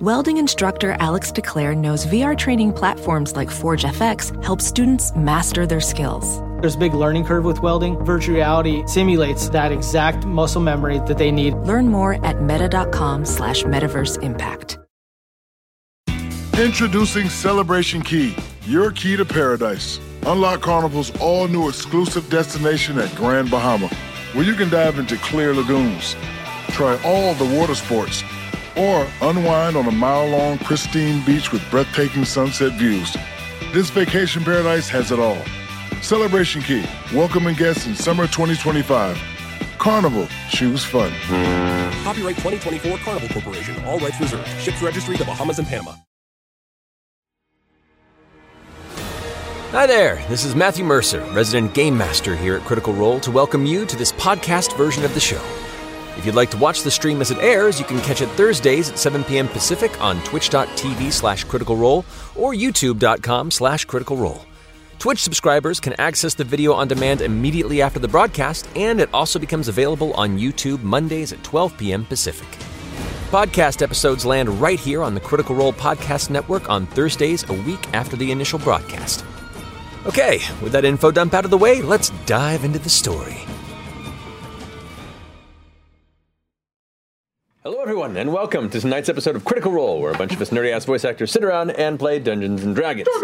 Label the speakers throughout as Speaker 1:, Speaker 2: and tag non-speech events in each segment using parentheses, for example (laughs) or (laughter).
Speaker 1: welding instructor Alex DeClaire knows VR training platforms like Forge FX help students master their skills.
Speaker 2: There's a big learning curve with welding. Virtual reality simulates that exact muscle memory that they need.
Speaker 1: Learn more at meta.com slash metaverse impact.
Speaker 3: Introducing Celebration Key, your key to paradise. Unlock Carnival's all new exclusive destination at Grand Bahama, where you can dive into clear lagoons, try all the water sports, or unwind on a mile long, pristine beach with breathtaking sunset views. This vacation paradise has it all. Celebration Key, welcoming guests in summer 2025. Carnival, choose fun.
Speaker 4: Copyright 2024 Carnival Corporation. All rights reserved. Ships registry: The Bahamas and Panama.
Speaker 5: Hi there, this is Matthew Mercer, resident game master here at Critical Role, to welcome you to this podcast version of the show. If you'd like to watch the stream as it airs, you can catch it Thursdays at 7 p.m. Pacific on twitch.tv slash critical role or youtube.com slash critical role. Twitch subscribers can access the video on demand immediately after the broadcast, and it also becomes available on YouTube Mondays at 12 p.m. Pacific. Podcast episodes land right here on the Critical Role Podcast Network on Thursdays a week after the initial broadcast. Okay, with that info dump out of the way, let's dive into the story. Hello, everyone, and welcome to tonight's episode of Critical Role, where a bunch of us nerdy ass voice actors sit around and play Dungeons and Dragons.
Speaker 6: (laughs)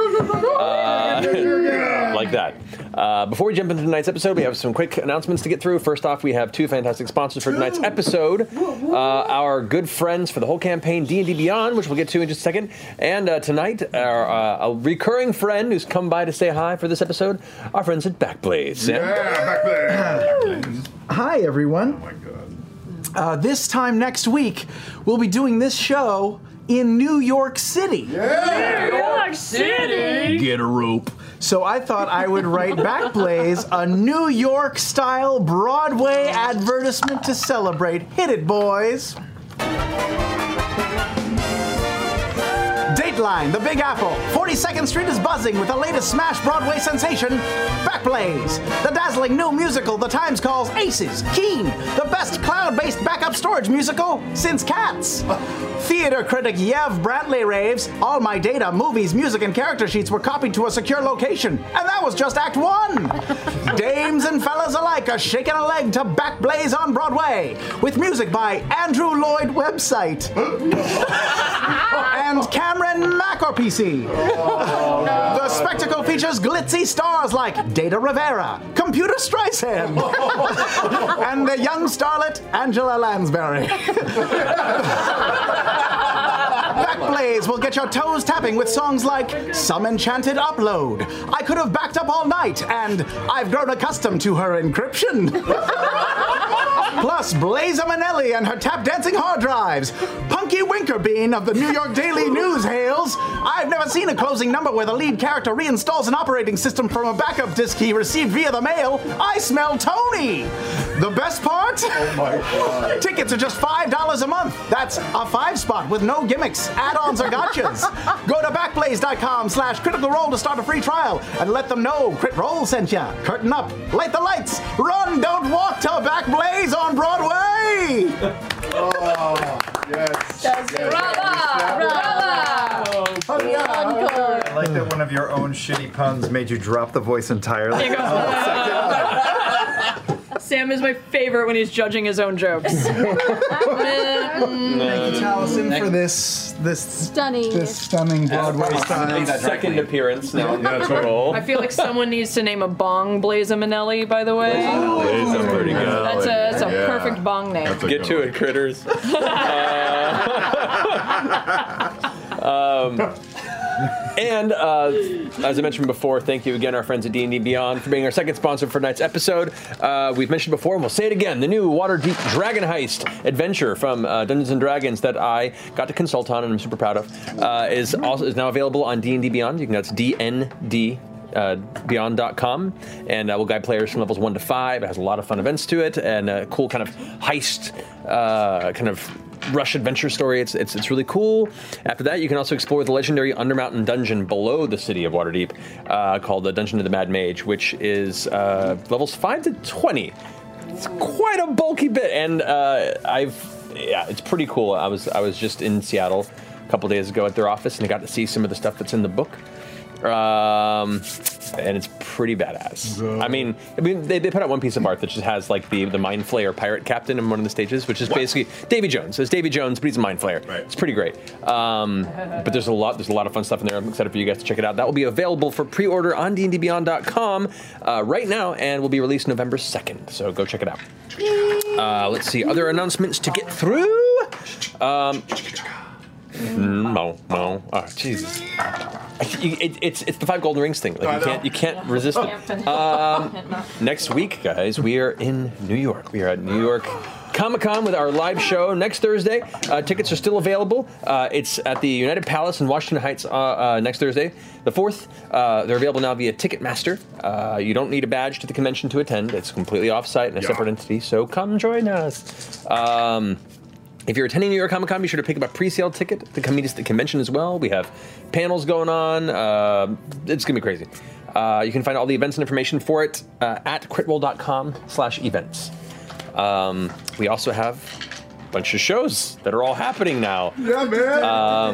Speaker 5: Uh, (laughs) like that. Uh, before we jump into tonight's episode, we have some quick announcements to get through. First off, we have two fantastic sponsors for tonight's episode: uh, our good friends for the whole campaign, D and D Beyond, which we'll get to in just a second, and uh, tonight our uh, a recurring friend who's come by to say hi for this episode, our friends at Backblaze. Sam?
Speaker 7: (clears throat) Hi, everyone. Oh my god. Uh, this time next week, we'll be doing this show in New York City.
Speaker 6: New York City.
Speaker 7: Get a rope. So I thought I would write Backblaze a New York style Broadway advertisement to celebrate. Hit it, boys. Dateline, The Big Apple. 42nd Street is buzzing with the latest smash Broadway sensation, Backblaze. The dazzling new musical The Times calls Aces, Keen, the best cloud based backup storage musical since Cats. Theater critic Yev Brantley raves All my data, movies, music, and character sheets were copied to a secure location, and that was just Act One. Dames and fellas alike are shaking a leg to Backblaze on Broadway with music by Andrew Lloyd Website and Cameron Mac or PC. the spectacle features glitzy stars like Data Rivera, Computer Streisand, (laughs) and the young starlet Angela Lansbury. Backblaze will get your toes tapping with songs like Some Enchanted Upload, I Could Have Backed Up All Night, and I've Grown Accustomed to Her Encryption. (laughs) Plus, Blaze Manelli and her tap dancing hard drives. Punky Winkerbean of the New York Daily News hails I've never seen a closing number where the lead character reinstalls an operating system from a backup disk he received via the mail. I smell Tony! The best part? Oh my god. (laughs) Tickets are just $5 a month. That's a five spot with no gimmicks, add-ons, or gotchas. Go to backblaze.com slash critical role to start a free trial and let them know Crit Roll sent ya. Curtain up, light the lights, run, don't walk to Backblaze on Broadway!
Speaker 8: I like that one of your own shitty puns made you drop the voice entirely.
Speaker 6: Sam is my favorite when he's judging his own
Speaker 9: (laughs)
Speaker 7: (laughs)
Speaker 6: jokes.
Speaker 7: Thank you, Allison, for this this
Speaker 10: Stunning.
Speaker 7: this stunning Broadway style.
Speaker 5: Second appearance now in the role.
Speaker 6: I feel like someone needs to name a bong Blaze Manelli, by the way.
Speaker 5: It's a pretty good.
Speaker 6: That's a, that's a
Speaker 8: Yeah.
Speaker 6: perfect bong name.
Speaker 8: That's a
Speaker 5: Get
Speaker 8: good
Speaker 5: to
Speaker 8: one.
Speaker 6: (laughs)
Speaker 5: it, critters. Uh, um, and uh, as I mentioned before, thank you again, our friends at D&D Beyond, for being our second sponsor for tonight's episode. Uh, we've mentioned before, and we'll say it again: the new Waterdeep Dragon Heist adventure from uh, Dungeons and Dragons that I got to consult on, and I'm super proud of, uh, is also is now available on D&D Beyond. You can that's DND uh, beyond.com and uh, will guide players from levels 1 to 5 it has a lot of fun events to it and a cool kind of heist uh, kind of rush adventure story it's, it's it's really cool after that you can also explore the legendary undermountain dungeon below the city of waterdeep uh, called the dungeon of the mad mage which is uh, levels 5 to 20 it's quite a bulky bit and uh, i've yeah it's pretty cool i was i was just in seattle a couple days ago at their office, and I got to see some of the stuff that's in the book. Um, and it's pretty badass. I mean, I mean, they, they put out one piece of art that just has like the the mind flayer pirate captain in one of the stages, which is basically Davy Jones. It's Davy Jones, but he's a mind flayer. Right. It's pretty great. Um, but there's a lot there's a lot of fun stuff in there. I'm excited for you guys to check it out. That will be available for pre-order on dndbeyond.com uh, right now, and will be released November 2nd. So go check it out. Uh, let's see other announcements to get through. Um, no, no. Oh, Jesus. You- it- it's it's the five golden rings thing. Like you can't you can't resist it. Um, next week, guys, we are in New York. We are at New York Comic Con with our live show next Thursday. Uh, tickets are still available. Uh, it's at the United Palace in Washington Heights uh, uh, next Thursday, the fourth. Uh, they're available now via Ticketmaster. Uh, you don't need a badge to the convention to attend. It's completely offsite and a separate entity. So come join us. Um, if you're attending New York Comic Con, be sure to pick up a pre-sale ticket to come meet us at the convention as well. We have panels going on. Uh, it's gonna be crazy. Uh, you can find all the events and information for it uh, at critroll.com/events. Um, we also have a bunch of shows that are all happening now. Um,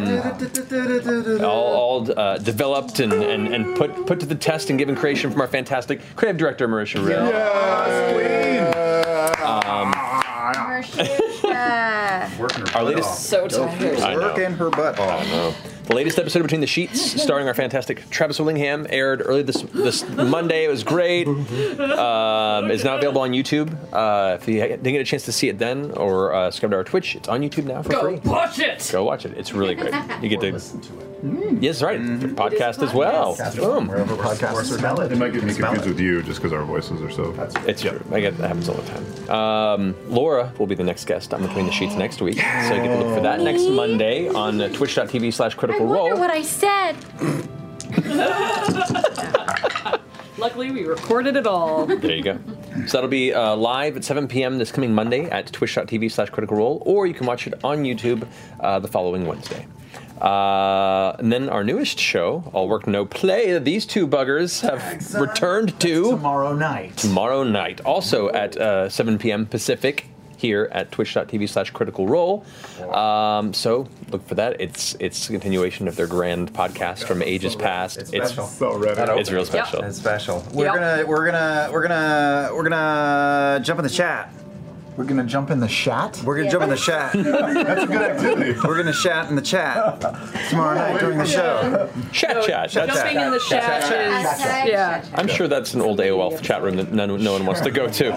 Speaker 8: Yeah, man.
Speaker 5: all, all uh, developed and, and, and put put to the test and given creation from our fantastic creative director Marisha Rill. Um,
Speaker 8: Ah.
Speaker 11: Working her
Speaker 5: Our
Speaker 11: butt
Speaker 5: latest-
Speaker 11: off.
Speaker 6: So tired.
Speaker 5: I know. Oh,
Speaker 11: Working her butt off.
Speaker 5: The latest episode of Between the Sheets, starring our fantastic Travis Willingham, aired early this this Monday. It was great. Um, it's now available on YouTube. Uh, if you didn't get a chance to see it then, or uh, subscribe to our Twitch, it's on YouTube now for free.
Speaker 6: watch it.
Speaker 5: Go watch it. It's really great. You get to
Speaker 11: Listen to it. Mm-hmm.
Speaker 5: yes, right, podcast as well. Boom.
Speaker 7: Wherever podcasts are
Speaker 11: Smell
Speaker 7: valid.
Speaker 11: it.
Speaker 8: It might get me
Speaker 11: Smell
Speaker 8: confused
Speaker 11: it.
Speaker 8: with you just because our voices are so.
Speaker 5: It's true. I get that happens all the time. Um, Laura will be the next guest on Between the Sheets next week, so you get to look for that next Monday on uh, Twitch.tv/slash
Speaker 9: I
Speaker 5: Critical
Speaker 9: wonder
Speaker 5: Role.
Speaker 9: what I said.
Speaker 6: (laughs) Luckily, we recorded it all.
Speaker 5: There you go. So that'll be uh, live at 7 p.m. this coming Monday at twitch.tv slash critical role, or you can watch it on YouTube uh, the following Wednesday. Uh, and then our newest show, All Work No Play, that these two buggers have returned to
Speaker 7: Tomorrow night.
Speaker 5: tomorrow night, also at uh, 7 p.m. Pacific here at twitch.tv slash critical role. Um, so look for that. It's it's a continuation of their grand podcast from ages past.
Speaker 11: It's
Speaker 5: It's,
Speaker 11: special.
Speaker 8: So ready.
Speaker 5: it's real special.
Speaker 11: It's special. We're
Speaker 6: Yep.
Speaker 11: gonna we're gonna we're gonna we're gonna jump in the chat.
Speaker 7: We're gonna jump in the chat.
Speaker 11: We're gonna jump in the
Speaker 9: (laughs)
Speaker 11: chat.
Speaker 8: That's a good activity.
Speaker 11: We're gonna chat in the chat tomorrow night during the show.
Speaker 5: Chat, chat.
Speaker 11: Chat,
Speaker 5: That's-
Speaker 6: Jumping in the chat is
Speaker 9: Hashtag
Speaker 6: yeah.
Speaker 9: shut
Speaker 5: I'm sure that's an old AOL chat room that none, no one wants to go to.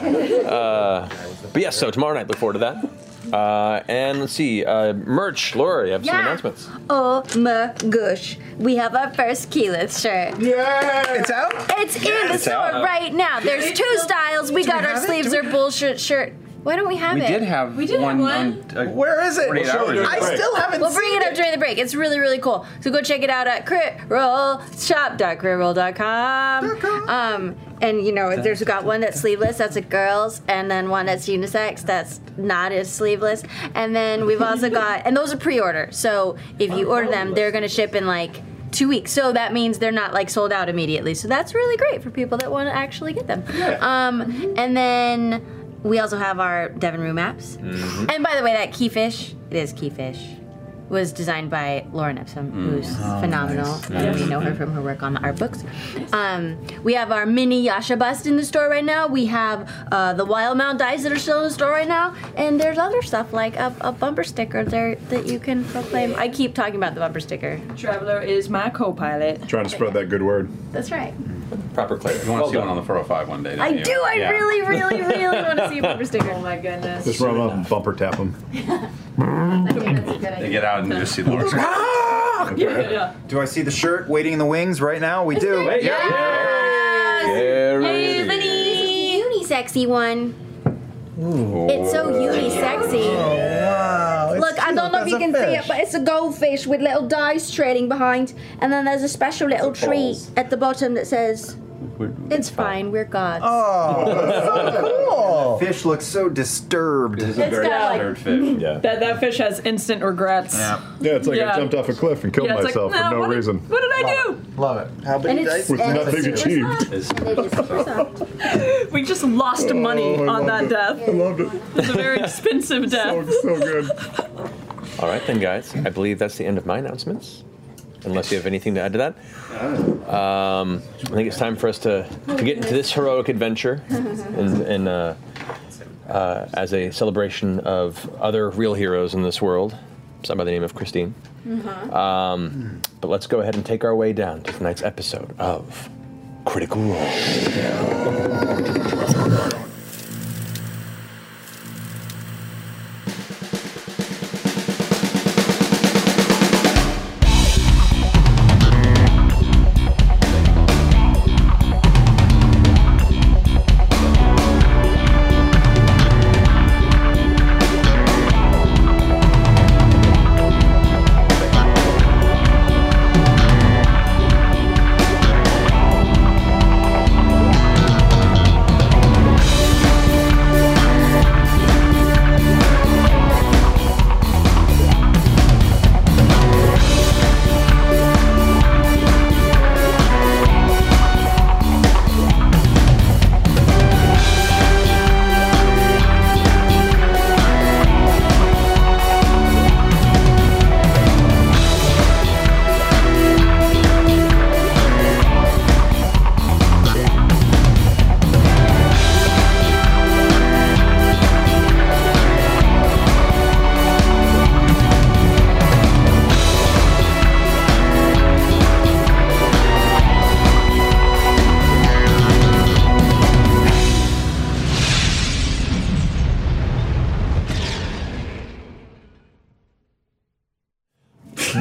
Speaker 5: Uh, but yes, so tomorrow night, look forward to that. Uh, and let's see, uh, merch. Laura, you have some
Speaker 9: Yeah.
Speaker 5: announcements.
Speaker 9: Oh my gosh, we have our first Keyleth shirt.
Speaker 8: Yeah.
Speaker 11: It's out.
Speaker 9: It's in the
Speaker 5: It's
Speaker 9: store
Speaker 5: out.
Speaker 9: right now. There's two styles. We got our sleeves are bullshit shirt. Why don't we have it?
Speaker 12: have
Speaker 6: We did have one.
Speaker 11: Where is it?
Speaker 12: Forty-eight hours.
Speaker 11: I still haven't
Speaker 9: We'll
Speaker 11: seen
Speaker 9: bring it up during the break. It's really, really cool. So go check it out at critrollshop.critroll.com. Um, and you know, there's got one that's sleeveless, that's a girl's, and then one that's unisex, that's not as sleeveless. And then
Speaker 11: (laughs)
Speaker 9: we've also got, and those are pre-order. So if you order them, they're gonna ship in like two weeks. So that means they're not like sold out immediately. So that's really great for people that want to actually get them. Um, and then. We also have our Devon Rue maps. And by the way, that keyfish, it is keyfish, was designed by Lauren Epsom, who's phenomenal. And we know her from her work on our (laughs) books. Um, we have our mini Yasha bust in the store right now. We have uh, the Wild Mount dice that are still in the store right now. And there's other stuff like a, a bumper sticker there that you can proclaim. I keep talking about the bumper sticker.
Speaker 6: Traveler is my co-pilot.
Speaker 8: Trying to spread that good word.
Speaker 9: That's right.
Speaker 12: Proper clarity. You want to see one on the 405 one day? don't
Speaker 9: I
Speaker 12: you?
Speaker 9: do. I
Speaker 12: Yeah.
Speaker 9: really, really, really want
Speaker 8: (laughs)
Speaker 9: to see a bumper sticker.
Speaker 6: Oh my goodness.
Speaker 8: Just run up and bumper tap them.
Speaker 9: I think that's a good
Speaker 12: They
Speaker 9: idea.
Speaker 12: get out and just see Laura's.
Speaker 6: Yeah.
Speaker 11: Do I see the shirt waiting in the wings right now? We do.
Speaker 6: there?
Speaker 5: There
Speaker 9: Hey,
Speaker 5: it is.
Speaker 9: Vinny! Unisexy one. It's so unisexy.
Speaker 11: Wow. it's
Speaker 9: Look, I
Speaker 11: cute
Speaker 9: don't know if
Speaker 11: as
Speaker 9: you
Speaker 11: a
Speaker 9: can see it,
Speaker 11: fish.
Speaker 9: but it's a goldfish with little dice trailing behind, and then there's a special little tree
Speaker 12: balls.
Speaker 9: at the bottom that says, "It's fine, we're gods."
Speaker 11: Oh, fish looks so disturbed.
Speaker 12: This is a
Speaker 9: It's
Speaker 12: very
Speaker 9: got, like-
Speaker 12: disturbed
Speaker 6: (laughs)
Speaker 12: fish.
Speaker 5: Yeah.
Speaker 6: That that fish has instant regrets.
Speaker 8: Yeah, it's like
Speaker 6: Yeah.
Speaker 8: I jumped off a cliff and killed
Speaker 6: Yeah, it's like,
Speaker 8: myself
Speaker 6: "Nah,
Speaker 8: for no
Speaker 6: what did-
Speaker 8: reason.
Speaker 6: What did I do?
Speaker 7: Love it.
Speaker 11: How
Speaker 9: and
Speaker 11: big
Speaker 9: it's
Speaker 11: dice?
Speaker 8: With
Speaker 9: and
Speaker 8: nothing
Speaker 9: it's-
Speaker 8: achieved.
Speaker 9: it's not- it is- it's not.
Speaker 6: (laughs) We just lost money
Speaker 8: Oh, I
Speaker 6: on
Speaker 8: love
Speaker 6: that
Speaker 8: it.
Speaker 6: death.
Speaker 8: I loved it. (laughs)
Speaker 6: It's a very expensive
Speaker 8: Oh,
Speaker 6: death.
Speaker 8: it's so good.
Speaker 5: All right, then, guys. I believe that's the end of my announcements. Unless you have anything to add to that, um, I think it's time for us to, to get into this heroic adventure, and, and uh, uh, as a celebration of other real heroes in this world, some by the name of Christine. Um, but let's go ahead and take our way down to tonight's episode of Critical Role.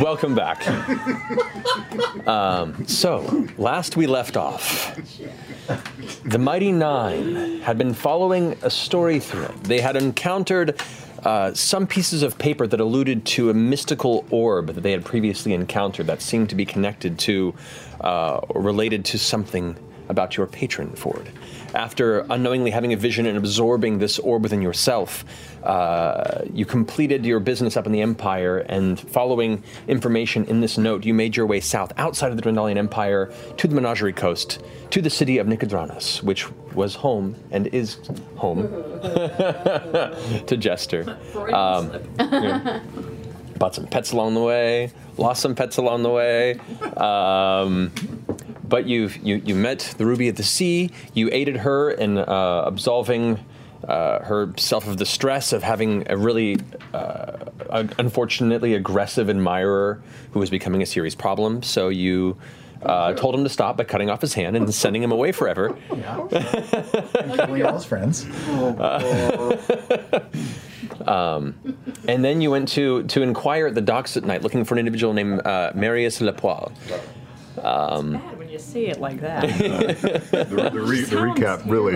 Speaker 5: Welcome back. Um, so, last we left off, the Mighty Nine had been following a story thread. They had encountered uh, some pieces of paper that alluded to a mystical orb that they had previously encountered that seemed to be connected to, uh, or related to something about your patron, Ford. After unknowingly having a vision and absorbing this orb within yourself, uh, you completed your business up in the Empire, and following information in this note, you made your way south outside of the Drendalian Empire to the Menagerie Coast, to the city of Nicodranas, which was home and is home (laughs) to Jester. Um, bought some pets along the way, lost some pets along the way. Um, but you've, you you met the Ruby of the Sea. You aided her in uh, absolving uh, herself of the stress of having a really uh, a- unfortunately aggressive admirer who was becoming a serious problem. So you. Uh, told him to stop by cutting off his hand and sending him away forever.
Speaker 13: We all
Speaker 11: (laughs)
Speaker 13: friends.
Speaker 5: Uh, (laughs) um, and then you went to to inquire at the docks at night, looking for an individual named uh, Marius Lepoil. Um,
Speaker 6: When you see it like
Speaker 8: (laughs)
Speaker 6: that.
Speaker 8: the, the, re, the recap really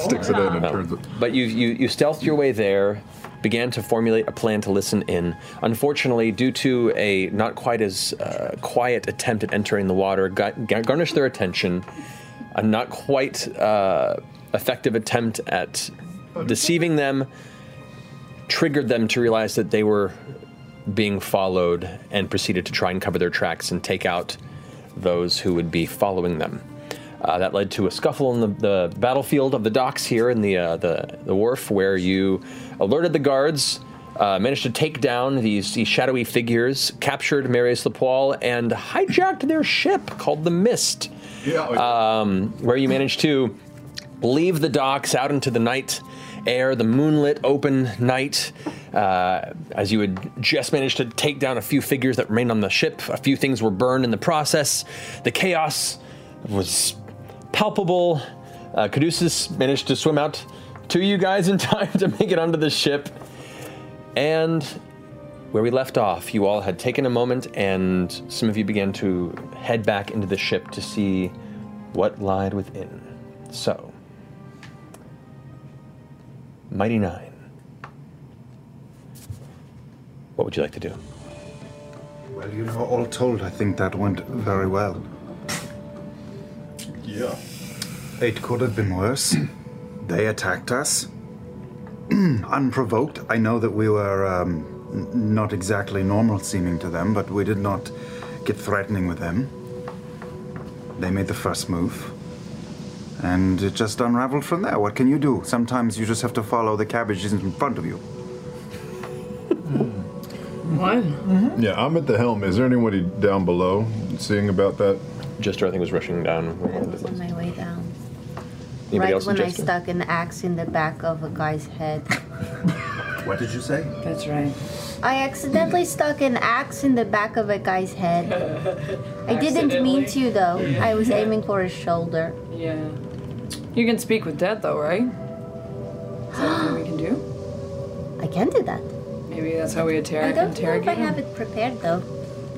Speaker 8: sticks it in in
Speaker 5: No.
Speaker 8: terms of.
Speaker 5: Um, But you, you, you stealthed your way there, began to formulate a plan to listen in. Unfortunately, due to a not quite as uh, quiet attempt at entering the water, ga- ga- garnished their attention, a not quite uh, effective attempt at deceiving them triggered them to realize that they were being followed and proceeded to try and cover their tracks and take out those who would be following them. Uh, that led to a scuffle in the, the battlefield of the docks here in the, uh, the, the wharf, where you alerted the guards, uh, managed to take down these, these shadowy figures, captured Marius Lapoil, and hijacked their ship called the Mist, um, where you managed to leave the docks out into the night air, the moonlit, open night. Uh, as you had just managed to take down a few figures that remained on the ship, a few things were burned in the process. The chaos was palpable. Uh, Caduceus managed to swim out to you guys in (laughs) time to make it onto the ship. And where we left off, you all had taken a moment, and some of you began to head back into the ship to see what lied within. So, Mighty Nine, what would you like to do?
Speaker 11: Well, you know, all told, I think that went very well.
Speaker 8: Yeah.
Speaker 11: It could have been worse. (clears throat) They attacked us. (clears throat) Unprovoked. I know that we were um, n- not exactly normal seeming to them, but we did not get threatening with them. They made the first move. And it just unraveled from there. What can you do? Sometimes you just have to follow the cabbages in front of you.
Speaker 14: One.
Speaker 8: Yeah, I'm at the helm. Is there anybody down below seeing about that?
Speaker 5: Jester, I think, was rushing down.
Speaker 9: I was on my way down.
Speaker 5: Anybody
Speaker 9: right
Speaker 5: else
Speaker 9: when I
Speaker 5: suggesting?
Speaker 9: stuck an axe in the back of a guy's head.
Speaker 15: What did you say?
Speaker 14: That's right.
Speaker 9: I accidentally stuck an axe in the back of a guy's head. I didn't mean to though. I was aiming for his shoulder.
Speaker 6: Yeah. You can speak with dead though, right? Is that something we can do?
Speaker 9: (gasps) I can do that.
Speaker 6: Maybe that's how we inter-
Speaker 9: I don't know if
Speaker 6: interrogate
Speaker 9: I
Speaker 6: him.
Speaker 9: have it prepared though.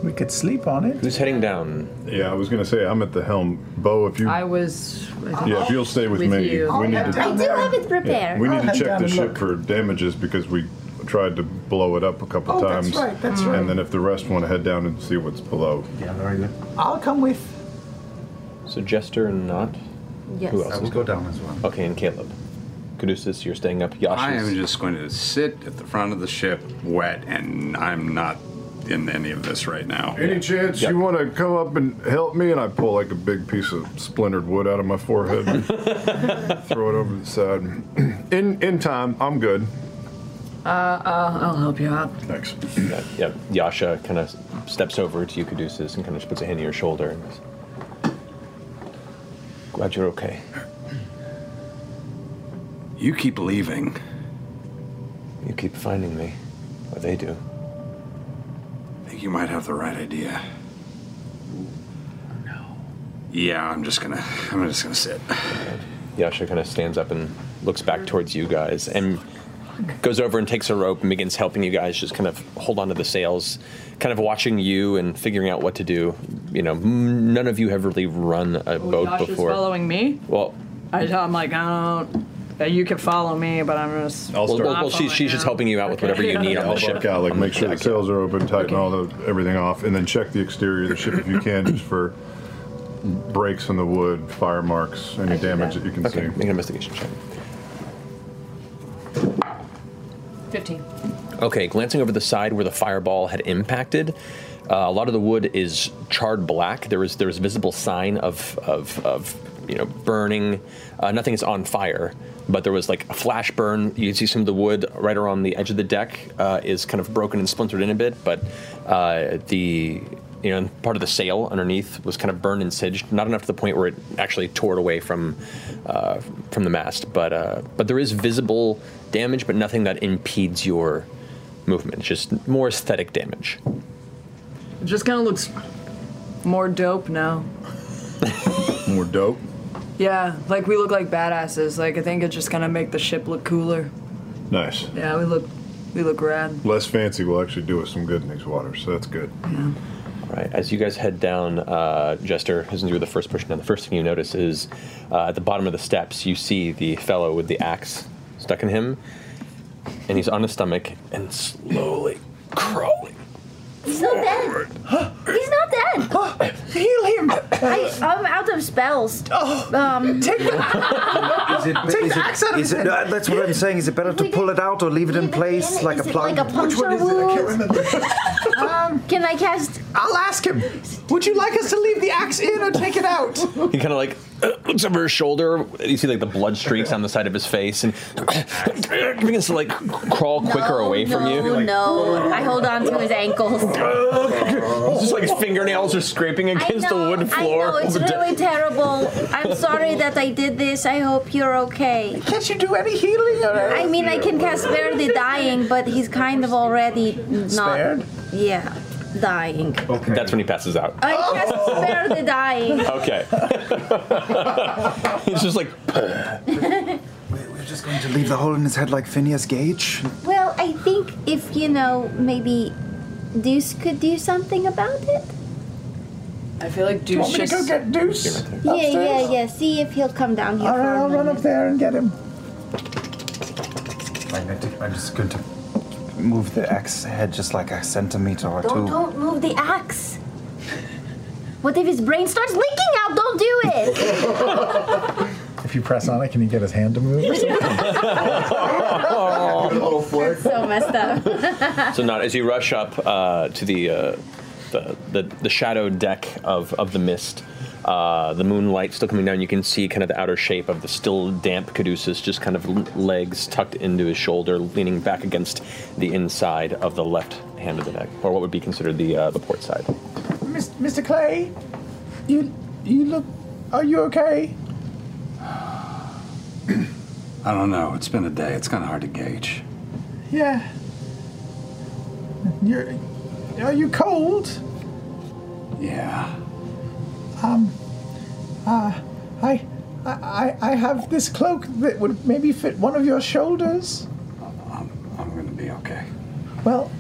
Speaker 8: We could sleep on it.
Speaker 5: Who's heading down?
Speaker 8: Yeah, I was gonna say I'm at the helm. Bo, if you
Speaker 14: I was. I
Speaker 8: yeah, if you'll stay with,
Speaker 14: With
Speaker 8: me,
Speaker 14: you.
Speaker 8: we need to.
Speaker 9: Oh, I do have it prepared.
Speaker 8: Yeah, we need
Speaker 9: I'll
Speaker 8: to
Speaker 9: head
Speaker 8: check
Speaker 9: down
Speaker 8: the
Speaker 9: and
Speaker 8: ship
Speaker 9: look.
Speaker 8: for damages because we tried to blow it up a couple
Speaker 7: Oh, that's
Speaker 8: times.
Speaker 7: right, that's right.
Speaker 8: And then if the rest want to head down and see what's below. Yeah, very good.
Speaker 7: I'll come with.
Speaker 5: So Jester and not.
Speaker 7: Yes.
Speaker 5: Who else?
Speaker 7: I will
Speaker 5: go down as well. Okay, and Caleb. Caduceus, you're staying up. Yash.
Speaker 12: I
Speaker 5: is-
Speaker 12: am just going to sit at the front of the ship, wet, and I'm not in any of this right now.
Speaker 8: Any chance you want to come up and help me? And I pull like a big piece of splintered wood out of my forehead,
Speaker 5: (laughs)
Speaker 8: and throw it over the side. (clears throat) In in time, I'm good.
Speaker 14: Uh, uh, I'll help you out.
Speaker 8: Thanks.
Speaker 5: Yeah, yeah. Yasha kind of steps over to you, Caduceus, and kind of puts a hand on your shoulder and goes, Glad you're okay.
Speaker 12: You keep leaving.
Speaker 5: You keep finding me. Or they do.
Speaker 12: I think you might have the right idea. Yeah, I'm just gonna. I'm just gonna sit.
Speaker 5: Yasha kind of stands up and looks back towards you guys and goes over and takes a rope and begins helping you guys just kind of hold onto the sails, kind of watching you and figuring out what to do. You know, m- none of you have really run a boat
Speaker 6: Josh is
Speaker 5: before.
Speaker 6: following me.
Speaker 5: well,
Speaker 6: I, I'm like, I don't. uh, You can follow me, but I'm just.
Speaker 5: well, well, well, she, she's just helping you out with whatever you need on the
Speaker 8: Help
Speaker 5: ship.
Speaker 8: out, like make sure the sails are open, tighten all the everything off, and then check the exterior of the ship if you can, just for breaks in the wood, fire marks, any damage that. you can see. Make
Speaker 5: an investigation check.
Speaker 6: 15.
Speaker 5: Okay, glancing over the side where the fireball had impacted, uh, a lot of the wood is charred black. There is there is visible sign of of, of you know burning. Uh, nothing is on fire, but there was like a flash burn. You can see some of the wood right around the edge of the deck uh, is kind of broken and splintered in a bit, but uh, the you know part of the sail underneath was kind of burned and singed, not enough to the point where it actually tore it away from uh, from the mast. But uh, but there is visible damage, but nothing that impedes your movement. It's just more aesthetic damage.
Speaker 6: It just kind of looks more dope now.
Speaker 8: More dope.
Speaker 6: Yeah, like we look like badasses. Like I think it's just gonna make the ship look cooler.
Speaker 8: Nice.
Speaker 6: Yeah, we look, we look rad.
Speaker 8: Less fancy will actually
Speaker 5: (laughs)
Speaker 8: do us some good in these waters, so that's good.
Speaker 5: Right. As you guys head down, uh, Jester, since you were the first person down, the first thing you notice is uh, at the bottom of the steps, you see the fellow with the axe stuck in him, and he's on his stomach and slowly crawling.
Speaker 9: He's not dead. He's not dead. Heal him. I, I'm out of spells.
Speaker 7: Oh. (laughs)
Speaker 9: um,
Speaker 11: Take Is it, is it- is it- no, that's what I'm saying. Is it better to pull it out or leave it in place like a
Speaker 9: Is it
Speaker 11: plug?
Speaker 9: like a puncture wound? (laughs)
Speaker 11: Um,
Speaker 9: Can I cast?
Speaker 11: I'll ask him.
Speaker 7: Would you like us to leave the axe in or take it out?
Speaker 11: (laughs)
Speaker 5: He kind of like (clears throat) uh, looks over his shoulder. You see like the blood streaks on the side of his face, and (clears throat) begins to like crawl quicker away from you.
Speaker 9: Oh no! I hold on to his ankles.
Speaker 5: It's just like his fingernails are scraping (laughs) against the wooden floor.
Speaker 9: I know
Speaker 5: (laughs)
Speaker 9: it's really terrible. I'm sorry that I did this. I hope you're okay.
Speaker 7: Can't you do any healing? Or
Speaker 9: I mean, I can cast spare the dying, but he's kind of already not.
Speaker 5: Spared?
Speaker 9: Yeah, dying.
Speaker 5: That's when he passes out.
Speaker 9: I cast
Speaker 7: Oh.
Speaker 9: spare the dying.
Speaker 5: Okay. (laughs) He's just like.
Speaker 9: (laughs)
Speaker 11: We're just going to leave the hole in his head like Phineas Gage.
Speaker 9: Well, I think if you know, maybe Deuce could do something about it.
Speaker 6: I feel like
Speaker 9: Do you
Speaker 6: Deuce
Speaker 9: want me to
Speaker 6: just.
Speaker 9: go get
Speaker 6: Deuce?
Speaker 9: Yeah, (laughs) yeah, yeah. See if he'll come down here. All right, I'll run up
Speaker 11: there and get him. I'm, going to- I'm just going to move the axe head just like a centimeter or
Speaker 9: Don't
Speaker 11: 2
Speaker 9: don't move the axe. What if his brain starts leaking out? Don't do it.
Speaker 8: If you press on it, can you get his hand to move?
Speaker 9: so messed up.
Speaker 5: So not as you rush up uh, to the, uh, the the the shadow deck of of the mist. Uh, the moonlight still coming down. You can see kind of the outer shape of the still damp Caduceus, just kind of l- legs tucked into his shoulder, leaning back against the inside of the left hand of the deck, or what would be considered the uh, the port side.
Speaker 7: Mis- Mr. Clay, you you look. Are you okay?
Speaker 12: I don't know. It's been a day. It's kind of hard to gauge.
Speaker 7: Yeah. You're. Are you cold?
Speaker 12: Yeah.
Speaker 7: Um. Uh, I, I, I- I have this cloak that would maybe fit one of your shoulders.
Speaker 12: I'm gonna be okay.
Speaker 7: Well,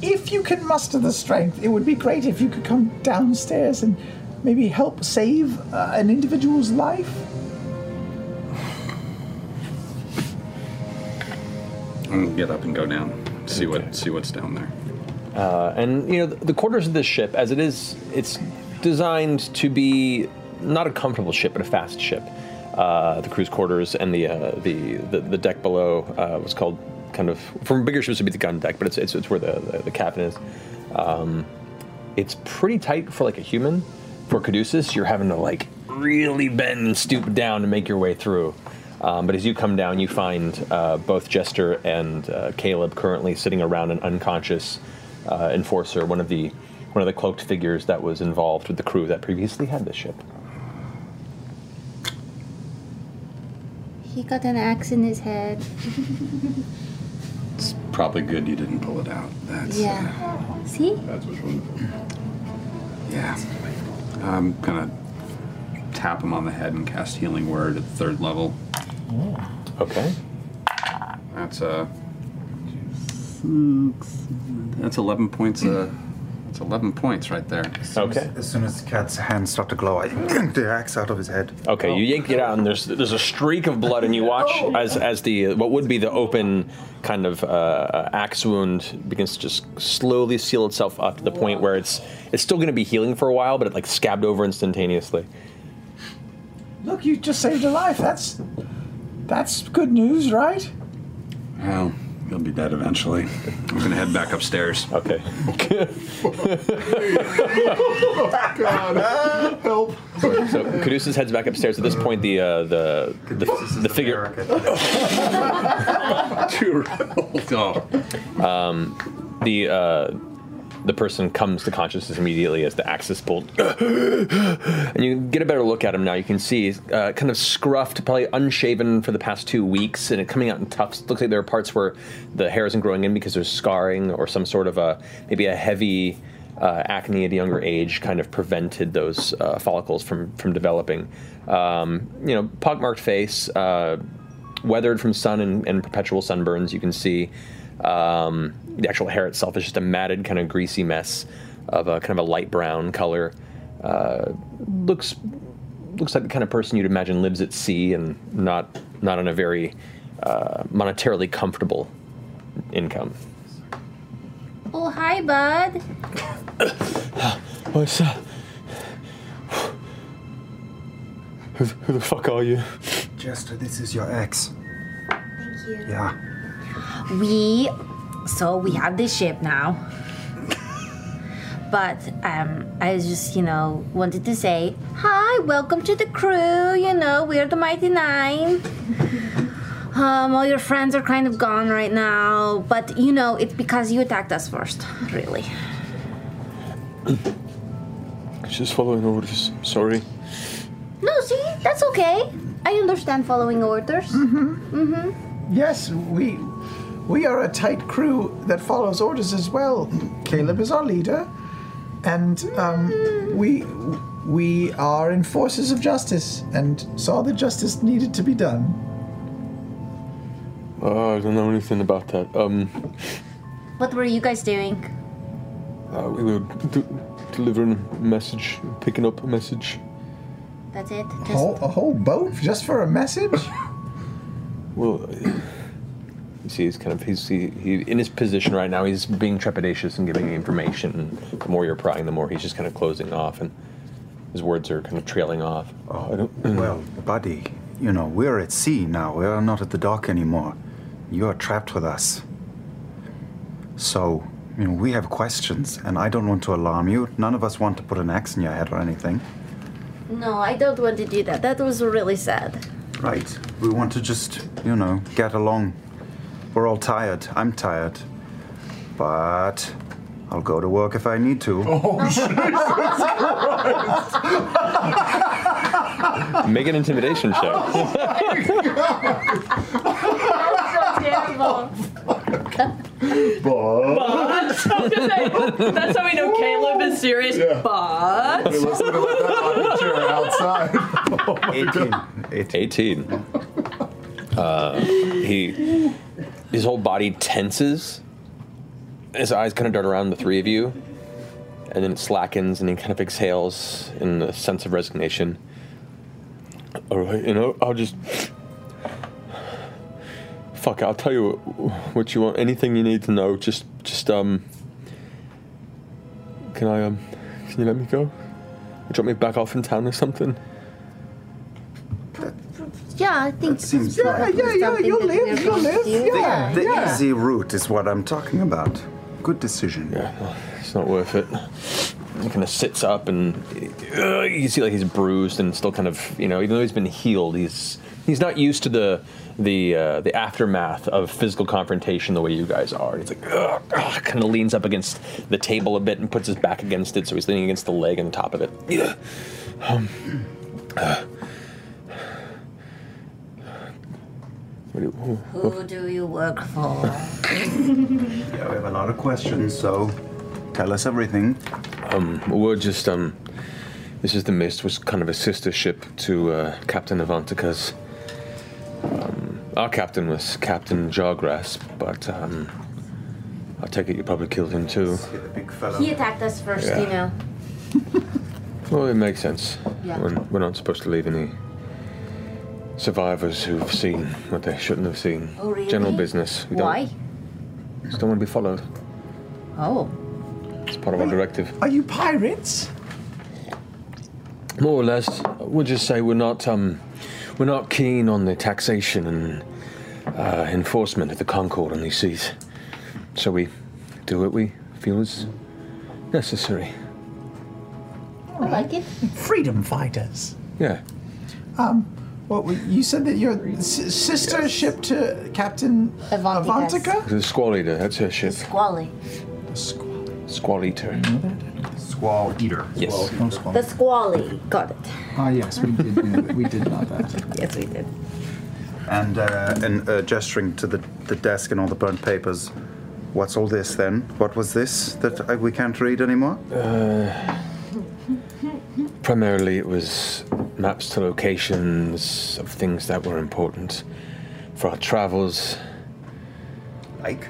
Speaker 7: if you can muster the strength, it would be great if you could come downstairs and maybe help save uh, an individual's life.
Speaker 12: I'm gonna get up and go down. See what see what's down there.
Speaker 5: Uh, and you know the quarters of this ship, as it is, it's designed to be not a comfortable ship, but a fast ship. Uh, the cruise quarters and the uh, the, the the deck below uh, was called kind of from bigger ships would be the gun deck, but it's it's, it's where the, the the cabin is. Um, it's pretty tight for like a human. For Caduceus, you're having to like really bend and stoop down to make your way through. Um, but as you come down, you find uh, both Jester and uh, Caleb currently sitting around an unconscious uh, enforcer, one of the one of the cloaked figures that was involved with the crew that previously had this ship.
Speaker 16: He got an axe in his head.
Speaker 12: It's probably good you didn't pull it out. That's
Speaker 16: yeah. See?
Speaker 12: That's what's wonderful. Yeah. I'm gonna tap him on the head and cast healing word at third level.
Speaker 5: Okay.
Speaker 12: That's uh six, that's eleven points uh that's eleven points right there.
Speaker 5: Okay.
Speaker 11: As soon as the cat's hands start to glow, I yank the axe out of his head.
Speaker 5: Okay, you yank it out, and there's there's a streak of blood, and you watch as as the what would be the open kind of uh, axe wound begins to just slowly seal itself up to the point where it's it's still going to be healing for a while, but it like scabbed over instantaneously.
Speaker 7: Look, you just saved a life. That's that's good news, right?
Speaker 12: Well, he'll be dead eventually. I'm gonna head back upstairs.
Speaker 7: (laughs)
Speaker 5: Okay.
Speaker 8: God, help.
Speaker 5: So Caduceus heads back upstairs. At this point, the uh, the the, the figure.
Speaker 7: Oh.
Speaker 5: um, the uh, the person comes to consciousness immediately as the axe is pulled, (gasps) and you get a better look at him now. You can see he's, uh, kind of scruffed, probably unshaven for the past two weeks, and it coming out in tufts. Looks like there are parts where the hair isn't growing in because there's scarring or some sort of a maybe a heavy. Uh, acne at a younger age kind of prevented those uh, follicles from from developing. Um, you know, pockmarked face, uh, weathered from sun and, and perpetual sunburns. You can see um, the actual hair itself is just a matted, kind of greasy mess of a kind of a light brown color. Uh, looks looks like the kind of person you'd imagine lives at sea and not not on a very uh, monetarily comfortable income.
Speaker 16: Oh, hi, bud.
Speaker 17: (sighs) What's up? Who, who the fuck are you?
Speaker 11: Jester, this is your axe.
Speaker 16: Thank you.
Speaker 11: Yeah.
Speaker 16: We, so we have this ship now. but um, I just, you know, wanted to say, hi, welcome to the crew. You know, we're the Mighty Nine. Um, all your friends are kind of gone right now, but you know, it's because you attacked us first, really.
Speaker 17: Just following orders. Sorry.
Speaker 16: No, see, that's okay. I understand following orders. Mm-hmm. Mm-hmm.
Speaker 7: Yes, we we are a tight crew that follows orders as well. Caleb is our leader, and um, we we are enforcers of justice and saw that justice needed to be done.
Speaker 17: Oh, I don't know anything about that. Um,
Speaker 16: What were you guys doing?
Speaker 17: uh, we were d- delivering a message, picking up a message.
Speaker 16: That's it.
Speaker 7: A whole, a whole boat just for a message?
Speaker 17: Well,
Speaker 5: You see, he's kind of he's he, he in his position right now. He's being trepidatious and giving you information. And the more you're prying, the more he's just kind of closing off, and his words are kind of trailing off.
Speaker 11: Oh,
Speaker 17: uh.
Speaker 11: well, buddy, you know, we're at sea now. We are not at the dock anymore. You are trapped with us. So, you know, we have questions, and I don't want to alarm you. None of us want to put an axe in your head or anything.
Speaker 16: No, I don't want to do that. That was really sad.
Speaker 11: Right. We want to just, you know, get along. We're all tired. I'm tired. But I'll go to work if I need to.
Speaker 18: Make an intimidation check.
Speaker 6: (laughs) But I was gonna say, (laughs) that's how we know Caleb is serious. But
Speaker 8: outside.
Speaker 18: 18. 18. Uh, he, his whole body tenses. His eyes kind of dart around the three of you, and then it slackens, and he kind of exhales in a sense of resignation. All right, you know, I'll just. Fuck, I'll tell you what you want. Anything you need to know, just, just um. Can I um? Can you let me go? Drop me back off in town or something.
Speaker 9: Yeah, I think
Speaker 11: seems
Speaker 9: yeah,
Speaker 11: right.
Speaker 9: yeah, yeah,
Speaker 7: you live, you live,
Speaker 9: yeah,
Speaker 11: The
Speaker 9: yeah.
Speaker 11: easy route is what I'm talking about. Good decision.
Speaker 18: Yeah, it's not worth it. He kind of sits up, and uh, you see like he's bruised and still kind of you know, even though he's been healed, he's he's not used to the the uh, the aftermath of physical confrontation the way you guys are. He's like ugh, ugh, kind of leans up against the table a bit and puts his back against it, so he's leaning against the leg and the top of it. Yeah. Um, uh, what do you- who-
Speaker 9: Who do you work for?
Speaker 11: Yeah, we have a lot of questions, so tell us everything.
Speaker 18: Um, we're just um, this is the Mist, was kind of a sister ship to uh, Captain Avantica's. Um, our captain was Captain Jargrass, but um, I take it you probably killed him too.
Speaker 9: (laughs) He attacked us first,
Speaker 18: Yeah.
Speaker 9: you know.
Speaker 18: Well, it makes sense.
Speaker 9: Yeah.
Speaker 18: We're, we're not supposed to leave any survivors who've seen what they shouldn't have seen.
Speaker 9: Oh, really?
Speaker 18: General business. We
Speaker 9: Why?
Speaker 18: Don't, just don't want to be followed.
Speaker 9: Oh.
Speaker 18: It's part of our directive.
Speaker 7: Are you pirates?
Speaker 18: More or less, we'll just say we're not um, we're not keen on the taxation and uh, enforcement of the Concord on these seas, so we do what we feel is necessary.
Speaker 7: I like it. Freedom fighters.
Speaker 18: Yeah.
Speaker 7: Um, what were- you said that your s- sister ship to Captain Avantika?
Speaker 18: The squall eater, that's her ship.
Speaker 9: Squally.
Speaker 18: Squall eater. Squall eater. Yes.
Speaker 9: The squally. Got it.
Speaker 11: Ah, yes, we did. we did know that.
Speaker 9: (laughs) Yes, we did.
Speaker 11: And uh, and uh, gesturing to the, the desk and all the burnt papers. What's all this then? What was this that I, we can't read anymore?
Speaker 18: Uh, primarily, it was maps to locations of things that were important for our travels. Like?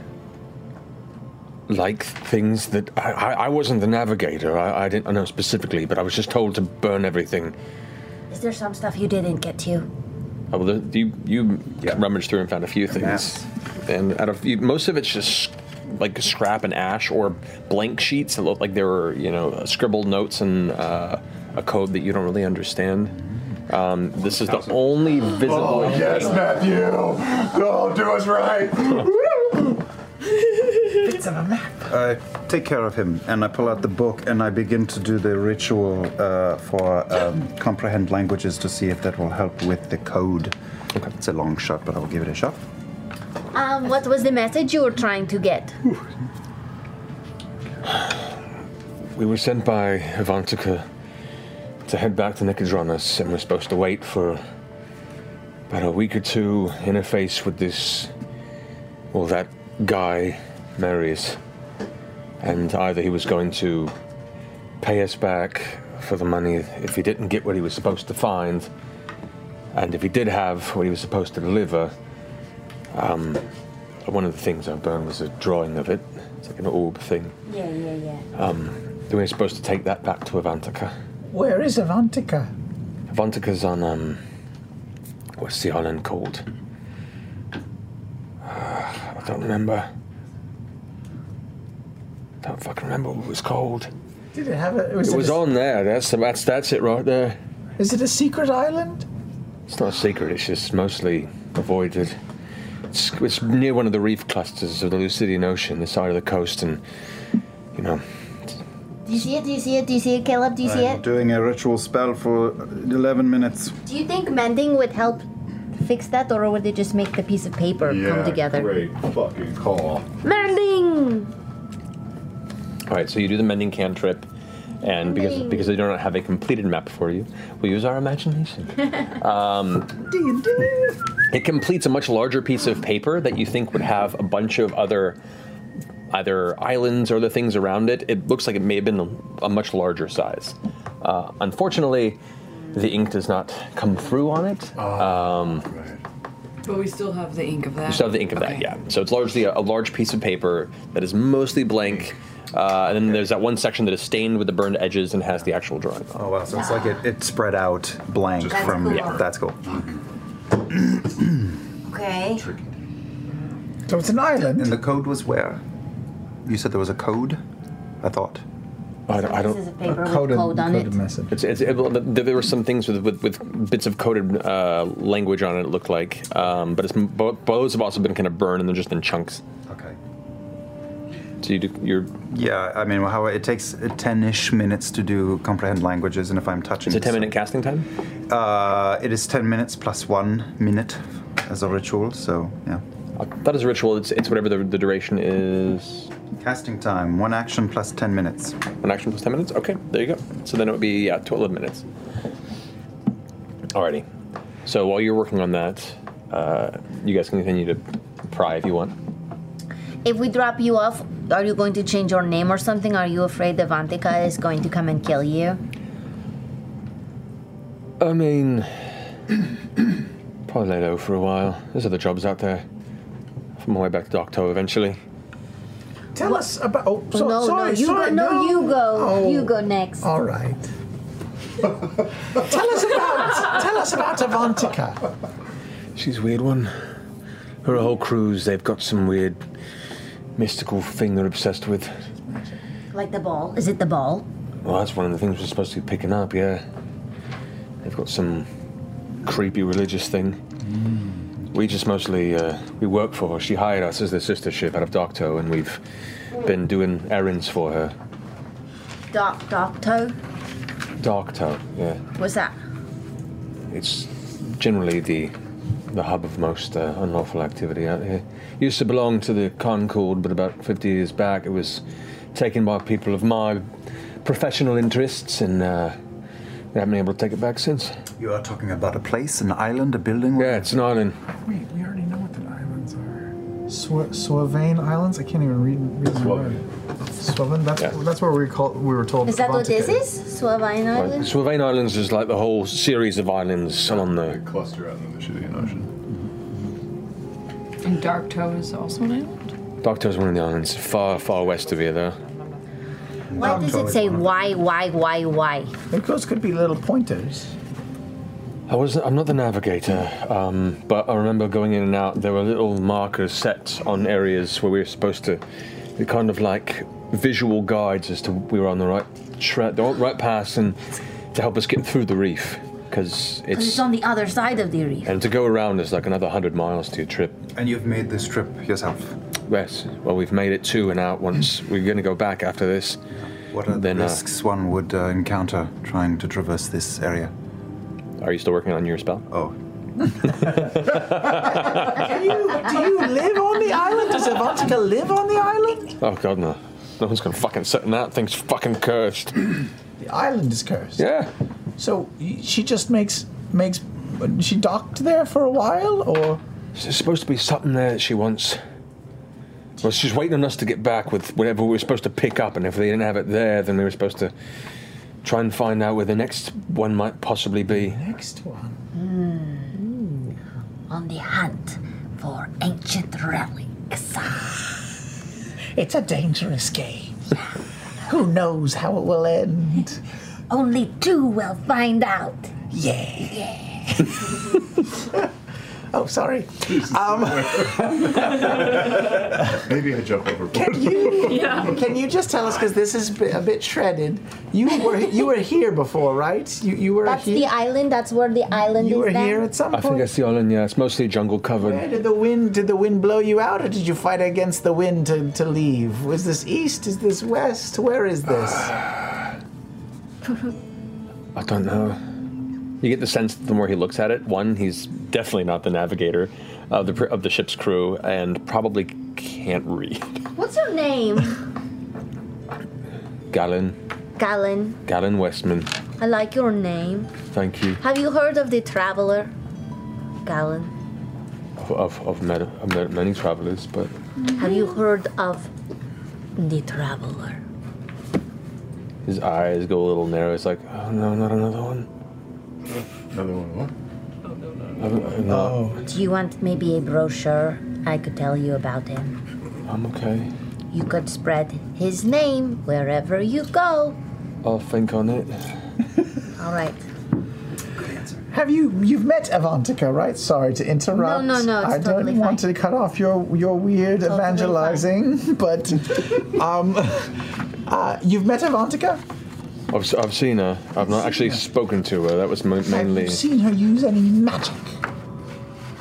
Speaker 18: Like things that I, I, I wasn't the navigator. I, I didn't know specifically, but I was just told to burn everything.
Speaker 9: Is there some stuff you didn't get to?
Speaker 18: Oh, well, the- you you rummaged through and found a few things, and out of you, most of it's just like scrap and ash or blank sheets that look like there were you know scribbled notes and uh, a code that you don't really understand. Um, this is the only visible.
Speaker 8: Oh, yes, Matthew. Oh, do
Speaker 7: (laughs)
Speaker 8: us right.
Speaker 7: Bits of a map.
Speaker 11: I take care of him, and I pull out the book, and I begin to do the ritual uh, for um, comprehend languages to see if that will help with the code. It's a long shot, but I'll give it a shot.
Speaker 9: Um, what was the message you were trying to get?
Speaker 18: We were sent by Avantika to head back to Nicodranas, and we're supposed to wait for about a week or two, interface with this, well, that guy, Marius. And either he was going to pay us back for the money if he didn't get what he was supposed to find, and if he did have what he was supposed to deliver, um, one of the things I burned was a drawing of it. It's like an orb thing.
Speaker 9: Yeah, yeah, yeah.
Speaker 18: Um, then we're supposed to take that back to Avantika.
Speaker 7: Where is Avantika?
Speaker 18: Avantika's on, um, what's the island called? (sighs) Uh, I don't remember. Don't fucking remember what it was called.
Speaker 7: Did it have a?
Speaker 18: It was,
Speaker 7: Was it, a,
Speaker 18: on there. That's that's that's it right there.
Speaker 7: Is it a secret island?
Speaker 18: It's not a secret. It's just mostly avoided. It's, it's near one of the reef clusters of the Lucidian Ocean, the side of the coast, and you know,
Speaker 9: Do you see it? Do you see it? Do you see it, Caleb? Do you see
Speaker 11: I'm
Speaker 9: it?
Speaker 11: doing a ritual spell for 11 minutes.
Speaker 9: Do you think mending would help fix that, or would it just make the piece of paper come together?
Speaker 8: Great fucking call.
Speaker 9: Mending!
Speaker 5: All right, so you do the mending cantrip, and because because they do not have a completed map for you, we use our imagination. Um, It completes a much larger piece of paper that you think would have a bunch of other either islands or other things around it. It looks like it may have been a, a much larger size. Uh, unfortunately, the ink does not come through on it.
Speaker 11: Ah,
Speaker 5: um,
Speaker 6: But we still have the ink of that.
Speaker 5: you still have the ink of that, yeah. So it's largely a, a large piece of paper that is mostly blank. Uh, and then there's that one section that is stained with the burned edges and has the actual drawing.
Speaker 11: Oh wow! So it's like it, it spread out blank
Speaker 5: Just
Speaker 11: from.
Speaker 5: cool. Yeah.
Speaker 11: That's cool.
Speaker 9: Okay.
Speaker 11: So it's an island. And the code was where? You said there was a code. I thought.
Speaker 5: I don't. I
Speaker 9: This is a paper with coded- code on coded it.
Speaker 11: message.
Speaker 5: It's, it's, it, well, th- there were some things with with, with bits of coded uh, language on it. It looked like, um, but it's m- bo- those have also been kind of burned and they're just in chunks.
Speaker 11: Okay.
Speaker 5: So you do, you're.
Speaker 11: Yeah, I mean, how it takes ten-ish minutes to do comprehend languages, and if I'm touching,
Speaker 5: Is it 10 minute casting time?
Speaker 11: Uh, it is ten minutes plus one minute as a ritual. So yeah.
Speaker 5: That is a ritual. It's, it's whatever the, the duration is.
Speaker 11: Casting time, one action plus ten minutes.
Speaker 5: One action plus ten minutes. Okay, there you go. So then it would be yeah, twelve minutes. Alrighty. So while you're working on that, uh, you guys can continue to pry if you want.
Speaker 9: If we drop you off, are you going to change your name or something? Are you afraid that Vantika is going to come and kill you?
Speaker 5: I mean, probably lay low for a while. There's other jobs out there. From my way back to Doctor eventually.
Speaker 7: Tell us about. Oh, so,
Speaker 9: no,
Speaker 7: sorry,
Speaker 9: no, you
Speaker 7: sorry,
Speaker 9: go. No, you go.
Speaker 7: Oh,
Speaker 9: You go next.
Speaker 7: All right. tell us about. tell us about Avantika.
Speaker 18: She's a weird one. Her whole crew's they've got some weird mystical thing they're obsessed with.
Speaker 9: Like the ball? Is it the ball?
Speaker 18: Well, that's one of the things we're supposed to be picking up, yeah. They've got some creepy religious thing. We just mostly uh, we work for her. She hired us as the sister ship out of Docto, and we've been doing errands for her.
Speaker 9: Doc, Doc Toe?
Speaker 18: Docto, yeah.
Speaker 9: What's that?
Speaker 18: It's generally the the hub of most uh, unlawful activity out here. Used to belong to the Concord, but about 50 years back, it was taken by people of my professional interests, and uh, they haven't been able to take it back since.
Speaker 11: You are talking about a place, an island, a building?
Speaker 18: Yeah, it's an island.
Speaker 7: Wait, we already know what the islands are. Sw- Sylvain Islands. I can't even read. read my
Speaker 18: Sylvan.
Speaker 7: word. Sylvan. That's that's where we call. We were told.
Speaker 9: Is that what this
Speaker 7: Avantika
Speaker 9: is? Swabian
Speaker 18: Right.
Speaker 9: Island?
Speaker 18: Sylvain Islands is like the whole series of islands along the
Speaker 8: cluster out in the Michigan Ocean.
Speaker 6: And Dark Toe is also an island?
Speaker 18: Doctor's one of the islands, far, far west of here, though.
Speaker 9: Why does it say why, why, why, why?
Speaker 7: Those could be little pointers.
Speaker 18: I was I'm not the navigator, um, but I remember going in and out. There were little markers set on areas where we were supposed to, they're kind of like visual guides as to we were on the right track, the right path, and to help us get through the reef because
Speaker 9: 'Cause it's
Speaker 18: it's
Speaker 9: on the other side of the reef.
Speaker 18: and to go around is like another hundred miles to your trip.
Speaker 11: And you've made this trip yourself.
Speaker 18: Yes. Well, we've made it to and out once. We're going to go back after this.
Speaker 11: What are
Speaker 18: then,
Speaker 11: the
Speaker 18: uh,
Speaker 11: risks one would uh, encounter trying to traverse this area?
Speaker 18: Are you still working on your spell?
Speaker 11: Oh.
Speaker 7: do, you, do you live on the island? Does Avantika live on the island?
Speaker 18: Oh God, no! No one's gonna fucking sit in that. Thing's fucking cursed.
Speaker 7: The island is cursed.
Speaker 18: Yeah.
Speaker 7: So y- she just makes makes. She docked there for a while, or
Speaker 18: There's supposed to be something there that she wants. Well, she's waiting on us to get back with whatever we were supposed to pick up, and if they didn't have it there, then we were supposed to try and find out where the next one might possibly be.
Speaker 7: Next one.
Speaker 9: Hmm. On the hunt for ancient
Speaker 7: (laughs)
Speaker 9: relics.
Speaker 7: It's a dangerous game. Who knows how it will end?
Speaker 9: Only two will find out.
Speaker 7: Yeah. Oh, sorry. Um,
Speaker 8: (laughs) Maybe I jump overboard.
Speaker 7: can you can you just tell us because this is b- a bit shredded? You were you were here before, right? You you were
Speaker 9: That's the
Speaker 7: here.
Speaker 9: island. That's where the island
Speaker 7: you
Speaker 9: is.
Speaker 7: were
Speaker 9: then.
Speaker 7: here at some
Speaker 18: I think
Speaker 7: point.
Speaker 18: that's the island. Yeah, it's mostly jungle
Speaker 7: Where
Speaker 18: covered.
Speaker 7: did the wind did the wind blow you out, or did you fight against the wind to, to leave? Was this east? Is this west? Where is this?
Speaker 18: Uh. I don't know.
Speaker 5: You get the sense the more he looks at it, one, he's definitely not the navigator of the pr- of the ship's (laughs) crew, and probably can't read.
Speaker 9: What's her name?
Speaker 18: Galen,
Speaker 9: (laughs) Galen,
Speaker 18: Galen Westman.
Speaker 9: I like your name.
Speaker 18: Thank you
Speaker 9: Have you heard of the traveler? Galen.
Speaker 18: of of, of, met, I've met many travelers, but
Speaker 9: Have you heard of (laughs) the traveler?
Speaker 18: his eyes go a little narrow. It's like, oh no, not another one.
Speaker 19: Another one. What?
Speaker 18: no.
Speaker 9: Do you want maybe a brochure? I could tell you about him.
Speaker 18: I'm okay.
Speaker 9: You could spread his name wherever you go.
Speaker 18: I'll think on it.
Speaker 9: All right.
Speaker 7: Have you you've met Avantika, right? Sorry to interrupt.
Speaker 9: No, no, no, it's
Speaker 7: I don't
Speaker 9: totally
Speaker 7: want to cut off your your weird evangelizing, (laughs) but um, (laughs) uh, you've met Avantika.
Speaker 18: I've, s- I've seen her. I've not actually spoken to her. That was ma- mainly.
Speaker 7: Have you seen her use any magic?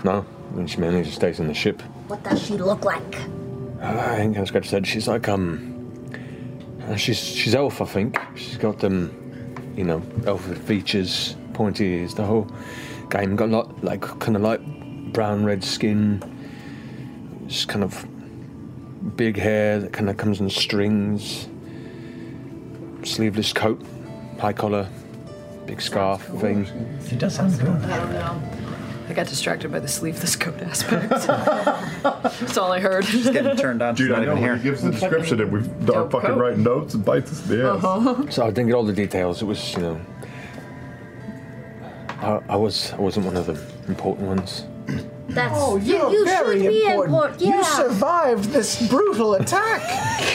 Speaker 18: No, I mean, she mainly just stays in the ship.
Speaker 9: What does she look like?
Speaker 18: I think as Scratch said, she's like um, uh, she's she's elf. I think she's got um, you know, elf features, pointy ears, the whole game. Got a lot like kind of light brown red skin, just kind of big hair that kind of comes in strings, sleeveless coat, high collar, big scarf thing.
Speaker 7: It does sound good.
Speaker 6: I don't know. I got distracted by the sleeveless coat aspect. That's all I heard. Just
Speaker 19: getting turned on. Dude, I know. He gives the description and we are fucking writing notes and bites us in the ass.
Speaker 6: Uh-huh.
Speaker 18: So I didn't get all the details. It was, you know, I, I was I wasn't one of the important ones.
Speaker 9: That's,
Speaker 7: oh, you're very important. You survived this brutal attack.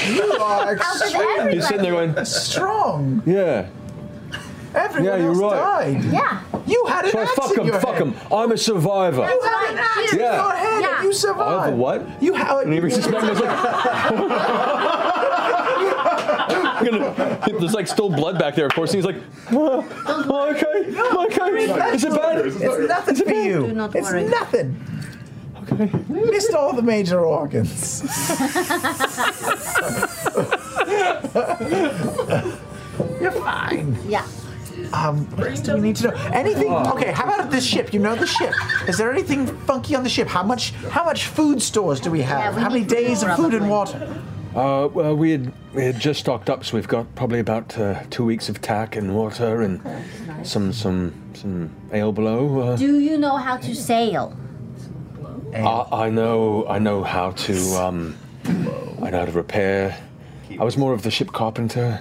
Speaker 7: you
Speaker 18: (laughs)
Speaker 7: are extremely
Speaker 18: He's sitting there going
Speaker 7: strong.
Speaker 18: Yeah.
Speaker 7: Everyone
Speaker 18: yeah, you're
Speaker 7: else
Speaker 18: right.
Speaker 7: died. You had an
Speaker 18: So
Speaker 7: axe
Speaker 18: fuck
Speaker 7: in
Speaker 18: 'em,
Speaker 7: your
Speaker 18: fuck
Speaker 7: head.
Speaker 18: 'em. I'm a survivor.
Speaker 7: You had an axe in
Speaker 18: Yeah.
Speaker 7: your head and you survived.
Speaker 18: I have a what?
Speaker 7: You have.
Speaker 18: And he reaches back and
Speaker 7: (laughs)
Speaker 18: it's (laughs) like. Gonna- There's like still blood back there, of course. And he's like, "Ah, am I okay? Am I okay? Is it bad?
Speaker 7: It's nothing
Speaker 18: Is it
Speaker 7: for
Speaker 18: bad?"
Speaker 7: you. it's nothing. Okay. Missed all the major (laughs) organs. You're fine.
Speaker 9: Yeah.
Speaker 7: Um, what else do we need to know? Anything? Okay. How about this ship? You know the ship. Is there anything funky on the ship? How much? How much food stores do we have? how many days of food and water?
Speaker 18: Uh, well, we had, we had just stocked up, so we've got probably about uh, two weeks of tack and water and some some some ale below. Uh,
Speaker 9: Do you know how to sail?
Speaker 18: I, I know I know how to um, I know how to repair. I was more of the ship carpenter.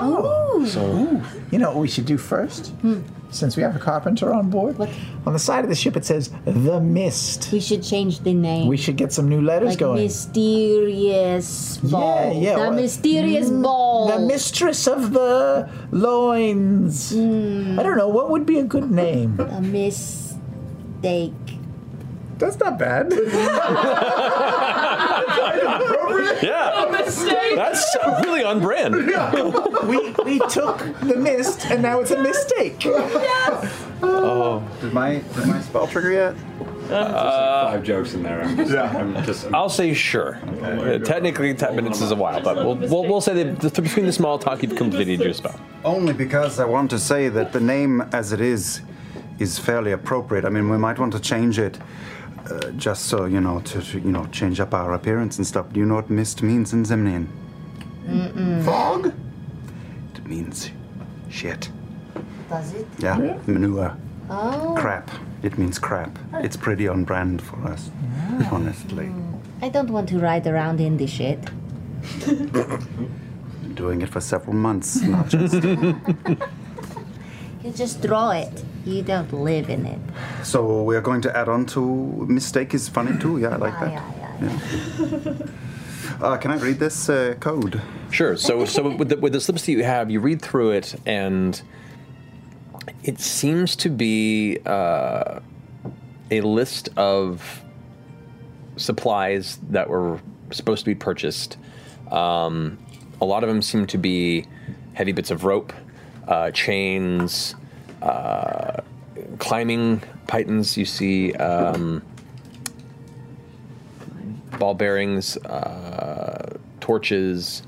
Speaker 7: Oh.
Speaker 18: So-
Speaker 7: You know what we should do first?
Speaker 9: Hmm.
Speaker 7: Since we have a carpenter on board, on the side of the ship it says the mist.
Speaker 9: We should change the name.
Speaker 7: We should get some new letters
Speaker 9: Like
Speaker 7: going.
Speaker 9: mysterious ball.
Speaker 7: yeah,
Speaker 9: The
Speaker 7: what-
Speaker 9: mysterious ball.
Speaker 7: The mistress of the loins. I don't know what would be a good name.
Speaker 9: Hmm. A mistake.
Speaker 7: That's not bad.
Speaker 18: Yeah, that's really on brand.
Speaker 7: (laughs) we we took the mist and now it's a mistake.
Speaker 12: Oh. Did my did my spell trigger yet? Uh, five jokes
Speaker 7: (laughs)
Speaker 12: in there. I'm just, yeah. I'm just,
Speaker 5: I'll say sure. Uh, technically, 10 minutes is a while, but we'll, we'll, we'll say that the- between the small talk, you've completed your spell.
Speaker 11: Only because I want to say that the name as it is is fairly appropriate. I mean, we might want to change it uh, just so, you know, to, to, you know, change up our appearance and stuff. Do you know what mist means in Zemnian?
Speaker 9: Mm-mm.
Speaker 7: Fog?
Speaker 11: It means shit.
Speaker 9: Does it?
Speaker 11: Yeah, manure,
Speaker 9: Oh.
Speaker 11: crap. It means crap. It's pretty on brand for us, honestly.
Speaker 9: I don't want to ride around in this shit.
Speaker 11: Been doing it for several months, not just.
Speaker 9: You just draw it. You don't live in it.
Speaker 11: so we are going to add on to mistake is funny too. Ah, Yeah, I like that. Uh, can I read this uh, code?
Speaker 5: Sure. So, so with, the, with the slips that you have, you read through it, and it seems to be uh, a list of supplies that were supposed to be purchased. Um, a lot of them seem to be heavy bits of rope, uh, chains, uh, climbing pythons. You see. Um, ball bearings, uh, torches.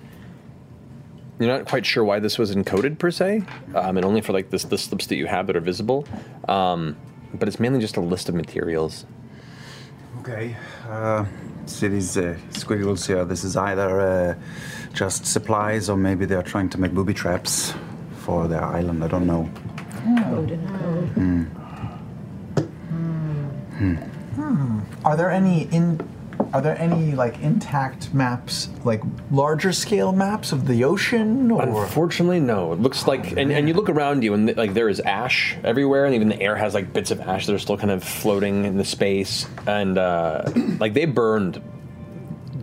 Speaker 5: You're not quite sure why this was encoded per se, um, and only for like this the slips that you have that are visible. Um, but it's mainly just a list of materials.
Speaker 20: Okay. Uh, see these uh, squiggles here. This is either uh, just supplies or maybe they're trying to make booby traps for their island. I don't know. Hmm. Hmm.
Speaker 7: Hmm. Are there any in? Are there any like intact maps, like larger scale maps of the ocean? Or
Speaker 5: Unfortunately, no. It looks like, and, and you look around you, and like there is ash everywhere, and even the air has like bits of ash that are still kind of floating in the space, and uh, (clears throat) like they burned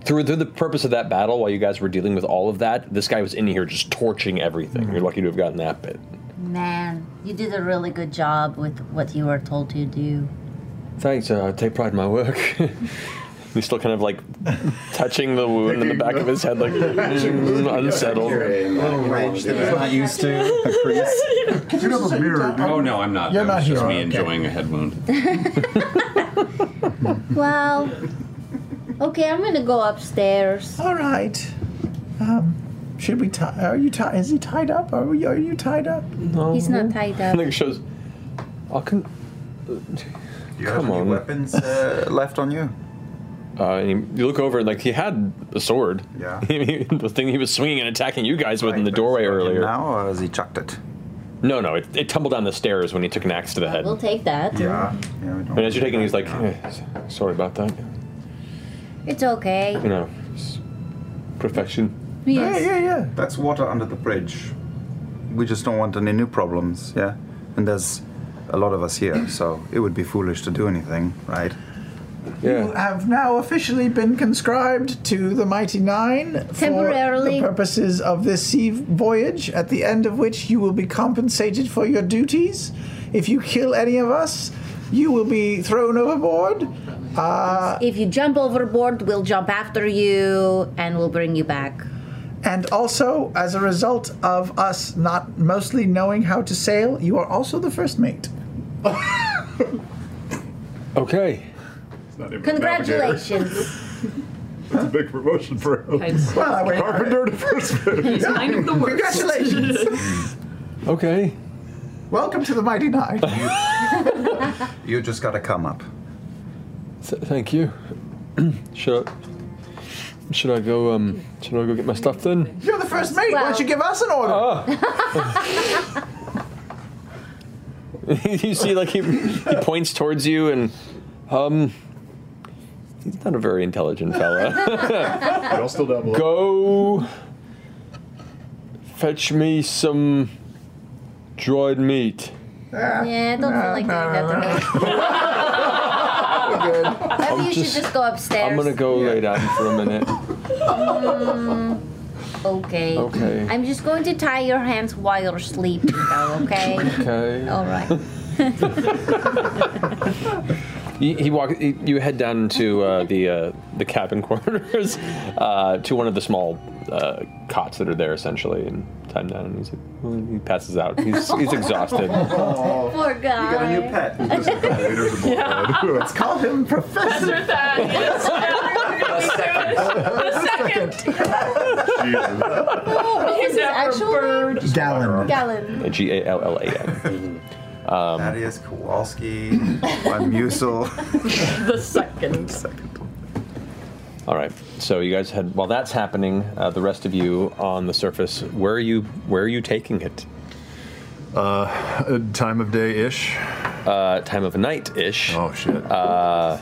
Speaker 5: through through the purpose of that battle. While you guys were dealing with all of that, this guy was in here just torching everything. You're lucky to have gotten that bit.
Speaker 9: Man, you did a really good job with what you were told to do.
Speaker 18: Thanks, uh, I take pride in my work.
Speaker 5: (laughs) He's still kind of like touching the wound in the back of his head, (laughs) like mm, unsettled.
Speaker 12: Oh, not used
Speaker 7: (laughs)
Speaker 12: to a
Speaker 7: Could you just-
Speaker 12: Oh no, I'm not.
Speaker 7: You're
Speaker 12: that
Speaker 7: not
Speaker 12: was
Speaker 7: here.
Speaker 12: just me
Speaker 7: Okay.
Speaker 12: enjoying a
Speaker 7: (laughs)
Speaker 12: head wound.
Speaker 9: (laughs) Well, okay, I'm gonna go upstairs.
Speaker 7: All right. Um, should we tie? Are you tied? Is he tied up? Are we? Are you tied up?
Speaker 9: No. He's not tied up.
Speaker 18: Nick shows. I can.
Speaker 20: You have any weapons uh, left on you?
Speaker 5: Uh, and you- you look over, and like he had a sword.
Speaker 20: Yeah.
Speaker 5: the thing (laughs) he was swinging and attacking you guys with in the doorway earlier.
Speaker 20: Now, or has he chucked it?
Speaker 5: No, no, it, it tumbled down the stairs when he took an axe to the head.
Speaker 20: Oh.
Speaker 9: We'll take that.
Speaker 5: And as you're taking, it, he's like, "Eh, s- "Sorry about that."
Speaker 9: It's okay.
Speaker 5: You know, it's
Speaker 20: Perfection.
Speaker 9: Yes.
Speaker 7: Yeah, yeah.
Speaker 20: That's water under the bridge. We just don't want any new problems, yeah? And there's a lot of us here, so it would be foolish to do anything, right?
Speaker 7: You have now officially been conscribed to the Mighty Nine
Speaker 9: Temporarily.
Speaker 7: for the purposes of this sea voyage, at the end of which you will be compensated for your duties. If you kill any of us, you will be thrown overboard. Uh,
Speaker 9: if you jump overboard, we'll jump after you and we'll bring you back.
Speaker 7: And also, as a result of us not mostly knowing how to sail, you are also the first mate.
Speaker 18: Okay.
Speaker 9: Congratulations.
Speaker 8: That's a big promotion for him.
Speaker 7: Well, I wait.
Speaker 8: Carpenter to first mate.
Speaker 7: (laughs) He's kind of the worst. (laughs) Congratulations.
Speaker 18: Okay.
Speaker 7: Welcome to the Mighty Nine.
Speaker 20: You just gotta come up.
Speaker 18: Th- thank you. (clears throat) should I, should I go? Um, should I go get my stuff then?
Speaker 7: You're the first mate. Why don't you give us an order?
Speaker 8: Ah.
Speaker 5: (laughs) you see, like he, he points towards you, and um, he's not a very intelligent fella.
Speaker 8: Y'all still double up.
Speaker 18: Go. Fetch me some dried meat.
Speaker 9: yeah, I don't feel like doing that to me. Maybe
Speaker 18: I'm
Speaker 9: you
Speaker 18: just-
Speaker 9: should just go upstairs.
Speaker 18: I'm gonna go lay down for a
Speaker 20: (laughs)
Speaker 18: minute.
Speaker 9: Mm, okay.
Speaker 18: Okay.
Speaker 9: I'm just going to tie your hands while you're sleeping, though, okay?
Speaker 18: Okay.
Speaker 9: All right.
Speaker 5: (laughs) He, he walk. He, you head down to uh, the uh, the cabin (laughs) quarters, uh, to one of the small uh, cots that are there, essentially, and tie him down. And he's like, well, he passes out. (laughs) He's
Speaker 20: (laughs)
Speaker 5: he's exhausted.
Speaker 9: Poor guy.
Speaker 20: You got a new pet.
Speaker 7: (laughs)
Speaker 20: (laughs)
Speaker 7: Let's call him Professor
Speaker 6: He's
Speaker 9: his
Speaker 6: after
Speaker 9: actual bird.
Speaker 7: Gallon.
Speaker 9: (laughs) Gallon.
Speaker 5: G A L L A N. Um,
Speaker 20: Thaddeus Kowalski, I'm Musil.
Speaker 6: the second. second.
Speaker 5: All right. So you guys had while that's happening, uh, the rest of you on the surface. Where are you? Where are you taking it?
Speaker 8: Uh, time of day ish.
Speaker 5: Uh, time of night ish.
Speaker 8: Oh shit.
Speaker 5: Uh,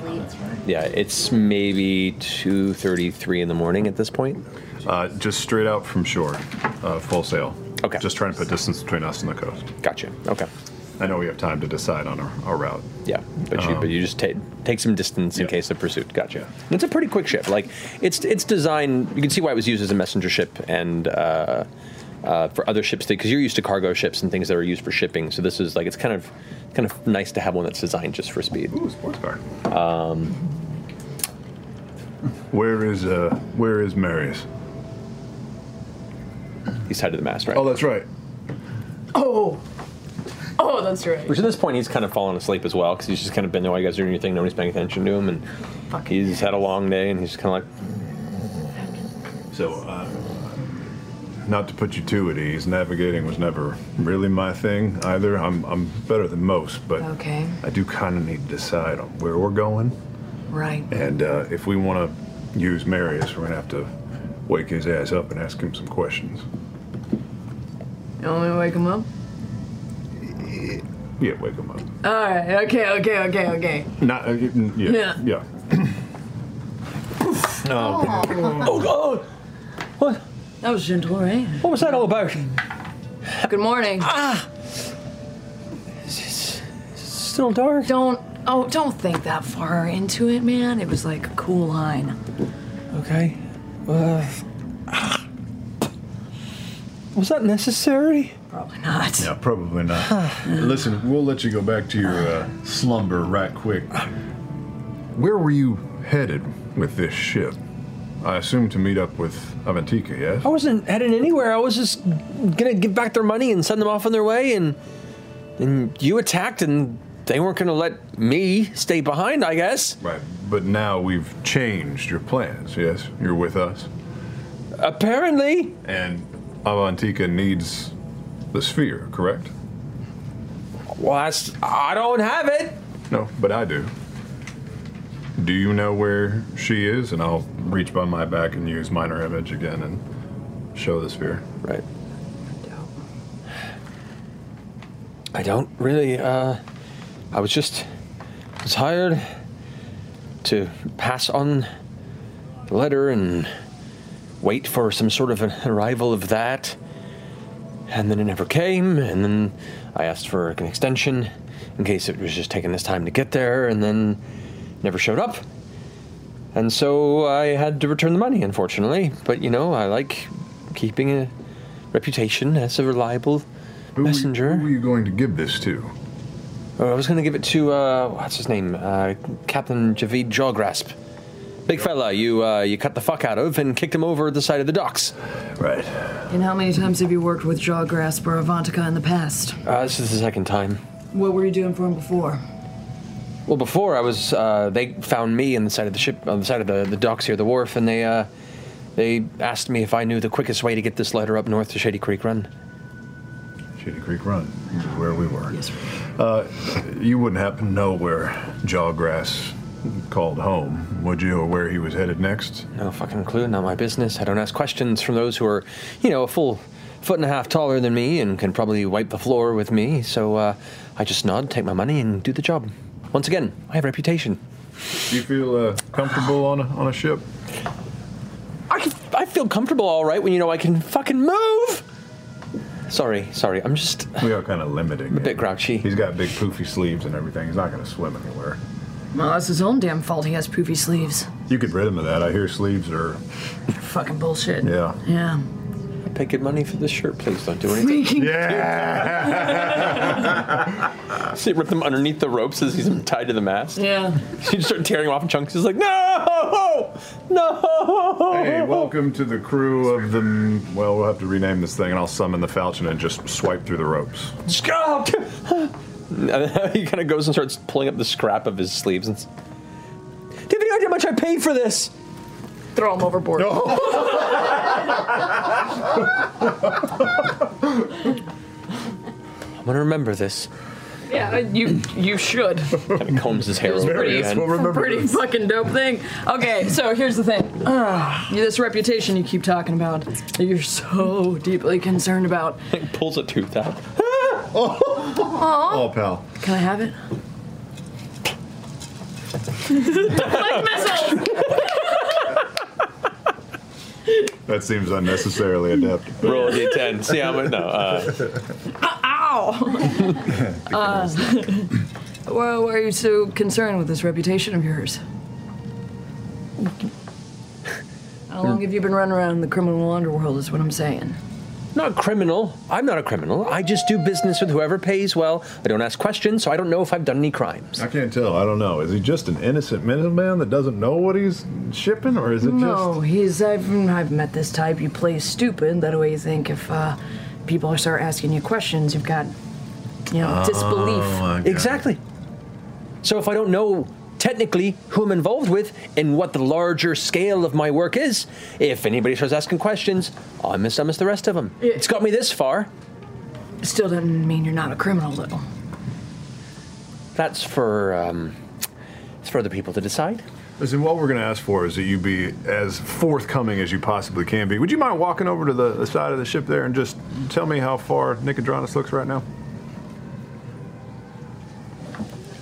Speaker 5: yeah, it's maybe two thirty-three in the morning at this point.
Speaker 8: Uh, just straight out from shore, (laughs) uh, full sail.
Speaker 5: Okay.
Speaker 8: Just trying to put distance between us and the coast.
Speaker 5: Gotcha. Okay.
Speaker 8: I know we have time to decide on our, our route.
Speaker 5: Yeah, but you but you just take take some distance in case of pursuit. Gotcha. And it's a pretty quick ship. Like it's it's designed. You can see why it was used as a messenger ship and. Uh, uh, for other ships, because you're used to cargo ships and things that are used for shipping, so this is like it's kind of, kind of nice to have one that's designed just for speed. Ooh,
Speaker 8: sports car.
Speaker 5: Um,
Speaker 8: Where is uh, where is Marius?
Speaker 5: He's tied to the mast, right?
Speaker 8: Oh, that's right.
Speaker 6: Oh. Oh, that's right.
Speaker 5: Which at this point he's kind of fallen asleep as well because he's just kind of been "Oh, there while you guys are doing your thing. Nobody's paying attention to him, and he's had a long day, and he's just kind of like,
Speaker 8: So, uh, not to put you two at ease, navigating was never really my thing either. I'm, I'm better than most, but
Speaker 6: Okay.
Speaker 8: I do kind of need to decide on where we're going
Speaker 21: Right.
Speaker 8: And uh, if we want to use Marius, we're going to have to wake his ass up and ask him some questions.
Speaker 21: You want me to wake him up?
Speaker 8: Yeah, wake him up.
Speaker 21: All right. Okay. Okay. Okay. Okay.
Speaker 8: Not, uh, yeah.
Speaker 21: Yeah.
Speaker 8: Yeah. (coughs)
Speaker 21: Oh.
Speaker 5: Oh, oh. What?
Speaker 21: That was gentle, right?
Speaker 5: What was that all about?
Speaker 6: Good morning. Ah.
Speaker 5: Still dark.
Speaker 6: Don't. Oh, don't think that far into it, man. It was like a cool line.
Speaker 5: Okay. Uh, was that necessary?
Speaker 6: Probably not.
Speaker 8: Yeah, probably not. (sighs) Listen, we'll let you go back to your uh, slumber right quick. Where were you headed with this ship? I assume to meet up with Aventica, yes?
Speaker 5: I wasn't heading anywhere. I was just gonna give back their money and send them off on their way, and and you attacked, and they weren't gonna let me stay behind. I guess.
Speaker 8: Right. But now we've changed your plans, yes? You're with us?
Speaker 5: Apparently.
Speaker 8: And Avantika needs the sphere, correct?
Speaker 5: Well, that's, I don't have it.
Speaker 8: No, but I do. Do you know where she is? And I'll reach by my back and use minor image again and show the sphere.
Speaker 5: Right. I don't really. Uh, I was just I was hired to pass on the letter and wait for some sort of an arrival of that, and then it never came. And then I asked for an extension in case it was just taking this time to get there, and then never showed up. And so I had to return the money, unfortunately. But you know, I like keeping a reputation as a reliable messenger. who
Speaker 8: were you going to give this to?
Speaker 5: I was going to give it to uh, what's his name, uh, Captain Javid Jawgrasp, big fella. You uh, you cut the fuck out of and kicked him over the side of the docks.
Speaker 8: Right.
Speaker 21: And how many times have you worked with Jawgrasp or Avantika in the past?
Speaker 5: Uh, this is the second time.
Speaker 21: What were you doing for him before?
Speaker 5: Well, before I was, uh, they found me on the side of the ship, on the side of the, the docks here, the wharf, and they uh, they asked me if I knew the quickest way to get this letter up north to Shady Creek Run.
Speaker 8: Shady Creek Run, which is where we were. Yes, uh, You wouldn't happen to know where Jawgrass called home, would you, or where he was headed next?
Speaker 5: No fucking clue, not my business. I don't ask questions from those who are, you know, a full foot and a half taller than me and can probably wipe the floor with me. So uh, I just nod, take my money, and do the job. Once again, I have reputation.
Speaker 8: Do you feel uh, comfortable on a, on a ship?
Speaker 5: I, can, I feel comfortable all right when you know I can fucking move. Sorry, sorry. I'm just.
Speaker 8: We are kind of limiting.
Speaker 5: A bit grouchy.
Speaker 8: He's got big poofy sleeves and everything. He's not going to swim anywhere.
Speaker 21: Well, that's his own damn fault. He has poofy sleeves.
Speaker 8: You could rid him of that. I hear sleeves are.
Speaker 21: Fucking bullshit.
Speaker 8: Yeah.
Speaker 21: Yeah.
Speaker 5: I pay good money for this shirt. Please don't do anything.
Speaker 21: Freaking
Speaker 5: (laughs) So you rip them underneath the ropes as he's tied to the mast.
Speaker 21: Yeah.
Speaker 5: (laughs) you just start tearing him off in chunks. He's like, no, no.
Speaker 8: (laughs) Hey, welcome to the crew of the. Well, we'll have to rename this thing, and I'll summon the falchion and just swipe through the ropes.
Speaker 5: Stop! (laughs) And then he kind of goes and starts pulling up the scrap of his sleeves. And s- do you have any idea how much I paid for this?
Speaker 6: Throw him overboard. (laughs)
Speaker 5: I'm gonna remember this.
Speaker 6: yeah, uh, you you
Speaker 5: (laughs)
Speaker 6: should.
Speaker 5: Kind of combs his hair
Speaker 6: It was
Speaker 5: over
Speaker 6: pretty,
Speaker 5: again. (laughs)
Speaker 6: pretty fucking dope thing. Okay, so here's the thing.
Speaker 5: Ah.
Speaker 6: Ugh, this reputation you keep talking about, that you're so deeply concerned (laughs) about.
Speaker 5: Pulls a tooth out.
Speaker 6: Aw.
Speaker 8: Oh, pal.
Speaker 6: Can I (laughs) have it? like missiles.
Speaker 8: (laughs) That seems unnecessarily adept.
Speaker 5: Roll a d10. See how much. No. Uh,
Speaker 6: Ow!
Speaker 21: (laughs)
Speaker 6: uh, why, why are you so concerned with this reputation of
Speaker 8: (laughs)
Speaker 6: yours? How long have you been running around the criminal underworld? Is what I'm saying.
Speaker 5: not criminal. I'm not a criminal. I just do business with whoever pays well. I don't ask questions, so I don't know if I've done any crimes.
Speaker 8: I can't tell. I don't know. Is he just an innocent middleman that doesn't know what he's shipping, or is it just?
Speaker 21: No, he's. I've, I've met this type. You play stupid. That way, you think if uh, people start asking you questions, you've got, you know,
Speaker 8: Oh,
Speaker 21: disbelief.
Speaker 5: Exactly. So if I don't know technically who I'm involved with and what the larger scale of my work is, if anybody starts asking questions, I misummiss the rest of them. It's got me this far.
Speaker 21: Still doesn't mean you're not a criminal, though.
Speaker 5: That's for um, it's for other people to decide.
Speaker 8: Listen, what we're going to ask for is that you be as forthcoming as you possibly can be. Would you mind walking over to the, the side of the ship there and just tell me how far Nicodranus looks right now?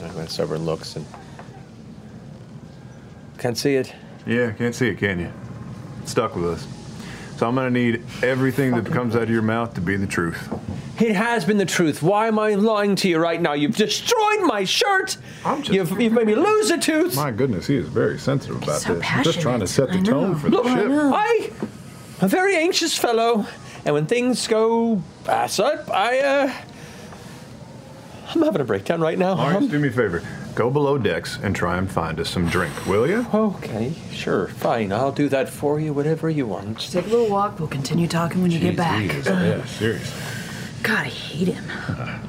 Speaker 5: I glance over and looks and can't see it.
Speaker 8: Yeah, can't see it, can you? Stuck with us. So I'm going to need everything that comes out of your mouth to be the truth.
Speaker 5: It has been the truth. Why am I lying to you right now? You've destroyed my shirt. I'm just, you've, you've made me lose a tooth.
Speaker 8: My goodness, he is very sensitive about
Speaker 5: so
Speaker 8: this. I'm just trying to set the
Speaker 5: passionate. I
Speaker 8: tone
Speaker 5: know.
Speaker 8: for the
Speaker 5: Look,
Speaker 8: ship.
Speaker 5: I, am a very anxious fellow, and when things go ass up, I uh, I'm having a breakdown right now.
Speaker 8: All right, do me a favor. Go below decks and try and find us some drink, will you?
Speaker 5: Okay, sure, fine. I'll do that for you, whatever you want.
Speaker 21: Take a little walk. We'll continue talking when you get back.
Speaker 8: yeah, seriously.
Speaker 21: (sighs) God, I hate him.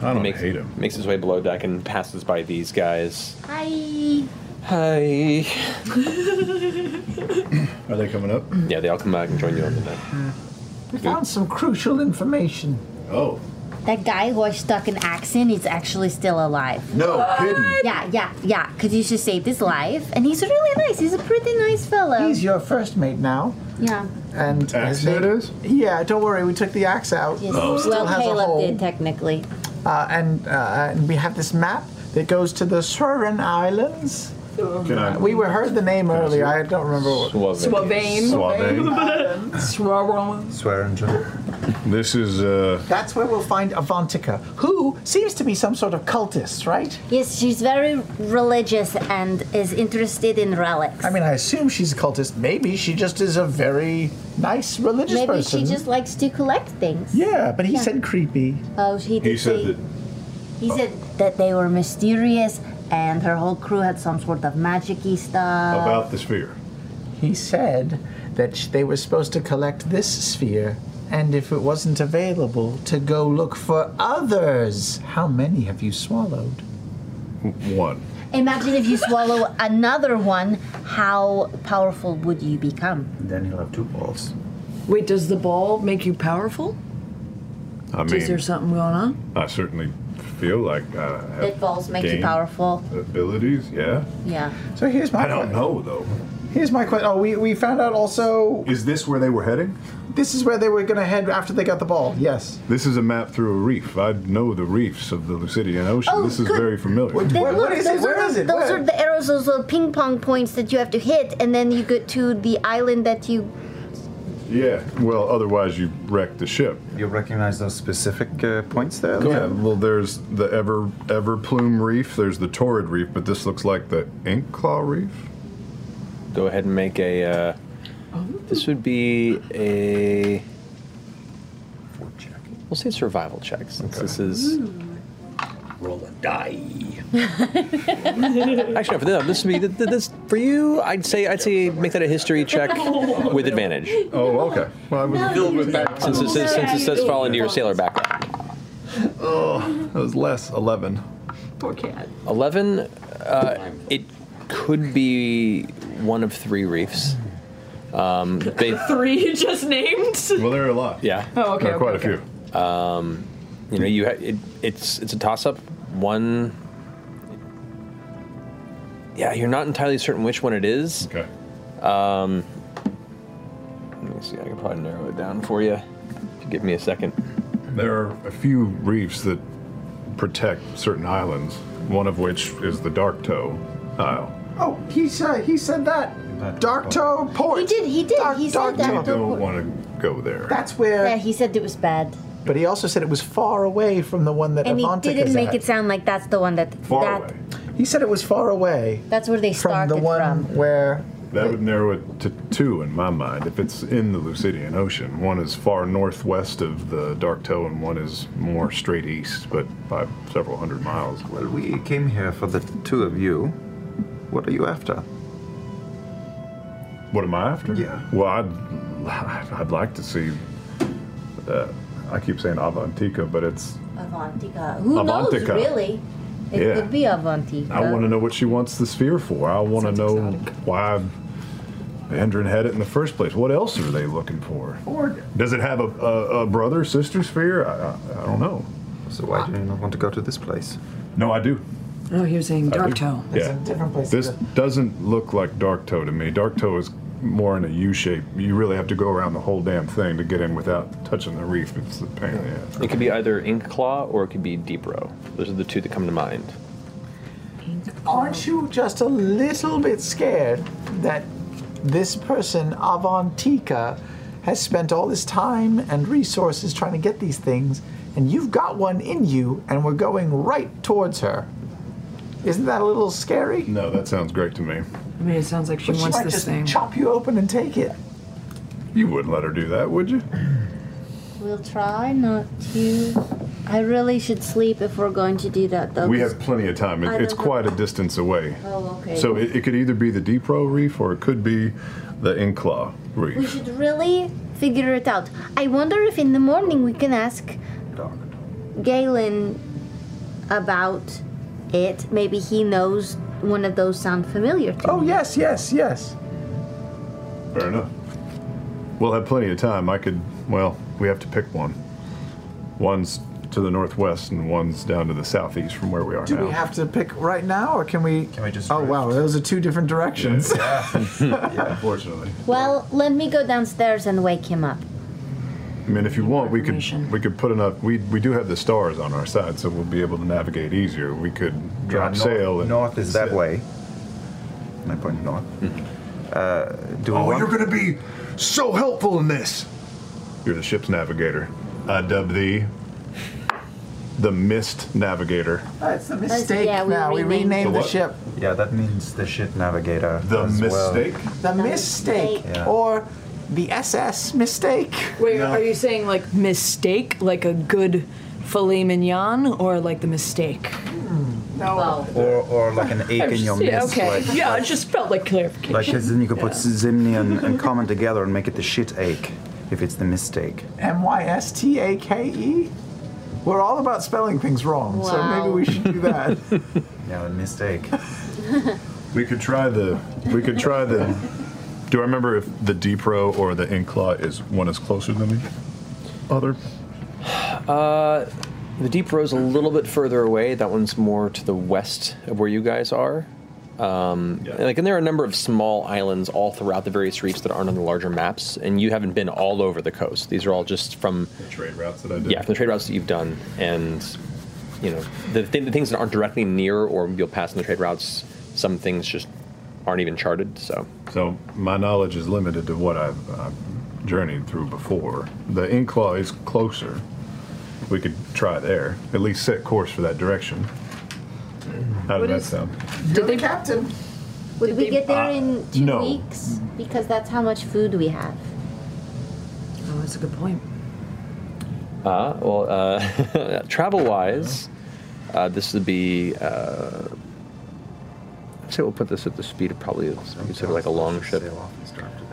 Speaker 8: I don't
Speaker 5: makes, hate him. Makes his way below deck and passes by these guys.
Speaker 9: Hi.
Speaker 5: Hi.
Speaker 9: (laughs)
Speaker 8: Are they coming up?
Speaker 5: Yeah, they all come back and join you on the deck.
Speaker 7: We found some crucial information.
Speaker 8: Oh.
Speaker 9: That guy who I stuck an axe in is actually still alive.
Speaker 8: No kidding.
Speaker 9: Yeah, yeah, yeah. Because you should save his life, and he's really nice. He's a pretty nice fellow.
Speaker 7: He's your first mate now.
Speaker 9: yeah.
Speaker 7: And
Speaker 8: axe
Speaker 7: they-
Speaker 8: it is?
Speaker 7: Yeah, don't worry, we took the axe out.
Speaker 9: Yes.
Speaker 7: It
Speaker 9: Well,
Speaker 7: has a
Speaker 9: Caleb
Speaker 7: hole.
Speaker 9: did technically.
Speaker 7: Uh, and, uh, and we have this map that goes to the Surin Islands.
Speaker 8: Can I-
Speaker 7: we were heard the name earlier. I don't remember what.
Speaker 6: Swavane.
Speaker 7: Swavane.
Speaker 9: (laughs)
Speaker 6: Swavane.
Speaker 8: This is uh,
Speaker 7: That's where we'll find Avantika, who seems to be some sort of cultist, right?
Speaker 9: Yes, she's very religious and is interested in relics.
Speaker 7: I mean, I assume she's a cultist. Maybe she just is a very nice religious
Speaker 9: Maybe
Speaker 7: person.
Speaker 9: she just likes to collect things.
Speaker 7: Yeah, but he
Speaker 9: Yeah.
Speaker 7: said creepy.
Speaker 9: Oh, he did. say, He said that they were mysterious, and her whole crew had some sort of magic-y stuff.
Speaker 8: the sphere.
Speaker 7: He said that sh- they were supposed to collect this sphere, and if it wasn't available, to go look for others. How many have you swallowed?
Speaker 8: One.
Speaker 9: Imagine if you swallow another one, how powerful would you become?
Speaker 11: Then he'll have two balls.
Speaker 6: Wait, does the ball make you powerful?
Speaker 8: I
Speaker 6: is there
Speaker 8: mean,
Speaker 6: something going on?
Speaker 8: I certainly feel like I have
Speaker 9: Big balls make you
Speaker 8: gained
Speaker 9: powerful.
Speaker 8: abilities. Yeah.
Speaker 9: Yeah.
Speaker 7: So here's my.
Speaker 8: I don't know though.
Speaker 7: Here's my question. Oh, we, we found out also
Speaker 8: Is this where they were heading?
Speaker 7: this is where they were going to head after they got the ball. Yes.
Speaker 8: This is a map through a reef. I know the reefs of the Lucidian Ocean.
Speaker 9: Oh,
Speaker 8: this is
Speaker 9: good.
Speaker 8: very familiar.
Speaker 9: Then look, those are- Those are the arrows, those little ping pong points that you have to hit, and then you get to the island that you.
Speaker 8: Yeah. Well, otherwise you wreck the ship.
Speaker 11: You recognize those specific uh, points there?
Speaker 8: Go ahead. Well, there's the ever ever plume reef. There's the torrid reef, but this looks like the ink claw reef.
Speaker 5: Go ahead and make a. Uh, this would be a. We'll say survival check since this is. Roll a die. Actually, no, for them, this would be th- th- this for you. I'd say I'd say make that a history check with advantage.
Speaker 8: Oh, okay. Well, I was filled with that.
Speaker 5: Since it says since it says fall into your sailor background.
Speaker 8: Oh, that was less eleven.
Speaker 6: Poor cat.
Speaker 5: 11 uh, it could be one of three reefs um, they,
Speaker 6: (laughs) Three you just named?
Speaker 8: well there are a lot
Speaker 5: yeah
Speaker 6: Oh, okay, There are quite okay, a
Speaker 5: few um, you know you ha- it, it's it's a toss up one yeah you're not entirely certain which one it is
Speaker 8: okay
Speaker 5: um, let me see I can probably narrow it down for you if you give me a second
Speaker 8: There are a few reefs that protect certain islands, one of which is the Dark Toe Isle.
Speaker 7: Oh, he said he said that. Dark toe port. He did.
Speaker 9: He did.
Speaker 7: he said
Speaker 8: I don't want to go there.
Speaker 7: That's where. Yeah,
Speaker 9: he said it was bad.
Speaker 7: But he also said it was far away from the one that
Speaker 9: and he
Speaker 7: Avantika
Speaker 9: didn't
Speaker 7: is
Speaker 9: make
Speaker 7: at.
Speaker 9: it sound like that's the one that. that
Speaker 7: He said it was far away.
Speaker 9: That's where they started
Speaker 7: the one where
Speaker 8: That would narrow it to two in my mind. If it's in the Lucidian Ocean, one is far northwest of the Dark Toe, and one is more straight east, but by several hundred miles.
Speaker 11: Well, we came here for the two of you. What are you after?
Speaker 8: What am I after? Yeah. Well, I'd, I'd like to see. Uh, I keep saying Avantika, but it's.
Speaker 9: Avantika. Who knows,
Speaker 8: Avantika.
Speaker 9: really? It
Speaker 8: Yeah.
Speaker 9: could be Avantika.
Speaker 8: I want to know what she wants the sphere for. I want to know why Andrin had it in the first place. What else are they looking for?
Speaker 7: Or
Speaker 8: (laughs)
Speaker 5: (laughs)
Speaker 8: Does it have a, a, a brother sister sphere? I, I, I don't know.
Speaker 11: So why do you not want to go to this place?
Speaker 8: No, I do.
Speaker 6: Oh, he was saying
Speaker 8: I
Speaker 7: Uh,
Speaker 6: dark
Speaker 8: think-
Speaker 6: toe.
Speaker 8: Yeah. This doesn't look like dark toe to me. Dark toe is more in a U shape. You really have to go around the whole damn thing to get in without touching the reef. It's a pain in the ass.
Speaker 5: It could be either Ink Claw or it could be Deep Row. Those are the two that come to mind.
Speaker 7: Aren't you just a little bit scared that this person, Avantika, has spent all this time and resources trying to get these things, and you've got one in you, and we're going right towards her? Isn't that a little scary?
Speaker 8: No, that sounds great to me.
Speaker 6: I mean, it sounds like she
Speaker 7: But she
Speaker 6: wants
Speaker 7: might
Speaker 6: this
Speaker 7: just
Speaker 6: thing.
Speaker 7: chop you open and take it.
Speaker 8: You wouldn't let her do that, would you?
Speaker 9: We'll try not to.
Speaker 16: I really should sleep if we're going to do that, though.
Speaker 8: we
Speaker 16: 'cause-
Speaker 8: have plenty of time.
Speaker 16: I
Speaker 8: It, it's
Speaker 16: don't know.
Speaker 8: quite a distance away.
Speaker 16: Oh, okay.
Speaker 8: So it, it could either be the Deep Row Reef or it could be the Inclaw
Speaker 16: We
Speaker 8: Reef.
Speaker 16: should really figure it out. I wonder if in the morning we can ask Galen about it. Maybe he knows one of those sound familiar to
Speaker 7: Oh, yes, yes, yes.
Speaker 8: Fair enough. We'll have plenty of time. I could, well, we have to pick one. One's to the northwest and one's down to the southeast from where we are
Speaker 7: Do
Speaker 8: now.
Speaker 7: we have to pick right now, or can we? Can we just? Oh wow, those are two different directions. (laughs)
Speaker 8: yeah, unfortunately.
Speaker 16: Well, let me go downstairs and wake him up.
Speaker 8: I mean, if you want, we could we could put enough. We we do have the stars on our side, so we'll be able to navigate easier. We could drop
Speaker 11: north-
Speaker 8: sail. And Hmm.
Speaker 11: north is that way. My point north. Uh, do
Speaker 8: Oh,
Speaker 11: we want
Speaker 8: you're going to be so helpful in this. You're the ship's navigator. I dub thee the mist navigator.
Speaker 7: That's a
Speaker 16: That's-
Speaker 7: mistake.
Speaker 16: yeah, we
Speaker 7: now we
Speaker 16: renamed
Speaker 7: renamed
Speaker 16: it.
Speaker 7: the
Speaker 16: The
Speaker 7: ship.
Speaker 11: Yeah, that means the ship navigator.
Speaker 8: The
Speaker 11: as well.
Speaker 8: mistake?
Speaker 7: The mistake,
Speaker 11: Yeah.
Speaker 7: or the SS mistake.
Speaker 6: Wait, are you saying like mistake, like a good filet mignon, or like the mistake?
Speaker 7: Hmm. No.
Speaker 11: Or, or like an
Speaker 7: Oh,
Speaker 11: ache in your
Speaker 6: yeah,
Speaker 11: midst.
Speaker 6: okay.
Speaker 11: Like,
Speaker 6: yeah, it just felt like clarification.
Speaker 11: like 'cause then you could put
Speaker 6: Yeah.
Speaker 11: Zimni and, and common together and make it the shit ache if it's the mistake.
Speaker 7: M Y S T A K E. We're all about spelling things wrong, so maybe we should do that.
Speaker 11: Yeah, a mistake.
Speaker 8: (laughs) We could try the. We could try the. Do I remember if the deep row or the ink claw is one is closer than the other?
Speaker 5: Uh, the deep row's a little bit further away. That one's more to the west of where you guys are. Um, and, like, and there are a number of small islands all throughout the various reefs that aren't on the larger maps. And you haven't been all over the coast. These are all just from the
Speaker 8: trade routes that I did.
Speaker 5: Yeah, from the trade routes that you've done, and you know the, th- the things that aren't directly near or you'll pass on the trade routes. Some things just aren't even charted. So
Speaker 8: So my knowledge is limited to what I've, I've journeyed through before. The ink claw is closer. We could try there. At least set course for that direction. How
Speaker 16: What
Speaker 8: did that
Speaker 16: is-
Speaker 8: sound?
Speaker 16: Did
Speaker 7: they captain?
Speaker 16: Would we get there in two
Speaker 8: no.
Speaker 16: weeks? Because that's how much food we have.
Speaker 6: Oh, that's a good point.
Speaker 5: Uh, well, uh, (laughs) travel wise, uh, this would be. Uh, I'd say we'll put this at the speed of probably consider like a long ship.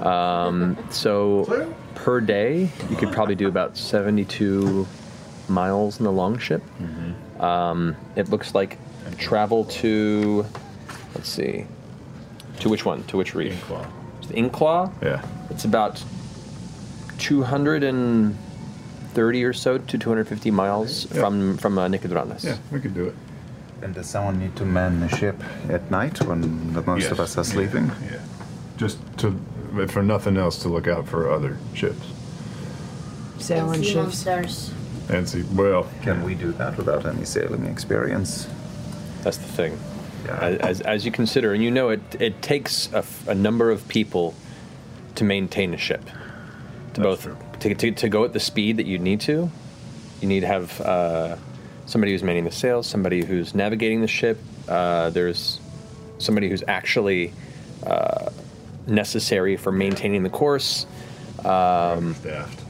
Speaker 5: Um, so per day, you could probably do about 72 miles in the long ship. Um, it looks like travel to, let's see, to which one? To which reef? Inklaw. The Inklaw?
Speaker 8: Yeah.
Speaker 5: It's about 230 or so to 250 miles from from uh, Nicodranas.
Speaker 8: Yeah, we could do it.
Speaker 11: And does someone need to man the ship at night when the most of us
Speaker 8: Yes.
Speaker 11: are sleeping?
Speaker 8: Yeah. Just to, if for nothing else, to look out for other ships.
Speaker 6: Sailing
Speaker 16: sea
Speaker 6: ships.
Speaker 16: monsters.
Speaker 8: And see, well,
Speaker 11: can we do that without any sailing experience?
Speaker 5: That's the thing. As, as you consider, and you know it, it takes a, f- a number of people to maintain a ship. To both to, to, to go at the speed that you need to, you need to have uh, somebody who's manning the sails, somebody who's navigating the ship. Uh, there's somebody who's actually uh, necessary for maintaining the course. Um,
Speaker 8: Staffed.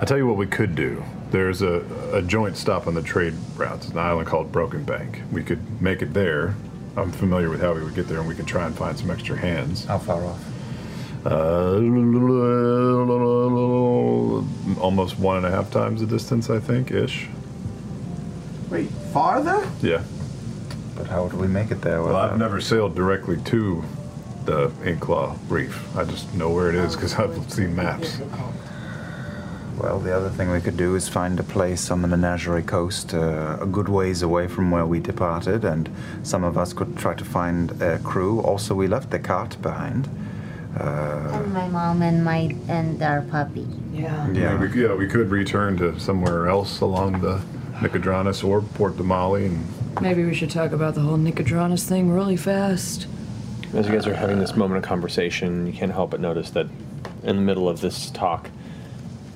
Speaker 8: I tell you what we could do. There's a, a joint stop on the trade routes. It's an island called Broken Bank. We could make it there. I'm familiar with how we would get there, and we could try and find some extra hands. How far off? Uh, almost one and a half times the distance, I think, ish.
Speaker 7: Wait, farther?
Speaker 8: Yeah.
Speaker 11: But how would we make it there?
Speaker 8: Well, I've never sailed directly to the
Speaker 11: Oh.
Speaker 8: Inklaw Reef. I just know where it is because I've seen maps.
Speaker 11: Well, the other thing we could do is find a place on the Menagerie coast, uh, a good ways away from where we departed, and some of us could try to find a crew. Also, we left the cart behind. Uh,
Speaker 9: And my mom and my and our puppy.
Speaker 21: Yeah.
Speaker 8: Yeah, we, yeah, we could return to somewhere else along the Nicodranas or Port Damali. And
Speaker 6: Maybe we should talk about the whole Nicodranas thing really fast.
Speaker 18: As you guys are having this moment of conversation, you can't help but notice that in the middle of this talk,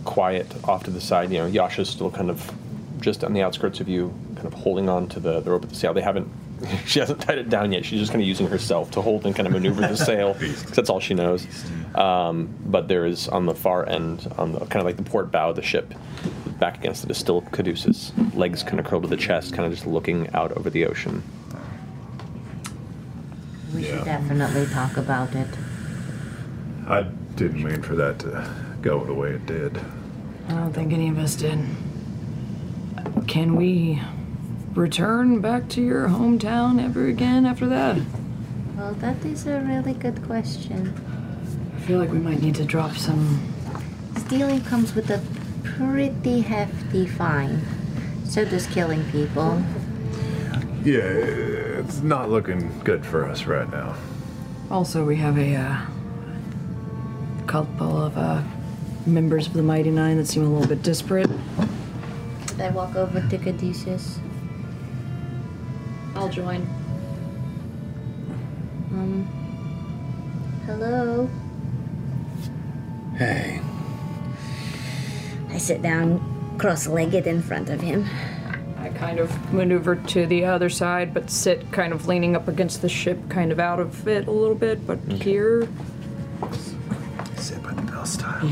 Speaker 18: quiet off to the side, you know, Yasha's still kind of just on the outskirts of you, kind of holding on to the, the rope of the sail. They haven't, (laughs) she hasn't tied it down yet. She's just kind of using herself to hold and kind of maneuver the sail. 'cause That's all she knows. Um, but there is on the far end, on the kind of like the port bow of the ship, back against it is still Caduceus, legs kind of curled to the chest, kind of just looking out over the ocean.
Speaker 9: We should definitely talk about it.
Speaker 8: I didn't mean for that to go the way it did.
Speaker 6: I don't think any of us did. Can we return back to your hometown ever again after that?
Speaker 9: Well, that is a really good question.
Speaker 6: I feel like we might need to drop some.
Speaker 9: Stealing comes with a pretty hefty fine. So does killing people.
Speaker 8: Yeah, it's not looking good for us right
Speaker 9: (laughs)
Speaker 8: now.
Speaker 6: Also, we have a uh, couple of uh, members of the Mighty Nine that seem a little bit disparate.
Speaker 9: I walk over to Caduceus. I'll join. Um. Hello.
Speaker 18: Hey.
Speaker 9: I sit down, cross-legged in front of him.
Speaker 6: I kind of maneuver to the other side, but sit kind of leaning up against the ship, kind of out of it a little bit, but here.
Speaker 11: Zip and bell style.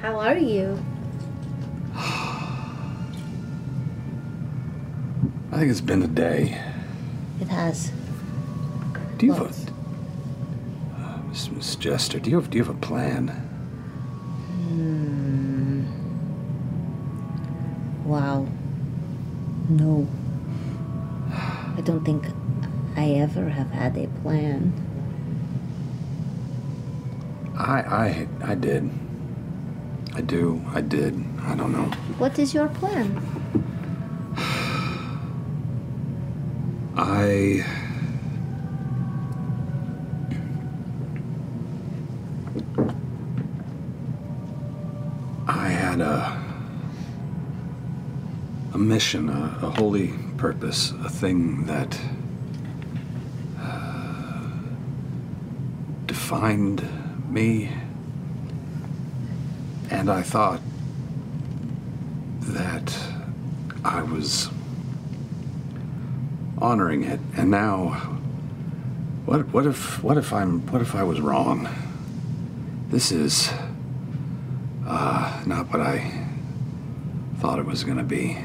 Speaker 9: How are you?
Speaker 12: I think it's been a day.
Speaker 9: It has.
Speaker 12: Do you have a, uh, Miss, Miss Jester? Do you have do you have a plan?
Speaker 9: Hmm. Wow. No. I don't think I ever have had a plan.
Speaker 12: I I I did. I do. I did. I don't know.
Speaker 9: What is your plan?
Speaker 12: I. I had a. a mission, a, a holy purpose, a thing that. uh, defined me. And I thought that I was honoring it. And now, what? What if? What if I'm? What if I was wrong? This is uh, not what I thought it was going to be.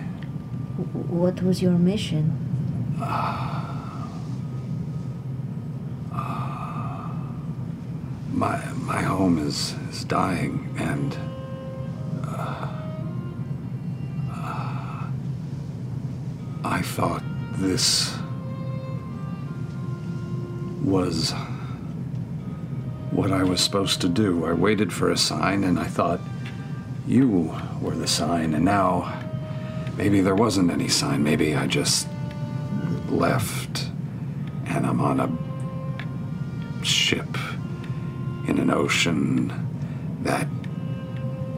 Speaker 9: W- What was your mission?
Speaker 12: My my home is is dying, and uh, uh, I thought this was what I was supposed to do. I waited for a sign, and I thought you were the sign, and now maybe there wasn't any sign. Maybe I just left, and I'm on a ship in an ocean that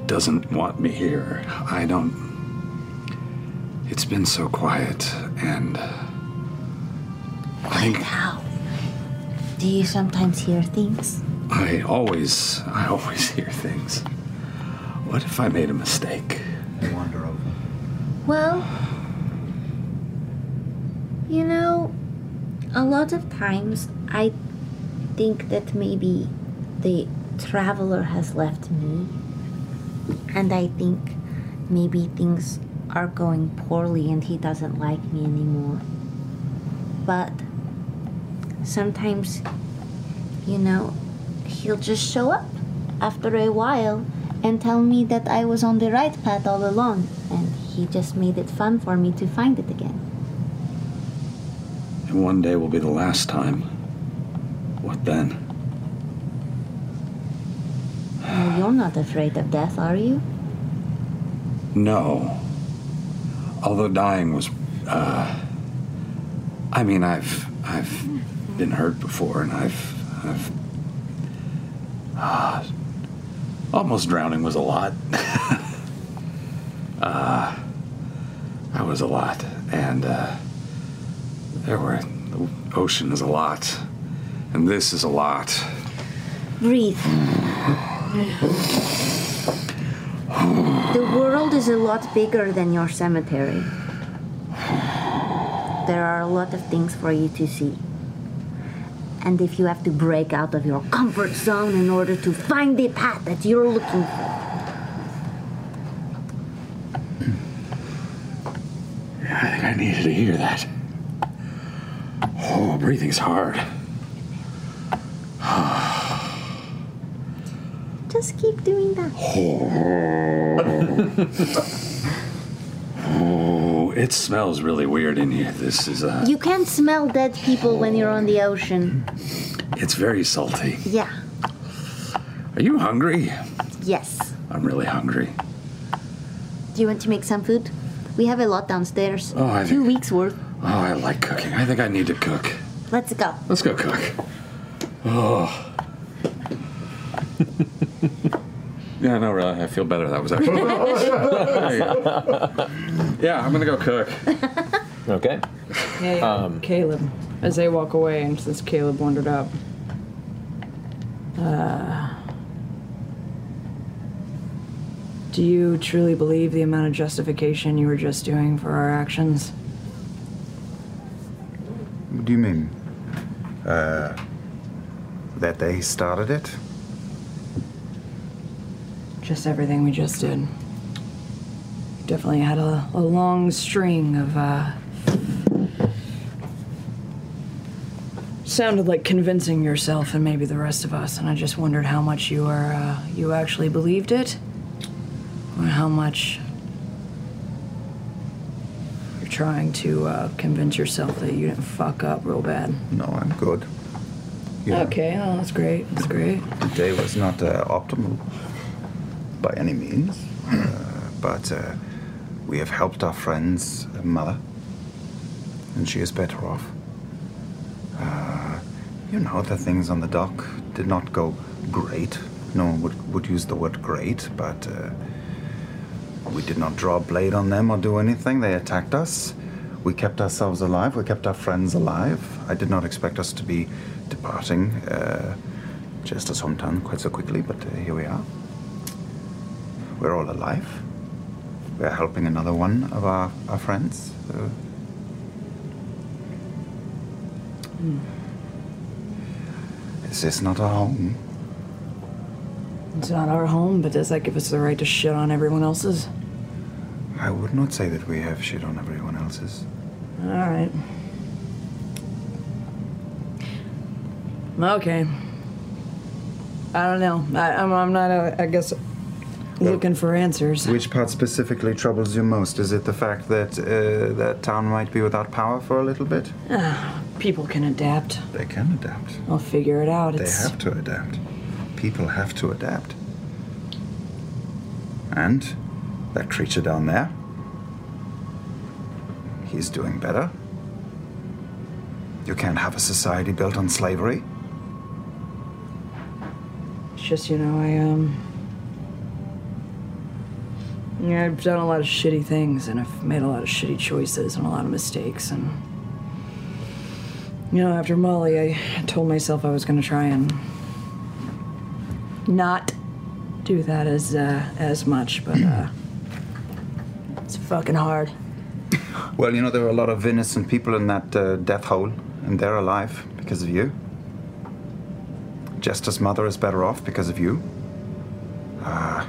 Speaker 12: doesn't want me here. I don't. It's been so quiet, and. I,
Speaker 9: How? Do you sometimes hear things?
Speaker 12: I always, I always (laughs) hear things. What if I made a mistake? wander over.
Speaker 9: Well, you know, a lot of times I think that maybe the traveler has left me, and I think maybe things are going poorly and he doesn't like me anymore. But sometimes, you know, he'll just show up after a while and tell me that I was on the right path all along, and he just made it fun for me to find it again.
Speaker 12: And one day will be the last time. What then?
Speaker 9: No, you're not afraid of death, are you?
Speaker 12: No. Although dying was, uh, I mean, I've I've been hurt before, and I've I've uh, almost drowning was a lot. (laughs) uh, that was a lot, and uh, there were the ocean is a lot, and this is a lot.
Speaker 9: Breathe.
Speaker 12: The
Speaker 9: world is a lot bigger than your cemetery. There are a lot of things for you to see. And if you have to break out of your comfort zone in order to find the path that you're looking for,
Speaker 12: I think I needed to hear that. Oh, breathing's hard. Oh,
Speaker 9: just keep doing that.
Speaker 12: Oh, it smells really weird in here. This is uh
Speaker 9: You can't smell dead people when you're on the ocean.
Speaker 12: It's very salty.
Speaker 9: Yeah,
Speaker 12: Are you hungry?
Speaker 9: yes.
Speaker 12: I'm really hungry.
Speaker 9: Do you want to make some food? We have a lot downstairs.
Speaker 12: Oh, I
Speaker 9: Two weeks worth.
Speaker 12: Oh, I like cooking. I think I need to cook.
Speaker 9: Let's go.
Speaker 12: Let's go cook. Oh. (laughs) yeah, no, really. I feel better. That
Speaker 5: (laughs)
Speaker 12: was actually. yeah, I'm gonna go cook.
Speaker 5: Okay.
Speaker 6: Yeah, yeah.
Speaker 5: Um,
Speaker 6: Caleb. As they walk away, and since Caleb wandered up, uh, do you truly believe the amount of justification you were just doing for our actions?
Speaker 11: What do you mean? Uh, that they started it?
Speaker 6: Just everything we just did. Definitely had a, a long string of, uh, sounded like convincing yourself and maybe the rest of us, and I just wondered how much you were, uh, you actually believed it, or how much you're trying to, uh, convince yourself that you didn't fuck up real bad.
Speaker 11: No, I'm good.
Speaker 6: Okay, oh, that's great, that's great.
Speaker 11: Today was not uh, optimal by any means, uh, but uh, we have helped our friend's mother, and she is better off. Uh, you know, the things on the dock did not go great. No one would, would use the word great, but uh, we did not draw a blade on them or do anything. They attacked us. We kept ourselves alive. We kept our friends alive. I did not expect us to be departing uh, just as hometown quite so quickly, but uh, here we are. We're all alive. We're helping another one of our, our friends. Uh,
Speaker 6: Hmm.
Speaker 11: is this not our home?
Speaker 6: It's not our home, but does that give us the right to shit on everyone else's?
Speaker 11: I would not say that we have shit on everyone else's.
Speaker 6: All right. Okay. I don't know. I, I'm, I'm not, uh, I guess, looking for answers.
Speaker 11: Which part specifically troubles you most? Is it the fact that uh, that town might be without power for a little bit?
Speaker 6: Ah, People can adapt.
Speaker 11: They can adapt.
Speaker 6: I'll figure it out.
Speaker 11: They
Speaker 6: It's,
Speaker 11: have to adapt. People have to adapt. And that creature down there, he's doing better. You can't have a society built on slavery.
Speaker 6: it's just, you know, I, um. Yeah, I've done a lot of shitty things, and I've made a lot of shitty choices and a lot of mistakes, and. You know, after Molly, I told myself I was going to try and not do that as uh, as much, but uh, it's fucking hard.
Speaker 11: Well, you know, there were a lot of innocent people in that uh, death hole, and they're alive because of you. Jester's mother is better off because of you. Uh,
Speaker 6: Ah.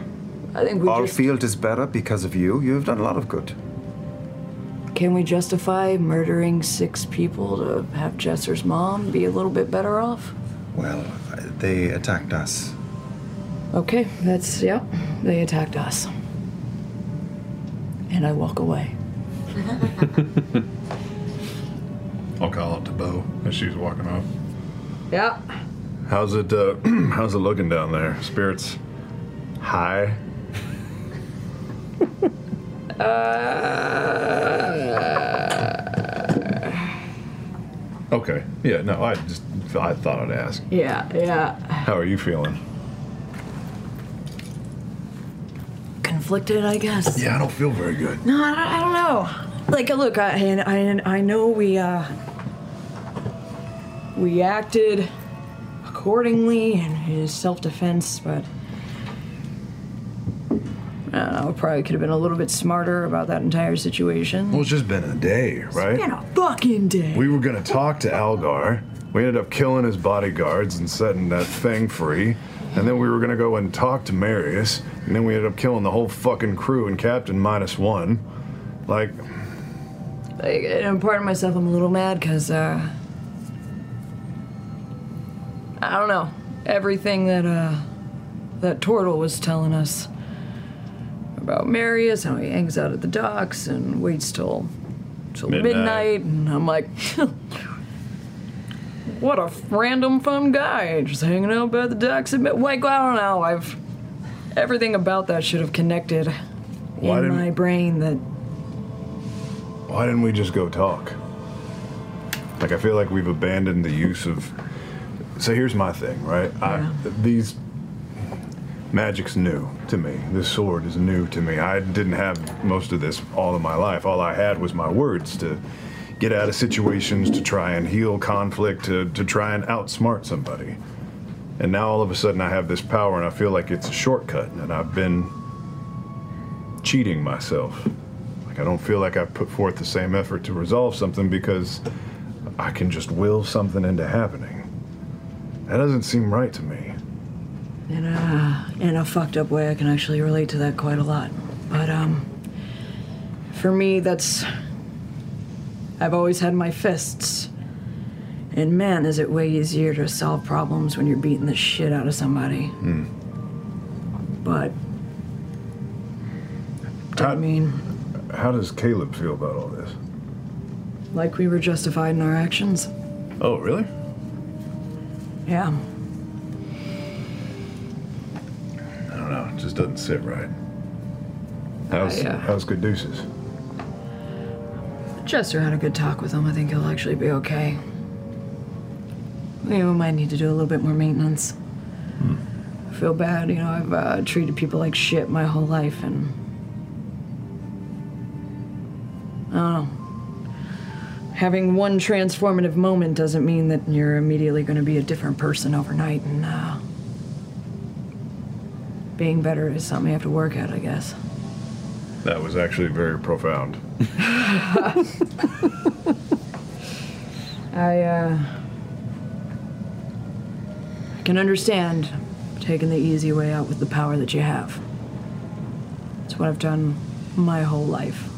Speaker 6: I think we just,
Speaker 11: Field is better because of you. You've done a lot of good.
Speaker 6: can we justify murdering six people to have Jesser's mom be a little bit better off?
Speaker 11: Well, uh, they attacked us.
Speaker 6: Okay, that's yeah. They attacked us, and I walk away.
Speaker 8: I'll call out to Bo as she's walking off.
Speaker 6: Yeah.
Speaker 8: (clears throat) How's it? Uh, how's it looking down there? Spirits Hi. Uh. Okay. Yeah. No. I just I thought I'd ask.
Speaker 6: Yeah, yeah.
Speaker 8: How are you feeling?
Speaker 6: Conflicted, I guess.
Speaker 8: Yeah, I don't feel very good.
Speaker 6: No, I don't, I don't know. Like, uh, look, I, and I, and I know we uh, we acted accordingly in his self-defense, but I don't know. Probably could have been a little bit smarter about that entire situation.
Speaker 8: Well, it's just been a day, right?
Speaker 6: been a fucking day.
Speaker 8: We were gonna talk to Algar. We ended up killing his bodyguards and setting that thing free. And then we were gonna go and talk to Marius. And then we ended up killing the whole fucking crew and Captain Minus One. Like,
Speaker 6: Like, and part of myself, I'm a little mad because uh, I don't know everything that uh, that Tortle was telling us about Marius, how he hangs out at the docks and waits till till midnight,
Speaker 22: Midnight.
Speaker 6: and I'm like. (laughs) What a random fun guy, just hanging out by the docks at mid- Like, I don't know, I've. Everything about that should have connected
Speaker 8: Why
Speaker 6: in
Speaker 8: didn't-
Speaker 6: my brain that
Speaker 8: why didn't we just go talk? Like, I feel like we've abandoned the use of. So here's my thing, right? I, these. Magic's new to me. This sword is new to me. I didn't have most of this all of my life. All I had was my words to get out of situations, to try and heal conflict, to, to try and outsmart somebody. And now all of a sudden I have this power and I feel like it's a shortcut and I've been cheating myself. Like I don't feel like I put forth the same effort to resolve something because I can just will something into happening. That doesn't seem right to me.
Speaker 6: In a, uh, in a fucked up way, I can actually relate to that quite a lot. But um, for me, that's. I've always had my fists. And man, is it way easier to solve problems when you're beating the shit out of somebody.
Speaker 8: Hmm.
Speaker 6: But
Speaker 8: I mean, how does Caleb feel about all this?
Speaker 6: like we were justified in our actions.
Speaker 8: Oh, really?
Speaker 6: Yeah.
Speaker 8: I don't know. It just doesn't sit right. How's
Speaker 6: I, uh,
Speaker 8: how's Caduceus?
Speaker 6: Jester had a good talk with him. I think he'll actually be okay. Maybe we might need to do a little bit more maintenance. I feel bad, you know, I've uh, treated people like shit my whole life, and. I don't know. Having one transformative moment doesn't mean that you're immediately going to be a different person overnight, and, uh. Being better is something you have to work at, I guess.
Speaker 8: That was actually very profound.
Speaker 6: I, uh. I can understand taking the easy way out with the power that you have. It's what I've done my whole life.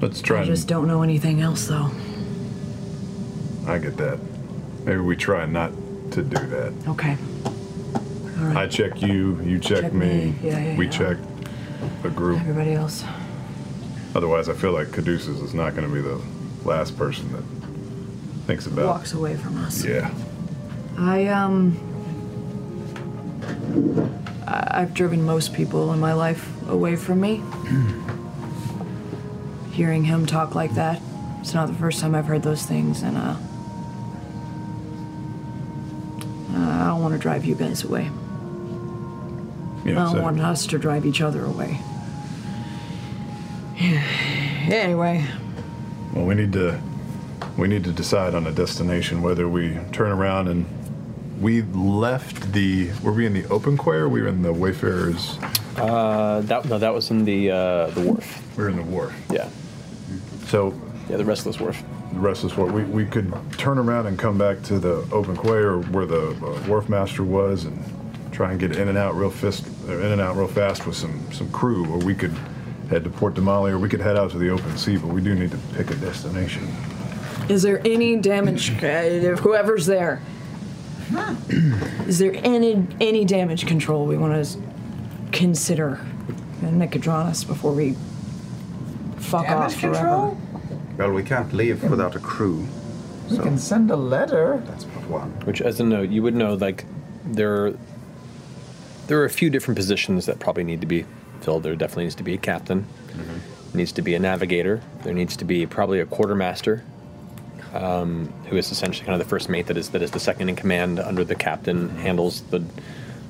Speaker 8: Let's try.
Speaker 6: I
Speaker 8: and-
Speaker 6: just don't know anything else, though.
Speaker 8: I get that. Maybe we try not to do that.
Speaker 6: Okay.
Speaker 8: I check you, you check,
Speaker 6: Check
Speaker 8: me,
Speaker 6: me. Yeah, yeah,
Speaker 8: we
Speaker 6: yeah.
Speaker 8: check the group.
Speaker 6: Everybody else.
Speaker 8: Otherwise, I feel like Caduceus is not going to be the last person that thinks about
Speaker 6: Walks away from us.
Speaker 8: Yeah.
Speaker 6: I, um. I- I've driven most people in my life away from me. Hearing him talk like that, it's not the first time I've heard those things, and, uh.
Speaker 21: Uh,
Speaker 6: I don't want to drive you guys away.
Speaker 8: Yeah,
Speaker 6: I don't
Speaker 8: so-
Speaker 6: want us to drive each other away. (sighs) anyway,
Speaker 8: Well, we need to we need to decide on a destination whether we turn around and we left the were we in the open quay or we were in the Wayfarers?
Speaker 5: Uh, that no, that was in the uh, the wharf.
Speaker 8: We're in the wharf.
Speaker 5: Yeah.
Speaker 8: So
Speaker 5: yeah, the Restless Wharf.
Speaker 8: The Restless Wharf. We we could turn around and come back to the open quay or where the uh, wharf master was and try and get in and out real fast in and out real fast with some some crew or we could head to Port Damali or we could head out to the open sea but we do need to pick a destination.
Speaker 6: is there any damage? uh, whoever's there, is there any any damage control we want to consider in Nicodranas before we fuck
Speaker 7: Damage
Speaker 6: off
Speaker 7: control?
Speaker 20: Well, we can't leave without a crew.
Speaker 7: We can send a letter.
Speaker 20: That's but one.
Speaker 5: Which, as a note, you would know like there There are a few different positions that probably need to be filled. There definitely needs to be a captain. Needs to be a navigator. There needs to be probably a quartermaster, um, who is essentially kind of the first mate that is that is the second in command under the captain. Handles the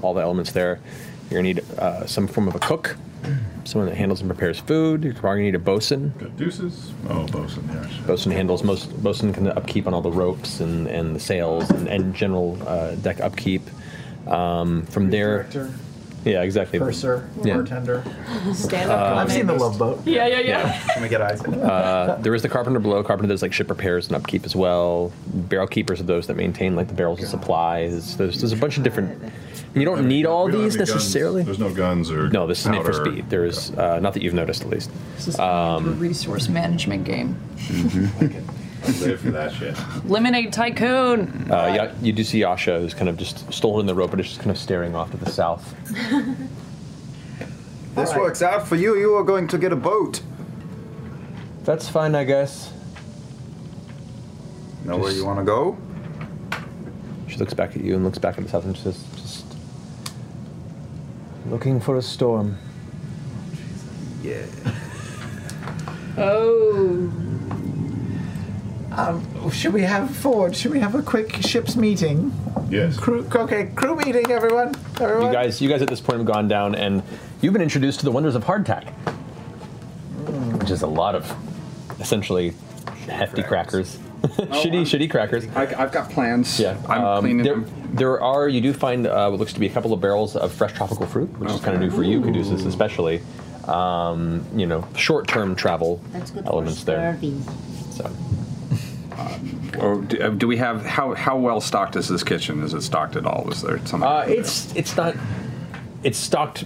Speaker 5: all the elements there. You're gonna need uh, some form of a cook, someone that handles and prepares food. You're probably gonna need a bosun.
Speaker 8: Deuces? Oh, bosun, yes.
Speaker 5: Bosun handles most. Bosun can upkeep on all the ropes and, and the sails and, and general uh, deck upkeep. Um, from there,
Speaker 7: Director.
Speaker 5: yeah, exactly.
Speaker 7: Purser,
Speaker 5: Yeah.
Speaker 7: bartender.
Speaker 21: Stand
Speaker 5: up Um,
Speaker 7: I've seen the
Speaker 5: comedy.
Speaker 7: Love Boat.
Speaker 21: Yeah, yeah,
Speaker 5: yeah.
Speaker 7: Can we get eyes?
Speaker 5: Uh, there is the carpenter below. Carpenter does like ship repairs and upkeep as well. Barrel keepers are those that maintain like the barrels of supplies. There's, there's a bunch of different. and You don't need all
Speaker 8: we don't have
Speaker 5: these
Speaker 8: any guns.
Speaker 5: necessarily.
Speaker 8: There's no guns or
Speaker 5: No, this is made for
Speaker 8: powder.
Speaker 5: speed. There is uh, not that you've noticed at least.
Speaker 21: This is a
Speaker 8: (laughs)
Speaker 5: Um,
Speaker 21: resource management game.
Speaker 8: Live for that shit.
Speaker 21: Lemonade Tycoon.
Speaker 5: Uh, yeah, you do see Yasha, who's kind of just stolen the rope, but is just kind of staring off to the south.
Speaker 11: This works out for you. You are going to get a boat.
Speaker 5: That's fine, I guess.
Speaker 11: Know where you want to go?
Speaker 5: She looks back at you and looks back at the south and says, "Just looking for a storm."
Speaker 7: Yeah.
Speaker 21: Oh.
Speaker 7: Um, should we have forward? Should we have a quick ship's meeting?
Speaker 8: Yes.
Speaker 7: Crew. Okay, crew meeting, everyone. Everyone.
Speaker 5: You guys, you guys at this point have gone down, and you've been introduced to the wonders of hardtack,
Speaker 12: Hmm.
Speaker 5: which is a lot of essentially hefty crackers, (laughs) shitty, shitty crackers.
Speaker 12: Oh, I, I've got plans.
Speaker 5: Yeah,
Speaker 12: I'm
Speaker 5: um,
Speaker 12: cleaning
Speaker 5: there,
Speaker 12: them.
Speaker 5: there are you do find uh, what looks to be a couple of barrels of fresh tropical fruit, which is kind of new for you, Caduceus, especially. Um, you know, short-term travel
Speaker 9: That's good for
Speaker 5: elements there.
Speaker 9: scurvy.
Speaker 5: So.
Speaker 12: Or do, uh, do we have how how well stocked is this kitchen? Is it stocked at all? Is there something?
Speaker 5: Uh, it's it's not it's stocked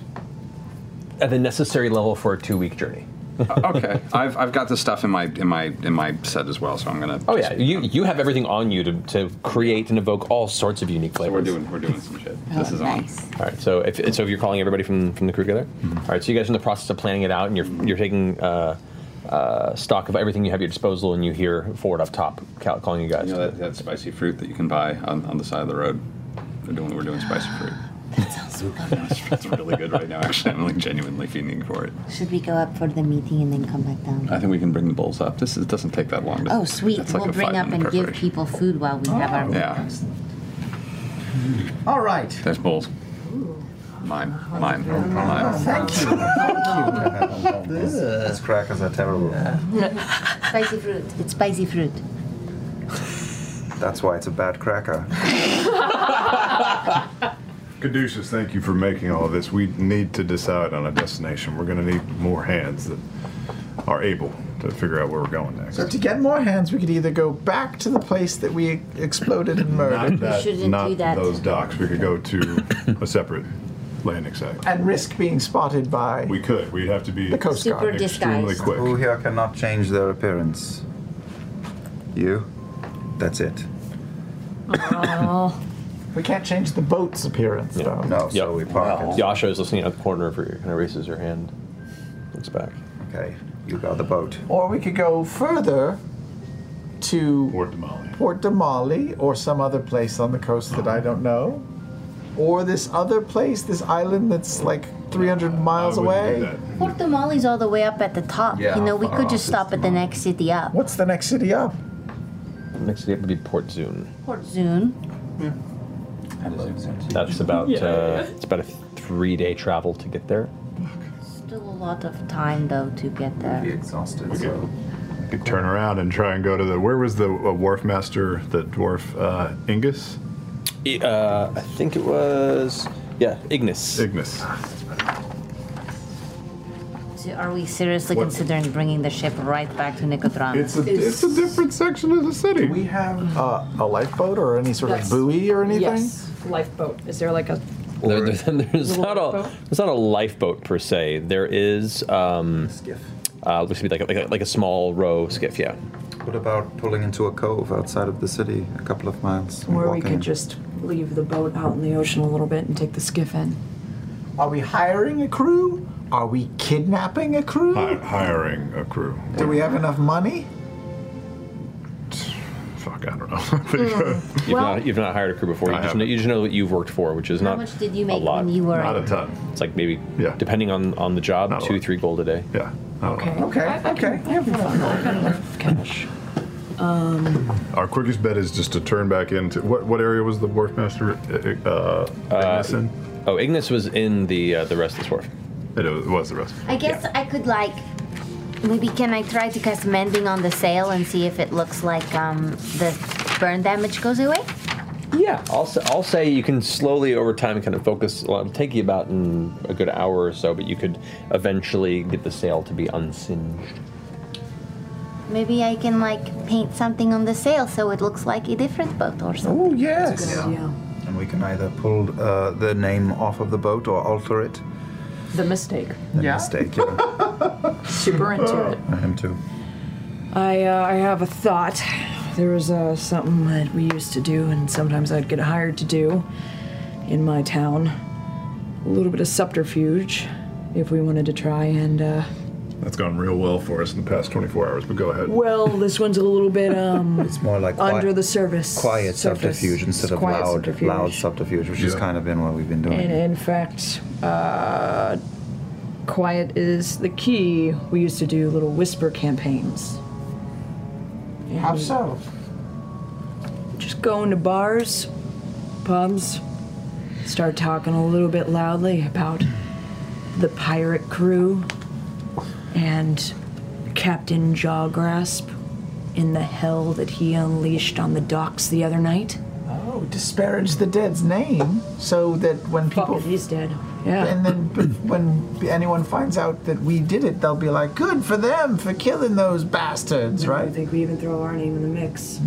Speaker 5: at the necessary level for a two-week journey.
Speaker 12: Uh, okay, I've, I've got this stuff in my in my in my set as well, so I'm gonna.
Speaker 5: Oh yeah, you you have everything on you to, to create and evoke all sorts of unique flavors.
Speaker 12: we're doing we're doing some shit. this is on. Mm-hmm.
Speaker 5: All right, so if so, if you're calling everybody from from the crew together, All right, so you guys are in the process of planning it out, and you're you're taking uh, uh, stock of everything you have at your disposal, and you hear Ford up top cal- calling you guys.
Speaker 12: You know that, that spicy fruit that you can buy on, on the side of the road. We're doing we're doing spicy
Speaker 9: (sighs)
Speaker 12: fruit. (laughs) That's really good right now. Actually, I'm like genuinely fiending for it.
Speaker 9: Should we go up for the meeting and then come back down?
Speaker 12: I think we can bring the bowls up. This is, doesn't take that long.
Speaker 9: Oh, sweet.
Speaker 12: It's like
Speaker 9: we'll
Speaker 12: a
Speaker 9: bring up
Speaker 12: five-minute
Speaker 9: and give
Speaker 12: preparation.
Speaker 9: people food while we have our
Speaker 12: Yeah.
Speaker 7: Oh. All right.
Speaker 12: There's bowls. Mine, mine, mine.
Speaker 7: Thank
Speaker 9: (laughs)
Speaker 7: you.
Speaker 11: Thank you. These crackers are terrible.
Speaker 9: spicy fruit. It's spicy fruit.
Speaker 11: That's why it's a bad
Speaker 8: (laughs)
Speaker 11: cracker.
Speaker 8: Caduceus, thank you for making all this. We need to decide on a destination. We're going to need more hands that are able to figure out where we're going next.
Speaker 7: So to get more hands, we could either go back to the place that we exploded and murdered,
Speaker 8: Not, that, not those docks. We could go to a separate landing site.
Speaker 7: and risk being spotted by.
Speaker 8: We could. We'd have to be
Speaker 7: The Coast Guard. Super
Speaker 8: extremely
Speaker 7: disguised.
Speaker 8: quick.
Speaker 11: Who here cannot change their appearance? You? That's it.
Speaker 7: Oh. (laughs) we can't change the boat's appearance, though.
Speaker 11: No,
Speaker 5: yeah.
Speaker 11: so we park it.
Speaker 5: Yasha is listening out of the corner of her, kind of raises her hand, looks back.
Speaker 11: Okay, you got the boat.
Speaker 7: Or we could go further to
Speaker 8: Port Damali.
Speaker 7: Port Damali or some other place on the coast that I don't know. Or this other place, this island that's like 300 miles away.
Speaker 9: Port Tamale's all the way up at the top.
Speaker 7: Yeah,
Speaker 9: you know, we
Speaker 7: far
Speaker 9: could
Speaker 7: off
Speaker 9: just
Speaker 7: is
Speaker 9: stop at the next city up.
Speaker 7: What's the next city up?
Speaker 5: Next day it would be Port Zune.
Speaker 9: Port Zune.
Speaker 5: That's about
Speaker 9: Yeah.
Speaker 5: uh, it's about a three-day travel to get there.
Speaker 9: Still a lot of time though to get there.
Speaker 11: Be exhausted. so.
Speaker 8: We could turn around and try and go to the. Where was the uh, wharf master, the dwarf uh, Ingus?
Speaker 5: I, uh, I think it was yeah, Ignis.
Speaker 8: Ignis.
Speaker 9: So are we seriously
Speaker 8: What-
Speaker 9: considering bringing the ship right back to Nicodrama?
Speaker 8: It's a- it's a different section of the city.
Speaker 7: we have uh, a lifeboat or any sort of buoy or anything?
Speaker 21: Yes. Lifeboat. Is there like a
Speaker 5: There, there- (laughs) there's not a there's not a lifeboat per se. There is um,
Speaker 11: skiff.
Speaker 5: Uh, looks to be like a, like, a, like a small row skiff. Yeah.
Speaker 11: What about pulling into a cove outside of the city, a couple of miles? and
Speaker 21: where we
Speaker 11: walking
Speaker 21: could
Speaker 11: in?
Speaker 21: just leave the boat out in the ocean a little bit and take the skiff in?
Speaker 7: Are we hiring a crew? Are we kidnapping a crew?
Speaker 8: Hiring a crew.
Speaker 7: Do we have enough money?
Speaker 8: fuck, I don't know. (laughs) I think, uh,
Speaker 5: You've,
Speaker 9: Hmm. Well-
Speaker 5: not, you've not hired a crew before. You
Speaker 8: I
Speaker 5: just, know,
Speaker 8: haven't.
Speaker 5: you just know what you've worked for, which is
Speaker 9: How
Speaker 5: not
Speaker 9: much did you
Speaker 5: a
Speaker 9: make
Speaker 5: lot.
Speaker 9: when you were? at-
Speaker 5: ton. It's like maybe, depending on, on the job, two, three gold a day.
Speaker 8: Yeah.
Speaker 6: Okay.
Speaker 7: Okay. okay.
Speaker 6: I have fun. I kind of love cash. Um,
Speaker 8: Our quickest bet is just to turn back into what? What area was the wharfmaster? Uh, uh, Ignis in?
Speaker 5: Oh, Ignis was in the uh, the restless wharf.
Speaker 8: It was the restless.
Speaker 9: I guess I could like maybe can I try to cast mending on the sail and see if it looks like um the burn damage goes away?
Speaker 5: Yeah, I'll say, will say you can slowly over time kind of focus. Well, it'll take you about mm, a good hour or so, but you could eventually get the sail to be unsinged.
Speaker 9: Maybe I can like paint something on the sail so it looks like a different boat or
Speaker 7: Oh
Speaker 9: something.
Speaker 7: yes.
Speaker 11: And we can either pull uh, the name off of the boat or alter it.
Speaker 6: the mistake.
Speaker 11: The mistake. Yeah.
Speaker 6: (laughs)
Speaker 7: (laughs)
Speaker 6: Super into
Speaker 11: (laughs)
Speaker 6: it.
Speaker 11: I am too.
Speaker 6: I uh, I have a thought. There was uh, something that we used to do, and sometimes I'd get hired to do in my town. A little bit of subterfuge, if we wanted to try and. Uh,
Speaker 8: That's gone real well for us in the past 24 hours. But go
Speaker 7: Uh,
Speaker 8: ahead.
Speaker 6: well, this one's a little bit
Speaker 7: (laughs)
Speaker 6: um.
Speaker 11: It's more like qui-
Speaker 6: under the service.
Speaker 11: quiet
Speaker 6: surface.
Speaker 11: subterfuge instead of
Speaker 6: Quiet
Speaker 11: loud
Speaker 6: subterfuge.
Speaker 11: loud subterfuge, which has kind of been what we've been doing.
Speaker 6: And in fact, uh, quiet is the key. We used to do little whisper campaigns.
Speaker 7: How
Speaker 6: And
Speaker 7: so?
Speaker 6: Just go into bars, pubs, start talking a little bit loudly about the pirate crew and Captain Jawgrasp in the hell that he unleashed on the docks the other night.
Speaker 7: Oh, disparage the dead's name so that when people
Speaker 6: he's dead. Yeah.
Speaker 7: And
Speaker 6: (clears throat)
Speaker 7: then b- when anyone finds out that we did it, they'll be like, "Good for them for killing those bastards,"
Speaker 6: I
Speaker 7: right?
Speaker 6: don't think we even throw our name in the mix.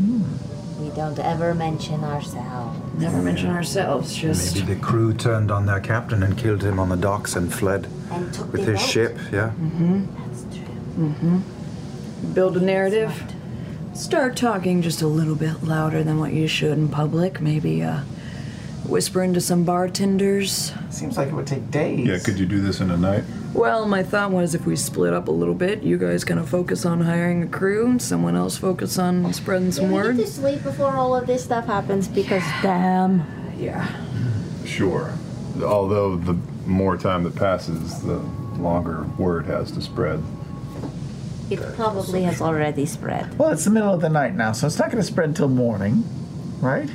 Speaker 9: We don't ever mention ourselves.
Speaker 6: Never mention ourselves, just.
Speaker 11: Maybe the crew turned on their captain and killed him on the docks and fled
Speaker 9: And took
Speaker 11: with
Speaker 9: the
Speaker 11: his
Speaker 9: boat.
Speaker 11: ship. Yeah.
Speaker 6: Mm-hmm. That's true. Mm-hmm. Build a narrative. Start talking just a little bit louder than what you should in public. Maybe uh, whisper into some bartenders.
Speaker 7: Seems like it would take days.
Speaker 8: Yeah, could you do this in a night?
Speaker 6: Well, my thought was if we split up a little bit, you guys kind of focus on hiring a crew, someone else focus on spreading some
Speaker 9: Yeah, we
Speaker 6: word.
Speaker 9: need to sleep before all of this stuff happens because damn.
Speaker 6: Yeah.
Speaker 8: Sure. Although the more time that passes, the longer word has to spread.
Speaker 9: It probably has already spread.
Speaker 7: Well, it's the middle of the night now, so it's not going to spread till morning, right?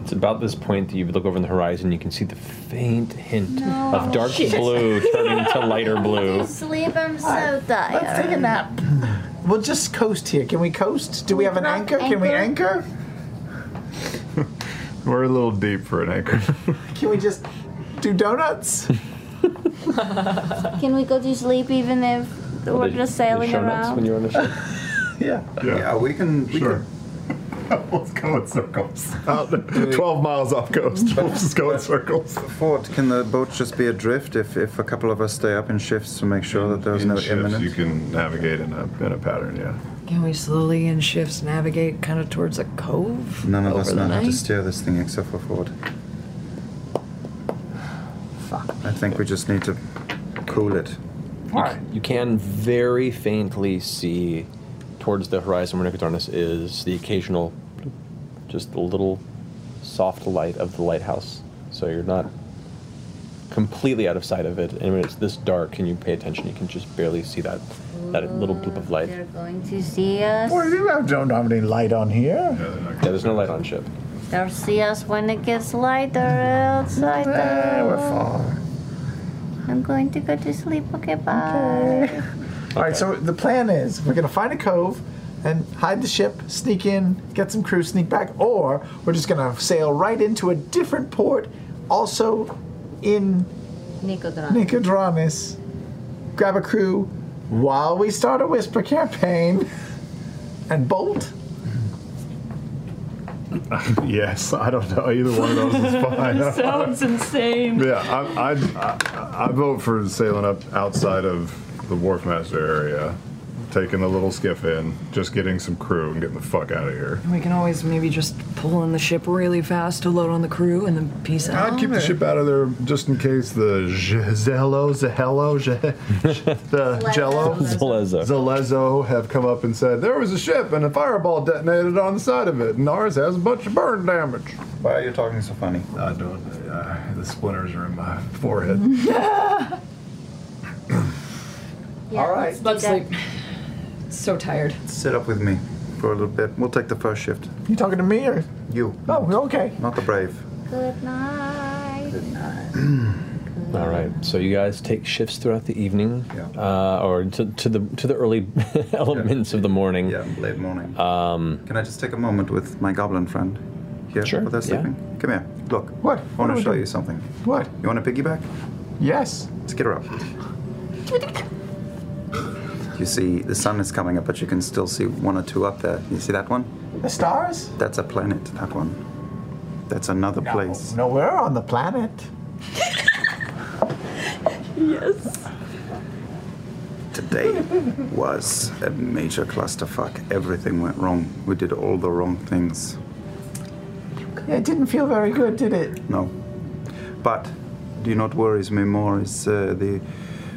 Speaker 5: It's about this point that you look over on the horizon, you can see the faint hint
Speaker 9: No.
Speaker 5: of dark
Speaker 9: Shit.
Speaker 5: blue turning to lighter blue.
Speaker 9: Sleep, I'm so
Speaker 7: Alright,
Speaker 9: tired.
Speaker 7: Let's take a nap. We'll just coast here. Can we coast? Do we have an anchor? Can we anchor?
Speaker 8: We're a little deep for an (laughs) anchor.
Speaker 7: Can we just do donuts?
Speaker 9: Can we go to sleep even if we're just sailing around?
Speaker 5: you're on the
Speaker 11: (laughs)
Speaker 5: ship.
Speaker 7: yeah.
Speaker 8: yeah.
Speaker 11: we can. We
Speaker 8: sure. Let's go in circles. (laughs) Out, 12 miles off (laughs) coast. We'll just go in circles.
Speaker 11: Ford, can the boat just be adrift if, if a couple of us stay up in shifts to make sure that there's
Speaker 8: in
Speaker 11: no
Speaker 8: shifts,
Speaker 11: imminent?
Speaker 8: you can navigate in a, in a pattern, yeah.
Speaker 6: Can we slowly in shifts navigate kind of towards a cove?
Speaker 11: None of us
Speaker 6: over the
Speaker 11: know how to
Speaker 6: night?
Speaker 11: steer this thing except for Ford.
Speaker 6: Fuck.
Speaker 11: I think we just need to cool it.
Speaker 5: You, you can very faintly see towards the horizon where Nicotarnus is the occasional, just a little soft light of the lighthouse. So you're not completely out of sight of it. And when it's this dark and you pay attention, you can just barely see that that little blip of light.
Speaker 9: They're going to see us.
Speaker 7: Well, you have- don't have any light on here.
Speaker 5: Yeah, there's no light on ship.
Speaker 9: They'll see us when it gets lighter outside.
Speaker 7: Eh, we're far.
Speaker 9: I'm going to go to sleep. Okay, bye.
Speaker 7: All right, so the plan is we're going to find a cove and hide the ship, sneak in, get some crew, sneak back, or we're just going to sail right into a different port, also in
Speaker 9: Nicodron.
Speaker 7: Nicodramis, grab a crew while we start a whisper campaign and bolt.
Speaker 8: yes, I don't know. Either one of those (laughs) is fine.
Speaker 6: Sounds insane.
Speaker 8: Yeah, I, I, I, I vote for sailing up outside of the Wharfmaster area taking the little skiff in, just getting some crew and getting the fuck out of here.
Speaker 6: We can always maybe just pull in the ship really fast to load on the crew and then peace out.
Speaker 8: I'd keep
Speaker 9: (laughs)
Speaker 8: the ship out of there just in case the Zello, Zahello, (laughs) the Jello, Zalezo. have come up and said there was a ship and a fireball detonated on the side of it, and ours has a bunch of burn damage.
Speaker 11: Why are you talking so funny?
Speaker 8: I don't. Uh, the splinters are in
Speaker 11: (laughs)
Speaker 8: my
Speaker 6: (laughs)
Speaker 8: forehead.
Speaker 11: All right.
Speaker 21: Let's sleep. So
Speaker 9: (laughs)
Speaker 21: tired.
Speaker 11: Sit up with me for a little bit. We'll take the first shift.
Speaker 7: You talking to me or?
Speaker 11: You,
Speaker 7: Oh, okay.
Speaker 11: not the brave.
Speaker 9: Good night. Good night.
Speaker 5: All right. So you guys take shifts throughout the evening, uh, or to, to the to the early (laughs) elements of the morning. Yeah,
Speaker 11: late morning.
Speaker 5: Um,
Speaker 11: Can I just take a moment with my goblin friend here sure, while they're
Speaker 5: yeah.
Speaker 11: sleeping? Come here. Look.
Speaker 7: What?
Speaker 11: I
Speaker 7: What are
Speaker 11: want
Speaker 7: we
Speaker 11: to show
Speaker 7: doing?
Speaker 11: you something.
Speaker 7: What?
Speaker 11: You want a piggyback?
Speaker 7: Yes.
Speaker 11: Let's get her up. You see, the sun is coming up, but you can still see one or two up there. You see that one?
Speaker 7: The stars?
Speaker 11: That's a planet, that one. That's another place.
Speaker 7: No, we're on the planet.
Speaker 21: Yes.
Speaker 11: Today was a major clusterfuck. Everything went wrong. We did all the wrong things.
Speaker 7: Yeah, it didn't feel very good, did it?
Speaker 11: No. But do you know what worries me more is uh, the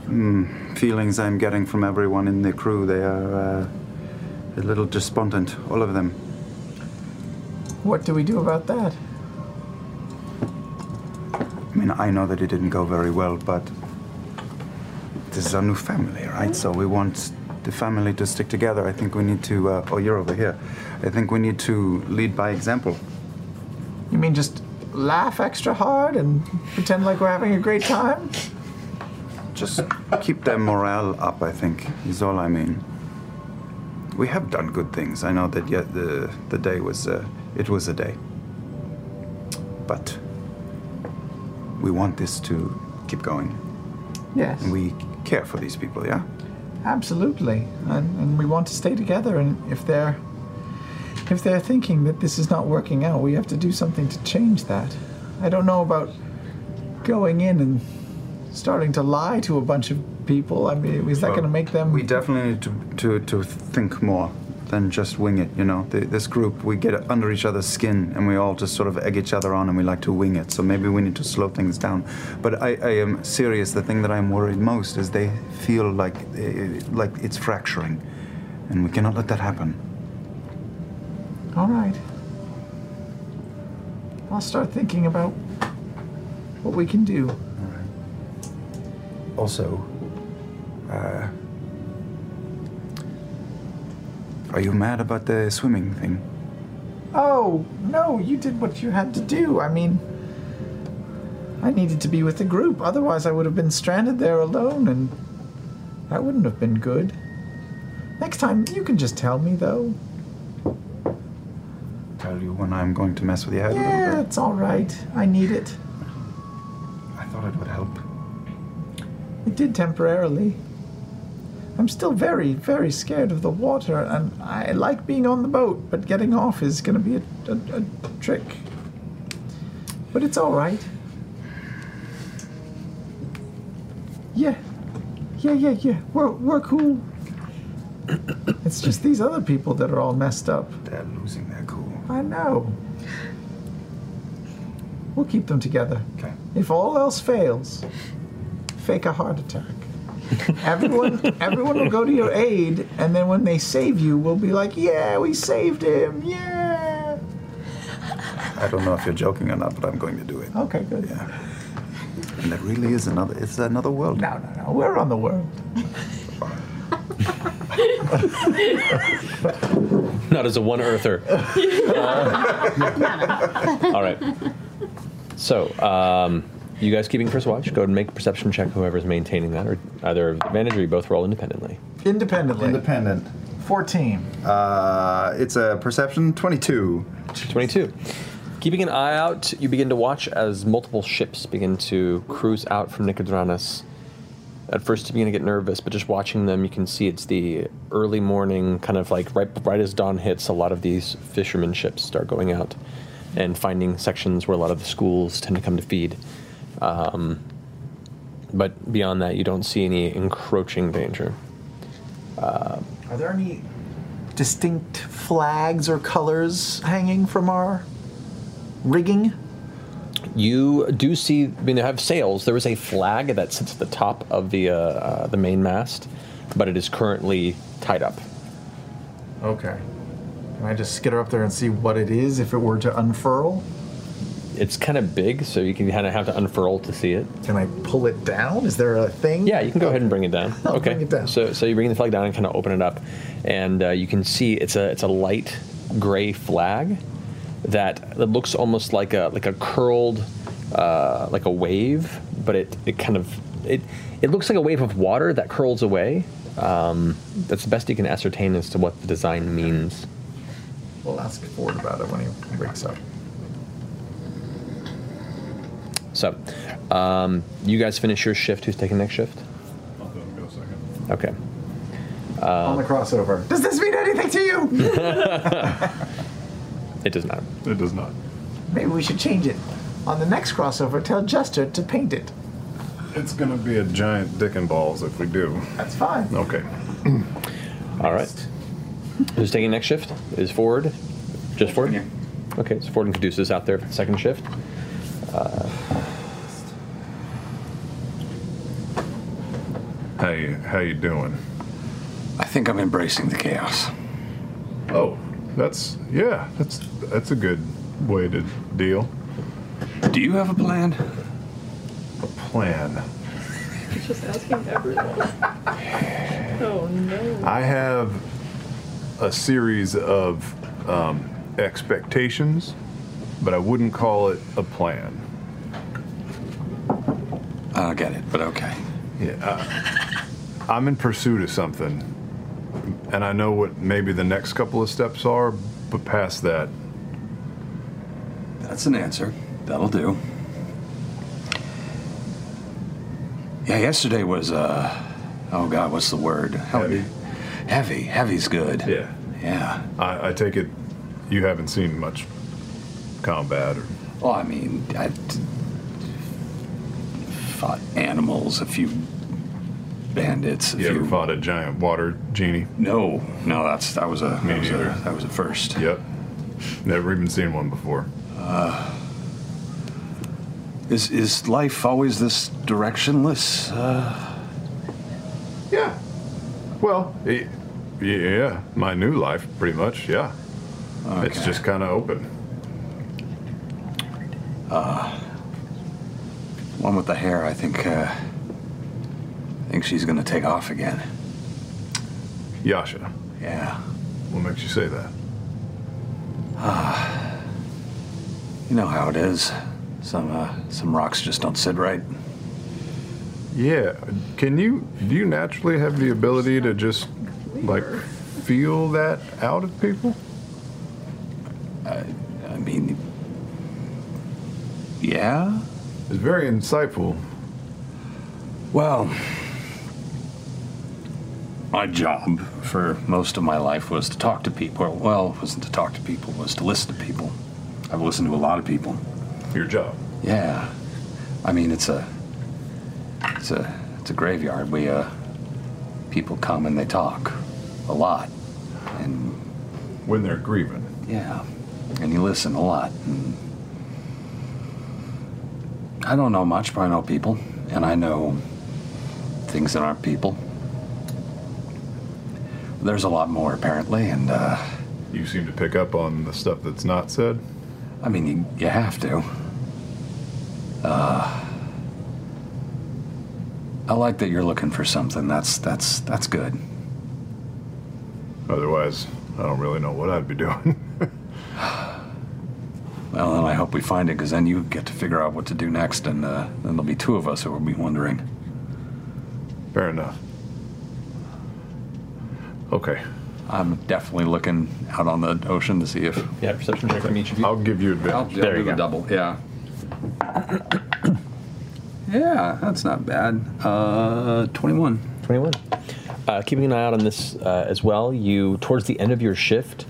Speaker 11: mm, feelings I'm getting from everyone in the crew. They are uh, a little despondent, all of them.
Speaker 7: What do we do about that?
Speaker 11: I mean, I know that it didn't go very well, but this is our new family, right? So we want the family to stick together. I think we need to. Uh, oh, you're over here. I think we need to lead by example.
Speaker 7: You mean just laugh extra hard and pretend like we're having a great time?
Speaker 11: Just keep their morale up, I think, is all I mean. We have done good things. I know that yet the, the day was uh, it was a day. But we want this to keep going.
Speaker 7: Yes.
Speaker 11: And we care for these people, yeah?
Speaker 7: Absolutely, and, and we want to stay together. And if they're if they're thinking that this is not working out, we have to do something to change that. I don't know about going in and starting to lie to a bunch of people. I mean, is that
Speaker 11: Well,
Speaker 7: going to make them?
Speaker 11: We definitely need to, to, to think more than just wing it, you know? The, this group, we get under each other's skin and we all just sort of egg each other on and we like to wing it. So maybe we need to slow things down. But I, I am serious. The thing that I'm worried most is they feel like, eh, like it's fracturing. And we cannot let that happen.
Speaker 7: All right. I'll start thinking about what we can do.
Speaker 11: Also, uh, are you mad about the swimming thing?
Speaker 7: Oh no, you did what you had to do. I mean, I needed to be with the group. Otherwise, I would have been stranded there alone, and that wouldn't have been good. Next time, you can just tell me, though.
Speaker 11: Tell you when I'm going to mess with your head a little
Speaker 7: Yeah,
Speaker 11: bit.
Speaker 7: it's all right. I need it.
Speaker 11: I thought it would help.
Speaker 7: It did temporarily. I'm still very, very scared of the water, and I like being on the boat, but getting off is going to be a, a, a trick. But it's all right. Yeah, yeah, yeah, yeah. We're we're cool. it's just these other people that are all messed up.
Speaker 11: They're losing their cool.
Speaker 7: I know. We'll keep them together.
Speaker 11: Okay.
Speaker 7: If all else fails, fake a heart attack.
Speaker 11: (laughs)
Speaker 7: everyone, everyone will go to your aid, and then when they save you, we'll be like, "Yeah, we saved him! Yeah!"
Speaker 11: I don't know if you're joking or not, but I'm going to do it.
Speaker 7: Okay, good. Yeah.
Speaker 11: And there really is another. It's another world.
Speaker 7: No, no, no. We're on the world.
Speaker 5: Not as a
Speaker 11: (laughs)
Speaker 5: one earther. All right. So, um, you guys keeping first watch? Go ahead and make a perception check. Whoever's maintaining that, or either advantage, or you both roll independently.
Speaker 7: Independently.
Speaker 11: Independent.
Speaker 7: Fourteen.
Speaker 11: Uh, it's a perception. Twenty-two.
Speaker 5: 22. Keeping an eye out, you begin to watch as multiple ships begin to cruise out from Nicodranas. At first, you begin to get nervous, but just watching them, you can see it's the early morning, kind of like right, right as dawn hits, a lot of these fishermen ships start going out and finding sections where a lot of the schools tend to come to feed. Um, but beyond that, you don't see any encroaching danger. Uh,
Speaker 7: Are there any distinct flags or colors hanging from our rigging?
Speaker 5: You do see, I mean, they have sails. There is a flag that sits at the top of the uh, uh, the main mast, but it is currently tied up.
Speaker 7: Okay. Can I just skitter up there and see what it is if it were to unfurl?
Speaker 5: It's kind of big, so you can kind of have to unfurl to see it.
Speaker 7: Can I pull it down? Is there a thing?
Speaker 5: Yeah, you can go ahead and bring it down.
Speaker 7: (laughs) I'll
Speaker 5: okay.
Speaker 7: bring it down.
Speaker 5: So, so you bring the flag down and kind of open it up, and uh, you can see it's a it's a light gray flag that that looks almost like a like a curled uh, like a wave, but it it kind of it it looks like a wave of water that curls away. Um, that's the best you can ascertain as to what the design means.
Speaker 7: We'll ask Ford about it when he wakes up.
Speaker 5: So, um, you guys finish your shift. Who's taking next shift? Okay.
Speaker 7: On the
Speaker 5: Um,
Speaker 7: crossover. Does this mean anything to
Speaker 23: (laughs)
Speaker 7: you?
Speaker 5: (laughs) it does not.
Speaker 8: It does not.
Speaker 7: Maybe we should change it. On the next crossover, tell Jester to
Speaker 23: (clears throat)
Speaker 7: paint it.
Speaker 8: It's gonna be a giant dick and balls if we do.
Speaker 7: That's fine.
Speaker 8: Okay.
Speaker 5: All right. Who's taking next shift? Is Ford? Just Ford? Okay, so Ford and Caduceus out there for the second shift. Uh,
Speaker 8: How you how you doing?
Speaker 12: I think I'm embracing the chaos.
Speaker 8: Oh, that's yeah, that's that's a good way to deal.
Speaker 12: Do you have a plan?
Speaker 8: A plan.
Speaker 21: Just asking everyone.
Speaker 6: (laughs)
Speaker 21: oh no.
Speaker 8: I have a series of um, expectations, but I wouldn't call it a plan.
Speaker 12: I don't get it, but okay.
Speaker 8: Yeah, uh, I'm in pursuit of something, and I know what maybe the next couple of steps are, but past that,
Speaker 12: That's an answer. That'll do. Yeah, yesterday was uh oh god, what's the word? heavy. Heavy. Heavy's good.
Speaker 8: Yeah.
Speaker 12: Yeah.
Speaker 8: I, I take it you haven't seen much combat or.
Speaker 12: Well, I mean, I d- fought animals, a few bandits. A
Speaker 8: You
Speaker 12: few...
Speaker 8: ever fought a giant water genie?
Speaker 12: No, no, that's that was a
Speaker 8: Me
Speaker 12: that was a,
Speaker 8: neither.
Speaker 12: that was a first.
Speaker 8: Yep. Never even seen one before.
Speaker 12: Uh, is is life always this directionless? Uh,
Speaker 8: Yeah. Well, y- yeah, my new life, pretty much, yeah. It's just kind of open.
Speaker 12: uh, one with the hair, I think. Uh, I think she's gonna take off again.
Speaker 8: Yasha,
Speaker 12: Yeah.
Speaker 8: what makes you say that?
Speaker 12: Ah, you know how it is. Some uh, some rocks just don't sit right.
Speaker 8: Yeah. Can you, do you naturally have the ability to just, like, feel that out of people?
Speaker 12: I, I mean, yeah.
Speaker 8: It's very insightful.
Speaker 12: Well, my job for most of my life was to talk to people. Well, it wasn't to talk to people, was to listen to people. I've listened to a lot of people.
Speaker 8: Your job.
Speaker 12: Yeah. I mean, it's a it's a it's a graveyard. We uh people come and they talk a lot. And
Speaker 8: when they're grieving.
Speaker 12: Yeah. And you listen a lot. And I don't know much, but I know people, and I know things that aren't people. There's a lot more apparently, and uh,
Speaker 8: you seem to pick up on the stuff that's not said.
Speaker 12: I mean, you, you have to. Uh, I like that you're looking for something. That's that's that's good.
Speaker 8: Otherwise, I don't really know what I'd be doing.
Speaker 12: (sighs) Well, then I hope we find it, because then you get to figure out what to do next, and uh, then there'll be two of us who will be wondering.
Speaker 8: Fair enough. Okay.
Speaker 12: I'm definitely looking out on the ocean to see if.
Speaker 5: Yeah, perception check from each of you.
Speaker 8: I'll give you advantage.
Speaker 12: I'll, I'll
Speaker 8: There
Speaker 12: do
Speaker 8: you
Speaker 12: the
Speaker 8: go.
Speaker 12: double. Yeah. yeah, that's not bad. Uh, 21.
Speaker 5: 21. Uh, keeping an eye out on this uh, as well, you, towards the end of your shift,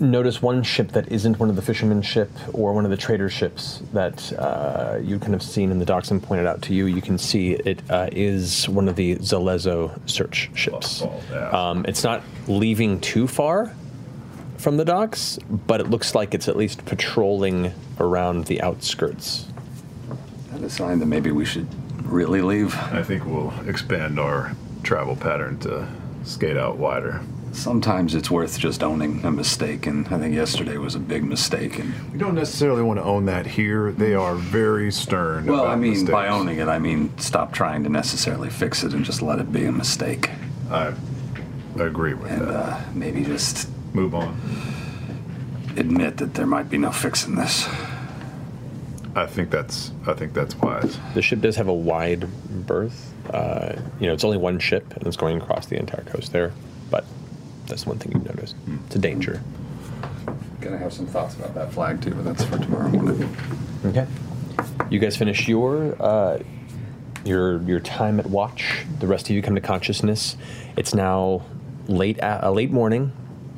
Speaker 5: notice one ship that isn't one of the fishermen's ship or one of the trader ships that uh, you kind of seen in the docks and pointed out to you. You can see it uh, is one of the Zalezo search ships. Um, it's not leaving too far from the docks, but it looks like it's at least patrolling around the outskirts.
Speaker 12: That is a sign that maybe we should really leave.
Speaker 8: I think we'll expand our travel pattern to skate out wider.
Speaker 12: Sometimes it's worth just owning a mistake, and I think yesterday was a big mistake. And
Speaker 8: We don't necessarily want to own that here. They are very stern.
Speaker 12: well,
Speaker 8: about
Speaker 12: I mean, by
Speaker 8: mistakes.
Speaker 12: owning it, I mean stop trying to necessarily fix it and just let it be a mistake.
Speaker 8: I agree with
Speaker 12: and, that. Uh, maybe just move on. Admit that there might be no fixing this.
Speaker 8: I think that's I think that's wise.
Speaker 5: The ship does have a wide berth. Uh, you know, it's only one ship, and it's going across the entire coast there. But that's one thing you've noticed. It's a danger.
Speaker 12: Gonna have some thoughts about that flag too, but that's for tomorrow morning.
Speaker 5: Okay. You guys finish your uh, your your time at watch. The rest of you come to consciousness. It's now late a- uh, late morning.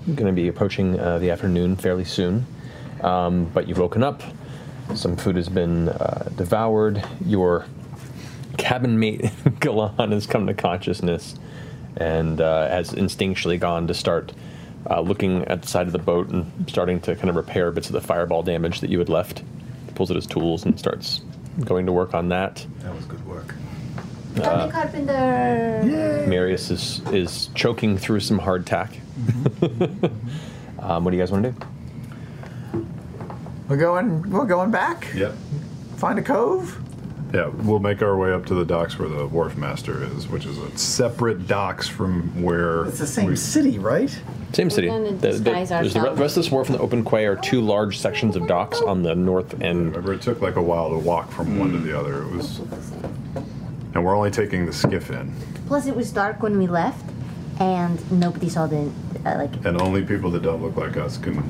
Speaker 5: Going to be approaching uh, the afternoon fairly soon. Um, but you've woken up. Some food has been uh, devoured. Your cabin mate (laughs) Galan has come to consciousness and uh, has instinctually gone to start uh, looking at the side of the boat and starting to kind of repair bits of the fireball damage that you had left. Pulls out his tools and starts going to work on that. Uh,
Speaker 11: That was good work.
Speaker 9: Tony Carpenter.
Speaker 5: Marius is, is choking through some hardtack.
Speaker 11: Mm-hmm.
Speaker 5: (laughs) um, what do you guys want to do?
Speaker 7: We're going. We're going back.
Speaker 8: Yep.
Speaker 7: Find a cove.
Speaker 8: Yeah, we'll make our way up to the docks where the wharf master is, which is a separate docks from where
Speaker 7: It's the same city, right?
Speaker 5: Same city.
Speaker 7: gonna
Speaker 5: The, the-
Speaker 7: disguise
Speaker 5: there's the re-
Speaker 7: ourselves.
Speaker 5: rest of this wharf and the open quay are two large sections of docks on the north end.
Speaker 8: Remember, it took like a while to walk from one to the other. It was, and we're only taking the skiff in,
Speaker 9: Plus, it was dark when we left, and nobody saw the uh, like.
Speaker 8: and only people that don't look like us can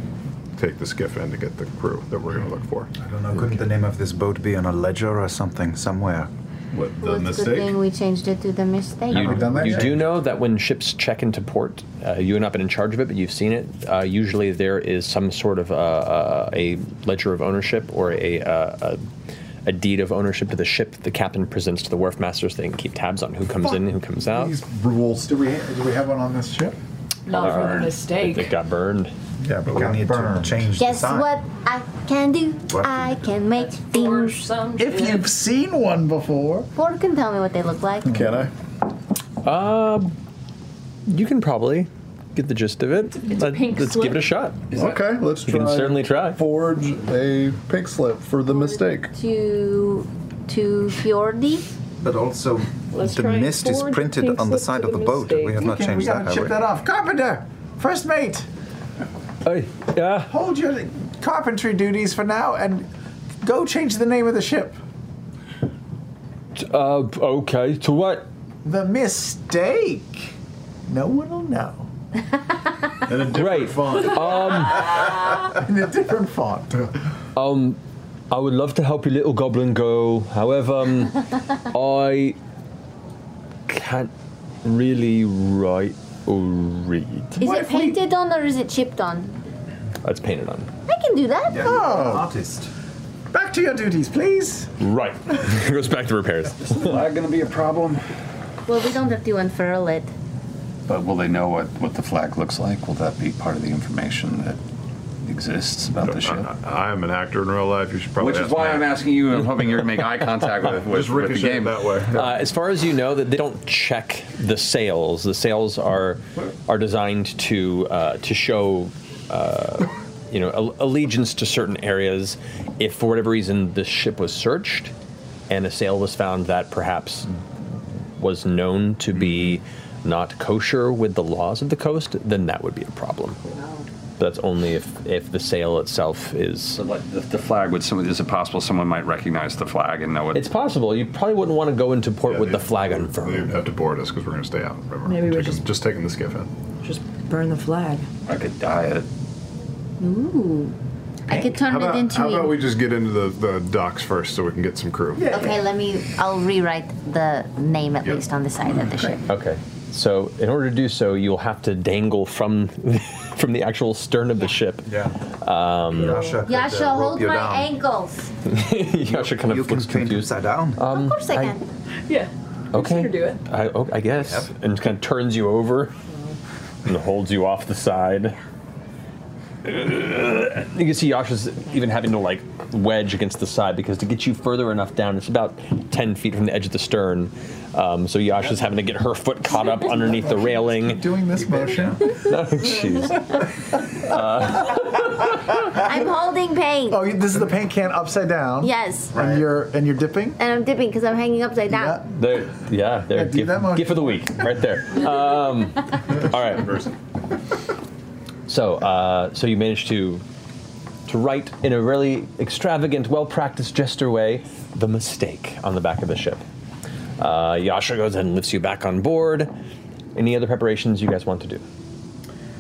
Speaker 8: take the skiff in to get the crew that we're going to look for. I don't
Speaker 11: Now, couldn't the name of this boat be on a ledger or something somewhere?
Speaker 8: What
Speaker 9: Well, it's a good thing we changed it to the mistake.
Speaker 5: You, you do know that when ships check into port, uh, you have not been in charge of it, but you've seen it. Uh, usually, there is some sort of uh, uh, a ledger of ownership or a, uh, a a deed of ownership to the ship. The captain presents to the wharf master so they can keep tabs on who comes in and who comes out.
Speaker 23: rules. Do we do we have one on this ship?
Speaker 6: Not for the
Speaker 5: Burned.
Speaker 6: mistake.
Speaker 5: It got burned.
Speaker 11: Yeah, but we need to change
Speaker 9: Guess what I can do? I can make things.
Speaker 7: If you've seen one before,
Speaker 9: Ford can tell me what they look like.
Speaker 8: Can I?
Speaker 5: Uh, you can probably get the gist of it. Let,
Speaker 9: pink
Speaker 5: us give it
Speaker 9: slip.
Speaker 5: a shot.
Speaker 8: okay, let's
Speaker 5: You
Speaker 8: try.
Speaker 5: can certainly try.
Speaker 8: Forge a pink slip for the mistake.
Speaker 9: To to Fjordi.
Speaker 11: But also,
Speaker 9: Let's
Speaker 11: the
Speaker 9: try
Speaker 11: mist is
Speaker 9: forward
Speaker 11: printed
Speaker 9: pink
Speaker 11: on the
Speaker 9: slip
Speaker 11: side
Speaker 9: to
Speaker 11: of the
Speaker 9: the
Speaker 11: boat. We have not
Speaker 7: Okay, we
Speaker 11: changed
Speaker 7: gotta
Speaker 11: that.
Speaker 7: chip
Speaker 11: have we?
Speaker 7: that off. Carpenter, first mate.
Speaker 5: Hey, yeah.
Speaker 7: Hold your carpentry duties for now and go change the name of the ship.
Speaker 5: Uh, okay. To what?
Speaker 7: The mistake. No one will know.
Speaker 8: In a different
Speaker 5: Great. (laughs)
Speaker 8: font.
Speaker 7: In a different font.
Speaker 5: Um, I would love to help you, little goblin girl. However, (laughs) um, I can't really write or read.
Speaker 9: Is it painted on or is it chipped on?
Speaker 5: That's painted on.
Speaker 9: I can do that. Oh.
Speaker 7: artist. Back to your duties, please.
Speaker 5: Right. (laughs) it goes back to repairs.
Speaker 12: Is that gonna be a problem?
Speaker 9: Well, we don't have to unfurl it.
Speaker 12: But will they know what, what the flag looks like? Will that be part of the information that exists about the ship?
Speaker 8: I am an actor in real life. You should uh, probably.
Speaker 12: Which is
Speaker 8: ask
Speaker 12: why
Speaker 8: Matt.
Speaker 12: I'm asking you. I'm hoping you're gonna make eye contact
Speaker 5: (laughs)
Speaker 8: (laughs)
Speaker 12: with, with,
Speaker 8: Just
Speaker 12: with the
Speaker 8: ricochet
Speaker 12: game
Speaker 8: that way.
Speaker 5: Uh, as far as you know, that they don't check the sails. The sails are are designed to uh, to show. Uh, You know, al- allegiance to certain areas. If for whatever reason the ship was searched, and a sail was found that perhaps was known to be not kosher with the laws of the coast, then that would be a problem. But that's only if if the sail itself is.
Speaker 12: The, the flag would someone is it possible someone might recognize the flag and know it?
Speaker 5: It's possible. You probably wouldn't want to go into port with the flag
Speaker 8: They
Speaker 5: unfurled.
Speaker 8: have to board us because we're going to stay out. Remember,
Speaker 6: Maybe we're
Speaker 8: Taking- just, taking the skiff in.
Speaker 6: Just burn the flag.
Speaker 12: I could dye it.
Speaker 9: Ooh. I could turn
Speaker 8: How about,
Speaker 9: it into.
Speaker 8: how about we just get into the, the docks first so we can get some crew?
Speaker 9: Okay, let me. I'll rewrite the name at least on the side of the ship.
Speaker 5: Okay. So in order to do so, you'll have to dangle from (laughs) from the actual stern of the ship. Yeah. Um,
Speaker 9: Yasha,
Speaker 8: uh,
Speaker 7: uh,
Speaker 9: hold my ankles.
Speaker 5: (laughs) Yasha kind of looks confused.
Speaker 20: Upside down.
Speaker 5: Um,
Speaker 9: Of course I can.
Speaker 6: Yeah.
Speaker 5: Okay.
Speaker 6: do it.
Speaker 5: I, oh, I guess. And kind of turns you over and holds you off the side. You can see Yasha's even having to like wedge against the side because to get you further enough down, it's about 10 feet from the edge of the stern. Um, so Yasha's having to get her foot caught up underneath the railing.
Speaker 7: Doing this
Speaker 5: (laughs)
Speaker 7: motion.
Speaker 5: No, Jeez. Uh,
Speaker 9: (laughs) I'm holding paint.
Speaker 7: Oh, this is the paint can upside down.
Speaker 9: Yes.
Speaker 7: And you're and you're dipping.
Speaker 9: And I'm dipping because I'm hanging upside down.
Speaker 5: there, yeah, there. Gift, gift of the week, right there. Um, all right. So, uh, so you managed to to write in a really extravagant, well-practiced gesture way the mistake on the back of the ship. Uh, Yasha goes ahead and lifts you back on board. Any other preparations you guys want to do?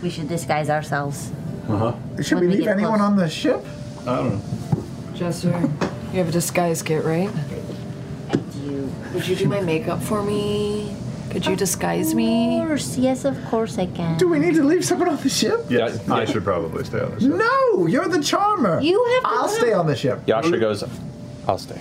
Speaker 9: We should disguise ourselves.
Speaker 5: Uh huh.
Speaker 7: Should we leave anyone on the ship?
Speaker 5: I don't know.
Speaker 21: Jester, you have a disguise kit, right?
Speaker 9: I do.
Speaker 21: Would you do my makeup for me? Could you disguise me?
Speaker 9: Of course, yes, of course I can.
Speaker 7: Do we need to leave someone on the ship?
Speaker 8: Yes, I should probably stay on this.
Speaker 7: No, you're the charmer.
Speaker 9: You have to
Speaker 7: I'll
Speaker 9: go.
Speaker 7: stay on the ship.
Speaker 5: Yasha goes, I'll stay.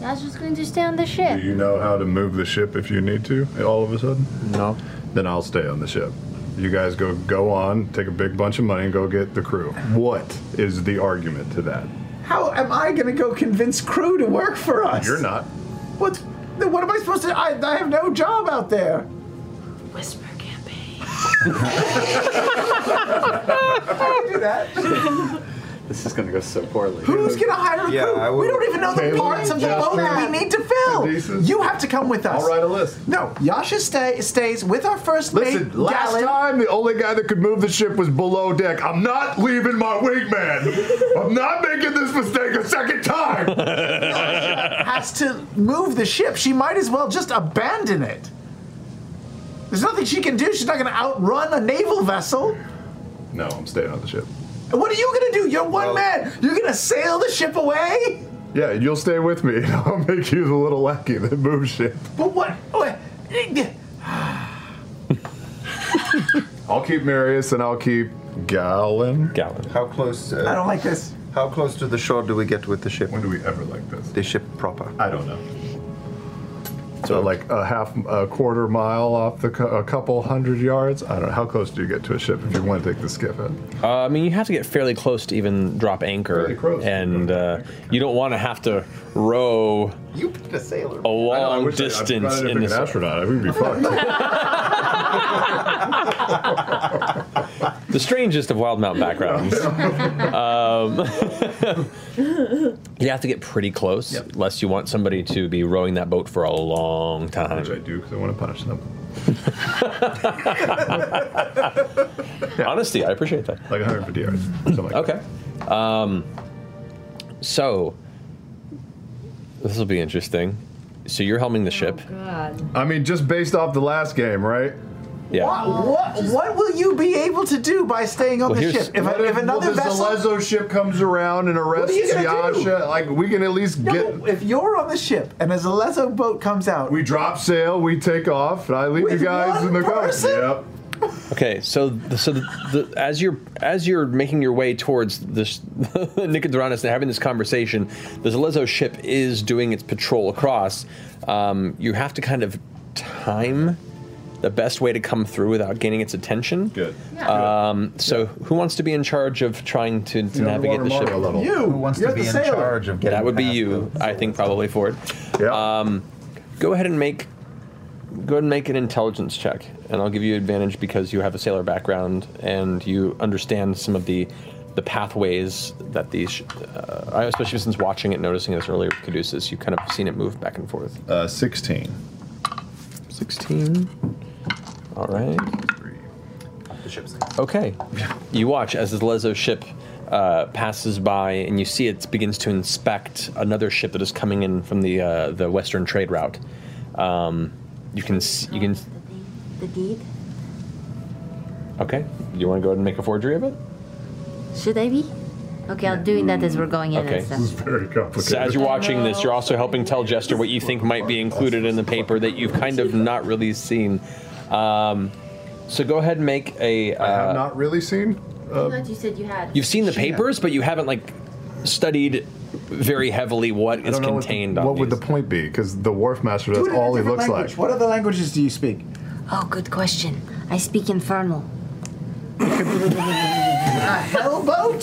Speaker 9: Yasha's going to stay on the ship. (laughs)
Speaker 8: Do you know how to move the ship if you need to? All of a sudden?
Speaker 5: No.
Speaker 8: Then I'll stay on the ship. You guys go go on, take a big bunch of money, and go get the crew. What is the argument to that?
Speaker 7: How am I going to go convince crew to work for us?
Speaker 8: You're not.
Speaker 7: What? Then what am I supposed to? I, I have no job out there.
Speaker 6: Whisper
Speaker 7: How do you do that? (laughs)
Speaker 12: This is going to go so poorly.
Speaker 7: Who's going to hire a
Speaker 12: Yeah,
Speaker 7: crew?
Speaker 12: I
Speaker 7: we
Speaker 12: would-
Speaker 7: don't even know the
Speaker 12: Caleb,
Speaker 7: parts of the boat that we need to fill. You have to come with us.
Speaker 8: I'll write a list.
Speaker 7: No, Yasha stay, stays with our first
Speaker 8: Listen,
Speaker 7: mate.
Speaker 8: last
Speaker 7: Galen.
Speaker 8: time the only guy that could move the ship was below deck. I'm not leaving my
Speaker 7: (laughs)
Speaker 8: wingman. I'm not making this mistake a second time.
Speaker 7: has to move the ship. She might as well just abandon it. There's nothing she can do. She's not going to outrun a naval vessel.
Speaker 8: No, I'm staying on the ship.
Speaker 7: And What are you going to do? You're one man. You're going to sail the ship away?
Speaker 8: Yeah, you'll stay with me. (laughs) I'll make you the little lackey that moves shit.
Speaker 7: But what? what-
Speaker 8: I'll keep Marius and I'll keep Gallon.
Speaker 5: Gallon.
Speaker 11: How close? Uh,
Speaker 7: I don't like this.
Speaker 11: How close to the shore do we get with the ship? When
Speaker 8: do we ever like this?
Speaker 11: The ship proper.
Speaker 8: I don't know. So like a half, a quarter mile off the, co- a couple hundred yards. I don't know. How close do you get to a ship if you want to take the skiff in?
Speaker 5: Uh, I mean, you have to get fairly close to even drop anchor, and uh, you don't want to have to row
Speaker 7: You put a sailor.
Speaker 5: a long
Speaker 8: wish I- I'd
Speaker 5: distance
Speaker 8: rather
Speaker 5: in
Speaker 8: pick
Speaker 5: this
Speaker 8: an astronaut. I would
Speaker 7: (laughs)
Speaker 8: be fucked.
Speaker 5: the strangest of wild mount backgrounds.
Speaker 8: (laughs)
Speaker 5: um, (laughs) you have to get pretty close, unless you want somebody to be rowing that boat for a long time. Which
Speaker 8: I do because I want to punish them.
Speaker 5: (laughs) Honesty, I appreciate that.
Speaker 8: Like 150 yards.
Speaker 5: okay. Um, so this will be interesting. So you're helming the ship.
Speaker 21: God.
Speaker 8: I mean, just based off the last game, right?
Speaker 5: Yeah.
Speaker 7: What, what, what will you be able to do by staying on
Speaker 8: Well,
Speaker 7: the
Speaker 8: here's-
Speaker 7: ship? If,
Speaker 8: what
Speaker 7: if,
Speaker 8: if-
Speaker 7: another
Speaker 8: what if
Speaker 7: vessel.
Speaker 8: Zalezo ship comes around and
Speaker 7: What are you
Speaker 8: arrests
Speaker 7: gonna do?
Speaker 8: Yasha, like we can at least
Speaker 7: No,
Speaker 8: get.
Speaker 7: if you're on the ship and a Zalezo boat comes out,
Speaker 8: We drop sail, we take off, and I leave
Speaker 7: With
Speaker 8: you guys
Speaker 7: one
Speaker 8: in the car.
Speaker 7: person?
Speaker 8: Yep.
Speaker 5: Okay, so the, so the, the, as you're as you're making your way towards this (laughs) Nicodoranus and having this conversation, the Zalezo ship is doing its patrol across. Um, you have to kind of time the best way to come through without gaining its attention. Good. Um, so who wants to be in charge of trying to, to
Speaker 8: know,
Speaker 5: navigate the
Speaker 8: water
Speaker 5: ship?
Speaker 8: Mario level. You!
Speaker 11: Who wants to You're be the in sailor. charge of
Speaker 5: That
Speaker 11: getting
Speaker 5: would be
Speaker 11: past
Speaker 5: you, I think, probably Ford. Yeah. Um, go ahead and make Go ahead and make an intelligence check, and I'll give you advantage because you have a sailor background and you understand some of the the pathways that these, uh, I- especially since watching it, noticing this earlier with Caduceus, you've kind of seen it move back and forth.
Speaker 8: Uh, 16.
Speaker 5: 16. All right. Okay. You watch as this Lezo ship uh, passes by, and you see it begins to inspect another ship that is coming in from the uh, the western trade route. Um, you can s- you can.
Speaker 9: The deed.
Speaker 5: Okay. You want to go ahead and make a forgery of it?
Speaker 9: Should I be? Okay, I'm doing that as we're going in.
Speaker 5: Okay.
Speaker 9: And stuff.
Speaker 8: very complicated.
Speaker 5: So as you're watching this, you're also helping tell Jester what you think might be included in the paper that you've kind of not really seen. Um, So go ahead and make a. Uh, I have
Speaker 8: not really seen.
Speaker 7: Uh,
Speaker 9: thought you said you had.
Speaker 5: You've seen the papers, but you haven't like studied very heavily what is contained
Speaker 8: what,
Speaker 5: on
Speaker 8: would the point be? Because the Wharf Master, that's all he looks like.
Speaker 9: What
Speaker 8: other languages do you speak?
Speaker 9: Oh, good question. I
Speaker 7: (laughs)
Speaker 9: speak infernal.
Speaker 7: A
Speaker 9: (laughs)
Speaker 7: hellboat?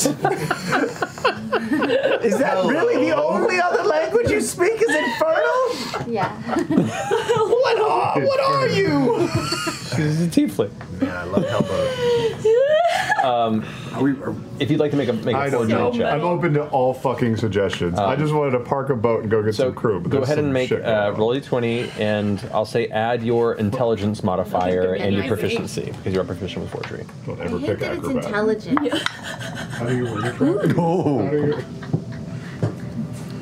Speaker 7: is that really the only other language you speak? Is infernal?
Speaker 9: Yeah.
Speaker 7: (laughs) what are what are you?
Speaker 5: (laughs) She's a tiefling.
Speaker 8: Yeah, I love
Speaker 5: Hellboat. um, if you'd like to make a make a
Speaker 8: I don't know.
Speaker 5: fortune check,
Speaker 8: I'm open to all fucking suggestions. I
Speaker 5: Um,
Speaker 8: just wanted to park a boat and go get some crew. But
Speaker 5: go
Speaker 8: there's
Speaker 5: ahead and
Speaker 8: some
Speaker 5: make
Speaker 8: shit going
Speaker 5: uh, roll a twenty, and I'll say add your intelligence modifier and your
Speaker 9: I see.
Speaker 5: proficiency because you're proficient with forgery. Don't
Speaker 9: I hate that it's (laughs) intelligent.
Speaker 8: How do you (laughs)
Speaker 12: No.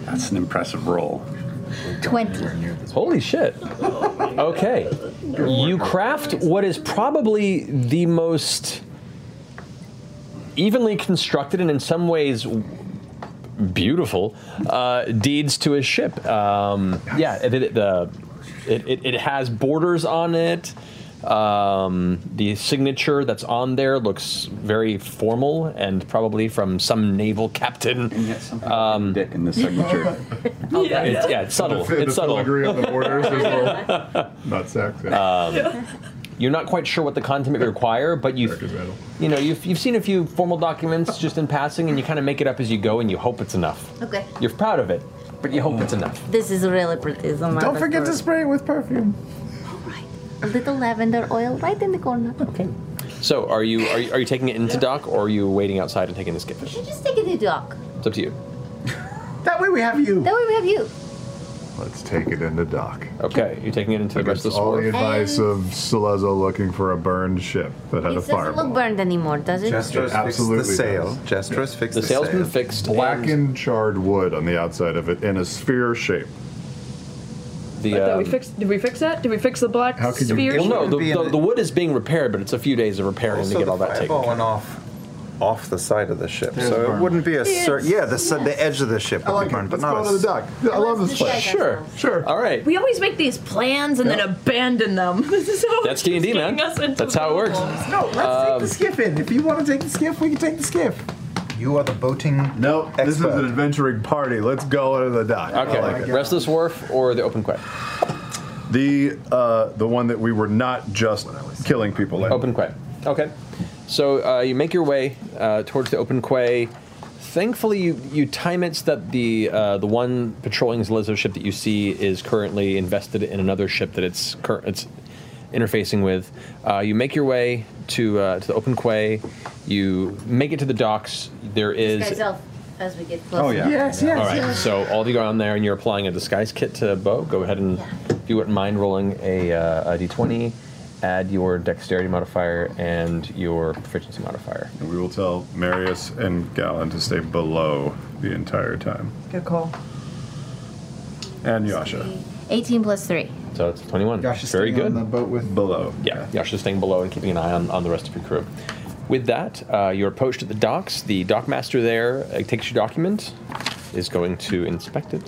Speaker 12: That's an impressive roll.
Speaker 9: 20.
Speaker 5: Holy shit. Okay. You craft what is probably the most evenly constructed and in some ways beautiful uh, deeds to his ship. Um, yeah, it, it, the, it, it, it has borders on it. Um, the signature that's on there looks very formal and probably from some naval captain. And yet um, dick in the (laughs)
Speaker 12: signature.
Speaker 5: yeah, it's, yeah, it's subtle.
Speaker 8: The- the
Speaker 5: it's subtle.
Speaker 8: filigree on the borders is a
Speaker 5: (laughs)
Speaker 8: little- not sexy.
Speaker 5: Um, you're not quite sure what the content may require, but you've, you know, you've, you've seen a few formal documents just in passing, and you kind of make it up as you go, and you hope it's enough.
Speaker 9: Okay.
Speaker 5: You're proud of it, but you hope it's enough.
Speaker 9: This is really pretty. It's on my
Speaker 7: Don't forget to
Speaker 9: best
Speaker 7: spray it with perfume.
Speaker 9: word. A little lavender oil right in the corner.
Speaker 5: Okay. So, are you are you, are you taking it into dock, or are you waiting outside and taking the skip? It's
Speaker 9: Just take it to dock.
Speaker 5: up to you.
Speaker 7: That way we have you.
Speaker 9: That way we have you.
Speaker 8: Let's take it into dock.
Speaker 5: Okay, you're taking it into the rest of the
Speaker 8: all
Speaker 5: sword.
Speaker 8: the advice of Salezzo looking for a burned ship that
Speaker 9: It
Speaker 8: had a
Speaker 9: doesn't
Speaker 8: fireball.
Speaker 9: look burned anymore, does it?
Speaker 8: Jestrus fixed
Speaker 9: The the sail's sail. been
Speaker 5: fixed.
Speaker 8: Blackened charred wood on the outside of it in a sphere shape.
Speaker 5: The, um,
Speaker 21: Did we fix? Did we fix that? Did we fix the black
Speaker 8: How could you-
Speaker 21: sphere?
Speaker 5: Well, no, the,
Speaker 21: shape?
Speaker 5: the, the wood is being repaired, but it's a few days of repairing
Speaker 11: Also,
Speaker 5: to get
Speaker 11: the
Speaker 5: all that taken.
Speaker 11: fireball
Speaker 5: care of.
Speaker 11: went off off the side of the ship,
Speaker 5: There's
Speaker 11: so
Speaker 5: burn.
Speaker 11: it wouldn't be a
Speaker 5: It's-
Speaker 11: certain. Yeah, the, si- the edge of the ship
Speaker 5: I
Speaker 11: would
Speaker 5: like
Speaker 11: be
Speaker 5: it.
Speaker 11: burned,
Speaker 5: Let's
Speaker 11: but
Speaker 5: go
Speaker 11: not
Speaker 5: to
Speaker 11: as-
Speaker 5: the dock.
Speaker 8: I love this place.
Speaker 5: Sure, sure. All right.
Speaker 21: We always make these plans and then abandon them. (laughs) This is so
Speaker 5: That's D&D, man.
Speaker 21: Us into
Speaker 5: That's how it works. Uh,
Speaker 7: No, let's take
Speaker 6: Um,
Speaker 7: the skiff in. If you want to take the skiff, we can take the skiff.
Speaker 8: You are the boating. No, this is an adventuring party. Let's go to the dock.
Speaker 5: Okay, Restless Wharf or the Open Quay?
Speaker 8: The uh, the one that we were not just killing people in.
Speaker 5: Open Quay. Okay. So uh, you make your way uh, towards the open quay. Thankfully, you, you time it so that the uh, the one patrolling Zalizo ship that you see is currently invested in another ship that it's cur- it's interfacing with. Uh, you make your way to uh, to the open quay. You make it to the docks. There is
Speaker 9: Disguise elf as we get closer.
Speaker 5: Oh, all right. So all of you go on there, and you're applying a disguise kit to Bo. Go ahead and, if you wouldn't mind, rolling a, uh, a d20. Add your dexterity modifier and your proficiency modifier.
Speaker 8: And we will tell Marius and Galen to stay below the entire time.
Speaker 21: Good call.
Speaker 7: (laughs)
Speaker 8: And Yasha.
Speaker 9: 18 plus 3.
Speaker 5: So it's 21. Very good. On the
Speaker 8: boat with below.
Speaker 5: Yeah, Yasha's staying below and keeping an eye on, on the rest of your crew. With that, uh, you're approached at the docks. The dockmaster there uh, takes your document, is going to inspect it,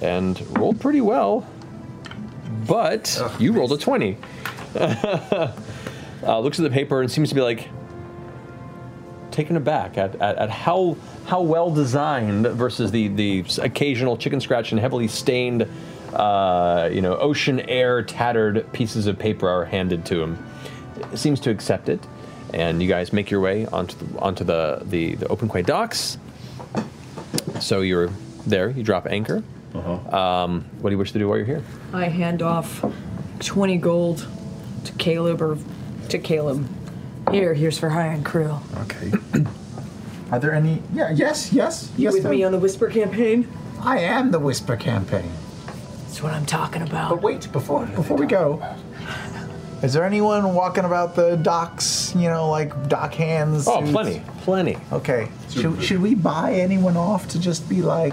Speaker 5: and rolled pretty well, but you rolled a 20. (laughs) uh, looks at the paper and seems to be like taken aback at, at, at how how well designed versus the the occasional chicken scratch and heavily stained uh, you know ocean air tattered pieces of paper are handed to him. Seems to accept it, and you guys make your way onto the, onto the the, the open quay docks. So you're there. You drop anchor. Uh-huh. Um, what do you wish to do while you're here?
Speaker 21: I hand off 20 gold to Caleb or to Caleb. Here, here's for hiring crew.
Speaker 7: Okay. (coughs) Are there any? Yeah. Yes. Yes.
Speaker 21: You
Speaker 7: yes,
Speaker 21: with me on the Whisper campaign?
Speaker 7: I am the Whisper campaign.
Speaker 21: That's what I'm talking about.
Speaker 7: But wait, before before we go, is there anyone walking about the docks? You know, like dock hands.
Speaker 5: Oh,
Speaker 7: suits?
Speaker 5: plenty, plenty.
Speaker 7: Okay. Should, should we buy anyone off to just be like,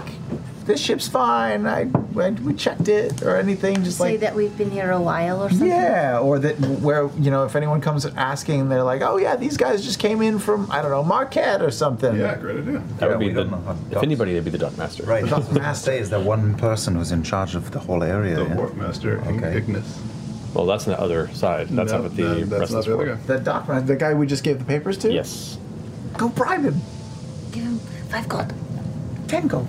Speaker 7: this ship's fine. I, I we checked it or anything. Just
Speaker 9: Say
Speaker 7: like
Speaker 9: that we've been here a while or something.
Speaker 7: Yeah, or that where you know if anyone comes asking, they're like, "Oh yeah, these guys just came in from I don't know Marquette or something."
Speaker 8: Yeah, great idea.
Speaker 5: That would be the if anybody, that'd be the duck master.
Speaker 11: Right. That's what I say is that one person was in charge of the whole area. The yeah?
Speaker 8: Wharfmaster,
Speaker 11: okay.
Speaker 8: Ignis.
Speaker 5: Well, that's on the other side. That's
Speaker 7: No,
Speaker 5: up at the
Speaker 7: no,
Speaker 5: no,
Speaker 7: that's not
Speaker 5: Restless
Speaker 7: the other
Speaker 5: World.
Speaker 7: That doctor, the guy we just gave the papers to?
Speaker 5: Yes.
Speaker 7: Go bribe him.
Speaker 9: Give him five gold.
Speaker 7: Ten gold.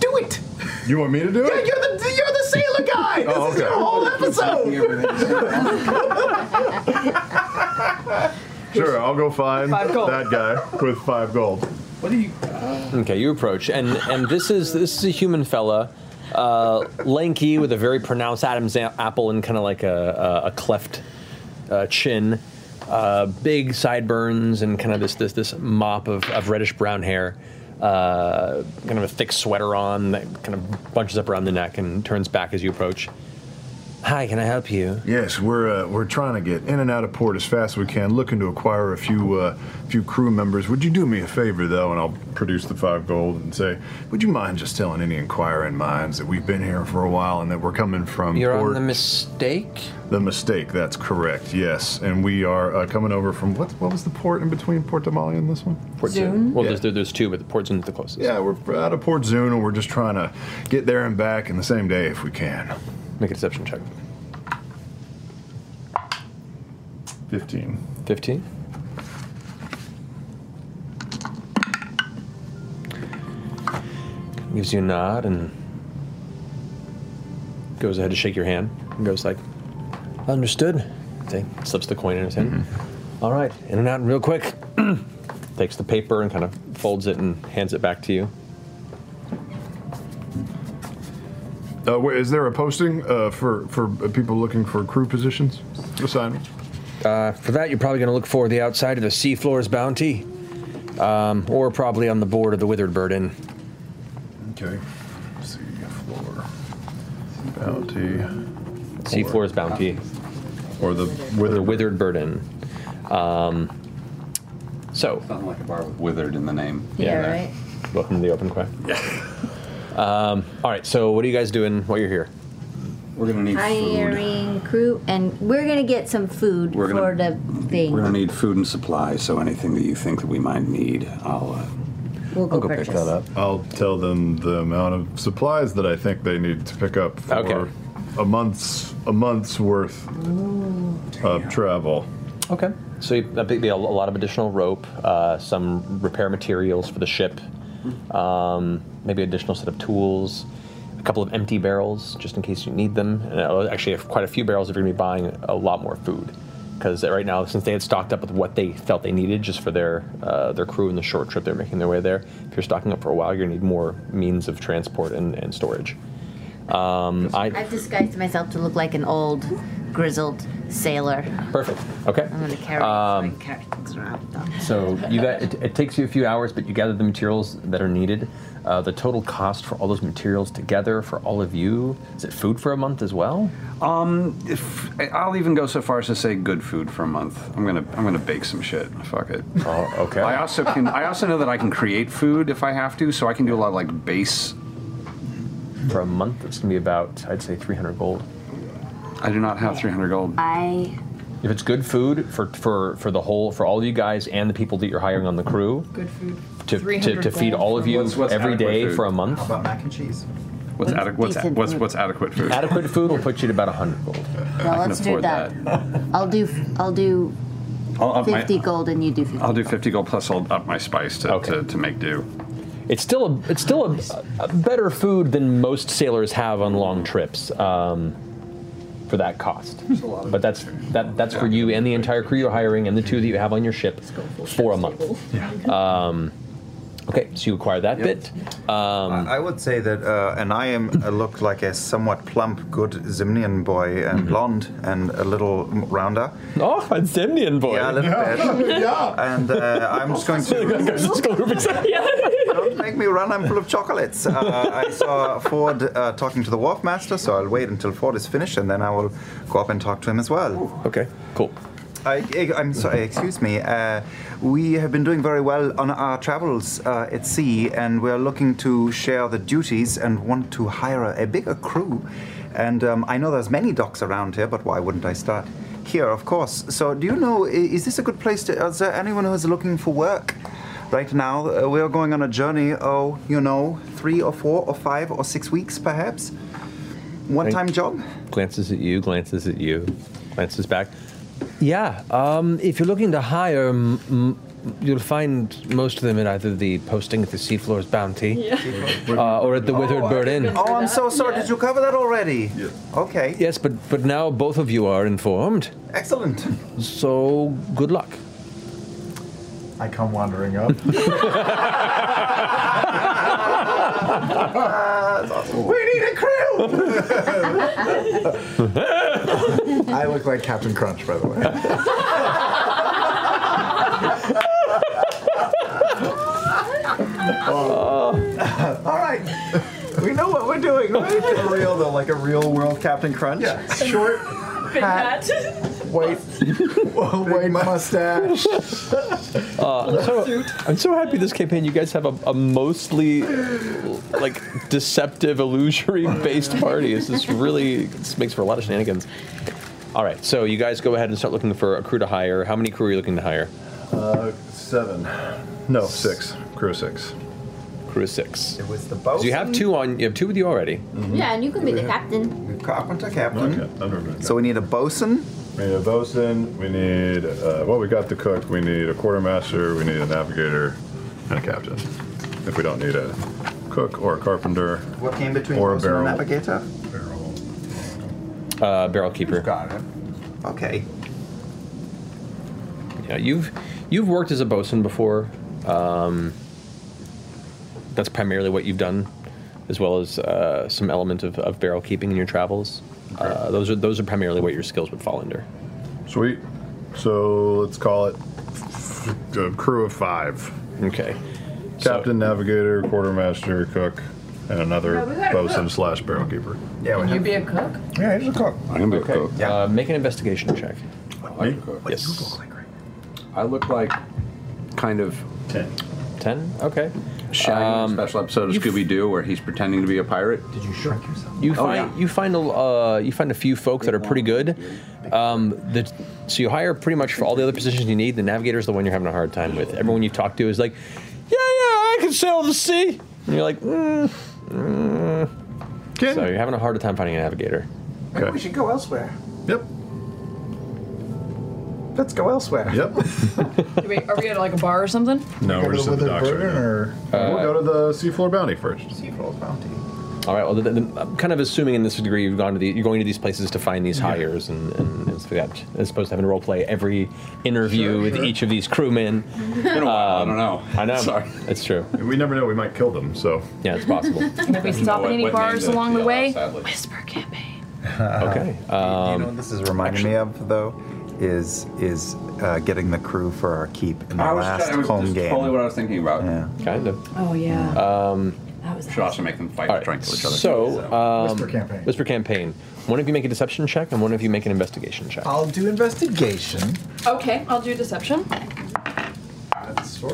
Speaker 7: Do it!
Speaker 8: You want me to do
Speaker 7: Yeah,
Speaker 8: it?
Speaker 7: you're the, you're the sailor guy! (laughs) This
Speaker 8: Oh,
Speaker 7: is your
Speaker 8: okay. (laughs)
Speaker 7: whole
Speaker 5: (laughs)
Speaker 7: episode!
Speaker 8: Sure, I'll go find
Speaker 7: Five gold.
Speaker 8: that guy with five gold.
Speaker 7: what do you.
Speaker 5: Okay, you approach, and and this is this is a human fella, uh, lanky with a very pronounced Adam's a- apple and kind of like a, a, a cleft uh, chin, uh, big sideburns, and kind of this this this mop of, of reddish brown hair, uh, kind of a thick sweater on that kind of bunches up around the neck and turns back as you approach. Hi, can I help you?
Speaker 8: Yes, we're uh, we're trying to get in and out of port as fast as we can, looking to acquire a few uh, few crew members. Would you do me a favor though, and I'll produce the five gold and say, would you mind just telling any inquiring minds that we've been here for a while and that we're coming from
Speaker 5: You're
Speaker 8: port?
Speaker 5: on the mistake.
Speaker 8: The mistake. That's correct. Yes, and we are uh, coming over from what? What was the port in between Port Damali and this one?
Speaker 5: Port Zune. Well, there's, there- there's two, but the Port Zune's the closest.
Speaker 8: Yeah, we're out of Port Zune, and we're just trying to get there and back in the same day if we can.
Speaker 5: Make a deception check.
Speaker 8: Fifteen.
Speaker 5: Fifteen. Gives you a nod and goes ahead to shake your hand and goes like, "Understood." Thing slips the coin in his hand. All right, in and out real quick. (clears throat) Takes the paper and kind of folds it and hands it back to you.
Speaker 8: Uh, where, is there a posting uh, for for people looking for crew positions? Assignments?
Speaker 5: Uh, for that, you're probably going to look for the outside of the seafloor's bounty, um, or probably on the board of the Withered Bird Inn.
Speaker 8: Okay. Seafloor bounty.
Speaker 5: Seafloor's bounty,
Speaker 8: or the
Speaker 5: Withered, Bird Inn. Um, so,
Speaker 12: Something like a bar with withered in the name.
Speaker 24: right.
Speaker 5: Welcome to the open quest. um, all right. So, what are you guys doing while you're here?
Speaker 12: We're gonna need.
Speaker 9: Hiring crew, and we're gonna get some food
Speaker 12: We're
Speaker 9: for
Speaker 12: gonna-
Speaker 9: the thing.
Speaker 12: We're gonna need food and supplies, so anything that you think that we might need, I'll. Uh,
Speaker 9: We'll go,
Speaker 12: I'll go pick
Speaker 9: purchase.
Speaker 12: that up.
Speaker 8: I'll tell them the amount of supplies that I think they need to pick up for
Speaker 5: Okay.
Speaker 8: a month's a
Speaker 12: (laughs)
Speaker 8: month's worth of Uh, travel.
Speaker 5: Okay. So, you- that'd be a lo- a lot of additional rope, uh, some repair materials for the ship, um, maybe additional set of tools, a couple of empty barrels just in case you need them. And uh, actually, quite a few barrels if you're going to be buying a lot more food. Because right now, since they had stocked up with what they felt they needed just for their uh, their crew and the short trip they're making their way there, if you're stocking up for a while, you're going to need more means of transport and, and storage. Um, I
Speaker 9: I've disguised myself to look like an old, grizzled sailor.
Speaker 5: perfect. Okay.
Speaker 9: I'm gonna carry,
Speaker 5: Um,
Speaker 9: so I can carry things around. with them.
Speaker 5: So you got it, it takes you a few hours, but you gather the materials that are needed. Uh, the total cost for all those materials together for all of you is it food for a month as well?
Speaker 12: Um, if I'll even go so far as to say good food for a month. I'm gonna I'm gonna bake some shit. Fuck it.
Speaker 5: Oh, okay.
Speaker 12: I also can I also know that I can create food if I have to, so I can do a lot of like base.
Speaker 5: For a month, it's gonna be about I'd say 300 gold.
Speaker 12: I do not have 300 gold.
Speaker 9: I
Speaker 5: If it's good food for for for the whole for all of you guys and the people that you're hiring on the crew
Speaker 6: Good food.
Speaker 5: to to, to feed all of you
Speaker 12: What's- what's
Speaker 5: every
Speaker 12: adequate
Speaker 5: day
Speaker 12: food?
Speaker 5: for a month.
Speaker 12: How
Speaker 7: about mac and cheese?
Speaker 12: What's adequate? What's,
Speaker 9: decent
Speaker 12: what's
Speaker 9: food?
Speaker 12: what's adequate food?
Speaker 5: Adequate food will put you to about 100 gold.
Speaker 12: (laughs)
Speaker 9: Well, let's do that. I'll do. I'll do
Speaker 12: I'll up my-
Speaker 9: fifty gold, and you do fifty.
Speaker 12: I'll
Speaker 9: (laughs)
Speaker 12: do 50 gold plus I'll up my spice to, to, to make do.
Speaker 5: It's still a it's still a, a better food than most sailors have on long trips um, for that cost. But that's that that's for you and the entire crew you're hiring and the two that you have on your ship for a month. Um, okay, so you acquire that bit. Um,
Speaker 11: I would say that, uh, and I am uh, look like a somewhat plump, good Zimnian boy, and blonde, and a little m- rounder.
Speaker 5: Mm-hmm. Oh, a Zimnian boy.
Speaker 11: Yeah, a little
Speaker 5: Yeah.
Speaker 11: bit.
Speaker 5: Yeah.
Speaker 11: And uh, I'm just going
Speaker 5: to.
Speaker 11: Don't
Speaker 9: (laughs)
Speaker 11: make me run. I'm full of chocolates. Uh, I saw Ford uh, talking to the wharf master, so I'll wait until Ford is finished, and then I will go up and talk to him as well.
Speaker 5: Okay, cool.
Speaker 11: I, I- I'm sorry. Excuse me. Uh, we have been doing very well on our travels uh, at sea, and we are looking to share the duties and want to hire a bigger crew. And um, I know there's many docks around here, but why wouldn't I start here? Of course. So, do you know? i- Is this a good place to? Is there anyone who is looking for work? Right now, uh, we are going on a journey. Oh, you know, three or four or five or six weeks, perhaps. One time job? (laughs)
Speaker 5: Glances at you, glances at you, glances back. Yeah, um, if you're looking to hire, m- m- you'll find most of them in either the posting at the Seafloor's Bounty uh, or at the Withered Bird Inn.
Speaker 20: Oh, I'm so sorry. Did you cover that already? Yeah. Okay.
Speaker 5: Yes, but but now both of you are informed.
Speaker 20: Excellent.
Speaker 5: So good luck.
Speaker 7: I come wandering
Speaker 5: (laughs)
Speaker 7: up.
Speaker 25: We need a
Speaker 12: (laughs)
Speaker 25: crew!
Speaker 7: I look like Captain Crunch, by the way.
Speaker 5: Oh.
Speaker 25: All right. We know what we're doing, right?
Speaker 13: For real though, like a real world Captain Crunch. Yeah.
Speaker 7: Short hat,
Speaker 13: (laughs)
Speaker 7: white, white mustache.
Speaker 5: Uh, so, I'm so happy this campaign. You guys have a, a mostly like deceptive, illusory-based party. This is really this makes for a lot of shenanigans. All right, so you guys go ahead and start looking for a crew to hire. How many crew are you looking to hire?
Speaker 8: Uh, seven. No, six. Crew six.
Speaker 5: Crew six.
Speaker 8: It was
Speaker 20: the
Speaker 5: So you have two on. You have two with you already.
Speaker 9: (laughs) Yeah, and you can be the captain.
Speaker 8: Carpenter captain. So we need a bosun. We need a bosun. We need uh, well, we got the cook. We need a quartermaster. We need a navigator, and a captain. If we don't need a cook or a carpenter,
Speaker 11: What came between
Speaker 8: or a
Speaker 11: Bosun and
Speaker 8: barrel.
Speaker 11: (laughs) Navigator?
Speaker 5: Uh, barrel keeper.
Speaker 11: Got it. Okay.
Speaker 5: Yeah, you've you've worked as a bosun before. Um, that's primarily what you've done, as well as uh, some element of, of barrel keeping in your travels. Uh, those are those are primarily what your skills would fall under.
Speaker 8: Sweet. So let's call it a crew of five.
Speaker 5: Okay.
Speaker 8: Captain, navigator, quartermaster, cook, and another
Speaker 21: Oh, we got a
Speaker 8: bosun
Speaker 21: cook.
Speaker 8: slash barrel keeper.
Speaker 21: Yeah, Can you be a cook?
Speaker 8: Yeah, he's a cook.
Speaker 12: I can be a cook.
Speaker 5: Uh, make an investigation check.
Speaker 12: I can cook.
Speaker 5: yes.
Speaker 12: I look like kind of
Speaker 8: ten.
Speaker 5: Ten? Okay. Um,
Speaker 12: Shaggy special episode of Scooby Doo where he's pretending to be a pirate. Oh, Did
Speaker 5: you
Speaker 12: shrink yourself?
Speaker 5: You find you find a uh, you find a few folk that are pretty good. Um, the, so you hire pretty much for all the other positions you need. The navigator is the one you're having a hard time with. Everyone you talk to is like, yeah, yeah, I can sail the sea. And you're like, mm, mm. so you're having a harder time finding a navigator.
Speaker 7: Maybe we should go elsewhere.
Speaker 8: Yep.
Speaker 7: Let's go elsewhere.
Speaker 8: Yep.
Speaker 21: Do we- Are we at like a bar or something?
Speaker 8: No,
Speaker 7: Go
Speaker 8: we're
Speaker 7: to
Speaker 8: just at the Uh,
Speaker 7: Withered
Speaker 8: docks right
Speaker 7: Bird
Speaker 8: now.
Speaker 7: or-
Speaker 5: Uh,
Speaker 8: we'll go to the Seafloor Bounty first.
Speaker 7: Seafloor Bounty.
Speaker 5: All right. Well, the, the, I'm kind of assuming in this degree you've gone to the, you're going to these places to find these hires and, and, and stuff like that, as opposed to having to role play every interview
Speaker 8: Sure,
Speaker 5: with
Speaker 8: sure.
Speaker 5: each of these crewmen.
Speaker 8: Been a while, I
Speaker 5: Um,
Speaker 8: don't know.
Speaker 5: I know.
Speaker 8: Sorry.
Speaker 5: It's true.
Speaker 8: We never know. We might kill them. So
Speaker 5: yeah,
Speaker 11: (laughs)
Speaker 21: (laughs)
Speaker 5: it's possible.
Speaker 21: If we stop at any bars along the way, whisper campaign.
Speaker 5: okay. um,
Speaker 11: you know what this is reminding me of though is is uh, getting the crew for our keep in the
Speaker 12: I was
Speaker 11: last
Speaker 12: trying- it was
Speaker 11: home
Speaker 12: just
Speaker 11: game.
Speaker 12: totally what I was thinking about.
Speaker 11: Yeah.
Speaker 5: Kind of.
Speaker 21: Oh yeah.
Speaker 5: Um,
Speaker 12: Should also make them fight trying to kill each other.
Speaker 5: So, um,
Speaker 12: Whisper campaign.
Speaker 5: Whisper campaign. One of you make a deception check, and one of you make an investigation check.
Speaker 7: I'll do investigation.
Speaker 21: Okay, I'll do deception.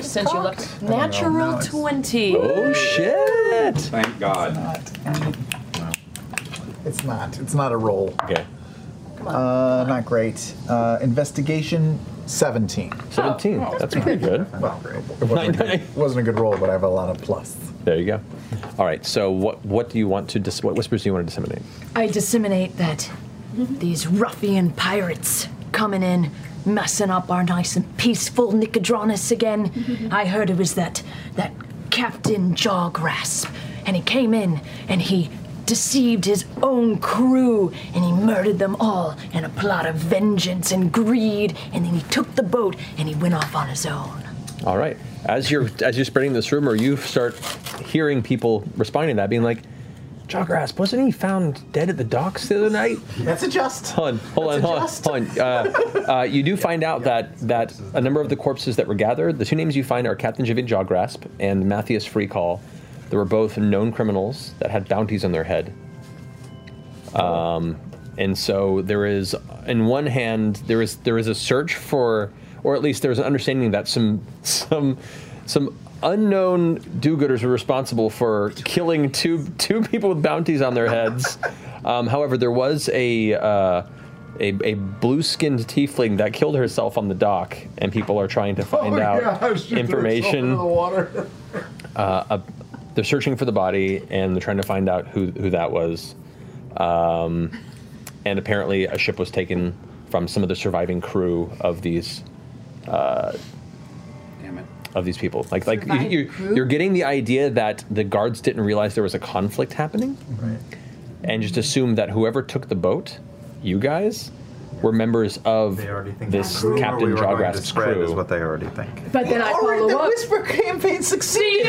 Speaker 21: Since you left,
Speaker 7: know.
Speaker 21: natural twenty.
Speaker 5: Oh shit!
Speaker 12: Thank God.
Speaker 7: It's not. It's not a roll.
Speaker 5: Okay.
Speaker 7: Uh, not great. Uh, investigation seventeen.
Speaker 5: 17.
Speaker 7: Oh,
Speaker 5: That's pretty good.
Speaker 7: Well,
Speaker 5: (laughs)
Speaker 7: it wasn't, a good, wasn't a good roll, but I have a lot of plus.
Speaker 5: There you go. All right. So, what what do you want to dis- what whispers do you want to disseminate?
Speaker 21: I disseminate that these ruffian pirates coming in, messing up our nice and peaceful Nicodranus again. I heard it was that that Captain Jawgrasp, and he came in and he deceived his own crew and he murdered them all in a plot of vengeance and greed and then he took the boat and he went off on his own
Speaker 5: All right. As you're as you're spreading this rumor, you start hearing people responding to that, being like, "Jawgrass, wasn't he found dead at the docks the other night?"
Speaker 7: That's a just.
Speaker 5: Hold on, hold on, hold on, hold on. Uh, uh, you do find out that that a number of the corpses that were gathered, the two names you find are Captain Javid Jawgrasp and Matthias Freecall. They were both known criminals that had bounties on their head. Um, and so there is, in one hand, there is there is a search for, or at least there is an understanding that some some some unknown do-gooders were responsible for killing two two people with bounties on their heads. Um, however, there was a. Uh, a, a blue-skinned tiefling that killed herself on the dock, and people are trying to
Speaker 4: Oh
Speaker 5: find out
Speaker 4: (laughs)
Speaker 5: information
Speaker 7: water.
Speaker 5: uh, a, they're searching for the body and they're trying to find out who, who that was. Um, and apparently, a ship was taken from some of the surviving crew of these. Uh,
Speaker 12: Damn it.
Speaker 5: Of these people, like like you,
Speaker 12: Surviving
Speaker 5: you,
Speaker 12: crew?
Speaker 5: you're getting the idea that the guards didn't realize there was a conflict happening,
Speaker 12: Right.
Speaker 5: and just assumed that whoever took the boat, you guys, were members of this
Speaker 11: Rumor
Speaker 5: Captain
Speaker 11: we were going to
Speaker 5: Jawgrass's
Speaker 11: spread
Speaker 5: crew.
Speaker 11: Is what they already think.
Speaker 6: But then I follow
Speaker 7: the
Speaker 6: up.
Speaker 7: whisper campaign
Speaker 6: (laughs)
Speaker 7: succeeded.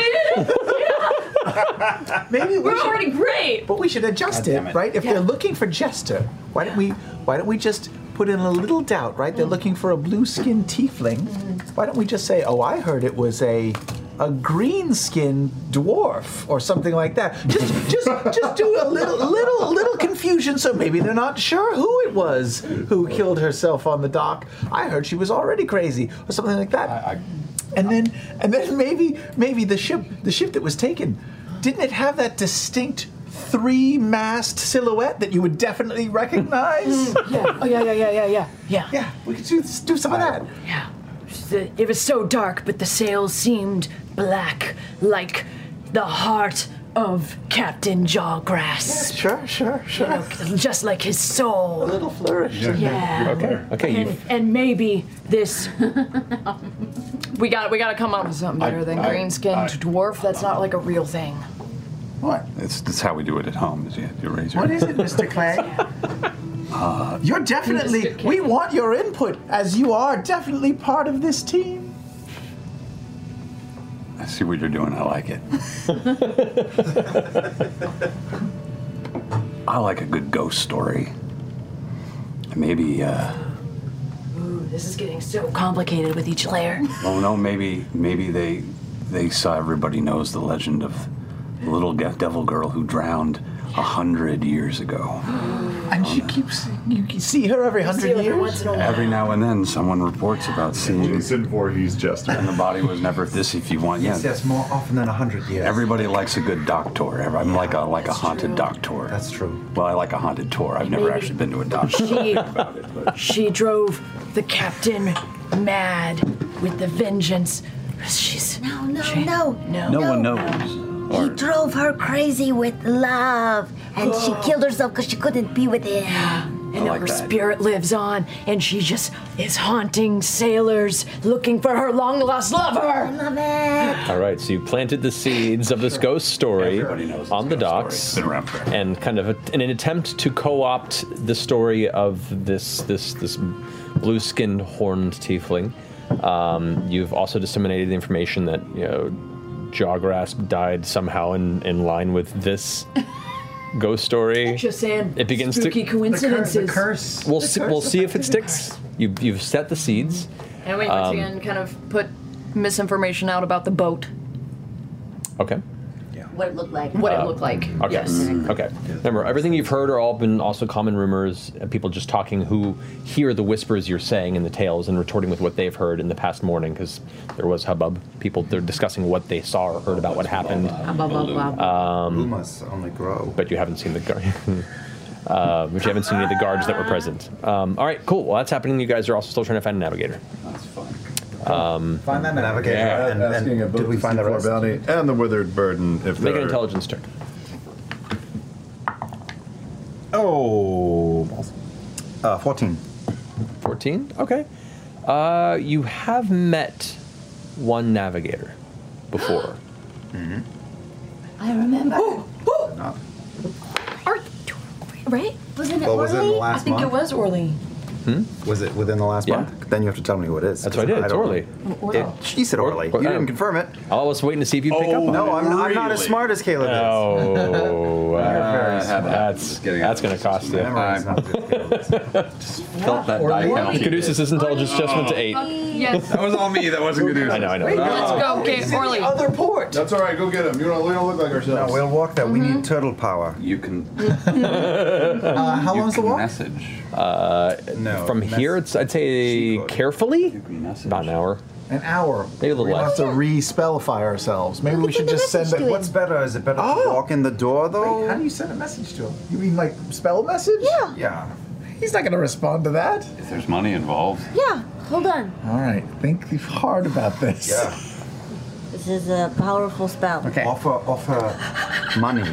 Speaker 7: Maybe we
Speaker 6: We're
Speaker 7: should-
Speaker 6: already great.
Speaker 7: But we should adjust it, right? If they're looking for Jester, why don't we? Why don't we just put in a little doubt, right? They're looking for a blue-skinned tiefling. Why don't we just say, "Oh, I heard it was a." A green-skinned dwarf, or something like that. Just, just, just do a little, little, little confusion, so maybe they're not sure who it was who killed herself on the dock. I heard she was already crazy, or something like that. and then, and then maybe, maybe the ship, the ship that was taken, didn't it have that distinct three mast silhouette that you would definitely recognize?
Speaker 6: yeah. Oh yeah, yeah, yeah, yeah, yeah.
Speaker 21: Yeah.
Speaker 7: Yeah, we could do, do some of that.
Speaker 21: Yeah. The- It was so dark, but the sails seemed black, like the heart of Captain Jawgrass.
Speaker 7: sure, sure,
Speaker 21: sure. just like his soul. A
Speaker 7: little flourish.
Speaker 21: Yeah.
Speaker 5: Okay. Okay. You,
Speaker 21: And, and maybe this.
Speaker 6: (laughs) We got we got to come up with something
Speaker 12: I-
Speaker 6: better than
Speaker 12: I-
Speaker 6: green skinned
Speaker 12: I-
Speaker 6: dwarf. That's not like a real thing.
Speaker 7: What?
Speaker 12: It's, that's how we do it at home. Is you have to raise your-
Speaker 7: What is it, Mr. Clay?
Speaker 12: Uh,
Speaker 7: You're definitely. We want your input, as you are definitely part of this (gasps) team.
Speaker 12: I see what you're doing. I like it. I like a good ghost story. And Maybe, uh,
Speaker 21: Ooh, this is getting so complicated with each layer.
Speaker 12: well, no, maybe, maybe they, they saw everybody knows the legend of the little ge- devil girl who drowned a hundred years ago.
Speaker 7: And she keeps. You can see her every hundred years.
Speaker 12: Every now and then, someone reports about seeing. Jason Voorhees Jester. And the body was never this. If you want, yeah.
Speaker 11: Yes, yes, more often than a hundred years.
Speaker 12: Everybody likes a good doc tour. Every- I'm like a like a haunted doc tour. That's true. Well, I like a haunted tour. I've never
Speaker 21: Maybe-
Speaker 12: actually been to a doc tour.
Speaker 21: She, she drove the captain mad with the vengeance. She's
Speaker 9: no, no, no,
Speaker 21: (laughs) no.
Speaker 12: No one knows.
Speaker 9: He
Speaker 12: Or
Speaker 9: drove her crazy with love, and she killed herself because she couldn't be with him.
Speaker 21: Oh. And her spirit lives on, and she just is haunting sailors looking for her long lost lover.
Speaker 9: Love it.
Speaker 5: all right. So you planted the seeds of this ghost story on the docks, and kind of a, in an attempt to co-opt the story of this this this blue-skinned horned tiefling. Um, you've also disseminated the information that you know Jawgrasp died somehow in in line with
Speaker 21: (laughs)
Speaker 5: this ghost story.
Speaker 21: (laughs) Just saying.
Speaker 5: It begins
Speaker 21: spooky
Speaker 5: to
Speaker 21: coincidences.
Speaker 5: We'll see, we'll see if it sticks. You you've set the seeds.
Speaker 6: And we once
Speaker 5: Um,
Speaker 6: again kind of put misinformation out about the boat,
Speaker 5: Okay.
Speaker 6: what it looked like, what it
Speaker 5: Uh,
Speaker 6: looked like.
Speaker 5: Okay. Mm-hmm.
Speaker 6: Yes.
Speaker 5: Okay. Remember, everything you've heard are all been also common rumors. uh, People just talking who hear the whispers you're saying in the tales and retorting with what they've heard in the past morning because there was hubbub. People they're discussing what they saw or heard about what happened.
Speaker 9: Hubbub, hubbub.
Speaker 5: Um, Rumors only grow. But you haven't seen the guard. (laughs) Uh, but you haven't seen any of the guards that were present. Um, all right, cool. Well, that's happening. You guys are also still trying to find a navigator. That's fun. Um,
Speaker 11: Find that navigator
Speaker 5: yeah.
Speaker 11: and- and
Speaker 8: Asking about
Speaker 11: did we
Speaker 8: the
Speaker 11: find the
Speaker 8: C4
Speaker 11: rest?
Speaker 8: bounty and the withered burden. If
Speaker 5: Make
Speaker 8: there
Speaker 5: an
Speaker 8: are-
Speaker 5: intelligence check.
Speaker 11: Oh, balls. Uh, 14.
Speaker 5: 14? Okay. Uh, you have met one navigator before.
Speaker 11: Mm-hmm.
Speaker 9: I remember.
Speaker 21: (laughs)
Speaker 5: Not-
Speaker 21: Right?
Speaker 9: Wasn't
Speaker 11: Well, was it in the
Speaker 21: Orly?
Speaker 11: last month?
Speaker 21: was Orly.
Speaker 11: Was it within the last month? Then you have to tell me who it is.
Speaker 5: That's what I did. It's Orly.
Speaker 11: It, she said Orly. You didn't confirm it.
Speaker 5: I was waiting to see if you'd pick
Speaker 24: Oh,
Speaker 5: up on it.
Speaker 11: Oh, No, I'm, I'm not as smart as Caleb (laughs) is.
Speaker 5: Oh,
Speaker 11: very
Speaker 5: uh,
Speaker 11: smart.
Speaker 5: that's, that's going to cost you.
Speaker 11: Memory's
Speaker 5: (laughs)
Speaker 12: felt that die penalty.
Speaker 5: Caduceus' intelligence adjustment to eight.
Speaker 6: Yes.
Speaker 12: (laughs) That was all me. That wasn't good news.
Speaker 5: I know, I know.
Speaker 12: Oh,
Speaker 6: go get Orly.
Speaker 7: Other port.
Speaker 8: That's all right. Go get him. You don't, we don't look like
Speaker 11: No,
Speaker 8: ourselves.
Speaker 11: we'll walk there. We
Speaker 9: Mm-hmm.
Speaker 11: need turtle power.
Speaker 12: You can.
Speaker 11: uh, how long's the walk?
Speaker 12: Message.
Speaker 5: Uh,
Speaker 11: No,
Speaker 5: from
Speaker 11: mess-
Speaker 5: here, it's, I'd say carefully, about an hour.
Speaker 7: An hour.
Speaker 5: Maybe a little
Speaker 7: We'll have
Speaker 5: less.
Speaker 7: to re-spellify ourselves. Maybe we should just send it. What's
Speaker 11: better? Is it better to walk in the door, though?
Speaker 7: Wait, how do you send a message to him? You mean like spell message? Yeah.
Speaker 11: Yeah.
Speaker 7: He's not gonna respond to that.
Speaker 12: If there's money involved.
Speaker 9: Yeah, hold on.
Speaker 7: All right, think hard about this. (laughs) Yeah.
Speaker 9: This is a powerful spell.
Speaker 11: Offer, offer money.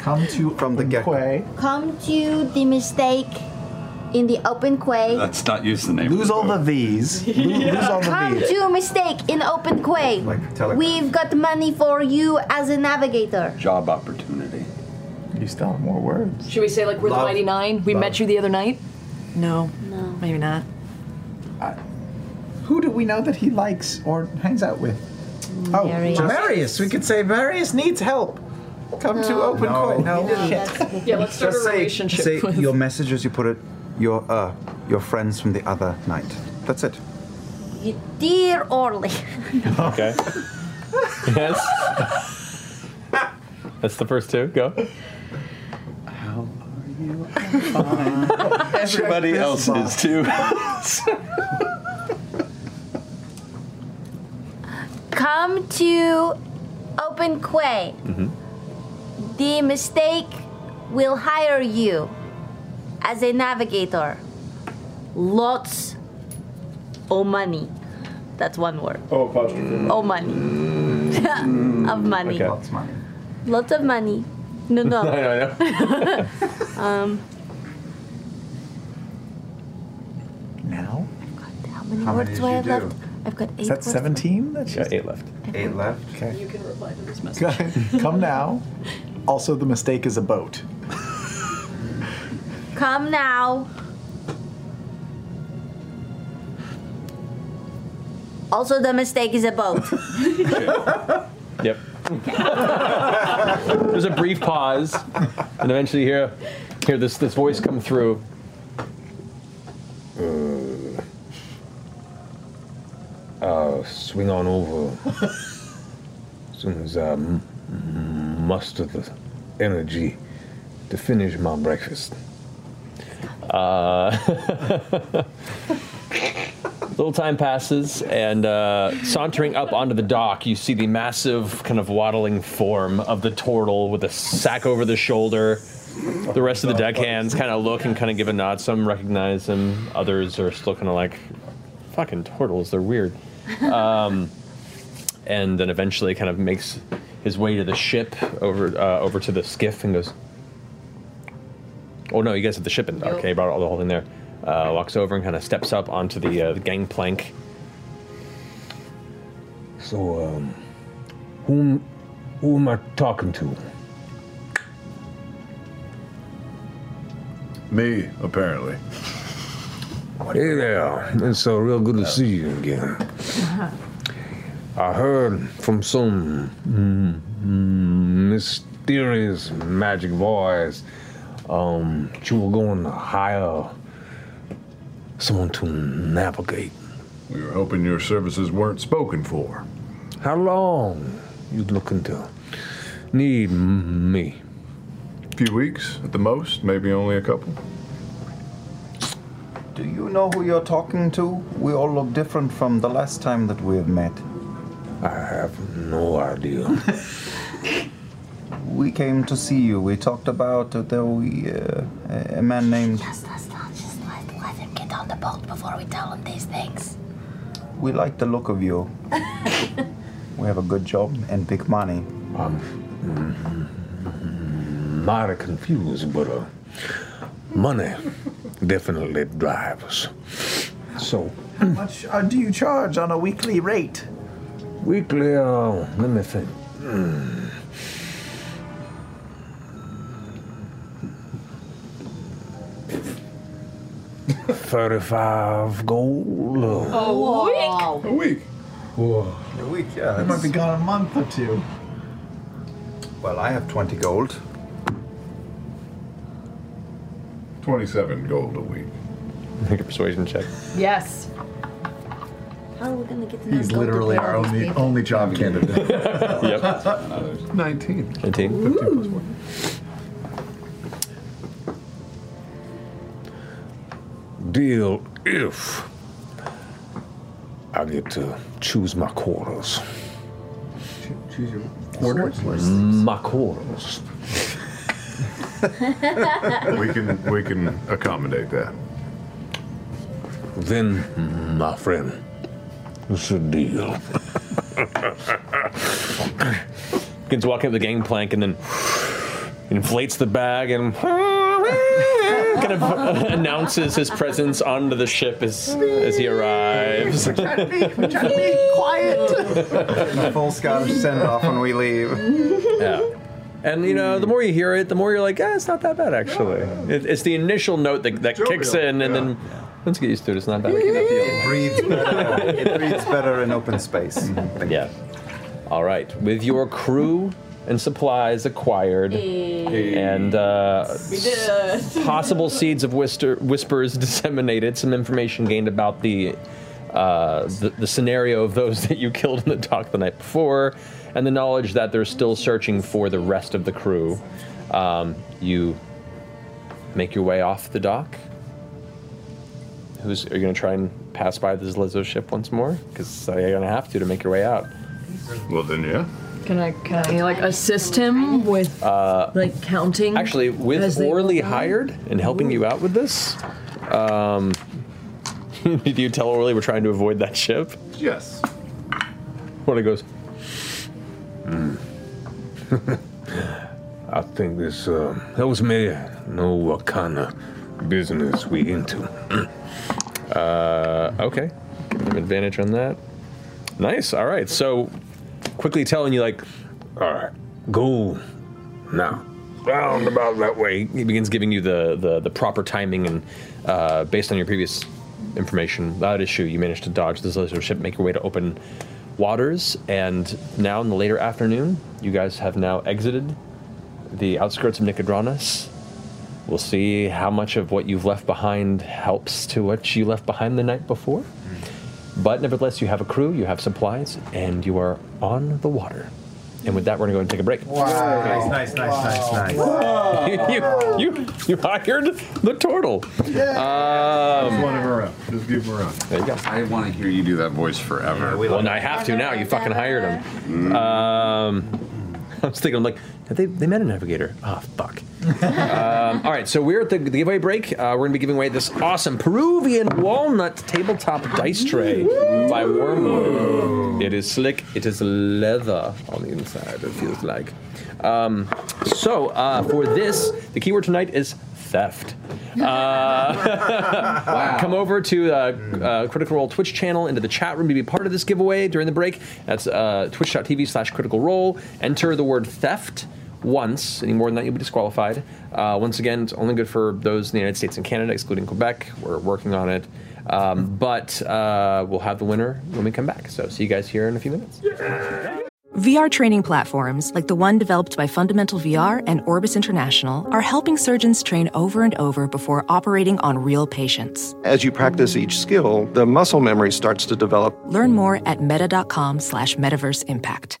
Speaker 7: Come to from the gecko.
Speaker 9: Come to the mistake in the open quay.
Speaker 12: Let's not use the name.
Speaker 26: Lose all the V's. Lo- Lose all
Speaker 9: Come
Speaker 26: the
Speaker 9: to mistake in open quay.
Speaker 12: telegram.
Speaker 9: We've got money for you as a navigator.
Speaker 12: Job opportunity.
Speaker 7: You still have more words.
Speaker 6: Should we say like we're
Speaker 12: Love.
Speaker 6: the mighty nine? We
Speaker 12: Love.
Speaker 6: met you the other night. No, no, maybe not.
Speaker 7: Who do we know that he likes or hangs out with? Oh,
Speaker 6: Marius.
Speaker 7: Marius. We could say Marius needs help. Come to
Speaker 6: No.
Speaker 7: open
Speaker 11: No.
Speaker 7: quay.
Speaker 11: No.
Speaker 6: Yeah, let's start
Speaker 11: Just
Speaker 6: a
Speaker 11: say-
Speaker 6: relationship
Speaker 11: Say
Speaker 6: with.
Speaker 11: your messages. You put it. Your uh, your friends from the other night. That's
Speaker 24: (laughs)
Speaker 11: it.
Speaker 9: You dear Orly. (laughs)
Speaker 5: Okay. yes. (laughs) That's the first two. Go.
Speaker 12: (laughs) Everybody else is too. (laughs)
Speaker 9: Come to open quay. The mistake will hire you as a navigator. Lots of money. That's one word.
Speaker 8: Oh, apostrophe.
Speaker 9: Oh, money. (laughs) of money.
Speaker 8: Lots of money.
Speaker 9: Lots of money.
Speaker 7: (laughs)
Speaker 9: No, no. (laughs) um,
Speaker 7: Now?
Speaker 9: how many
Speaker 7: How many
Speaker 9: words
Speaker 7: did
Speaker 9: do I
Speaker 7: you
Speaker 9: have
Speaker 7: do?
Speaker 9: left? I've got eight.
Speaker 7: Is that
Speaker 9: words.
Speaker 7: 17? That's
Speaker 5: yeah, eight left.
Speaker 11: Eight left.
Speaker 7: Okay.
Speaker 6: You can reply to this
Speaker 7: Come now. Also, the mistake is a boat.
Speaker 9: Come now. Also, the mistake is a boat.
Speaker 5: Yep. There's a brief pause, and eventually you hear hear this this voice come through.
Speaker 24: Uh, uh, swing on
Speaker 8: (laughs)
Speaker 24: over. as soon as I m- m- muster the energy to finish my breakfast.
Speaker 5: Uh, (laughs) little time passes, and uh, sauntering up onto the dock, you see the massive, kind of waddling form of the turtle with a sack over the shoulder. The rest of the deckhands kind of look and kind of give a nod. Some recognize him, others are still kind of like, fucking turtles, they're weird. Um, and then eventually kind of makes his way to the ship over uh, over to the skiff and goes, Oh no, you guys have the ship in the dock. Okay, brought all the whole thing there. Uh, walks over and kind of steps up onto the, uh, the gangplank. (laughs)
Speaker 24: So, um, whom, who am I talking to?
Speaker 8: Me, apparently.
Speaker 24: Hey there. It's uh, real good to see you again. I heard from some mm, mm, mysterious magic voice um, that you were going to hire someone to navigate.
Speaker 8: We were hoping your services weren't spoken for.
Speaker 24: How long you looking to need m- me?
Speaker 8: A few weeks at the most, maybe only a couple.
Speaker 11: Do you know who you're talking to? We all look different from the last time that we have met.
Speaker 24: I have no idea.
Speaker 11: (laughs) we came to see you. We talked about uh, there we, uh, a- a man named.
Speaker 9: Let's not just let, let him get on the boat before we tell him these things.
Speaker 11: We like the look of you. we have a good job and big money.
Speaker 24: Mighty confused, but uh, money definitely drives. So
Speaker 7: How much uh, do you charge on a weekly rate?
Speaker 24: weekly, uh, let me think. Hmm. Thirty-five gold. uh,
Speaker 8: Oh.
Speaker 7: A week? A week.
Speaker 24: Whoa.
Speaker 11: A week, yeah.
Speaker 7: I might be gone a month or two.
Speaker 11: Well, I have 20 gold.
Speaker 8: 27 gold a week.
Speaker 5: Make a persuasion check.
Speaker 6: Yes.
Speaker 9: How are we gonna get to
Speaker 18: He's literally our only only job candidate.
Speaker 5: (laughs)
Speaker 8: (laughs)
Speaker 5: Yep.
Speaker 8: 19.
Speaker 5: 19.
Speaker 8: 15 plus 1.
Speaker 24: deal if I get to choose my quarters.
Speaker 18: Choose your
Speaker 24: My quarters.
Speaker 8: we can we can accommodate that.
Speaker 24: Then, my friend, it's a
Speaker 18: (laughs)
Speaker 24: deal.
Speaker 5: Begins walking up the gangplank and then inflates the bag and (laughs) kind of (laughs) announces his presence onto the ship as as
Speaker 13: (laughs)
Speaker 5: he arrives.
Speaker 13: A full Scottish send off when we leave.
Speaker 5: yeah. And you know, the more you hear it, the more you're like, ah, it's not that bad actually. It, it's the initial note that, that kicks in, and then once you get used to it, it's not bad.
Speaker 13: It breathes better. It breathes better in open space.
Speaker 5: Mm-hmm. Yeah. All right. With your crew and supplies acquired,
Speaker 22: Hey.
Speaker 5: and uh,
Speaker 22: We did it.
Speaker 5: possible seeds of whisper, whispers disseminated, some information gained about the, uh, the the scenario of those that you killed in the dock the night before, and the knowledge that they're still searching for the rest of the crew. Um, you make your way off the dock. Who's are you going to try and pass by this Lizzo ship once more? Because you're going to have to to make your way out.
Speaker 8: Well, then, yeah.
Speaker 6: Can I can I like assist him with
Speaker 5: Uh,
Speaker 6: like counting?
Speaker 5: Actually,
Speaker 6: as
Speaker 5: with
Speaker 6: they
Speaker 5: Orly
Speaker 6: go by?
Speaker 5: hired and helping you out with this, um, (laughs) did you tell Orly we're trying to avoid that ship?
Speaker 8: Yes.
Speaker 5: Orly goes,
Speaker 18: Hmm. (laughs) I think this uh, helps me know what kind of business we into. (clears throat)
Speaker 5: uh, okay, give him advantage on that. Nice. All right. So quickly telling you like, all right, go now. Round about that way. He begins giving you the the, the proper timing and uh, based on your previous information, without issue, you managed to dodge this laser ship, make your way to open waters, and now in the later afternoon, you guys have now exited the outskirts of Nicodranas. We'll see how much of what you've left behind helps to what you left behind the night before. But nevertheless, you have a crew, you have supplies, and you are on the water. And with that, we're going to go and take a break.
Speaker 13: Nice, nice, nice, nice, nice.
Speaker 5: You, you, you, you hired the turtle. Um,
Speaker 8: Just one of her own. Just give her own.
Speaker 5: There you go.
Speaker 12: I want to hear you do that voice forever.
Speaker 5: well, now I have to now. You fucking hired him. Um, (laughs) I was thinking, I'm like, have they, they met a navigator. Ah, fuck. um, all right, so we're at the, the giveaway break. Uh, we're going to be giving away this awesome Peruvian walnut tabletop dice tray by Wormwood. It is slick, it is leather on the inside, it feels like. Um, so, uh, for this, the keyword tonight is theft. Uh, Come over to uh, uh, Critical Role Twitch channel into the chat room to be part of this giveaway during the break. That's uh, twitch.tv slash critical role. Enter the word theft once. Any more than that, you'll be disqualified. Uh, once again, it's only good for those in the United States and Canada, excluding Quebec. We're working on it. Um, but uh, we'll have the winner when we come back. So, see you guys here in a few minutes.
Speaker 1: VR training platforms like the one developed by Fundamental VR and Orbis International are helping surgeons train over and over before operating on real patients.
Speaker 24: As you practice each skill, the muscle memory starts to develop.
Speaker 1: Learn more at meta.com slash metaverse impact.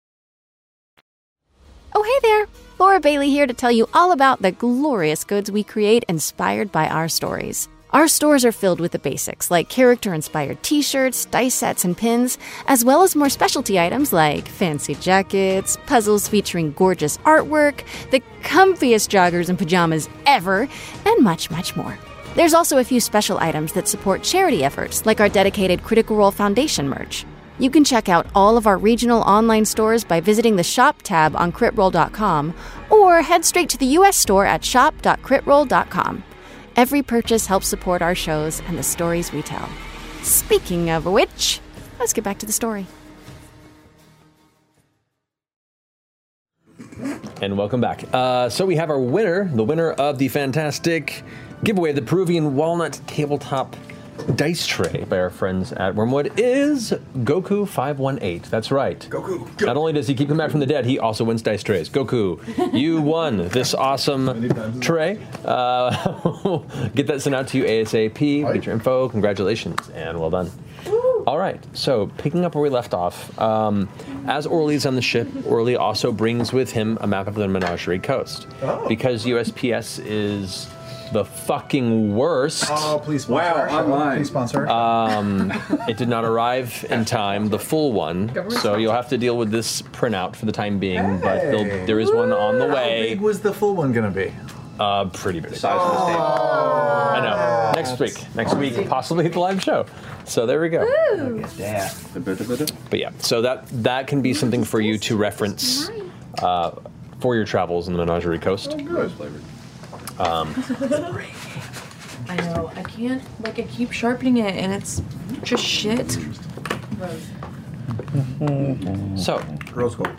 Speaker 27: Oh, hey there! Laura Bailey here to tell you all about the glorious goods we create inspired by our stories. Our stores are filled with the basics, like character inspired t shirts, dice sets, and pins, as well as more specialty items like fancy jackets, puzzles featuring gorgeous artwork, the comfiest joggers and pajamas ever, and much, much more. There's also a few special items that support charity efforts, like our dedicated Critical Role Foundation merch. You can check out all of our regional online stores by visiting the Shop tab on critroll.com or head straight to the U.S. store at shop.critroll.com. Every purchase helps support our shows and the stories we tell. Speaking of which, let's get back to the story.
Speaker 5: And welcome back. Uh, so we have our winner, the winner of the fantastic giveaway, the Peruvian Walnut Tabletop Dice Tray by our friends at Wormwood, is Goku518. That's right. Goku. Not only does he keep him back from the dead, he also wins dice trays. Goku, you won this awesome tray. Uh, (laughs) get that sent out to you ASAP. Get your info. Congratulations, and well done. All right, so picking up where we left off, um, as Orly's on the ship, Orly also brings with him a map of the Menagerie Coast.
Speaker 7: Oh.
Speaker 5: Because USPS is the fucking worst.
Speaker 7: Oh, please sponsor.
Speaker 13: Wow, online.
Speaker 7: Please sponsor.
Speaker 5: Um, it did not arrive in time, the full one.
Speaker 7: Government
Speaker 5: So you'll have to deal with this printout for the time being, but
Speaker 7: Hey.
Speaker 5: there'll- there is one on the
Speaker 7: How
Speaker 5: way.
Speaker 7: big was the full one going to be? Oh,
Speaker 5: Uh, pretty big. I know. Next week, next week, possibly the live show. So there we go.
Speaker 7: Yeah.
Speaker 5: But yeah, so that that can be something for you to reference uh, for your travels in the Menagerie
Speaker 2: Oh,
Speaker 7: Oh,
Speaker 5: Coast. Um,
Speaker 2: I know. I can't. Like I keep sharpening it, and it's just shit.
Speaker 5: so,
Speaker 7: rose gold.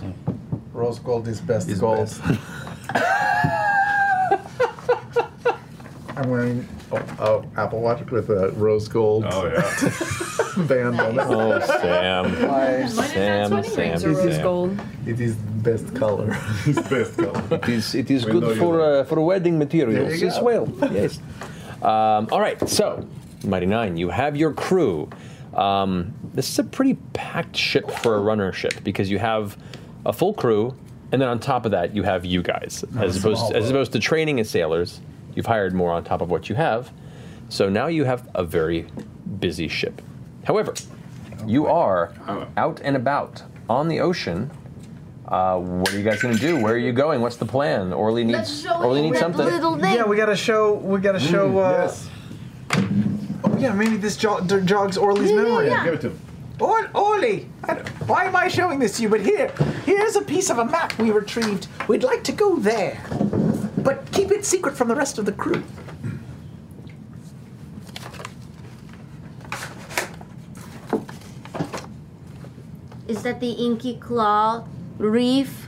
Speaker 7: Rose gold is best gold. I'm wearing oh, oh, Apple Watch with a rose gold. Oh yeah. band on it.
Speaker 5: Oh, Sam. Mine is not Sam, 20 Sam, rings or rose Sam. gold.
Speaker 7: It is best (laughs) color. it's best color.
Speaker 5: it is it is
Speaker 7: We know
Speaker 5: good
Speaker 7: you
Speaker 5: for uh, for wedding materials
Speaker 7: There you
Speaker 5: as
Speaker 7: go.
Speaker 5: well. Yes. Um, all right, so Mighty Nine, you have your crew. Um, this is a pretty packed ship for a runner ship because you have a full crew, and then on top of that, you have you guys.
Speaker 18: Not
Speaker 5: As
Speaker 18: a
Speaker 5: opposed
Speaker 18: small
Speaker 5: as
Speaker 18: boat.
Speaker 5: opposed to training as sailors, you've hired more on top of what you have. So now you have a very busy ship. However, you are out and about on the ocean. Uh, what are you guys going to do? Where are you going? What's the plan? Orly needs.
Speaker 7: Let's show
Speaker 5: Orly
Speaker 7: him that
Speaker 5: needs something.
Speaker 7: little thing. Yeah, we gotta show. We gotta show.
Speaker 5: Mm,
Speaker 7: uh,
Speaker 5: yes.
Speaker 7: Oh yeah, maybe this jog, jogs Orly's memory.
Speaker 8: yeah. Give it to him.
Speaker 7: Or, Orly, I don't- why am I showing this to you? But here, here's a piece of a map we retrieved. We'd like to go there, but keep it secret from the rest of the crew.
Speaker 9: (laughs) Is that the Inky Claw Reef?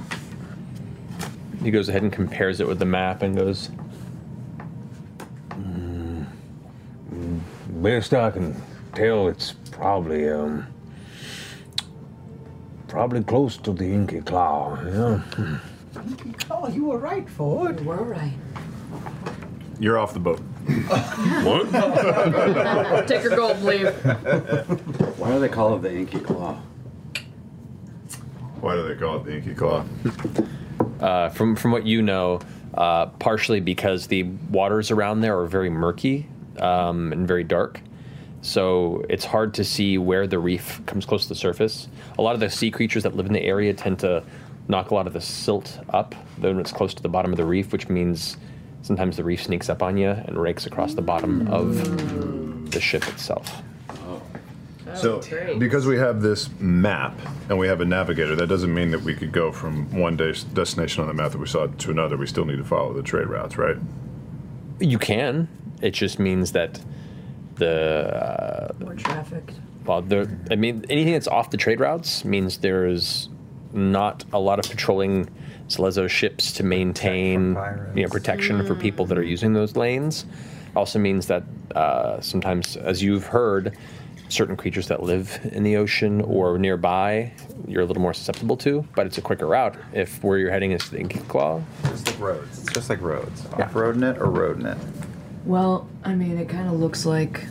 Speaker 5: He goes ahead and compares it with the map and goes. "Hmm,
Speaker 18: mm, Best I can tell, it's probably um, probably close to the Inky Claw. Yeah.
Speaker 7: Oh, you were right, Ford. You were
Speaker 8: (laughs)
Speaker 7: right.
Speaker 8: You're off the boat. what?
Speaker 2: (laughs) Take your gold, leave.
Speaker 12: Why do they call it the Inky Claw?
Speaker 8: Why do they call it the Inky Claw?
Speaker 5: Uh, from from what you know, uh, partially because the waters around there are very murky um, and very dark, so it's hard to see where the reef comes close to the surface. A lot of the sea creatures that live in the area tend to knock a lot of the silt up when it's close to the bottom of the reef, which means sometimes the reef sneaks up on you and rakes across the bottom of the ship itself.
Speaker 8: So, because we have this map and we have a navigator, that doesn't mean that we could go from one des- destination on the map that we saw to another. We still need to follow the trade routes, right?
Speaker 5: You can. It just means that the uh,
Speaker 6: More traffic.
Speaker 5: well, there. I mean, anything that's off the trade routes means there's not a lot of patrolling Celezo ships to maintain you know protection for people that are using those lanes. Also means that uh, sometimes, as you've heard, certain creatures that live in the ocean or nearby, you're a little more susceptible to. But it's a quicker route if where you're heading is the Inky Claw.
Speaker 11: Just like roads. It's just like roads. Off roading it or roading it.
Speaker 6: Well, I mean, it kind of looks like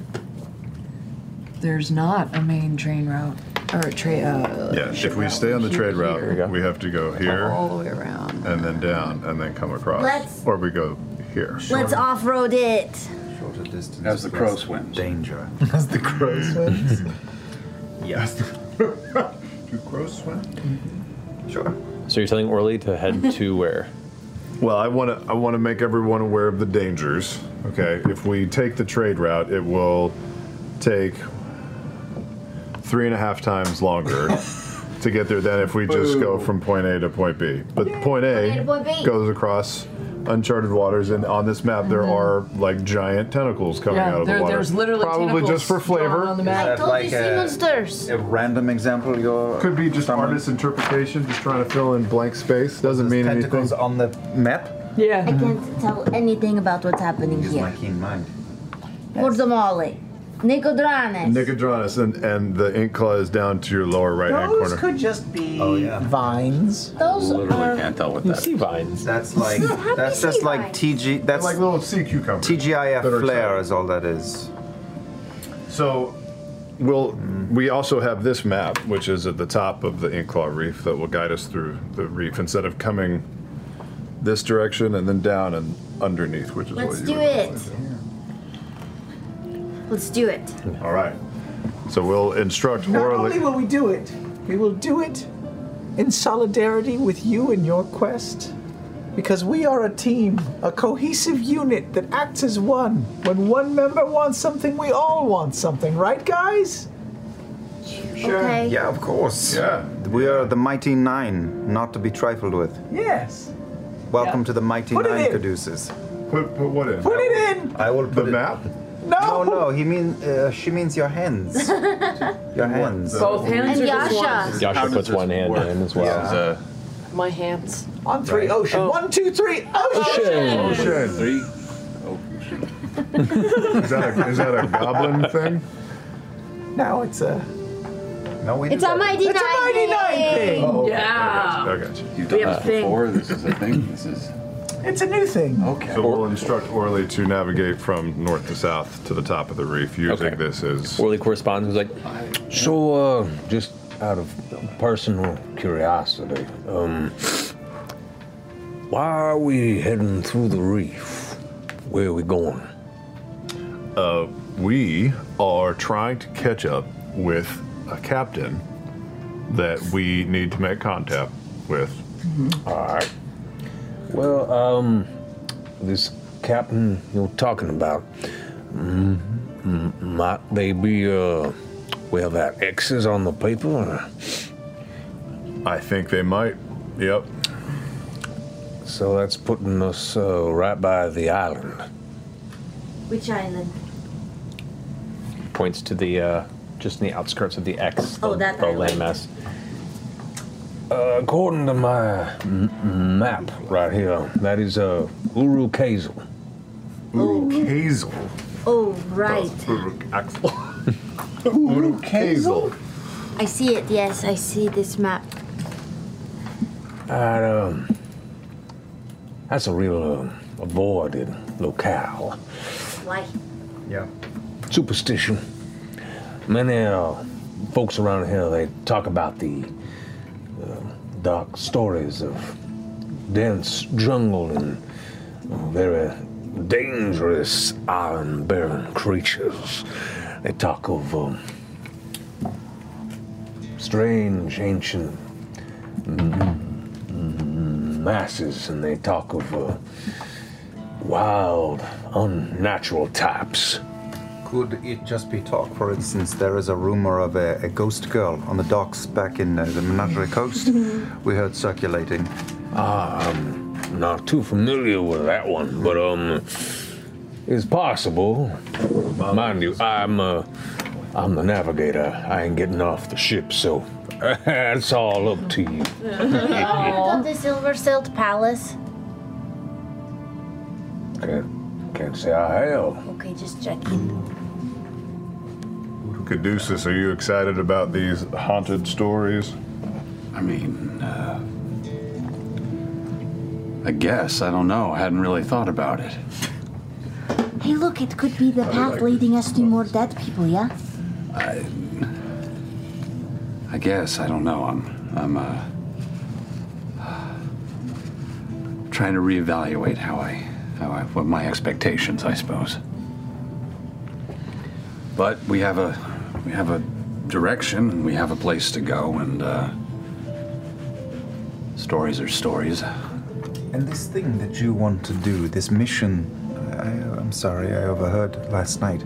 Speaker 6: there's not a main train route or a train. Uh,
Speaker 8: Yeah,
Speaker 6: (laughs)
Speaker 8: if we stay on the trade route, we have to go here.
Speaker 6: All the way around.
Speaker 8: And then down, and then come across.
Speaker 9: Let's-
Speaker 8: Or we go here.
Speaker 9: Let's off-road it.
Speaker 11: Shorter distance.
Speaker 12: As the crow swims.
Speaker 8: (laughs)
Speaker 11: Danger.
Speaker 7: As the crow swims.
Speaker 5: Yes.
Speaker 8: Do crows swim? Sure.
Speaker 5: So you're telling Orly
Speaker 28: (laughs)
Speaker 5: to head to where?
Speaker 8: Well, I want to I want to make everyone aware of the dangers. Okay, if we take the trade route, it will take three and a half
Speaker 28: (laughs)
Speaker 8: times longer to get there than if we just go from point A to point B. But point A
Speaker 9: point B.
Speaker 8: goes across uncharted waters, and on this map there are like giant tentacles coming
Speaker 28: Mm-hmm. Yeah,
Speaker 8: out of
Speaker 28: there-
Speaker 8: the water.
Speaker 28: there's literally
Speaker 8: probably just for
Speaker 28: tentacles drawn
Speaker 8: flavor.
Speaker 28: on the map. I
Speaker 11: told you sea monsters. A random example, your
Speaker 8: Could be just artist interpretation, just trying to fill in blank space. Doesn't mean anything.
Speaker 11: on the map.
Speaker 28: Yeah.
Speaker 9: I can't tell anything about what's happening
Speaker 11: My
Speaker 9: here.
Speaker 11: keen mind.
Speaker 9: Guacamole, Nicodranes.
Speaker 8: Nicodranus and, and the ink claw is down to your lower right hand
Speaker 7: Those
Speaker 8: corner.
Speaker 7: could just be
Speaker 8: Oh, yeah.
Speaker 7: vines.
Speaker 9: Those
Speaker 7: are.
Speaker 8: can't tell what
Speaker 7: You
Speaker 8: that.
Speaker 7: see
Speaker 8: vines.
Speaker 11: That's like that's just like TG. That's like
Speaker 8: little sea cucumbers.
Speaker 11: TGIF flare is all that is.
Speaker 8: So, we'll
Speaker 11: Mm-hmm.
Speaker 8: we also have this map, which is at the top of the ink claw reef, that will guide us through the reef instead of coming this direction and then down and underneath, which is
Speaker 9: Let's
Speaker 8: what
Speaker 9: do
Speaker 8: you.
Speaker 9: it. Let's do it.
Speaker 8: All right. So we'll instruct
Speaker 7: Not only
Speaker 8: orally.
Speaker 7: will we do it, we will do it in solidarity with you in your quest. Because we are a team, a cohesive unit that acts as one. When one member wants something, we all want something, right, guys? Sure. Okay.
Speaker 11: Yeah, of course.
Speaker 8: Yeah.
Speaker 11: We are the mighty nine, not to be trifled with.
Speaker 7: Yes.
Speaker 11: Welcome to the mighty
Speaker 7: Put it
Speaker 11: nine,
Speaker 7: in.
Speaker 11: Caduceus.
Speaker 8: Put, put what in?
Speaker 7: Put it in.
Speaker 11: I will put the
Speaker 8: map.
Speaker 11: No. No, no. He mean uh, she means your hands. Your hands.
Speaker 6: Both hands or just one?
Speaker 5: Yasha puts one hand in as well.
Speaker 11: Yeah.
Speaker 5: as, uh,
Speaker 6: My hands. Oh.
Speaker 7: On three, ocean. One, two, three, ocean.
Speaker 8: Oh, Three. is, that a, is that a goblin thing?
Speaker 7: Now it's a.
Speaker 8: No, we
Speaker 9: It's a mighty
Speaker 7: It's a
Speaker 9: nine.
Speaker 7: mighty nine thing.
Speaker 9: Oh,
Speaker 7: Yeah.
Speaker 8: I got you.
Speaker 12: You've
Speaker 7: We
Speaker 12: done
Speaker 7: have a
Speaker 12: this
Speaker 7: thing.
Speaker 12: before. This is a thing. This is.
Speaker 7: It's a new thing.
Speaker 12: Okay.
Speaker 8: So we'll instruct Orly to navigate from north to south to the top of the reef. You think this is.
Speaker 24: Orly corresponds was like, so uh, just out of personal curiosity, um, why are we heading through the reef? Where are we going?
Speaker 8: Uh, we are trying to catch up with a captain that we need to make contact with.
Speaker 24: right. Well, um, this captain you're talking about, mm, mm, might they be, uh, we have that X's on the paper? Or?
Speaker 8: I think they might, yep.
Speaker 24: So that's putting us uh, right by the island.
Speaker 9: Which island?
Speaker 5: points to the uh, just in the outskirts of the X, the,
Speaker 9: Oh, that
Speaker 5: the
Speaker 9: I like.
Speaker 5: landmass.
Speaker 24: Uh, according to my m- map right here, that is uh, Uru Kazel.
Speaker 8: Uru Kazel?
Speaker 9: Oh, right.
Speaker 24: (laughs)
Speaker 8: Uru
Speaker 9: Kazel? I see it. Yes, I see this map.
Speaker 24: That, um, that's a real uh, avoided locale.
Speaker 9: Why?
Speaker 11: Yeah.
Speaker 24: Superstition. Many uh, folks around here, they talk about the uh, dark stories of dense jungle and uh, very dangerous iron bearing creatures. They talk of um, strange ancient masses and they talk of uh, wild, unnatural types.
Speaker 11: Could it just be talk? For instance, there is a rumor of a, a ghost girl on the docks back in uh, the Menagerie Coast. we heard circulating.
Speaker 24: Ah, I'm not too familiar with that one, but um, it's possible. Mind you, I'm uh, I'm the navigator. I ain't getting off the ship, so (laughs) that's all up to you.
Speaker 9: Go to the Silver Silt Palace.
Speaker 24: Can't, can't say I have.
Speaker 9: Okay, just checking.
Speaker 8: Uh, Caduceus, are you excited about these haunted stories?
Speaker 12: I mean, Uh, I guess. I don't know. I hadn't really thought about it.
Speaker 9: Hey, look, it could be the path leading us to more dead people, yeah?
Speaker 12: I, I guess I don't know. I'm I'm uh, trying to reevaluate how I how I what my expectations, I suppose. But we have a we have a direction and we have a place to go and uh, stories are stories.
Speaker 11: And this thing that you want to do, this mission, I, I'm sorry, I overheard last night.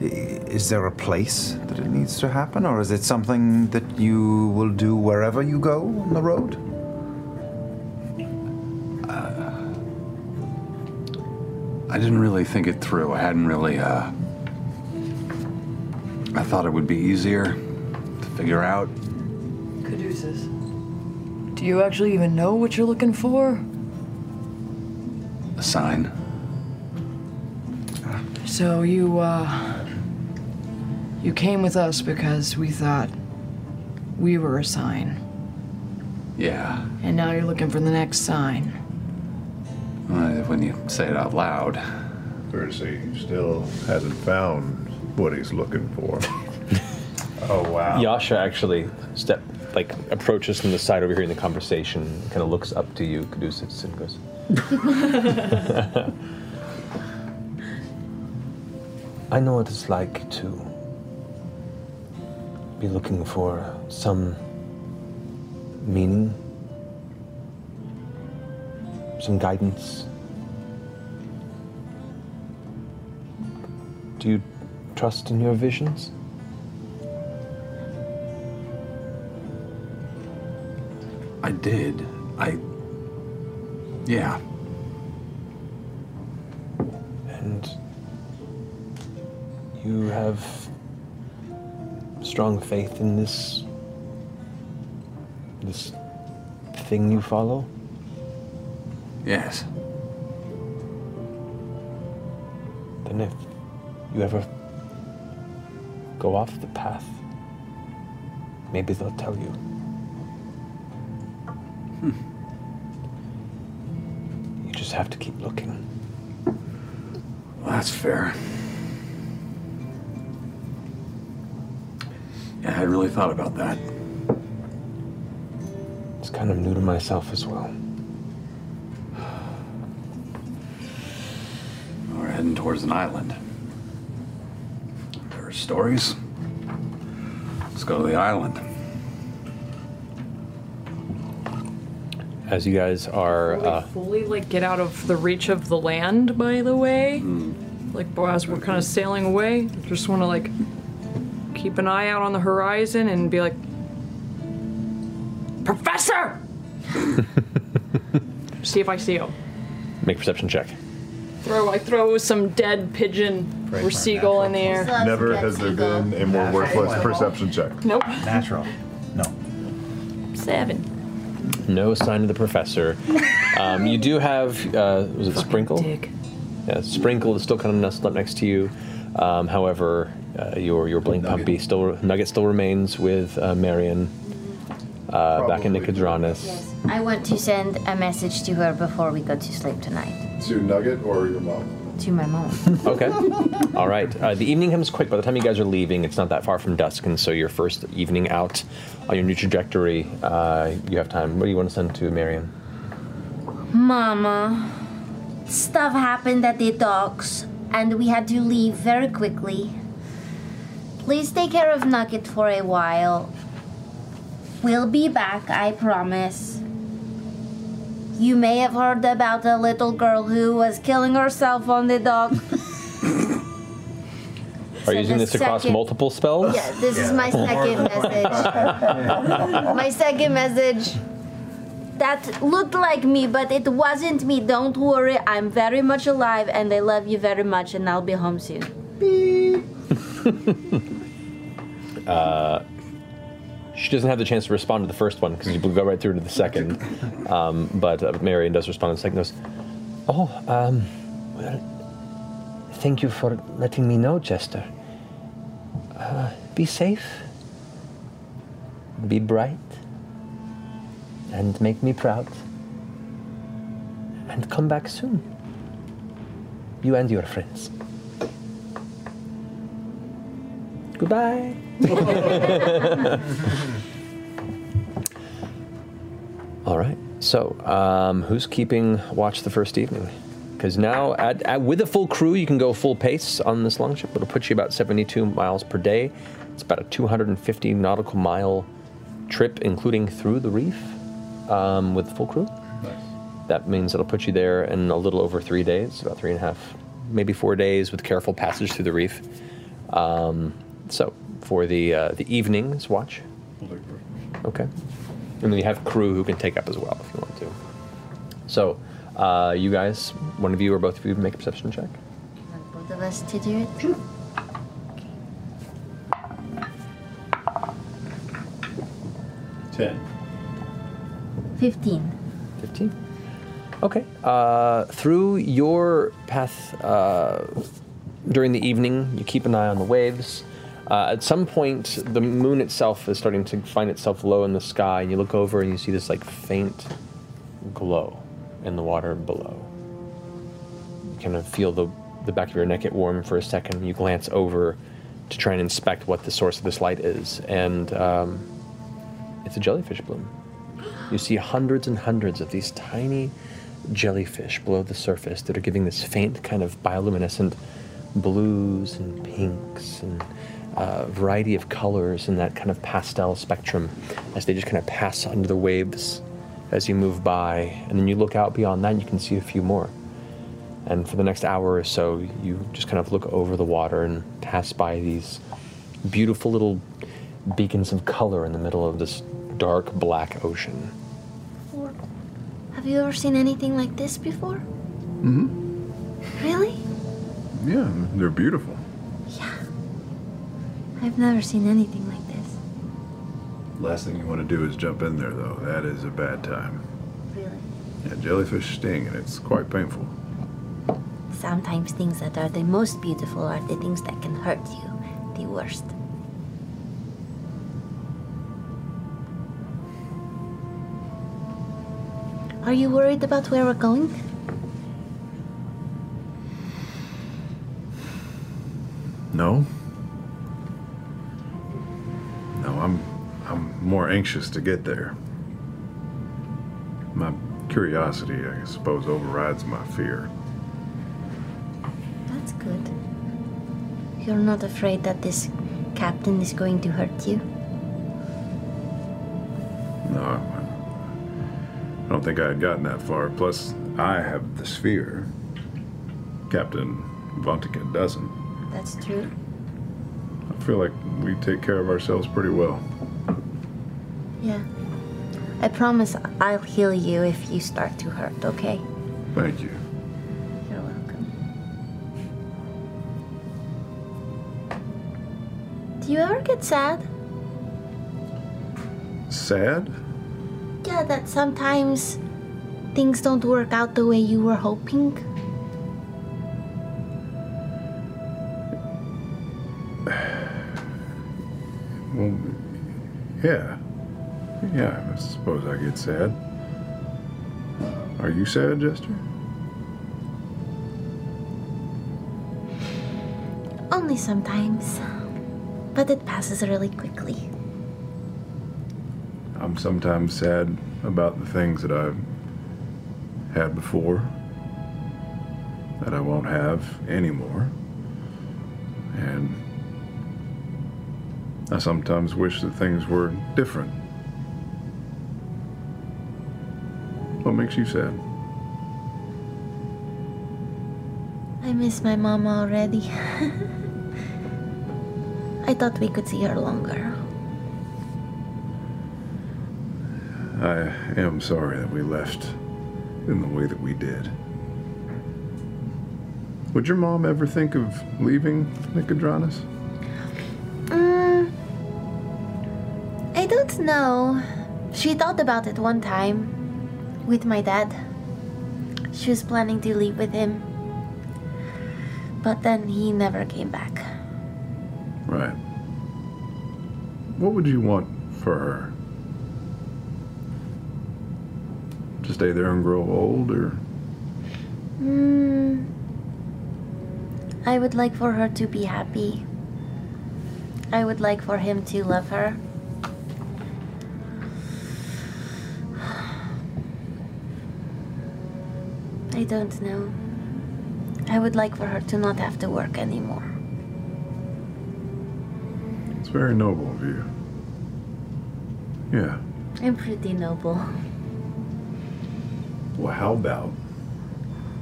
Speaker 11: I- Is there a place that it needs to happen, or is it something that you will do wherever you go on the road?
Speaker 12: I didn't really think it through. I hadn't really, uh. I thought it would be easier to figure out.
Speaker 6: Caduceus. Do you actually even know what you're looking for?
Speaker 12: A sign.
Speaker 6: So you, uh. You came with us because we thought we were a sign,
Speaker 12: Yeah.
Speaker 6: and now you're looking for the next sign.
Speaker 12: Uh, When you say it out loud.
Speaker 8: Percy still hasn't found what he's looking for.
Speaker 5: Oh wow. Yasha actually step like approaches from the side over here in the conversation, kind of looks up to you, Caduceus, and goes.
Speaker 18: I know what it's like to be looking for some meaning, some guidance. Do you trust in your visions?
Speaker 12: I did. I. Yeah.
Speaker 18: And you have strong faith in this this thing you follow?
Speaker 12: Yes.
Speaker 18: Then if you ever go off the path, maybe they'll tell you.
Speaker 12: Hmm.
Speaker 18: You just have to keep looking.
Speaker 12: Well, that's fair. Yeah, I really thought about that.
Speaker 18: It's kind of new to myself as well.
Speaker 12: We're heading towards an island. There are stories. Let's go to the island.
Speaker 5: As you guys are uh,
Speaker 2: Fully like get out of the reach of the land. By the way,
Speaker 6: Hmm.
Speaker 2: like as we're kind of sailing away, just want to like keep an eye out on the horizon and be like, Professor. See if I see him.
Speaker 5: make a perception check.
Speaker 2: Throw I throw some dead pigeon or seagull in the air.
Speaker 8: Never has there been a more worthless perception check.
Speaker 2: Nope.
Speaker 8: Natural.
Speaker 2: Seven.
Speaker 9: (laughs)
Speaker 5: No sign of the professor. Um, you do have, uh, was it Sprinkle? Yeah, Sprinkle is still kind of nestled up next to you. Um, however, uh, your your blink puppy still Nugget still remains with uh, Marion uh, back in Nicodranas.
Speaker 9: I want to send a message to her before we go to sleep tonight.
Speaker 8: To Nugget or your mom?
Speaker 9: To my (laughs) mom.
Speaker 8: (laughs)
Speaker 5: Okay. All right. Uh, the evening comes quick. By the time you guys are leaving, it's not that far from dusk, and so your first evening out on your new trajectory, uh, you have time. What do you want to send to Marion?
Speaker 9: Mama, stuff happened at the docks, and we had to leave very quickly. Please take care of Nugget for a while. We'll be back, I promise. You may have heard about a little girl who was killing herself on the dock.
Speaker 5: Are you using
Speaker 9: the
Speaker 5: this across
Speaker 9: second-
Speaker 5: multiple spells?
Speaker 9: Yeah, this is my second
Speaker 5: (laughs)
Speaker 9: message. (laughs) my second message. That looked like me, but it wasn't me. Don't worry, I'm very much alive and I love you very much, and I'll be home soon.
Speaker 5: Uh, she doesn't have the chance to respond to the first one because you go right through to the second. Um, but uh, Marion does respond in the second. Goes,
Speaker 18: Oh, um, well, thank you for letting me know, Jester. Uh, be safe, be bright, (laughs) and make me proud. And come back soon. You and your friends. Goodbye.
Speaker 5: (laughs) All right. So, um, who's keeping watch the first evening? Because now, at, at, with a full crew, you can go full pace on this longship. It'll put you about 72 miles per day. It's about a 250 nautical mile trip, including through the reef, um, with full crew. That means it'll put you there in a little over three days, about three and a half, maybe four days, with careful passage through the reef. Um, so, for the uh, the evening's watch, Okay. And then you have crew who can take up as well if you want to. So, Uh, you guys, one of you or both of you, make a perception check.
Speaker 9: Both of us to do it.
Speaker 5: Ten.
Speaker 9: 15.
Speaker 5: 15? Okay. Uh, through your path uh, during the evening, you keep an eye on the waves. Uh, at some point, the moon itself is starting to find itself low in the sky, and you look over and you see this like faint glow in the water below. You kind of feel the, the back of your neck get warm for a second. You glance over to try and inspect what the source of this light is, and um, it's a jellyfish bloom. You see hundreds and hundreds of these tiny jellyfish below the surface that are giving this faint kind of bioluminescent blues and pinks and a variety of colors in that kind of pastel spectrum as they just kind of pass under the waves as you move by. And then you look out beyond that and you can see a few more. And for the next hour or so, you just kind of look over the water and pass by these beautiful little beacons of color in the middle of this dark black ocean.
Speaker 9: Have you ever seen anything like this before?
Speaker 8: Mm-hmm.
Speaker 9: Really?
Speaker 8: Yeah, they're beautiful.
Speaker 9: I've never seen anything like this.
Speaker 8: Last thing you want to do is jump in there, though. That is a bad time. Really? Yeah, jellyfish sting, and it's quite painful.
Speaker 9: Sometimes things that are the most beautiful are the things that can hurt you the worst. Are you worried about where we're going?
Speaker 8: No. No, I'm I'm more anxious to get there. My curiosity, I suppose, overrides my fear.
Speaker 9: That's good. You're not afraid that this captain is going to hurt you?
Speaker 8: No, I I don't think I had gotten that far. Plus, I have the sphere. Captain Vontikin doesn't.
Speaker 9: That's true.
Speaker 8: I feel like we take care of ourselves pretty well.
Speaker 9: Yeah. I promise I'll heal you if you start to hurt, okay?
Speaker 8: Thank you.
Speaker 9: You're welcome. Do you ever get sad?
Speaker 8: Sad?
Speaker 9: Yeah, that sometimes things don't work out the way you were hoping.
Speaker 8: Well, yeah. Yeah, I suppose I get sad. Are you sad, Jester?
Speaker 9: Only sometimes. But it passes really quickly.
Speaker 8: I'm sometimes sad about the things that I've had before, that I won't have anymore. And I sometimes wish that things were different. What makes you sad?
Speaker 9: I miss my mom already. (laughs) I thought we could see her longer.
Speaker 8: I am sorry that we left in the way that we did. Would your mom ever think of leaving Nicodranus?
Speaker 9: Mm, I don't know. She thought about it one time with my dad. She was planning to leave with him. But then he never came back.
Speaker 8: Right. What would you want for her? To stay there and grow old, or
Speaker 9: Mm, I would like for her to be happy. I would like for him to love her. (sighs) I don't know. I would like for her to not have to work anymore.
Speaker 8: it's very noble of you. Yeah.
Speaker 9: I'm pretty noble.
Speaker 8: Well, how about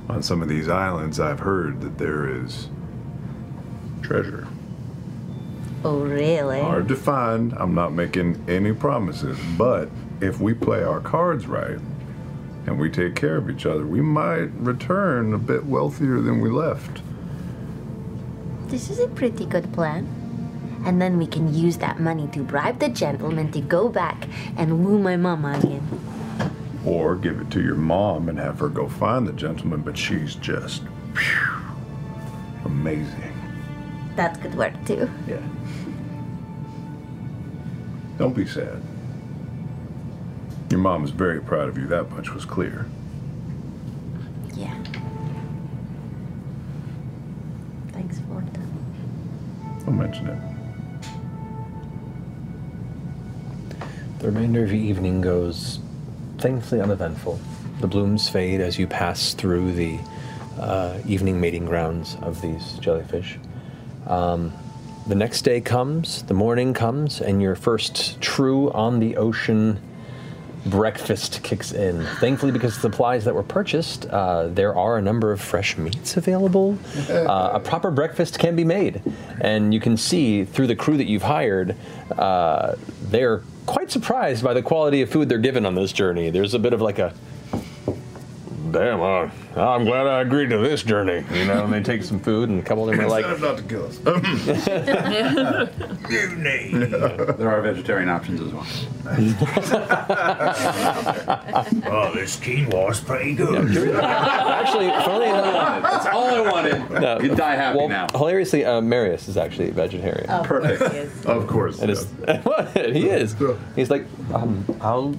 Speaker 8: on some of these islands? I've heard that there is treasure.
Speaker 9: Oh, really?
Speaker 8: Hard to find. I'm not making any promises, but if we play our cards right, and we take care of each other, we might return a bit wealthier than we left.
Speaker 9: This is a pretty good plan. And then we can use that money to bribe the gentleman to go back and woo my mama again.
Speaker 8: Or give it to your mom and have her go find the gentleman, but she's just phew, amazing.
Speaker 9: That could work too.
Speaker 8: Yeah. Don't be sad. Your mom is very proud of you, that much was clear.
Speaker 9: Yeah. Thanks for that.
Speaker 8: Don't mention it.
Speaker 5: The remainder of your evening goes thankfully uneventful. The blooms fade as you pass through the uh, evening mating grounds of these jellyfish. Um, the next day comes, the morning comes, and your first true on the ocean breakfast kicks in. Thankfully, because of the supplies that were purchased, uh, there are a number of fresh meats available. Uh, a proper breakfast can be made, and you can see through the crew that you've hired, uh, they're quite surprised by the quality of food they're given on this journey. There's a bit of like a damn, uh, I'm glad I agreed to this journey. You know, and they take some food, and a couple of them are like,
Speaker 8: not to kill us.
Speaker 12: (laughs) there are vegetarian options as well.
Speaker 16: (laughs) oh, this quinoa's pretty good.
Speaker 5: Actually, (laughs) funny enough,
Speaker 16: that's all I wanted.
Speaker 5: No, you die happy now. Hilariously, uh, Marius is actually vegetarian.
Speaker 16: Of course Perfect. he is.
Speaker 8: Of course.
Speaker 5: And it's, (laughs) he is. He's like, um, I'll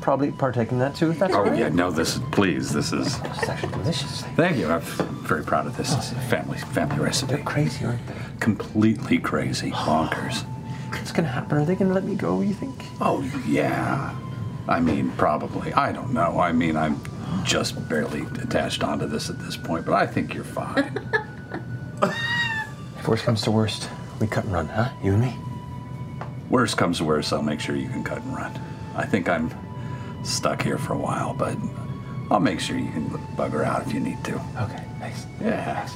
Speaker 5: probably partake in that too. If that's
Speaker 12: Oh
Speaker 5: all right.
Speaker 12: yeah, no, this please, this is. Thank you. I'm very proud of this. It's a family family recipe. They're
Speaker 5: crazy, aren't they?
Speaker 12: Completely crazy, bonkers.
Speaker 5: What's gonna happen? Are they gonna let me go? You think?
Speaker 12: (gasps) Oh yeah. I mean, probably. I don't know. I mean, I'm just barely attached onto this at this point, but I think you're fine.
Speaker 5: If worst comes to worst, we cut and run, huh? You and me.
Speaker 12: Worst comes to worst, I'll make sure you can cut and run. I think I'm stuck here for a while, but I'll make sure you can bugger out if you need to.
Speaker 5: Okay, thanks.
Speaker 12: (laughs) Yeah.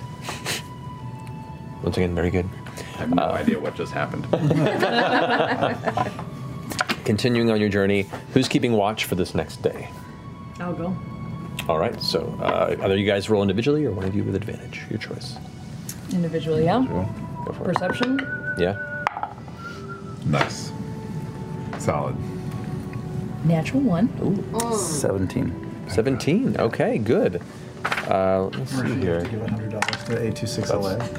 Speaker 5: Once again, very good. Uh,
Speaker 12: I have no idea what just happened.
Speaker 5: (laughs) Continuing on your journey, who's keeping watch for this next day?
Speaker 6: I'll go.
Speaker 5: All right. So, uh, either you guys roll individually or one of you with advantage. Your choice.
Speaker 2: Individually, yeah.
Speaker 5: Go for it.
Speaker 2: Perception.
Speaker 5: Yeah.
Speaker 8: Nice. Solid.
Speaker 2: Natural one.
Speaker 5: Seventeen. Seventeen. Okay, good. Uh, let's see here.
Speaker 7: Give $100 to A26LA.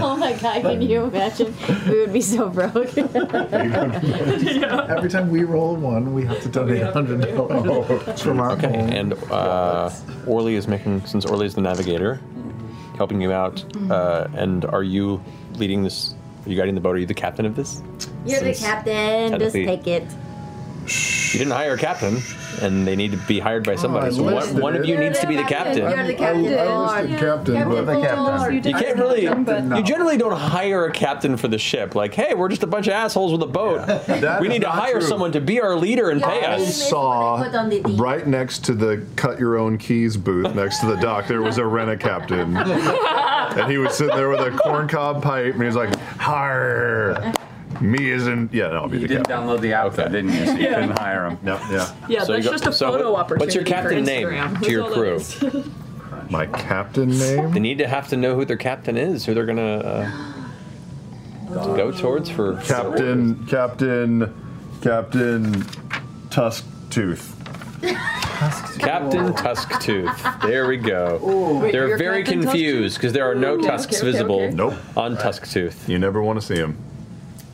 Speaker 22: (laughs)
Speaker 5: (laughs)
Speaker 22: oh my god, can you imagine? We would be so broke.
Speaker 7: Every time we roll one, we have to donate
Speaker 5: (laughs) Oh,
Speaker 7: $100 from our
Speaker 5: Okay,
Speaker 7: home.
Speaker 5: and uh, Orly is making, since Orly is the navigator, helping you out. Uh, and are you leading this? Are you guiding the boat? Are you the captain of this?
Speaker 9: You're the
Speaker 5: Since
Speaker 9: captain. Just
Speaker 5: technically-
Speaker 9: take it.
Speaker 5: You didn't hire a captain, and they need to be hired by
Speaker 7: Oh,
Speaker 5: somebody. so one, one of you needs to be the captain.
Speaker 9: You're the captain. Oh,
Speaker 5: You can't really. You generally don't hire a captain for the ship. Like, hey, we're just a bunch of assholes with a boat.
Speaker 8: That
Speaker 5: we
Speaker 8: is
Speaker 5: need to
Speaker 8: not
Speaker 5: hire
Speaker 8: true.
Speaker 5: someone to be our leader and pay
Speaker 8: I
Speaker 5: us.
Speaker 8: saw
Speaker 9: put on the deed.
Speaker 8: right next to the cut your own keys booth next to the dock, there was a rent
Speaker 9: (laughs)
Speaker 8: a captain. and he was sitting there with a corncob pipe, and he was like, "Har, me isn't." Yeah, no, I'll be the
Speaker 12: didn't
Speaker 8: captain.
Speaker 12: download the app, didn't you? So you
Speaker 2: Yeah.
Speaker 12: couldn't hire him.
Speaker 8: No, yeah.
Speaker 2: Yeah,
Speaker 8: So you
Speaker 2: that's
Speaker 8: go-
Speaker 2: just a
Speaker 8: so
Speaker 2: photo
Speaker 8: what-
Speaker 2: opportunity.
Speaker 8: what's your captain
Speaker 2: for
Speaker 8: name
Speaker 2: Instagram.
Speaker 5: to
Speaker 2: That's
Speaker 5: your
Speaker 2: all that
Speaker 5: crew?
Speaker 2: is. (laughs)
Speaker 8: My captain name?
Speaker 5: They need to have to know who their captain is, who they're gonna uh, go towards for
Speaker 8: Captain, Captain, Captain Tusk Tooth.
Speaker 5: Captain Tusktooth. There we go.
Speaker 8: Wait,
Speaker 5: They're
Speaker 8: you're
Speaker 5: very
Speaker 8: Captain
Speaker 5: confused because there are no
Speaker 8: Ooh, okay,
Speaker 5: tusks
Speaker 8: okay, okay,
Speaker 5: visible
Speaker 8: okay. Nope.
Speaker 5: on Tusktooth.
Speaker 8: You never want to see him.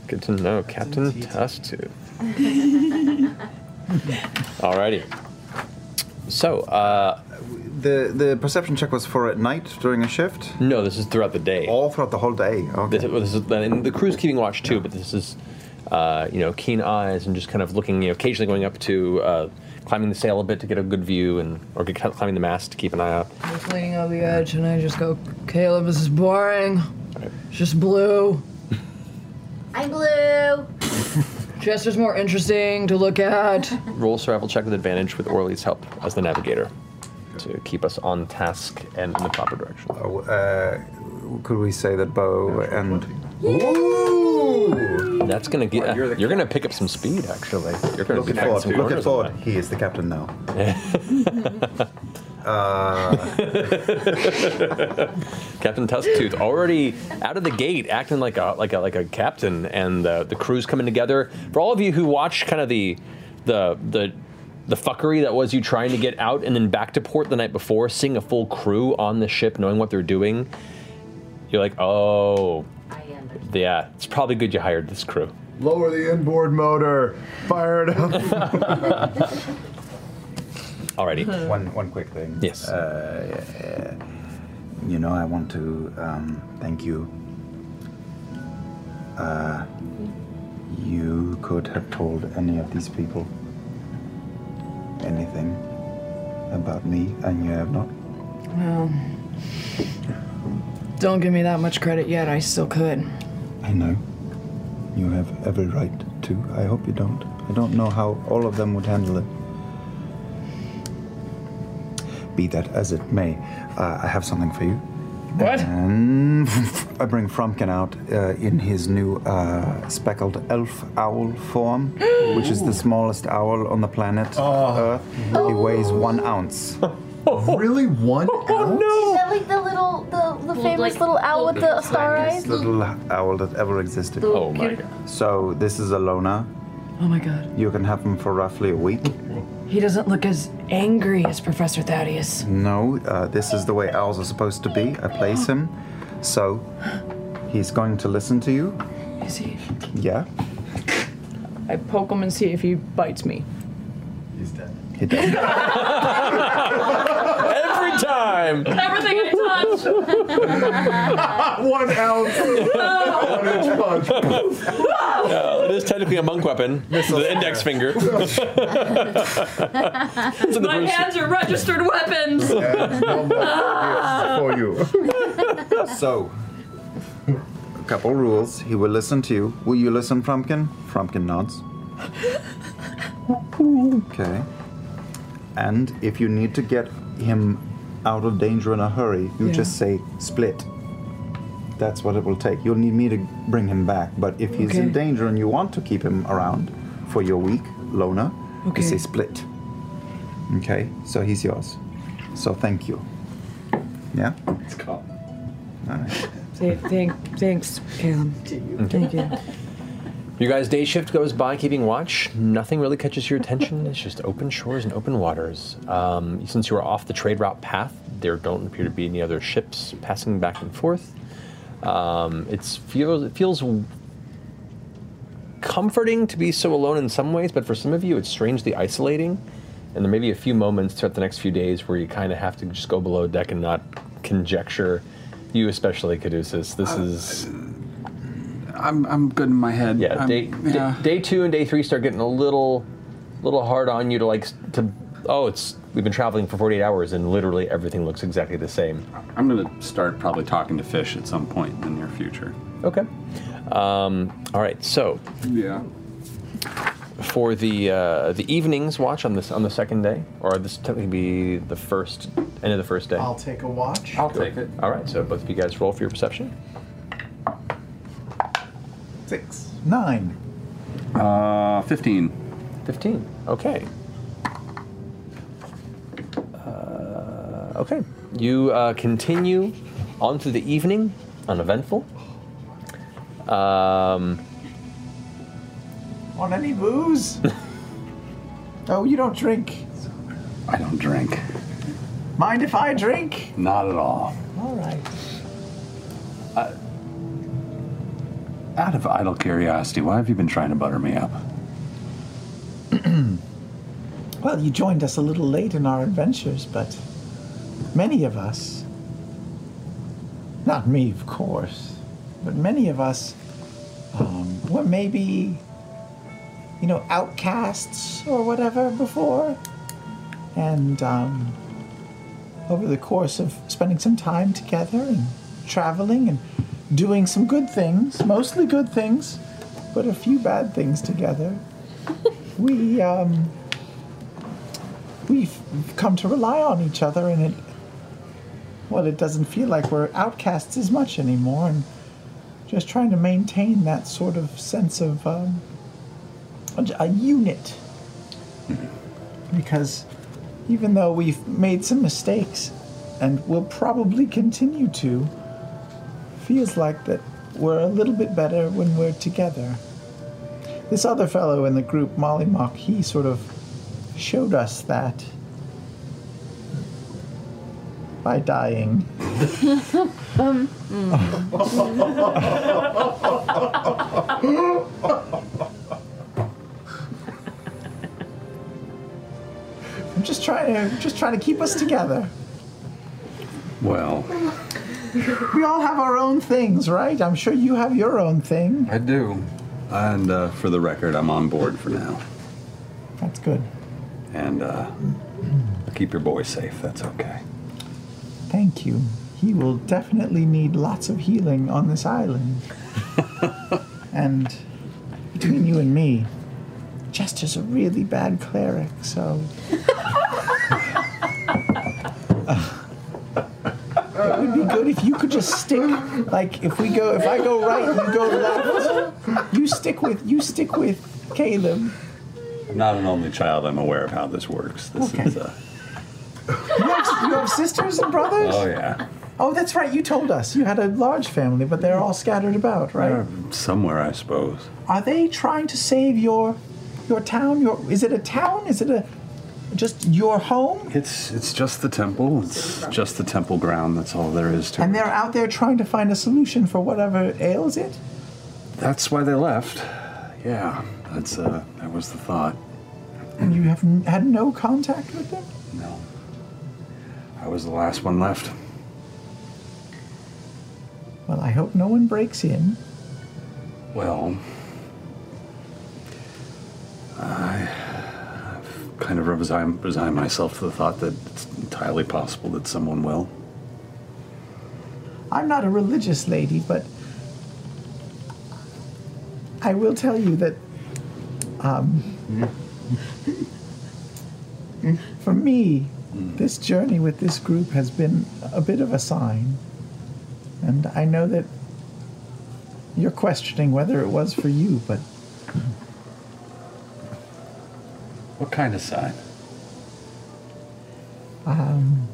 Speaker 5: Good to know, Captain Tusktooth. Alrighty. So, uh,
Speaker 11: the the perception check was for at night during a shift.
Speaker 5: No, this is throughout the day.
Speaker 11: All throughout the whole day. Okay.
Speaker 5: This, well, this is, and the crew's keeping watch too, but this is, uh, you know, keen eyes and just kind of looking, you know, occasionally going up to uh, climbing the sail a bit to get a good view and or get- climbing the mast to keep an eye out.
Speaker 6: Just leaning over the edge, and I just go, Caleb, this is boring. It's just blue.
Speaker 9: (laughs) I'm blue.
Speaker 6: Chester's more interesting to look at.
Speaker 5: Roll survival check with advantage with Orly's help as the navigator to keep us on task and in the proper direction.
Speaker 11: Oh, Uh, could we say that Bo and
Speaker 8: Ooh!
Speaker 5: That's gonna get. You're, gonna pick up some speed, actually. You're gonna
Speaker 13: Looking
Speaker 5: pick up
Speaker 13: forward,
Speaker 5: some
Speaker 13: looking
Speaker 5: corners
Speaker 13: forward.
Speaker 5: on that.
Speaker 13: He is the captain now.
Speaker 5: Captain Tusktooth already out of the gate, acting like a like a like a captain, and the the crew's coming together. For all of you who watched kind of the the the the fuckery that was you trying to get out and then back to port the night before, seeing a full crew on the ship, knowing what they're doing, you're like, oh, yeah, it's probably good you hired this crew.
Speaker 8: Lower the inboard motor. Fired up.
Speaker 5: (laughs) Alrighty.
Speaker 11: One one quick thing.
Speaker 5: Yes.
Speaker 11: Uh, you know, I want to um, thank you. Uh, you could have told any of these people anything about me, and you have not.
Speaker 6: Well, don't give me that much credit yet. I still could.
Speaker 11: I know. You have every right to. I hope you don't. I don't know how all of them would handle it. Be that as it may, uh, I have something for you.
Speaker 6: What?
Speaker 11: And (laughs) I bring Frumpkin out uh, in his new uh, speckled elf owl form, which is the smallest owl on the planet Earth. He weighs one ounce.
Speaker 8: really, one
Speaker 11: ounce?
Speaker 16: Is
Speaker 9: that like the little, the, the famous
Speaker 16: like,
Speaker 9: little owl with the star eyes?
Speaker 11: Tiniest
Speaker 5: (laughs)
Speaker 11: little owl that ever existed.
Speaker 9: Oh my god.
Speaker 11: So this is a loner.
Speaker 6: Oh my god.
Speaker 11: You can have him for roughly a week.
Speaker 6: He doesn't look as angry as Professor Thaddeus.
Speaker 11: No, uh, this is the way owls are supposed to be. I place him. So he's going to listen to you.
Speaker 6: Is he?
Speaker 11: Yeah.
Speaker 2: I poke him and see if he bites me.
Speaker 11: He's dead.
Speaker 2: (laughs)
Speaker 5: (laughs) Every time. (laughs)
Speaker 16: Everything I touch.
Speaker 8: One ounce.
Speaker 16: One inch
Speaker 5: (laughs)
Speaker 16: punch.
Speaker 5: Uh, it is technically a monk weapon. the index finger. It's (laughs) in the
Speaker 2: My
Speaker 5: Bruce-
Speaker 2: hands are registered weapons. Ah.
Speaker 9: Ah. (laughs)
Speaker 8: for you.
Speaker 11: so, a couple rules. He will listen to you. Will you listen, Frumpkin? Frumpkin nods. Okay. And if you need to get him out of danger in a hurry, you
Speaker 6: Yeah.
Speaker 11: just say split. That's what it will take. You'll need me to bring him back, but if he's in
Speaker 6: Okay.
Speaker 11: danger and you want to keep him around for your week, Lona,
Speaker 6: Okay.
Speaker 11: you say split. Okay, so he's yours. So thank you. Yeah? It's calm. All right.
Speaker 6: Th- thank, thanks, Caleb. Thank you.
Speaker 5: Your guys' day shift goes by keeping watch. Nothing really catches your attention. It's just open shores and open waters. Um, since you are off the trade route path, there don't appear to be any other ships passing back and forth. Um, it's feels it feels comforting to be so alone in some ways, but for some of you, it's strangely isolating. And there may be a few moments throughout the next few days where you kind of have to just go below deck and not conjecture. You especially, Caduceus. This is.
Speaker 12: I'm I'm good in my head.
Speaker 5: Yeah,
Speaker 7: Um,
Speaker 12: I'm-
Speaker 5: day, d-
Speaker 12: yeah.
Speaker 5: day two and day three start getting a little, little hard on you to like s- to. Oh, it's we've been traveling for 48 hours and literally everything looks exactly the same.
Speaker 12: I'm gonna start probably talking to fish at some point in the near future.
Speaker 5: Okay. Um, all right. So.
Speaker 12: Yeah.
Speaker 5: For the uh, the evening's watch on this on the second day, or this technically be the first end of the first day.
Speaker 7: I'll take a watch.
Speaker 5: Cool. All right. So both of you guys roll for your perception.
Speaker 7: Six. Nine.
Speaker 12: Uh, fifteen.
Speaker 5: Fifteen. Okay. Uh, okay. You uh, continue on through the evening, uneventful. Um,
Speaker 7: On any booze? oh, you don't drink.
Speaker 12: I don't drink.
Speaker 7: Mind if I drink?
Speaker 12: Not at all.
Speaker 7: All right.
Speaker 12: Uh, Out of idle curiosity, why have you been trying to butter me up?
Speaker 7: (clears throat) Well, you joined us a little late in our adventures, but many of us, not me, of course, but many of us um, were maybe, you know, outcasts or whatever before. And um, over the course of spending some time together and traveling and doing some good things, mostly good things, but a few bad things together, we. Um, we've come to rely on each other and it well it doesn't feel like we're outcasts as much anymore and just trying to maintain that sort of sense of um, a, a unit. Because even though we've made some mistakes and will probably continue to, feels like that we're a little bit better when we're together. This other fellow in the group, Molly Mock, he sort of showed us that by dying. (laughs)
Speaker 16: Um.
Speaker 7: I'm just trying to just trying to keep us together.
Speaker 12: Well,
Speaker 7: We all have our own things, right? I'm sure you have your own thing.
Speaker 12: I do. And uh, for the record, I'm on board for now.
Speaker 7: That's good.
Speaker 12: And uh, keep your boy safe. That's okay.
Speaker 7: Thank you. He will definitely need lots of healing on this island. and between you and me, Jester's a really bad cleric, so. it would be good if you could just stick. Like, if we go, if I go right, you go left. You stick with, you stick with Caleb.
Speaker 12: I'm not an only child. I'm aware of how this works. This is uh,
Speaker 7: You have, you have sisters and brothers?
Speaker 12: oh yeah.
Speaker 7: Oh, that's right. You told us you had a large family, but they're all scattered about, right?
Speaker 12: Uh, Somewhere, I suppose.
Speaker 7: Are they trying to save your your town? Your is it a town? Is it a just your home?
Speaker 12: It's it's just the temple. It's just the temple ground. That's all there is to it.
Speaker 7: And they're out there trying to find a solution for whatever ails it.
Speaker 12: That's why they left. Yeah, that's uh, that was the thought.
Speaker 7: And you have n- had no contact with them.
Speaker 12: No, I was the last one left.
Speaker 7: Well, I hope no one breaks in.
Speaker 12: Well, I I've kind of resign, resign myself to the thought that it's entirely possible that someone will.
Speaker 7: I'm not a religious lady, but I will tell you that um, (laughs) for me, this journey with this group has been a bit of a sign. And I know that you're questioning whether it was for you, but
Speaker 12: What kind of sign?
Speaker 7: um,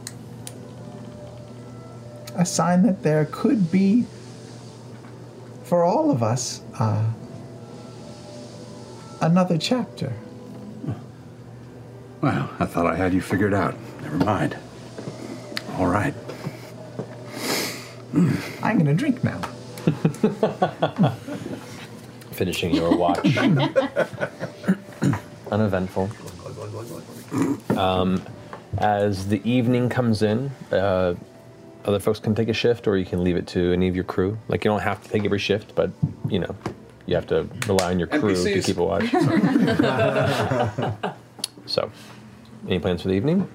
Speaker 7: a sign that there could be, for all of us, uh, another chapter.
Speaker 12: Well, I thought I had you figured out. Never mind. All right.
Speaker 7: I'm going to drink now.
Speaker 5: Finishing your watch. Uneventful. Um, as the evening comes in, uh, other folks can take a shift, or you can leave it to any of your crew. Like you don't have to take every shift, but you know, you have to rely on your crew to
Speaker 16: NPCs.
Speaker 5: keep a watch. so, any plans for the evening?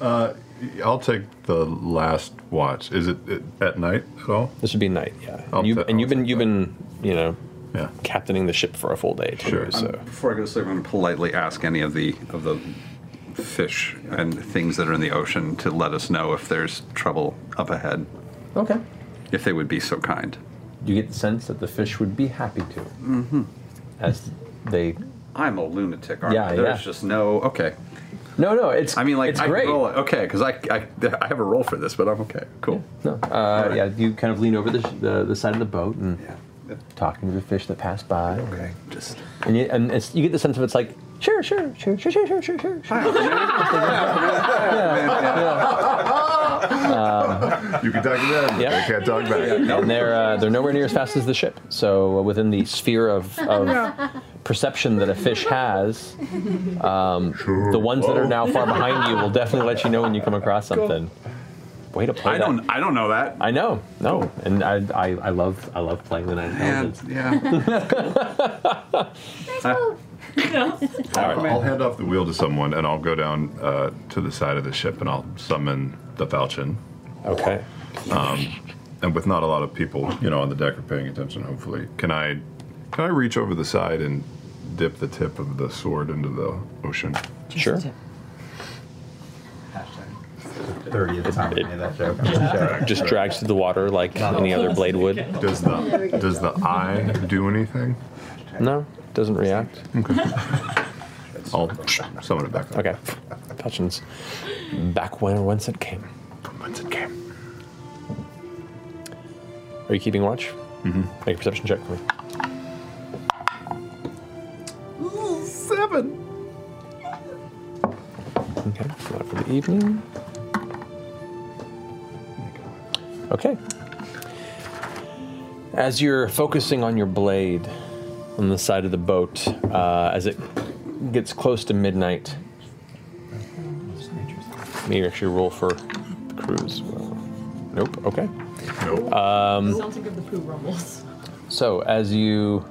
Speaker 8: Uh, I'll take the last watch. Is it it- at night at all?
Speaker 5: This would be night. Yeah. And you, and you've been you've been you know captaining the ship for a full day too. So
Speaker 12: Before I go to sleep, I'm going to politely ask any of the of the fish and things that are in the ocean to let us know if there's trouble up ahead,
Speaker 5: okay.
Speaker 12: if they would be so kind.
Speaker 5: You get the sense that the fish would be happy to,
Speaker 12: Mm-hmm.
Speaker 5: as they.
Speaker 12: I'm a lunatic, aren't
Speaker 5: Yeah,
Speaker 12: I? There's
Speaker 5: yeah.
Speaker 12: just no okay.
Speaker 5: No, no, it's.
Speaker 12: I mean, like
Speaker 5: it's
Speaker 12: I
Speaker 5: great.
Speaker 12: Can roll it. Okay, because I, I I have a roll for this, but I'm okay. Cool.
Speaker 5: No, uh, yeah, you kind of lean over the, sh- the the side of the boat and talking to the fish that pass by. Okay,
Speaker 12: just
Speaker 5: and you, and it's, you get the sense of it's like sure, sure, sure, sure, sure, sure, sure, sure. (laughs)
Speaker 9: Oh,
Speaker 8: (laughs) you can talk to them.
Speaker 5: Uh, Yeah.
Speaker 8: They can't talk back.
Speaker 5: And they're uh, they're nowhere near as fast as the ship. So uh, within the sphere of,
Speaker 1: (laughs)
Speaker 5: of perception (laughs) that a fish has, um, the ones that are now far behind you will definitely let you know when you come across something. Way to play.
Speaker 12: I
Speaker 5: that.
Speaker 12: don't I don't know that.
Speaker 5: I know. No, and I, I, I love I love playing the night intelligence.
Speaker 8: (laughs) I'll, I'll hand off the wheel to someone, and I'll go down uh, to the side of the ship, and I'll summon the falchion.
Speaker 5: Okay.
Speaker 8: Um, and with not a lot of people, you know, on the deck are paying attention. Hopefully, can I can I reach over the side and dip the tip of the sword into the ocean?
Speaker 5: Sure.
Speaker 13: 30th time I made that joke. I'm
Speaker 5: It (laughs) just drags through the water like any other blade would.
Speaker 8: Does the does the eye do anything?
Speaker 5: No, doesn't react. (laughs)
Speaker 8: Okay. I'll summon it back. Up.
Speaker 5: Okay. Touchins. Back when or whence it came.
Speaker 8: Whence it came.
Speaker 5: Are you keeping watch? Mm-hmm. Make a perception check for me.
Speaker 7: Seven.
Speaker 5: Okay, so that for the evening. Okay. As you're focusing on your blade on the side of the boat, uh, as it gets close to midnight, maybe actually roll for the cruise. Nope. Okay. Nope. Um,
Speaker 2: Sounds like if the poo rumbles.
Speaker 5: so as you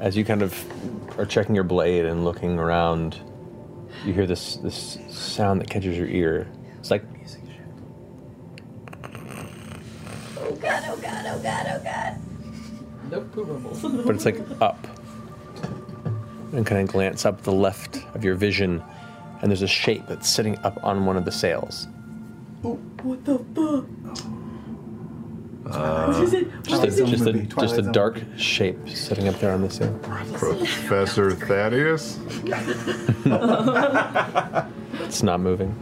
Speaker 5: as you kind of are checking your blade and looking around, you hear this this sound that catches your ear. It's like
Speaker 9: Oh god, oh god, oh god, oh god.
Speaker 2: No poo rumbles.
Speaker 5: but it's like up. And kind of glance up the left of your vision, and there's a shape that's sitting up on one of the sails.
Speaker 16: Oh, what the fuck?
Speaker 5: Uh, just a, just a, just a dark shape sitting up there on the sail. (laughs)
Speaker 8: Professor Thaddeus?
Speaker 5: It's not moving.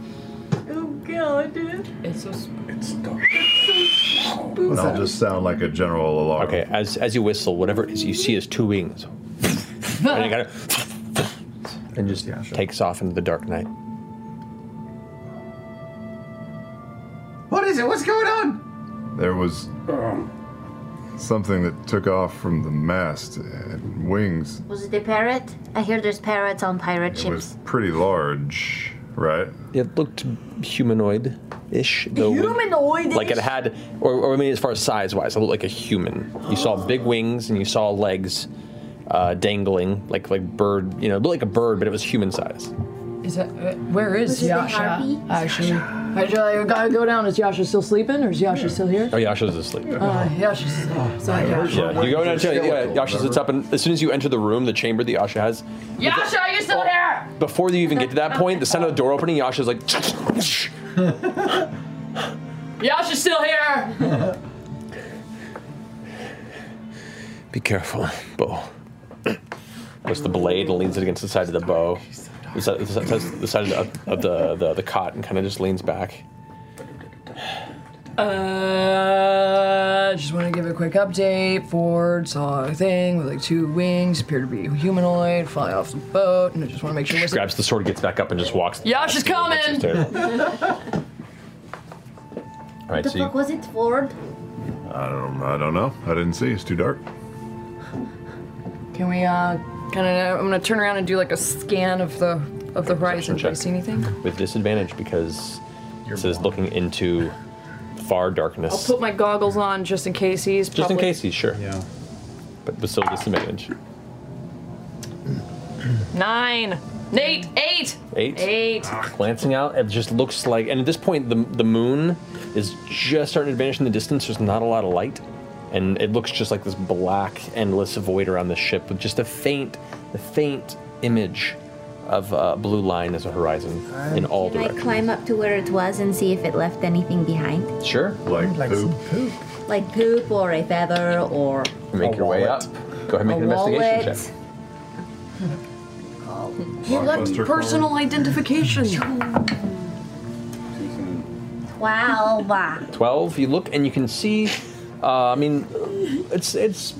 Speaker 16: Oh god, dude.
Speaker 2: It's so. Sp-
Speaker 16: it's
Speaker 8: And I'll just sound like a general alarm.
Speaker 5: Okay, as as you whistle, whatever it is you see is two wings. and it kind of and just takes off into the dark night.
Speaker 7: What is it? What's going on?
Speaker 8: There was something that took off from the mast and wings.
Speaker 9: Was it a parrot? I hear there's parrots on pirate
Speaker 8: It
Speaker 9: ships.
Speaker 8: was pretty large, right?
Speaker 5: It looked humanoid ish, though.
Speaker 9: Humanoid-ish?
Speaker 5: Like it had, or, or I mean, as far as size wise, it looked like a human. You saw big wings and you saw legs uh, dangling, like like bird, you know, it looked like a bird, but it was human size.
Speaker 2: Is it? Uh, where is
Speaker 6: Was it the
Speaker 2: Yasha?
Speaker 6: harpy?
Speaker 2: Actually, Actually, I gotta go down. Is Yasha still sleeping, or is Yasha still here?
Speaker 5: Oh, Yasha's asleep.
Speaker 2: Uh, Yasha's. Oh, sorry, Yasha.
Speaker 5: Yeah, you go down. Yeah, Yasha sits up, and as soon as you enter the room, the chamber that Yasha has,
Speaker 2: Yasha, are you still here?
Speaker 5: before you even get to that point, the sound of the door opening, Yasha's like,
Speaker 2: Yasha's still here.
Speaker 5: "Be careful, bow." Puts the blade and leans it against the side of the bow, the side, the side- the side of, the, of the, the the cot, and kind of just leans back.
Speaker 2: (laughs) Uh, just want to give a quick update. Ford saw a thing with like two wings, appear to be humanoid, fly off the boat, and I just want to make sure.
Speaker 5: She grabs the sword, gets back up, and just walks.
Speaker 2: Yasha's coming.
Speaker 5: Upstairs.
Speaker 2: (laughs)
Speaker 5: All right,
Speaker 9: the
Speaker 8: so you-
Speaker 9: fuck was it Ford?
Speaker 8: I don't, I don't know. I didn't see. It's too dark.
Speaker 2: Can we uh, kind of? I'm gonna turn around and do like a scan of the of the horizon. Do I
Speaker 5: check.
Speaker 2: see anything?
Speaker 5: with disadvantage because this is looking into far
Speaker 2: I'll
Speaker 5: darkness.
Speaker 2: put my goggles on just in case he's.
Speaker 5: Just in
Speaker 2: probably-
Speaker 5: case he's sure. Yeah. But, but still disadvantage.
Speaker 2: Nine. Nate, eight.
Speaker 5: Eight.
Speaker 2: Eight.
Speaker 5: Glancing out, it just looks like, and at this point, the the moon is just starting to vanish in the distance. There's not a lot of light, and it looks just like this black, endless void around the ship with just a faint, the faint image of uh, blue line as a horizon in all
Speaker 9: Can I
Speaker 5: directions.
Speaker 9: climb up to where it was and see if it left anything behind?
Speaker 5: Sure. Like, poop.
Speaker 9: Like poop or a feather or
Speaker 5: Make your way up. Go ahead and
Speaker 9: A
Speaker 5: make an investigation
Speaker 9: wallet.
Speaker 5: check.
Speaker 2: You left
Speaker 5: Blockbuster
Speaker 2: personal identification.
Speaker 9: wow.
Speaker 5: 12 you look and you can see uh, i mean it's it's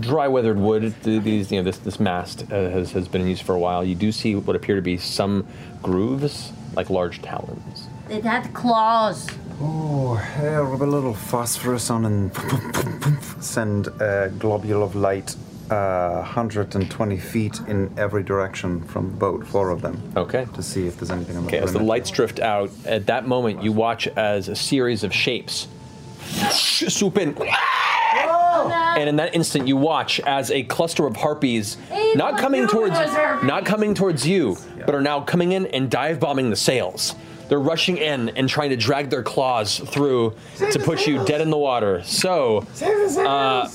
Speaker 5: dry weathered wood It- th- these you know this this mast uh, has, has been in use for a while you do see what appear to be some grooves like large talons
Speaker 9: It had claws.
Speaker 11: Oh, hey, rub a little phosphorus on and send a globule of light uh, 120 feet in every direction from the boat, four of them.
Speaker 5: Okay.
Speaker 11: To see if there's anything on the
Speaker 5: okay as the
Speaker 11: perimeter.
Speaker 5: lights drift out at that moment you watch as a series of shapes swoop in and in that instant you watch as a cluster of harpies not coming towards not coming towards you but are now coming in and dive bombing the sails they're rushing in and trying to drag their claws through to push you dead in the water so uh,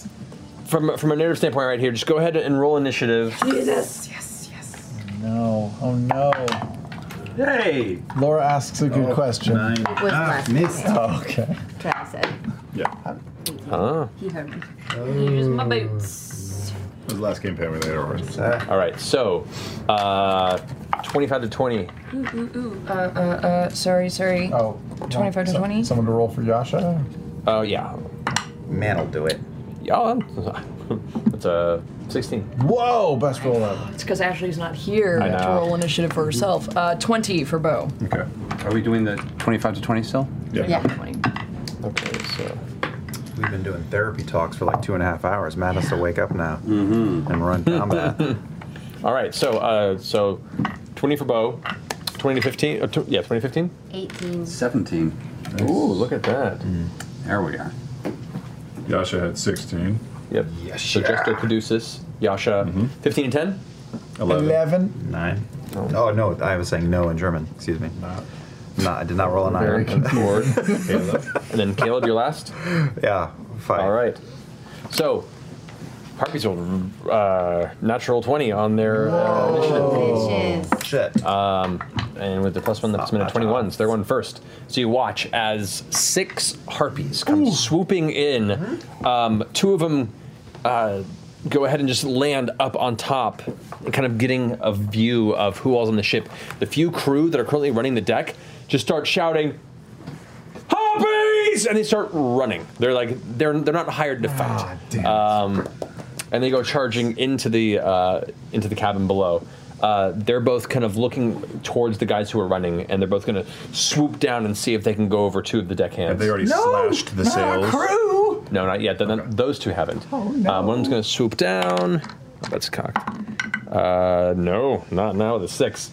Speaker 5: from from a narrative standpoint right here just go ahead and roll initiative
Speaker 7: Jesus. Yes, yes. No. Oh no. Hey! Laura asks a good question.
Speaker 22: It was last
Speaker 7: missed.
Speaker 22: night.
Speaker 7: Oh, okay.
Speaker 22: Travis said.
Speaker 8: Yeah.
Speaker 5: Ah.
Speaker 22: He heard me.
Speaker 2: Use my boots.
Speaker 8: It was the last game plan we had ours.
Speaker 5: All right, so uh, 25 to 20.
Speaker 2: Ooh, ooh, ooh. Uh, uh, uh, sorry, sorry.
Speaker 7: Oh.
Speaker 2: 25 to
Speaker 7: So-
Speaker 2: 20?
Speaker 7: Someone to roll for Yasha?
Speaker 5: Oh, yeah.
Speaker 7: Man'll do it.
Speaker 5: Yeah, I'm- (laughs) that's a 16.
Speaker 7: Whoa, best roll ever.
Speaker 2: It's because Ashley's not here
Speaker 5: I
Speaker 2: to
Speaker 5: know.
Speaker 2: roll initiative for herself. Uh, 20 for Bo.
Speaker 12: Okay. Are we doing the 25 to 20 still?
Speaker 2: Yeah. 20.
Speaker 5: Okay, so.
Speaker 11: We've been doing therapy talks for like two and a half hours. Matt has to wake up now
Speaker 12: Mm-hmm.
Speaker 11: and run combat.
Speaker 5: (laughs) All right, so uh, so 20 for Bo, 20 to 15. Uh, tw- yeah, 20 to 15.
Speaker 9: 18.
Speaker 12: 17.
Speaker 5: Ooh, look at that.
Speaker 11: Mm.
Speaker 12: There we are.
Speaker 8: Yasha had 16.
Speaker 5: Yep. So Jester Caduceus, Yasha,
Speaker 7: Mm-hmm.
Speaker 5: 15 and 10.
Speaker 7: 11.
Speaker 11: Nine. Oh, no, I was saying no in German. Excuse me. No, I did not roll a nine. (laughs)
Speaker 5: Very confused. and then Caleb, your last?
Speaker 11: Yeah, five.
Speaker 5: All right. So, Harpies rolled uh, natural 20 on their uh, initiative.
Speaker 11: Shit.
Speaker 5: Um, and with the plus one, the plus one, and 21s, they're going first. So you watch as six Harpies come swooping in. Um, two of them uh, go ahead and just land up on top, and kind of getting a view of who all's on the ship. The few crew that are currently running the deck just start shouting, Harpies! And they start running. They're like they're they're not hired to
Speaker 8: Ah,
Speaker 5: fight. um, and they go charging into the uh, into the cabin below. Uh, they're both kind of looking towards the guys who are running, and they're both going to swoop down and see if they can go over two of the deckhands.
Speaker 8: Have they already No, slashed the not our sails? crew!
Speaker 5: No, not yet. Th- th- Those two haven't.
Speaker 8: Oh, no.
Speaker 5: Um, one of them's going to swoop down. Oh, that's cocked. Uh, no, not now. The six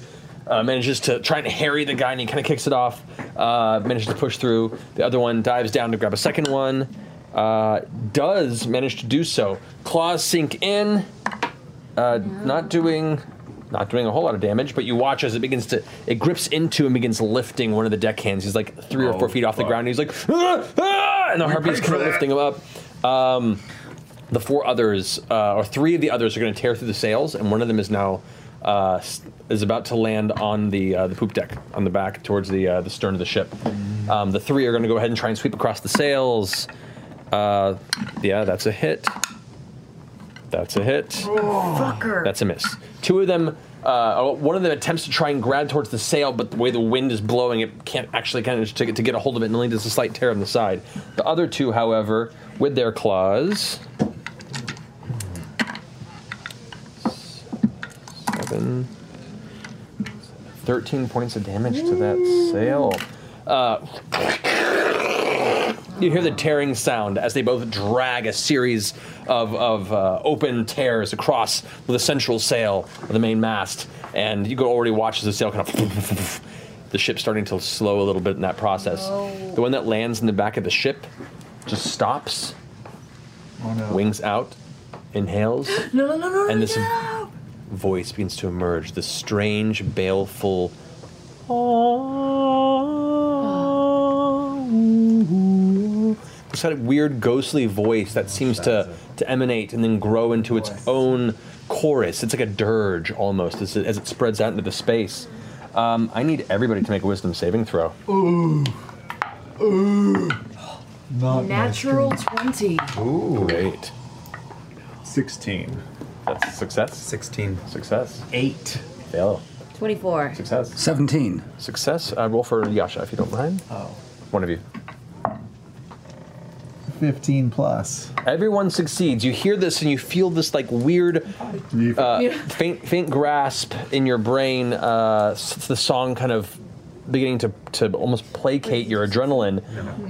Speaker 5: uh, manages to try and harry the guy, and he kind of kicks it off. Uh, manages to push through. The other one dives down to grab a second one. Uh, does manage to do so. Claws sink in. Uh, Not doing, not doing a whole lot of damage. But you watch as it begins to, it grips into and begins lifting one of the deck hands. He's like three or
Speaker 18: Oh,
Speaker 5: four feet off the
Speaker 18: fuck.
Speaker 5: ground. And he's like, "Ah, ah," and the
Speaker 18: You
Speaker 5: harpy's
Speaker 18: paid
Speaker 5: kind
Speaker 18: for
Speaker 5: of
Speaker 18: that.
Speaker 5: lifting him up. Um, the four others, uh, or three of the others, are going to tear through the sails, and one of them is now uh, s- is about to land on the uh, the poop deck on the back towards the uh, the stern of the ship. Um, the three are going to go ahead and try and sweep across the sails. Uh, yeah, that's a hit. That's a hit.
Speaker 16: Fucker.
Speaker 5: That's a miss. Two of them, uh, oh, one of them attempts to try and grab towards the sail, but the way the wind is blowing, it can't actually kind of to get, to get a hold of it, and only does a slight tear on the side. The other two, however, with their claws. Seven. 13 points of damage to that sail. Uh, you hear the tearing sound as they both drag a series of, of uh, open tears across the central sail of the main mast, and you can already watch as the sail kind of (laughs) the ship's starting to slow a little bit in that process. The one that lands in the back of the ship just stops, wings out, inhales,
Speaker 16: No, no, no, no, no,
Speaker 5: and this voice begins to emerge, this strange, baleful
Speaker 24: Ah.
Speaker 18: Oh.
Speaker 5: It's got a weird ghostly voice that seems to, to emanate and then grow into its own chorus. It's like a dirge almost as it, as it spreads out into the space. Um, I need everybody to make a wisdom saving throw.
Speaker 16: Ooh. Ooh.
Speaker 8: Not
Speaker 16: Natural 20.
Speaker 5: Ooh. Great.
Speaker 8: 16.
Speaker 5: That's a success.
Speaker 11: 16.
Speaker 5: Success.
Speaker 12: 8.
Speaker 5: Fail.
Speaker 22: 24.
Speaker 5: Success. 17. Success. Uh, roll for Yasha if you don't mind. Oh. One of you.
Speaker 7: 15 plus.
Speaker 5: Everyone succeeds. You hear this and you feel this like weird, uh,
Speaker 7: Yeah.
Speaker 5: faint, faint grasp in your brain. Uh, s- the song kind of beginning to, to almost placate your adrenaline,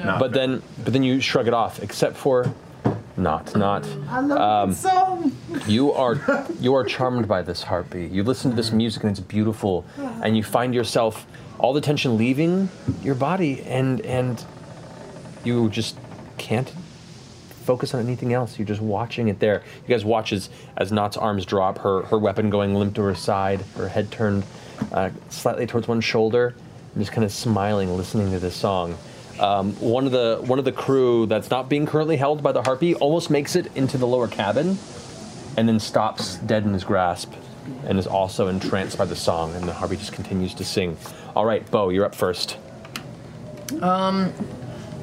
Speaker 16: No.
Speaker 5: but then but then you shrug it off. Except for not not.
Speaker 16: I love
Speaker 5: Um,
Speaker 16: that song.
Speaker 5: you are you are charmed by this harpy. You listen to this music and it's beautiful, and you find yourself all the tension leaving your body, and and you just can't focus on anything else. You're just watching it there. You guys watch as as Nott's arms drop, her her weapon going limp to her side, her head turned uh, slightly towards one shoulder, and just kind of smiling, listening to this song. Um, one of the one of the crew that's not being currently held by the harpy almost makes it into the lower cabin, and then stops dead in his grasp and is also entranced by the song, and Harvey just continues to sing. All right, Bo, you're up first.
Speaker 2: Um,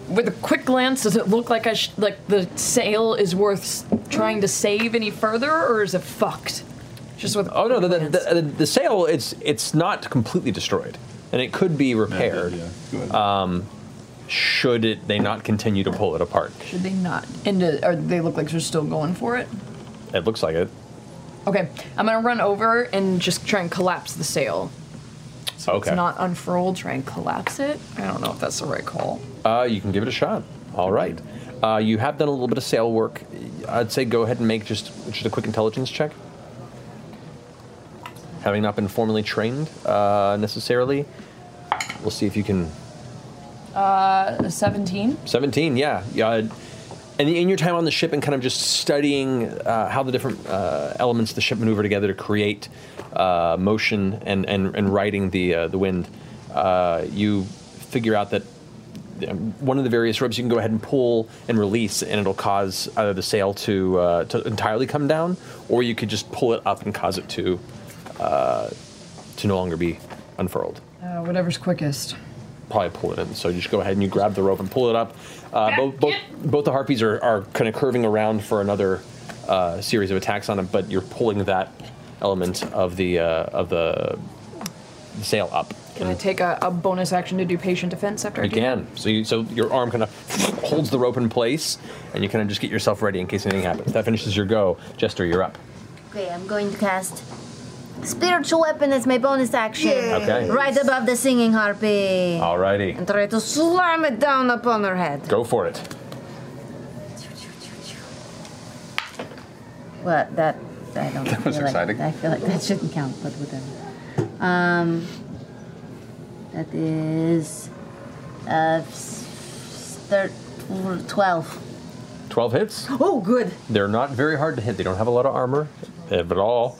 Speaker 2: with a quick glance, does it look like I sh- like the sale is worth s- trying to save any further, or is it fucked? Just with
Speaker 5: oh no, the, the, the, the sail it's it's not completely destroyed, and it could be repaired. um, should it they not continue to pull it apart?
Speaker 2: should they not? And uh, are they look like they're still going for it?
Speaker 5: It looks like it.
Speaker 2: Okay, I'm gonna run over and just try and collapse the sail. So
Speaker 5: okay.
Speaker 2: It's not unfurled. Try and collapse it. I don't know if that's the right call.
Speaker 5: Uh, you can give it a shot. All right. Uh, you have done a little bit of sail work. I'd say go ahead and make just just a quick intelligence check. Having not been formally trained uh, necessarily, we'll see if you can
Speaker 2: Uh, 17.
Speaker 5: 17 yeah yeah and in your time on the ship and kind of just studying uh, how the different uh, elements of the ship maneuver together to create uh, motion and, and, and riding the, uh, the wind, uh, you figure out that um, one of the various ropes you can go ahead and pull and release, and it'll cause either the sail to, uh, to entirely come down, or you could just pull it up and cause it to, uh, to no longer be unfurled
Speaker 6: Uh, whatever's quickest.
Speaker 5: probably pull it in. So you just go ahead and you grab the rope and pull it up. Uh, both, both, both the harpies are, are kind of curving around for another uh, series of attacks on it, but you're pulling that element of the uh, of the sail up.
Speaker 2: Can I take a, a bonus action to do patient defense after I
Speaker 5: You
Speaker 2: do that?
Speaker 5: can. So you, so your arm kind of (laughs) holds the rope in place, and you kind of just get yourself ready in case anything happens. That finishes your go. Jester, you're up.
Speaker 9: Okay, I'm going to cast spiritual weapon as my bonus action.
Speaker 5: Okay.
Speaker 9: Right above the singing harpy.
Speaker 5: Alrighty,
Speaker 9: And try to slam it down upon her head.
Speaker 5: go for it.
Speaker 9: Well, that I don't.
Speaker 5: That was
Speaker 9: feel like-
Speaker 5: exciting.
Speaker 9: I feel like that shouldn't count, but whatever. Um, that is uh, s- thir- twelve.
Speaker 5: Twelve hits.
Speaker 9: Oh, good.
Speaker 5: They're not very hard to hit. They don't have a lot of armor, if at all.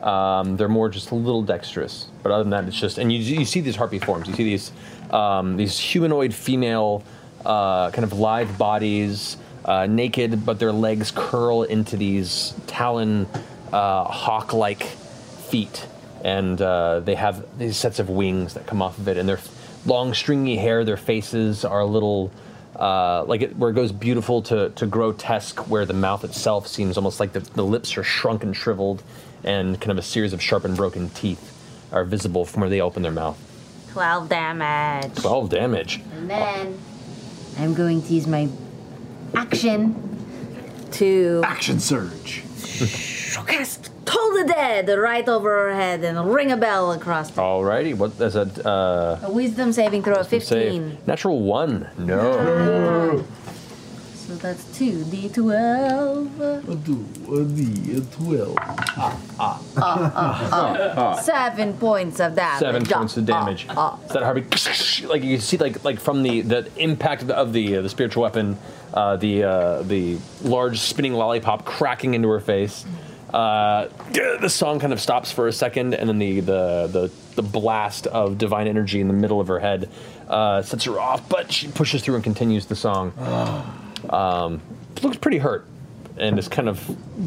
Speaker 5: Um, they're more just a little dexterous. But other than that, it's just and you, you see these harpy forms. You see these um, these humanoid female uh, kind of live bodies, uh, naked, but their legs curl into these talon uh, hawk like feet, and uh, they have these sets of wings that come off of it, and their long stringy hair. Their faces are a little uh, like it, where it goes beautiful to, to grotesque, where the mouth itself seems almost like the, the lips are shrunk and shriveled, and kind of a series of sharp and broken teeth are visible from where they open their mouth.
Speaker 9: Twelve damage.
Speaker 5: 12 damage.
Speaker 9: And then I'm going to use my action to
Speaker 12: Action surge.
Speaker 9: cast Toll the Dead right over her head and ring a bell across.
Speaker 5: Alrighty, what is that? Uh,
Speaker 9: A wisdom saving throw of
Speaker 5: save?
Speaker 9: 15.
Speaker 5: Natural one. No.
Speaker 9: So that's 2d12.
Speaker 21: I'll do a D, a 12. Ah, ah.
Speaker 9: Ah, ah, ah. Seven points of damage.
Speaker 5: Seven
Speaker 9: Ah,
Speaker 5: points of damage.
Speaker 9: ah,
Speaker 5: Is that Harvey? Like you see, like like from the the impact of the of the, uh, the spiritual weapon, uh, the uh, the large spinning lollipop cracking into her face. Uh, the song kind of stops for a second, and then the the the, the blast of divine energy in the middle of her head uh, sets her off. But she pushes through and continues the song. um, looks pretty hurt, and is kind of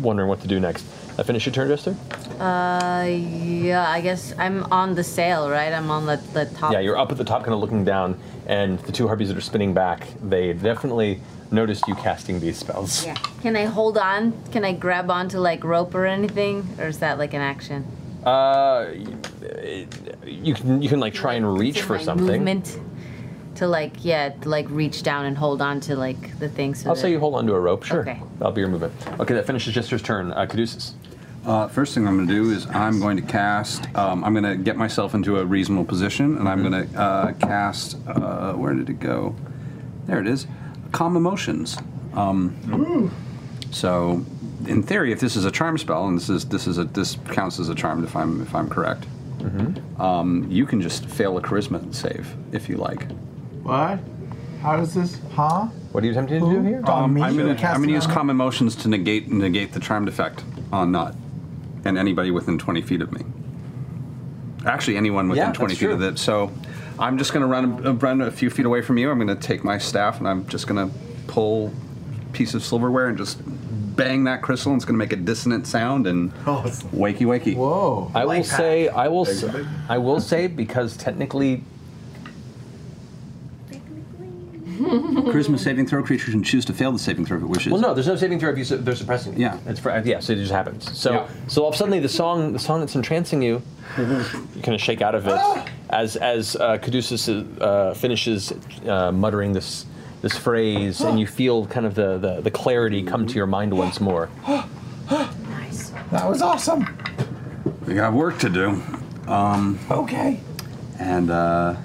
Speaker 5: wondering what to do next. I finish your turn, Jester.
Speaker 9: Uh, yeah, I guess I'm on the sail, right? I'm on the, the top.
Speaker 5: Yeah, you're up at the top, kind of looking down, and the two harpies that are spinning back, they definitely noticed you casting these spells.
Speaker 9: Yeah. Can I hold on? Can I grab onto like rope or anything? Or is that like an action?
Speaker 5: Uh, you can you can like try and reach for
Speaker 9: My
Speaker 5: something.
Speaker 9: Movement to like, yeah, to like reach down and hold on to like the thing. So
Speaker 5: I'll
Speaker 9: that-
Speaker 5: say you hold onto a rope. Sure,
Speaker 9: Okay.
Speaker 5: that'll be your movement. Okay, that finishes Jester's turn. Uh, Caduceus.
Speaker 12: Uh, first thing I'm going to do is I'm going to cast. Um, I'm going to get myself into a reasonable position, and I'm going to uh, cast. Uh, where did it go? There it is. Calm emotions. Um, So, in theory, if this is a charm spell, and this is this is a this counts as a charm if I'm if I'm correct, um, you can just fail a charisma save if you like.
Speaker 7: What? How does this? Huh?
Speaker 5: What are you attempting to do here?
Speaker 12: Um,
Speaker 7: me?
Speaker 12: I'm
Speaker 7: Should I
Speaker 12: going
Speaker 7: cast
Speaker 12: to
Speaker 7: it
Speaker 12: use
Speaker 7: on him?
Speaker 12: calm emotions to negate negate the charmed effect on Nut and anybody within 20 feet of me. Actually, anyone within
Speaker 5: Yeah,
Speaker 12: 20
Speaker 5: that's
Speaker 12: feet of it. So I'm just going to run, uh, run a few feet away from you. I'm going to take my staff and I'm just going to pull a piece of silverware and just bang that crystal, and it's going to make a dissonant sound
Speaker 5: (laughs)
Speaker 12: and
Speaker 5: Oh,
Speaker 12: wakey wakey. Whoa!
Speaker 5: I will say, I will, s- I will say, because technically,
Speaker 12: Charisma saving throw creatures can choose to fail the saving throw if it wishes.
Speaker 5: well, no, there's no saving throw if you, su- they're suppressing. it.
Speaker 12: Yeah.
Speaker 5: it's for, yeah. So it just happens. So, so all of a sudden, the song, the song that's entrancing you, you kind of shake out of it as as uh, Caduceus uh, finishes uh, muttering this this phrase, and you feel kind of the, the the clarity come to your mind once more.
Speaker 7: nice. That was awesome.
Speaker 12: We got work to do. Um,
Speaker 7: okay.
Speaker 12: And uh,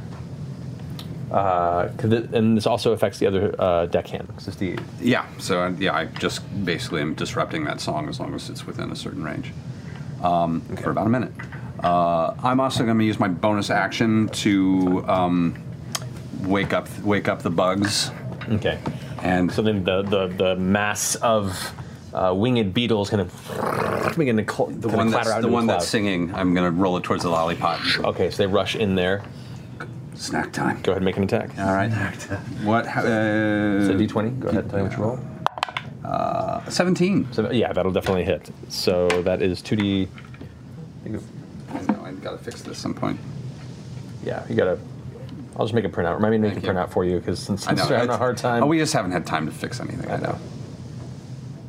Speaker 5: uh, 'cause it- and this also affects the other uh, deckhand. 'cause it's the
Speaker 12: Yeah. So I- yeah, I just basically am disrupting that song as long as it's within a certain range um, for about a minute. Uh, I'm also going to use my bonus action to um, wake up wake up the bugs.
Speaker 5: Okay.
Speaker 12: And
Speaker 5: so then the the, the mass of uh, winged beetles kind of begin to cl-
Speaker 12: The one that's, the one that's singing. I'm going to roll it towards the lollipop.
Speaker 5: Okay, so they rush in there.
Speaker 12: Snack time.
Speaker 5: Go ahead and make an attack.
Speaker 12: All right. What? Uh,
Speaker 5: so d20. Go ahead. Tell me what you roll.
Speaker 12: Uh, 17.
Speaker 5: So, yeah, that'll definitely hit. So that is 2d.
Speaker 12: I've got to fix this at some point.
Speaker 5: Yeah, you gotta. I'll just make a printout. Remind me to make a printout for you because since
Speaker 12: I know,
Speaker 5: we're having a
Speaker 12: it's-
Speaker 5: hard time.
Speaker 12: Oh, we just haven't had time to fix anything. I know.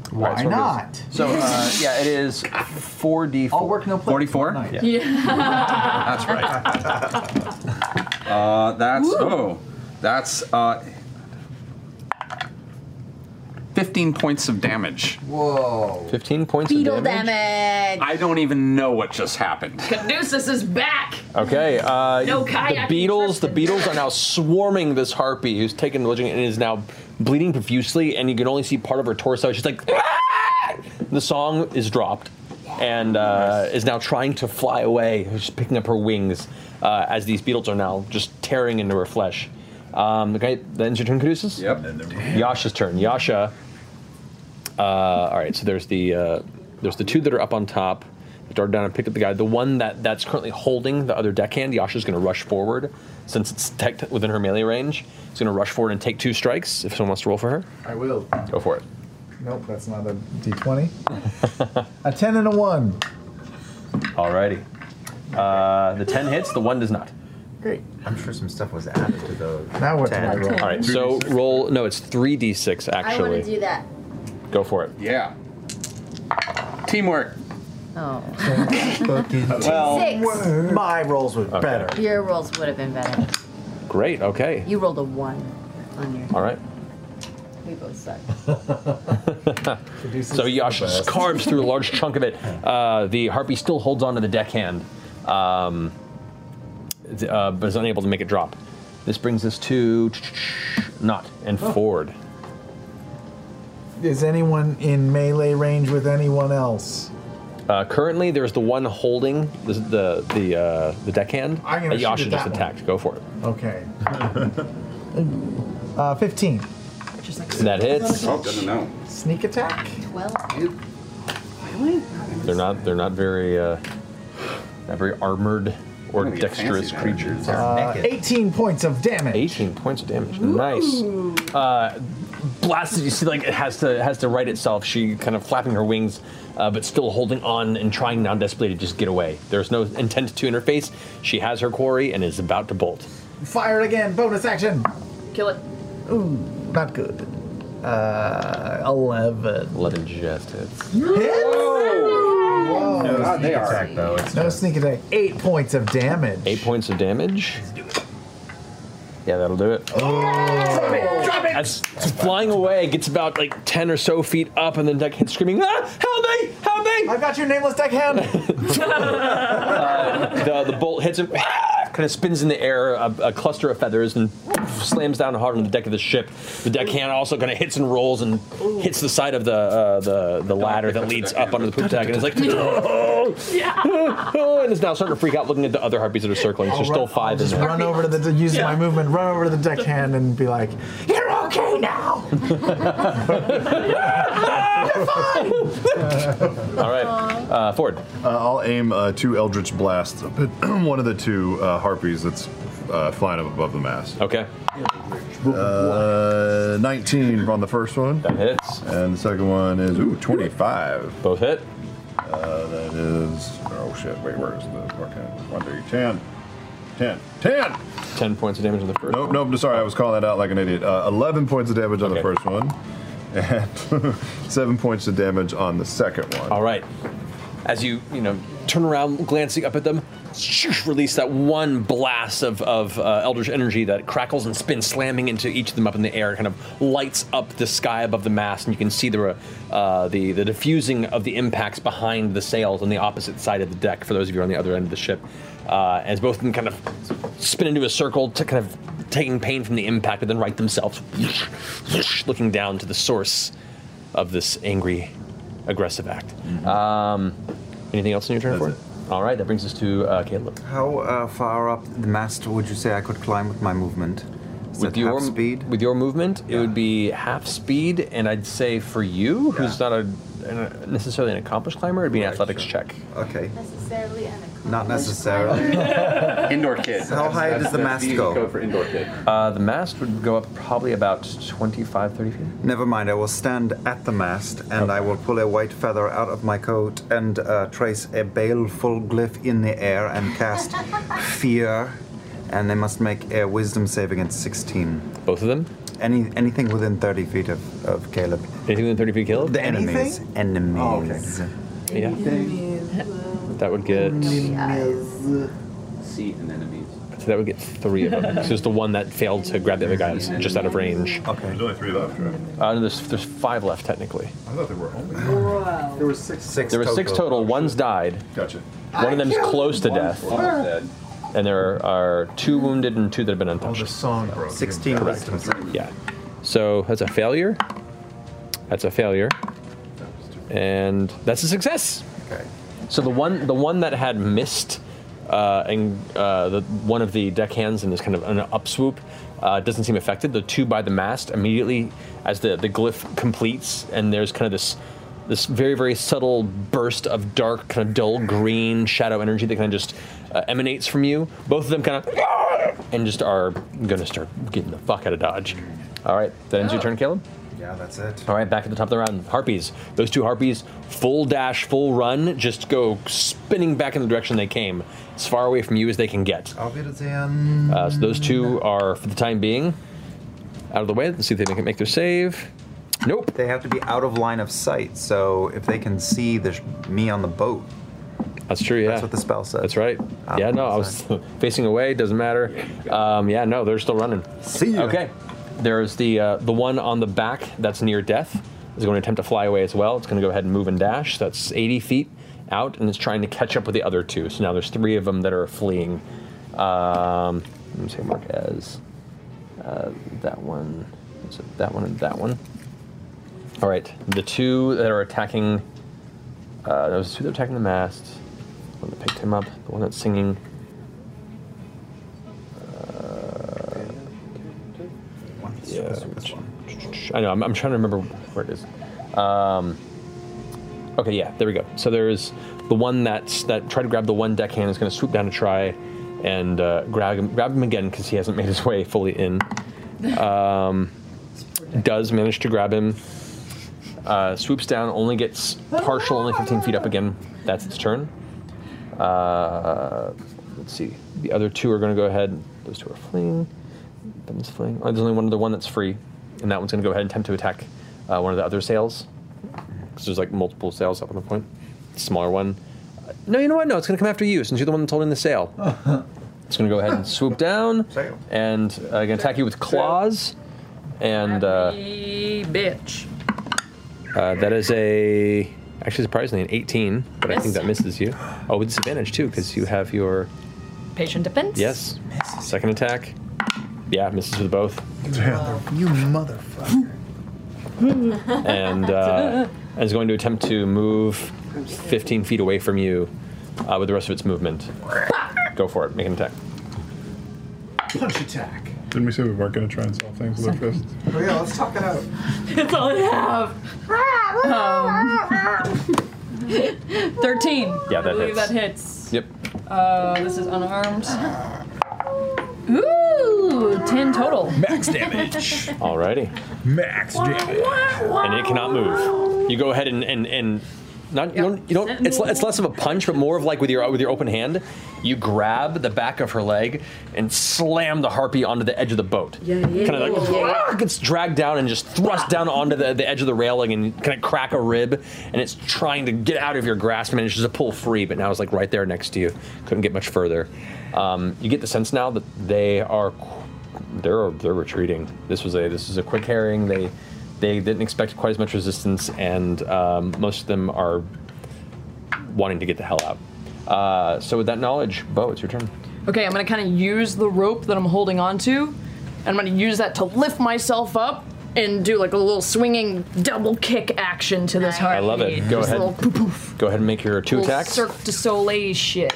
Speaker 5: Why
Speaker 12: not?
Speaker 5: So uh, yeah, it is 4d4. All work,
Speaker 12: no play. 44.
Speaker 2: Yeah.
Speaker 12: That's right. Uh, that's oh, that's uh, fifteen points of damage.
Speaker 5: Whoa. 15 points
Speaker 2: Beetle
Speaker 5: of damage.
Speaker 2: damage.
Speaker 12: I don't even know what just happened.
Speaker 2: Caduceus is back.
Speaker 5: Okay. Uh,
Speaker 2: No
Speaker 5: the
Speaker 2: kayaking
Speaker 5: beetles. The beetles are now swarming this harpy, who's taken the lodging and is now bleeding profusely, and you can only see part of her torso. She's like, "Ah!" the song is dropped, and uh, is now trying to fly away. She's picking up her wings uh, as these beetles are now just tearing into her flesh. Um, okay, then it's your turn, Caduceus.
Speaker 12: Yep.
Speaker 5: Yasha's turn. Yasha. Uh, all right, so there's the uh, there's the two that are up on top. They darted down and picked up the guy. The one that that's currently holding the other deckhand, Yasha's going to rush forward since it's tech within her melee range. She's going to rush forward and take two strikes. If someone wants to roll for her,
Speaker 7: I will.
Speaker 5: go for it.
Speaker 7: Nope, that's not a d20. a 10 and a 1.
Speaker 5: Alrighty. Uh, the ten hits. The one does not.
Speaker 7: Great.
Speaker 25: I'm sure some stuff was added to the.
Speaker 7: Now what?
Speaker 25: Ten.
Speaker 5: All right, so roll. No, it's three d6
Speaker 9: I want to
Speaker 5: actually.
Speaker 9: do that.
Speaker 5: Go for it.
Speaker 12: Yeah. Teamwork.
Speaker 25: Oh.
Speaker 5: Well-
Speaker 9: Six.
Speaker 25: my rolls were better.
Speaker 22: Your rolls would have been better.
Speaker 5: Great. Okay.
Speaker 22: You rolled a one on your.
Speaker 5: All right.
Speaker 22: We both suck. (laughs)
Speaker 5: so Yash
Speaker 22: best.
Speaker 5: carves through a large
Speaker 7: (laughs)
Speaker 5: chunk of it. Uh, the harpy still holds onto the deckhand, um, th- uh, but is unable to make it drop. This brings us to Knot and
Speaker 7: Oh.
Speaker 5: Ford.
Speaker 7: Is anyone in melee range with anyone else?
Speaker 5: Uh, currently, there's the one holding the the the, uh, the deckhand
Speaker 7: I'm gonna
Speaker 5: that
Speaker 7: shoot at
Speaker 5: Yasha
Speaker 7: that
Speaker 5: just
Speaker 7: one.
Speaker 5: attacked. Go for it.
Speaker 7: (laughs) Okay. uh, 15.
Speaker 5: That hits.
Speaker 12: Oh, good to know.
Speaker 7: Sneak attack?
Speaker 22: 12.
Speaker 7: Really?
Speaker 5: They're not they're not very uh, not very armored or
Speaker 7: gonna get fancy
Speaker 5: dexterous
Speaker 7: now.
Speaker 5: creatures.
Speaker 7: Uh, 18 points of damage.
Speaker 5: 18 points of damage. Nice. Uh, blasted. You see, like it has to it has to right itself. She kind of flapping her wings, uh, but still holding on and trying non desperately to just get away. There's no intent to interface. She has her quarry and is about to bolt.
Speaker 7: Fire again. Bonus action.
Speaker 2: Kill it.
Speaker 7: Ooh, not good. Uh, 11.
Speaker 5: 11 just hits.
Speaker 7: Whoa.
Speaker 5: No God, they sneak are-
Speaker 25: attack, though. It's
Speaker 7: no sneak attack. Eight points of damage.
Speaker 5: Eight points of damage. Yeah, that'll do it.
Speaker 7: Oh. Drop it! Drop it!
Speaker 5: As it's flying away, gets about like 10 or so feet up, and then Duck hits screaming, ah, help me, help me!
Speaker 7: I've got your nameless deck hand.
Speaker 5: the, the bolt hits him, kind of spins in the air, a, a cluster of feathers, and slams down hard on the deck of the ship. The deckhand also kind of hits and rolls and hits the side of the uh, the, the ladder that leads up onto the poop deck, and it's like, "Oh!" (laughs) and is now starting to freak out looking at the other harpies that are circling. So
Speaker 7: I'll
Speaker 5: there's still
Speaker 7: run- I'll
Speaker 5: five in
Speaker 7: (laughs) just
Speaker 5: there.
Speaker 7: run over to the use my movement, run over to the deckhand, and be like, "You're okay now."
Speaker 5: All right, uh, Ford.
Speaker 8: (clears throat) Uh, I'll aim uh, two Eldritch Blasts up at one of the two uh, harpies that's uh, flying up above the mast.
Speaker 5: Okay.
Speaker 8: Uh, 19 on the first one. That
Speaker 5: hits.
Speaker 8: And the second one is ooh 25.
Speaker 5: Both hit.
Speaker 8: Uh, that is oh shit. Wait, where is the fucking one three ten? 10. 10!
Speaker 5: 10 points of damage on the first
Speaker 8: nope, Nope, Sorry, I was calling that out like an idiot. Uh, 11 points of damage on the first one, and (laughs) 7 points of damage on the second one.
Speaker 5: All right. As you, you know, turn around, glancing up at them, release that one blast of, of uh, Eldritch energy that crackles and spins, slamming into each of them up in the air. It kind of lights up the sky above the mast, and you can see the, uh, the, the diffusing of the impacts behind the sails on the opposite side of the deck, for those of you on the other end of the ship. Uh, as both of them kind of spin into a circle, to kind of taking pain from the impact, but then right themselves, looking down to the source of this angry, aggressive act. Um, anything else in your turn for it? All right, that brings us to uh, Caleb.
Speaker 11: How uh, far up the mast would you say I could climb with my movement? Is
Speaker 5: With
Speaker 11: that
Speaker 5: your,
Speaker 11: half speed?
Speaker 5: with your movement, it would be half speed, and I'd say for you, who's not a, an- necessarily an accomplished climber, it'd be an athletics check.
Speaker 11: Okay.
Speaker 22: Necessarily an
Speaker 11: Not necessarily.
Speaker 12: (laughs)
Speaker 5: indoor
Speaker 11: kid. How high does the mast go?
Speaker 5: Uh, the mast would go up probably about 25, 30 feet.
Speaker 11: Never mind, I will stand at the mast and I will pull a white feather out of my coat and uh, trace a baleful glyph in the air and cast fear. And they must make a wisdom save against 16.
Speaker 5: Both of them?
Speaker 11: Any, anything within 30 feet of, of Caleb.
Speaker 5: Anything within 30 feet of Caleb? Oh,
Speaker 11: The enemies. Enemies.
Speaker 5: Yeah. That would get.
Speaker 12: Mm.
Speaker 20: See and enemies.
Speaker 5: So that would get three of them. so it's the one that failed to grab the other guy, was just out of range.
Speaker 11: Okay.
Speaker 8: There's only three left, right?
Speaker 5: Uh, no, there's, there's five left, technically.
Speaker 8: I thought there were only.
Speaker 11: There was six.
Speaker 5: there were six total. One's died.
Speaker 8: Oh, Gotcha.
Speaker 5: One of them's
Speaker 8: I
Speaker 5: close to
Speaker 8: killed one.
Speaker 5: death.
Speaker 8: One's dead.
Speaker 5: And there are two wounded and two that have been untouched.
Speaker 11: the song broke. 16
Speaker 5: Correct.
Speaker 11: wisdom save.
Speaker 5: Yeah. So that's a failure. That's a failure. And that's a success.
Speaker 11: Okay.
Speaker 5: So the one the one that had missed uh, and uh, the one of the deck hands in this kind of an upswoop uh, doesn't seem affected. The two by the mast immediately as the, the glyph completes and there's kind of this this very very subtle burst of dark kind of dull green shadow energy that kind of just uh, emanates from you. Both of them kind of and just are gonna start getting the fuck out of dodge. All right, that ends your turn, Caleb.
Speaker 11: Oh. Yeah, that's it.
Speaker 5: All right, back at the top of the round, harpies. Those two harpies, full dash, full run, just go spinning back in the direction they came, as far away from you as they can get.
Speaker 11: Auf Wiedersehen.
Speaker 5: Uh, so those two are, for the time being, out of the way. Let's see if they can make their save. Nope.
Speaker 11: They have to be out of line of sight, so if they can see the sh- me on the boat.
Speaker 5: That's true, yeah.
Speaker 11: That's what the spell Ah, says.
Speaker 5: That's right. Yeah, no, I was (laughs) facing away. Doesn't matter. Um, yeah, no, they're still running.
Speaker 11: See ya.
Speaker 5: Okay. There's the uh, the one on the back that's near death. Is going to attempt to fly away as well. It's going to go ahead and move and dash. That's 80 feet out, and it's trying to catch up with the other two. So now there's three of them that are fleeing. Um, let me say mark as uh, that one, so that one, and that one. All right, the two that are attacking. Uh, those two that are attacking the mast. The one that picked him up. The one that's singing. Uh, yeah, which- I know. I'm, I'm trying to remember where it is. Um, okay, yeah, there we go. So there's the one that's that tried to grab the one deckhand is going to swoop down to try and uh, grab him, grab him again because he hasn't (laughs) made his way fully in. Um, does manage to grab him. Uh, swoops down, only gets partial, only 15 feet up again. That's its turn. Uh, let's see. The other two are going to go ahead. Those two are fleeing. That one's fleeing. Oh, there's only one other one that's free, and that one's going to go ahead and attempt to attack uh, one of the other sails. Because there's like multiple sails up on the point. Smaller one. Uh, No, you know what? No, it's going to come after you since you're the one that's holding the sail. It's going to go ahead and swoop down and uh, going to attack you with claws. And uh,
Speaker 2: E- bitch.
Speaker 5: uh, that is a actually surprisingly an 18, but I think that misses you. Oh, with disadvantage too, because you have your
Speaker 2: Patient defense? (laughs)
Speaker 5: yes second attack. Yeah, misses with both.
Speaker 7: You motherfucker.
Speaker 5: and (laughs) uh, is going to attempt to move 15 feet away from you uh, with the rest of its movement. Go for it. Make an attack.
Speaker 8: Punch attack. Didn't we say we weren't going to try and solve things with our fists?
Speaker 7: Oh, yeah, let's talk it out.
Speaker 2: That's all I have. (laughs) Um, 13.
Speaker 5: Yeah, that
Speaker 2: I believe
Speaker 5: hits.
Speaker 2: that hits.
Speaker 5: Yep.
Speaker 2: Uh, this is unarmed.
Speaker 6: Ooh, 10 total.
Speaker 5: Max damage.
Speaker 2: (laughs)
Speaker 5: Alrighty.
Speaker 6: Max damage.
Speaker 5: And it cannot move. You go ahead and and, and not you don't, you don't it's, le- it's less of a punch, but more of like with your with your open hand, you grab the back of her leg and slam the harpy onto the edge of the boat.
Speaker 29: Yeah, yeah,
Speaker 5: kind of like
Speaker 29: yeah, yeah.
Speaker 5: "Fuck," (laughs) gets dragged down and just thrust down onto the, the edge of the railing and kind of crack a rib, and it's trying to get out of your grasp, manages to pull free, but now it's like right there next to you. Couldn't get much further. Um, you get the sense now that they are they're they're retreating. This was a this is a quick herring. They they didn't expect quite as much resistance, and um, most of them are wanting to get the hell out. Uh, so with that knowledge, Bo, it's your turn.
Speaker 6: Okay, I'm gonna kind of use the rope that I'm holding onto, and I'm gonna use that to lift myself up and do like a little swinging double kick action to this heart.
Speaker 5: I love it. Go ahead. Go ahead and make your two attacks.
Speaker 6: Cirque du Soleil shit.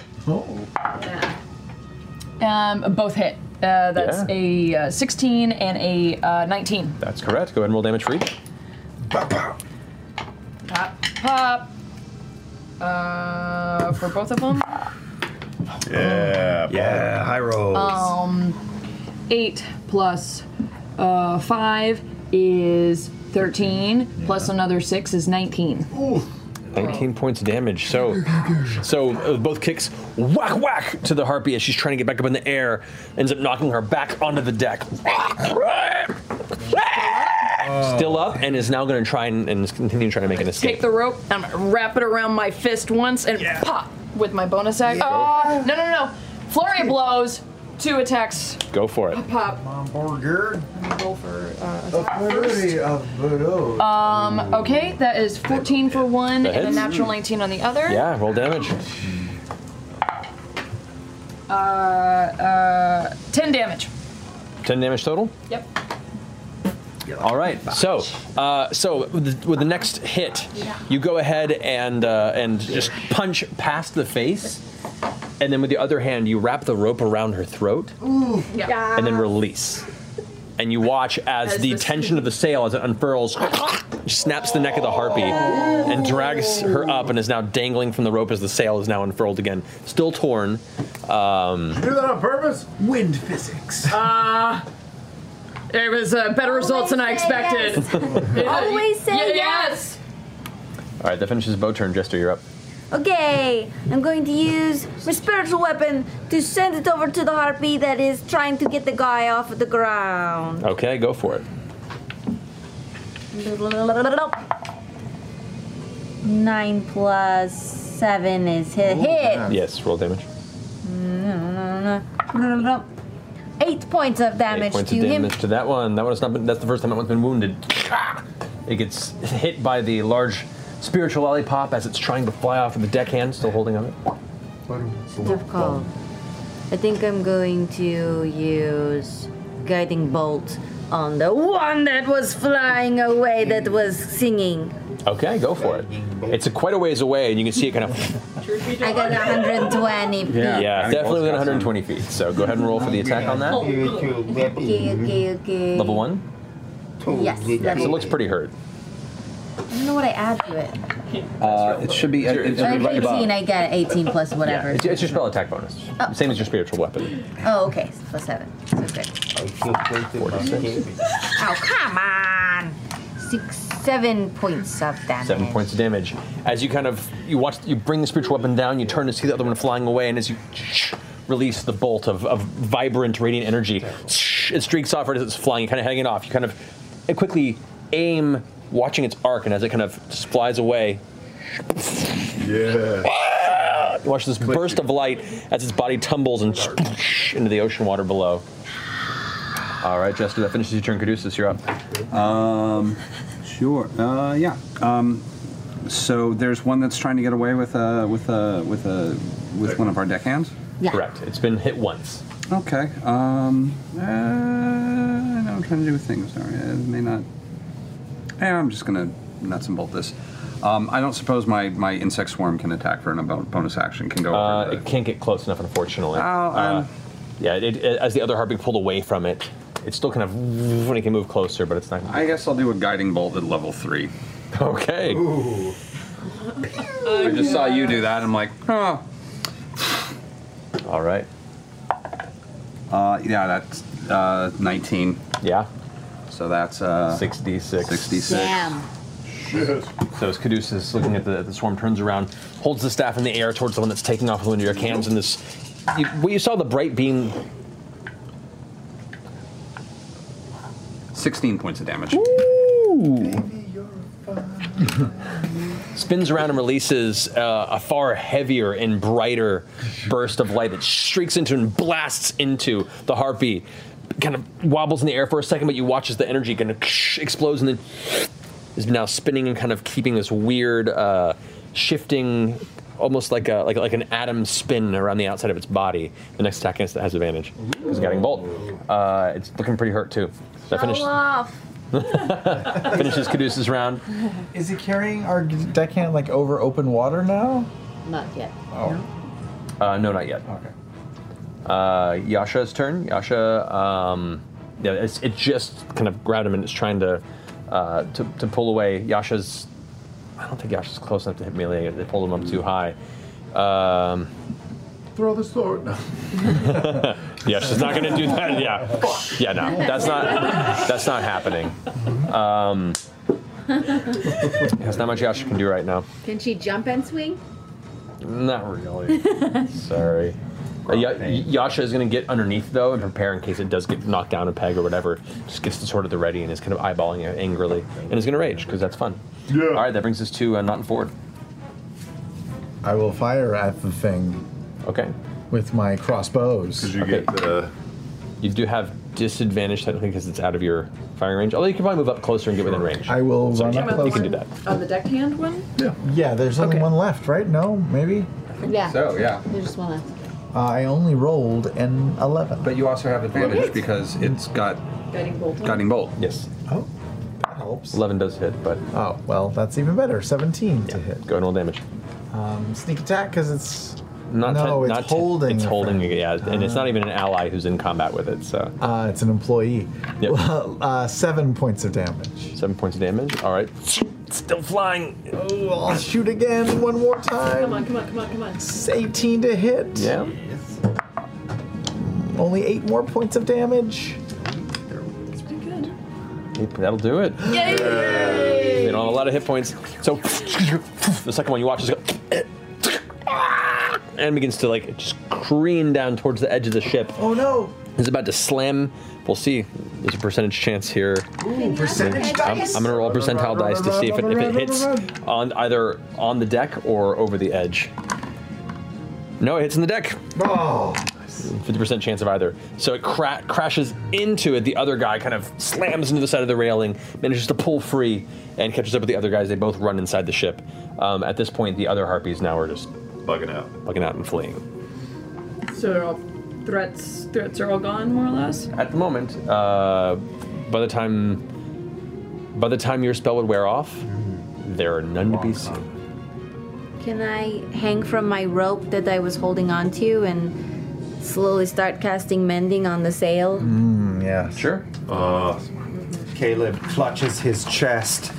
Speaker 6: Um, both hit. Uh, that's a uh, 16 and a uh, 19.
Speaker 5: That's correct. Go ahead and roll damage for each.
Speaker 6: Pop, pop. Uh, for both of them.
Speaker 8: Oh.
Speaker 30: Yeah.
Speaker 8: Yeah, high rolls.
Speaker 6: Um, eight plus uh, five is thirteen. Plus another six is nineteen.
Speaker 5: 19 points of damage. So, so uh, both kicks whack whack to the harpy as she's trying to get back up in the air. Ends up knocking her back onto the deck. Still up and is now going to try and, and is continue trying to make an
Speaker 6: Take
Speaker 5: escape.
Speaker 6: the rope. I'm gonna wrap it around my fist once and pop with my bonus action.
Speaker 5: Yeah.
Speaker 6: Oh, no no no! Flurry of blows. Two attacks.
Speaker 5: Go for it.
Speaker 6: Pop. pop.
Speaker 7: Hamburger.
Speaker 6: Let me roll for uh,
Speaker 7: A
Speaker 6: attack
Speaker 7: flurry
Speaker 6: first.
Speaker 7: of blows.
Speaker 6: Um, okay, that is 14 for one
Speaker 5: That
Speaker 6: and a
Speaker 5: hits.
Speaker 6: natural 19 on the other.
Speaker 5: Mm. Yeah, roll damage.
Speaker 6: Uh, uh, 10 damage.
Speaker 5: 10 damage total.
Speaker 6: Yep.
Speaker 5: All right. So, uh, so with the, with the next hit, you go ahead and uh, and just punch past the face, and then with the other hand, you wrap the rope around her throat.
Speaker 29: Ooh. Yeah.
Speaker 5: and then release. And you watch as,
Speaker 29: As
Speaker 5: the
Speaker 29: the-
Speaker 5: tension of the sail as it unfurls snaps the neck of the harpy and drags her up and is now dangling from the rope as the sail is now unfurled again. Still torn. Um,
Speaker 6: that on purpose? Wind physics. Uh, it was uh, better results than I expected. (laughs)
Speaker 9: Always say
Speaker 6: Yeah,
Speaker 9: yes.
Speaker 5: all right, that finishes bow turn. Jester, you're up.
Speaker 9: Okay, I'm going to use my spiritual weapon to send it over to the harpy that is trying to get the guy off of the ground.
Speaker 5: Okay, go for it.
Speaker 9: Nine plus seven is hit. hit.
Speaker 5: Yes, roll damage.
Speaker 9: Eight points of damage
Speaker 5: Eight points
Speaker 9: to
Speaker 5: of
Speaker 9: him.
Speaker 5: damage to that one. That one has not been. That's the first time that one's been wounded. It gets hit by the large spiritual lollipop as it's trying to fly off of the deckhand, still holding on it.
Speaker 8: Mm-hmm.
Speaker 9: Difficult. I think I'm going to use guiding bolt on the one that was flying away that was singing.
Speaker 5: Okay, go for it. It's a quite a ways away, and you can see it kind of.
Speaker 9: I got 120 feet.
Speaker 5: definitely within 120 feet. So go ahead and roll for the attack on that.
Speaker 9: Okay, okay, okay.
Speaker 5: Level one.
Speaker 9: Yes.
Speaker 5: So
Speaker 9: Level
Speaker 5: it looks pretty hurt.
Speaker 9: I don't know what I add to it.
Speaker 5: Uh, it should be.
Speaker 9: it's Uh, right above. 18, I get 18 plus whatever.
Speaker 5: it's, it's your spell attack bonus.
Speaker 9: Oh.
Speaker 5: Same as your spiritual weapon.
Speaker 9: Oh, okay. it's Plus seven. So good.
Speaker 5: 46.
Speaker 9: Oh, come on. Six, seven points of damage.
Speaker 5: Seven points of damage. As you kind of you watch, you bring the spiritual weapon down. You turn to see the other one flying away, and as you release the bolt of, of vibrant radiant energy, it streaks off right as it's flying. You kind of hanging off. You kind of quickly aim, watching its arc, and as it kind of just flies away, yeah. You watch this burst of light as its body tumbles and into the ocean water below. All right, Jester, that finishes your turn. Caduceus, you're up.
Speaker 12: Um, sure. Uh, yeah. Um, so there's one that's trying to get away with uh, with uh, with uh, with one of our deckhands.
Speaker 9: Yeah.
Speaker 5: Correct. It's been hit once.
Speaker 12: Okay. Um, uh, no, I'm trying to do things. Sorry, it may not. Eh, I'm just gonna nuts and bolt this. Um, I don't suppose my, my insect swarm can attack for an about bonus action. Can go. Over
Speaker 5: Uh, it can't get close enough, unfortunately.
Speaker 12: Oh, um,
Speaker 5: Uh, yeah, it, it- as the other harpy pulled away from it, it's still kind of when it can move closer, but it's not.
Speaker 12: I guess I'll do a guiding bolt at level three.
Speaker 5: (laughs) Okay.
Speaker 12: I just saw you do that. I'm like, huh.
Speaker 5: All right.
Speaker 20: Uh, yeah, that's uh, 19.
Speaker 5: Yeah.
Speaker 20: So that's uh,
Speaker 5: 66.
Speaker 20: 66.
Speaker 5: So as Caduceus is looking at the, the swarm, turns around, holds the staff in the air towards the one that's taking off with one of your hands, and this, you, well, you saw the bright beam.
Speaker 20: 16 points of damage.
Speaker 5: Spins around and releases uh, a far heavier and brighter burst of light that streaks into and blasts into the harpy. Kind of wobbles in the air for a second, but you watch as the energy kind of explodes and then is now spinning and kind of keeping this weird uh, shifting, almost like a like like an atom spin around the outside of its body. The next attack against it has advantage. It's guiding bolt. Uh, it's looking pretty hurt too. That
Speaker 16: Show
Speaker 5: finishes
Speaker 9: (laughs)
Speaker 16: off.
Speaker 5: finishes Caduceus' round.
Speaker 7: Is he carrying our deckhand like over open water now?
Speaker 22: Not yet.
Speaker 7: Oh.
Speaker 5: Uh, no, not yet. Okay. Uh, Yasha's turn. Yasha, um, yeah, it's, it just kind of grabbed him and it's trying to, uh, to to pull away. Yasha's, I don't think Yasha's close enough to hit melee. They pulled him up too high. Um,
Speaker 8: Throw the sword. No.
Speaker 5: (laughs) yeah, she's not gonna do that. Yeah, yeah, no, that's not that's not happening. Um, there's not much Yasha can do right now.
Speaker 22: Can she jump and swing?
Speaker 5: Not
Speaker 20: (laughs)
Speaker 5: really. Sorry. Uh, Ya- Yasha is going to get underneath though and prepare in case it does get knocked down a peg or whatever. Just gets the sword at the ready and is kind of eyeballing it angrily and is going to rage because that's fun. Yeah. All right, that brings us to uh, Not and Forward.
Speaker 17: I will fire at the thing.
Speaker 5: Okay.
Speaker 17: With my crossbows. Did
Speaker 5: Okay.
Speaker 20: uh,
Speaker 5: You do have disadvantage technically because it's out of your firing range. Although you can probably move up closer and get within range.
Speaker 17: I will
Speaker 5: So,
Speaker 17: run
Speaker 5: yeah,
Speaker 17: up
Speaker 5: You
Speaker 17: closer.
Speaker 5: can do that.
Speaker 6: On the deckhand one?
Speaker 17: Yeah. Yeah,
Speaker 7: There's only one left, right? No, maybe.
Speaker 22: Yeah.
Speaker 20: so, yeah.
Speaker 22: There's just one left.
Speaker 17: Uh, I only rolled an eleven.
Speaker 20: But you also have advantage because it's got
Speaker 22: Guiding bolt.
Speaker 20: guiding bolt.
Speaker 5: Yes.
Speaker 17: Oh, that helps.
Speaker 5: 11 does hit, but.
Speaker 17: Oh, well, that's even better. 17 to hit.
Speaker 5: Go and roll damage.
Speaker 17: Um, sneak attack because it's
Speaker 5: Not
Speaker 17: no,
Speaker 5: ten-
Speaker 17: it's
Speaker 5: not ten-
Speaker 17: holding.
Speaker 5: it's
Speaker 17: a
Speaker 5: holding,
Speaker 17: friend.
Speaker 5: yeah, and it's not even an ally who's in combat with it. So
Speaker 17: Uh, it's an employee. (laughs)
Speaker 5: Yep.
Speaker 17: uh, seven points of damage.
Speaker 5: seven points of damage. All right. Still flying.
Speaker 17: Oh, I'll shoot again one more time.
Speaker 6: Come on, come on, come on, come on.
Speaker 17: It's 18 to hit.
Speaker 5: Yeah.
Speaker 17: Only eight more points of damage.
Speaker 6: It's pretty good.
Speaker 5: Yep, That'll do it.
Speaker 6: Yay!
Speaker 5: They don't have a lot of hit points. So the second one you watch is go and begins to like just careen down towards the edge of the ship.
Speaker 17: Oh no!
Speaker 5: It's about to slam. We'll see. There's a percentage chance here.
Speaker 17: Ooh, percentage
Speaker 5: I'm,
Speaker 17: dice.
Speaker 5: I'm gonna roll percentile dice to see if it, if it hits on either on the deck or over the edge. No, it hits in the deck.
Speaker 17: Oh.
Speaker 5: 50% chance of either. So it cra- crashes into it. The other guy kind of slams into the side of the railing, manages to pull free, and catches up with the other guys. They both run inside the ship. Um, at this point, the other harpies now are just bugging out, bugging out and fleeing.
Speaker 2: So they're all threats threats are all gone more or less.
Speaker 5: At the moment, uh, by the time by the time your spell would wear off, there are none to be seen.
Speaker 9: Can I hang from my rope that I was holding onto and slowly start casting mending on the sail?
Speaker 11: Mm,
Speaker 17: yeah.
Speaker 5: Sure.
Speaker 11: Uh, Caleb clutches his chest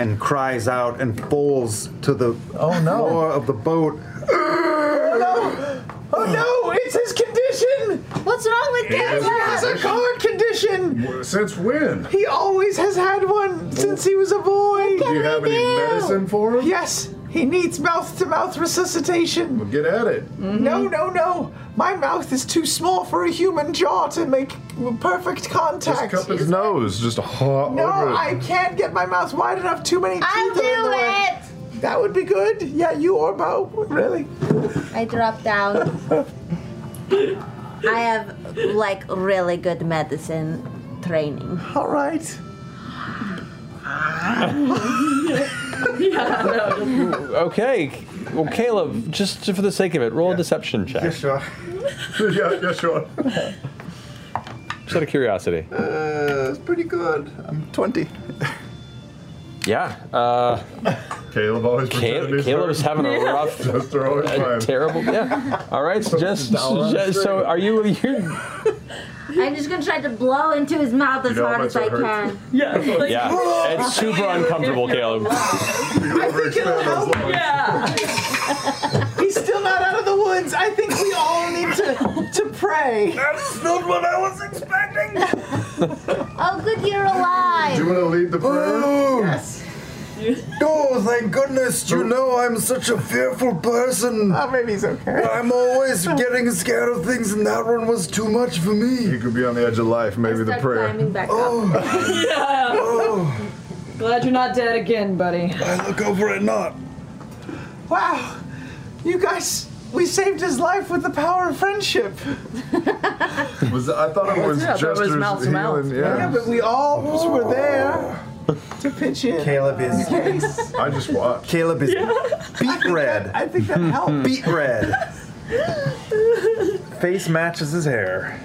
Speaker 11: and cries out and falls to the oh no floor of the boat.
Speaker 7: Oh no! Oh no! It's his condition.
Speaker 9: What's wrong with
Speaker 7: him? He has a card condition.
Speaker 8: Since when?
Speaker 7: He always has had one since he was a boy.
Speaker 8: Do you have any medicine for him?
Speaker 7: Yes. He needs mouth-to-mouth resuscitation. Well,
Speaker 8: get at it.
Speaker 7: No, no, no. My mouth is too small for a human jaw to make perfect contact.
Speaker 8: Cup his nose, just a hot
Speaker 7: No,
Speaker 8: over it.
Speaker 7: I can't get my mouth wide enough. Too many teeth. I'll do
Speaker 9: it.
Speaker 7: That would be good. Yeah, you or Bo, really.
Speaker 9: I drop
Speaker 5: (laughs)
Speaker 9: down. I have like really good medicine training.
Speaker 7: All right.
Speaker 5: Okay, well, Caleb, just for the sake of it, roll a deception check.
Speaker 8: Yeah, sure. yeah,
Speaker 11: (laughs)
Speaker 8: yeah, sure.
Speaker 5: Just out of curiosity.
Speaker 8: Uh, it's pretty good. I'm 20.
Speaker 5: Yeah. Uh,
Speaker 8: Caleb always
Speaker 5: Caleb, Caleb's having a
Speaker 8: (laughs)
Speaker 5: rough, a terrible. Yeah. All right. So just,
Speaker 8: Dollar
Speaker 5: just- so
Speaker 8: straight.
Speaker 5: are you?
Speaker 8: (laughs)
Speaker 5: You're,
Speaker 9: I'm just gonna try to blow into his mouth as
Speaker 5: You know how
Speaker 9: hard as
Speaker 5: much
Speaker 9: I
Speaker 5: it hurts?
Speaker 9: can.
Speaker 5: yeah.
Speaker 8: (laughs)
Speaker 5: (laughs) It's super uncomfortable, Caleb.
Speaker 7: He's still not out of the woods. I think we all need to to pray. That's not what I was expecting.
Speaker 9: Oh, good, you're alive.
Speaker 7: Do you wanna
Speaker 9: want to
Speaker 7: lead the prayer?
Speaker 9: Yes.
Speaker 1: Oh, thank goodness. You know I'm such a fearful person. Oh,
Speaker 7: maybe he's okay.
Speaker 1: I'm always
Speaker 8: (laughs)
Speaker 1: getting scared of things, and that one was too much for me. You
Speaker 8: could be on the edge of life, maybe the prayer.
Speaker 1: (laughs)
Speaker 9: back
Speaker 7: Oh.
Speaker 6: Yeah. (laughs) Glad you're not dead again, buddy.
Speaker 1: I look over at not.
Speaker 7: Wow, you guys, we saved his life with the power of friendship.
Speaker 8: Was, I thought it was
Speaker 7: Yeah, I
Speaker 8: just
Speaker 7: thought it was mouth to mouth.
Speaker 8: healing.
Speaker 7: Yeah.
Speaker 8: Yeah.
Speaker 7: but we all were there to pitch in.
Speaker 11: Caleb is-
Speaker 7: Yes.
Speaker 8: I just watched.
Speaker 11: Caleb is beat red.
Speaker 7: I think that helped.
Speaker 11: Beat red.
Speaker 8: Face matches his hair.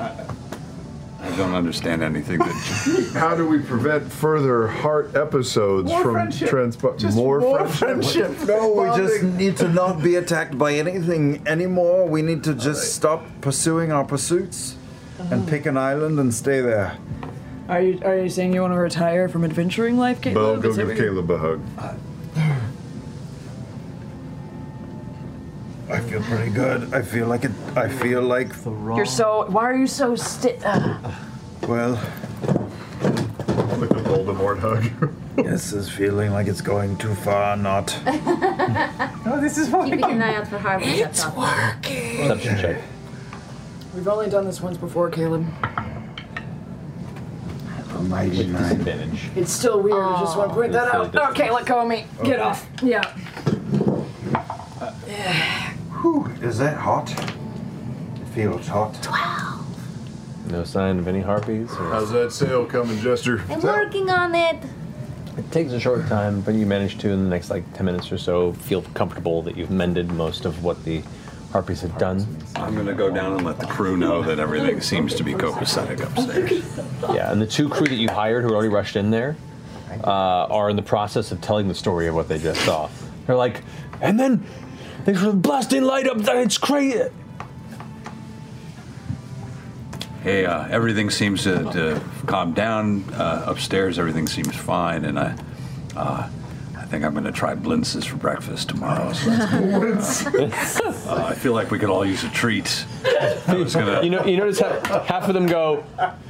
Speaker 12: I don't understand anything that.
Speaker 8: (laughs) How do we prevent further heart episodes
Speaker 12: More
Speaker 8: from
Speaker 12: friendship.
Speaker 8: transpo-
Speaker 12: Just
Speaker 20: more
Speaker 1: No, we just need to not be attacked by anything anymore. We need to just stop pursuing our pursuits
Speaker 7: Uh-huh.
Speaker 1: and pick an island and stay there.
Speaker 6: Are you are you saying you want to retire from adventuring life, Caleb?
Speaker 8: Bo, go
Speaker 6: Is that
Speaker 8: give
Speaker 6: what you-
Speaker 8: Caleb a hug.
Speaker 6: Uh,
Speaker 1: I feel pretty good. I feel like it. I feel like
Speaker 2: You're so. Why are you so sti Uh,
Speaker 1: Well,
Speaker 8: like a
Speaker 1: (laughs)
Speaker 8: Voldemort hug.
Speaker 1: this is feeling like it's going too
Speaker 7: (laughs)
Speaker 1: far. Not.
Speaker 7: No, this is what
Speaker 22: Keeping an eye out for Harvey.
Speaker 6: It's
Speaker 22: working.
Speaker 1: Perception check.
Speaker 6: We've only done this once before, Caleb.
Speaker 11: Mighty
Speaker 5: nine.
Speaker 6: It's still weird. I just
Speaker 2: Oh.
Speaker 6: want to point that
Speaker 2: That's
Speaker 6: out.
Speaker 2: really
Speaker 6: Okay, let go of me. Get off. Yeah.
Speaker 11: Is that hot? It feels hot.
Speaker 5: No sign of any harpies.
Speaker 8: How's that sail coming, Jester?
Speaker 9: I'm working on it.
Speaker 5: It takes a short time, but you manage to, in the next like 10 minutes or so, feel comfortable that you've mended most of what the harpies had done.
Speaker 12: I'm gonna go down and let the crew know that everything seems to be copacetic upstairs.
Speaker 5: Yeah, and the two crew that you hired who had already rushed in there uh, are in the process of telling the story of what they just saw. They're like, and then they were blasting light up there, it's crazy.
Speaker 12: Hey, uh, everything seems to, to calm down uh, upstairs. Everything seems fine, and I, uh, I think I'm gonna try blintzes for breakfast tomorrow. So that's
Speaker 21: (laughs)
Speaker 12: uh, I feel like we could all use a treat. I was gonna.
Speaker 5: You know, you notice how half of them go,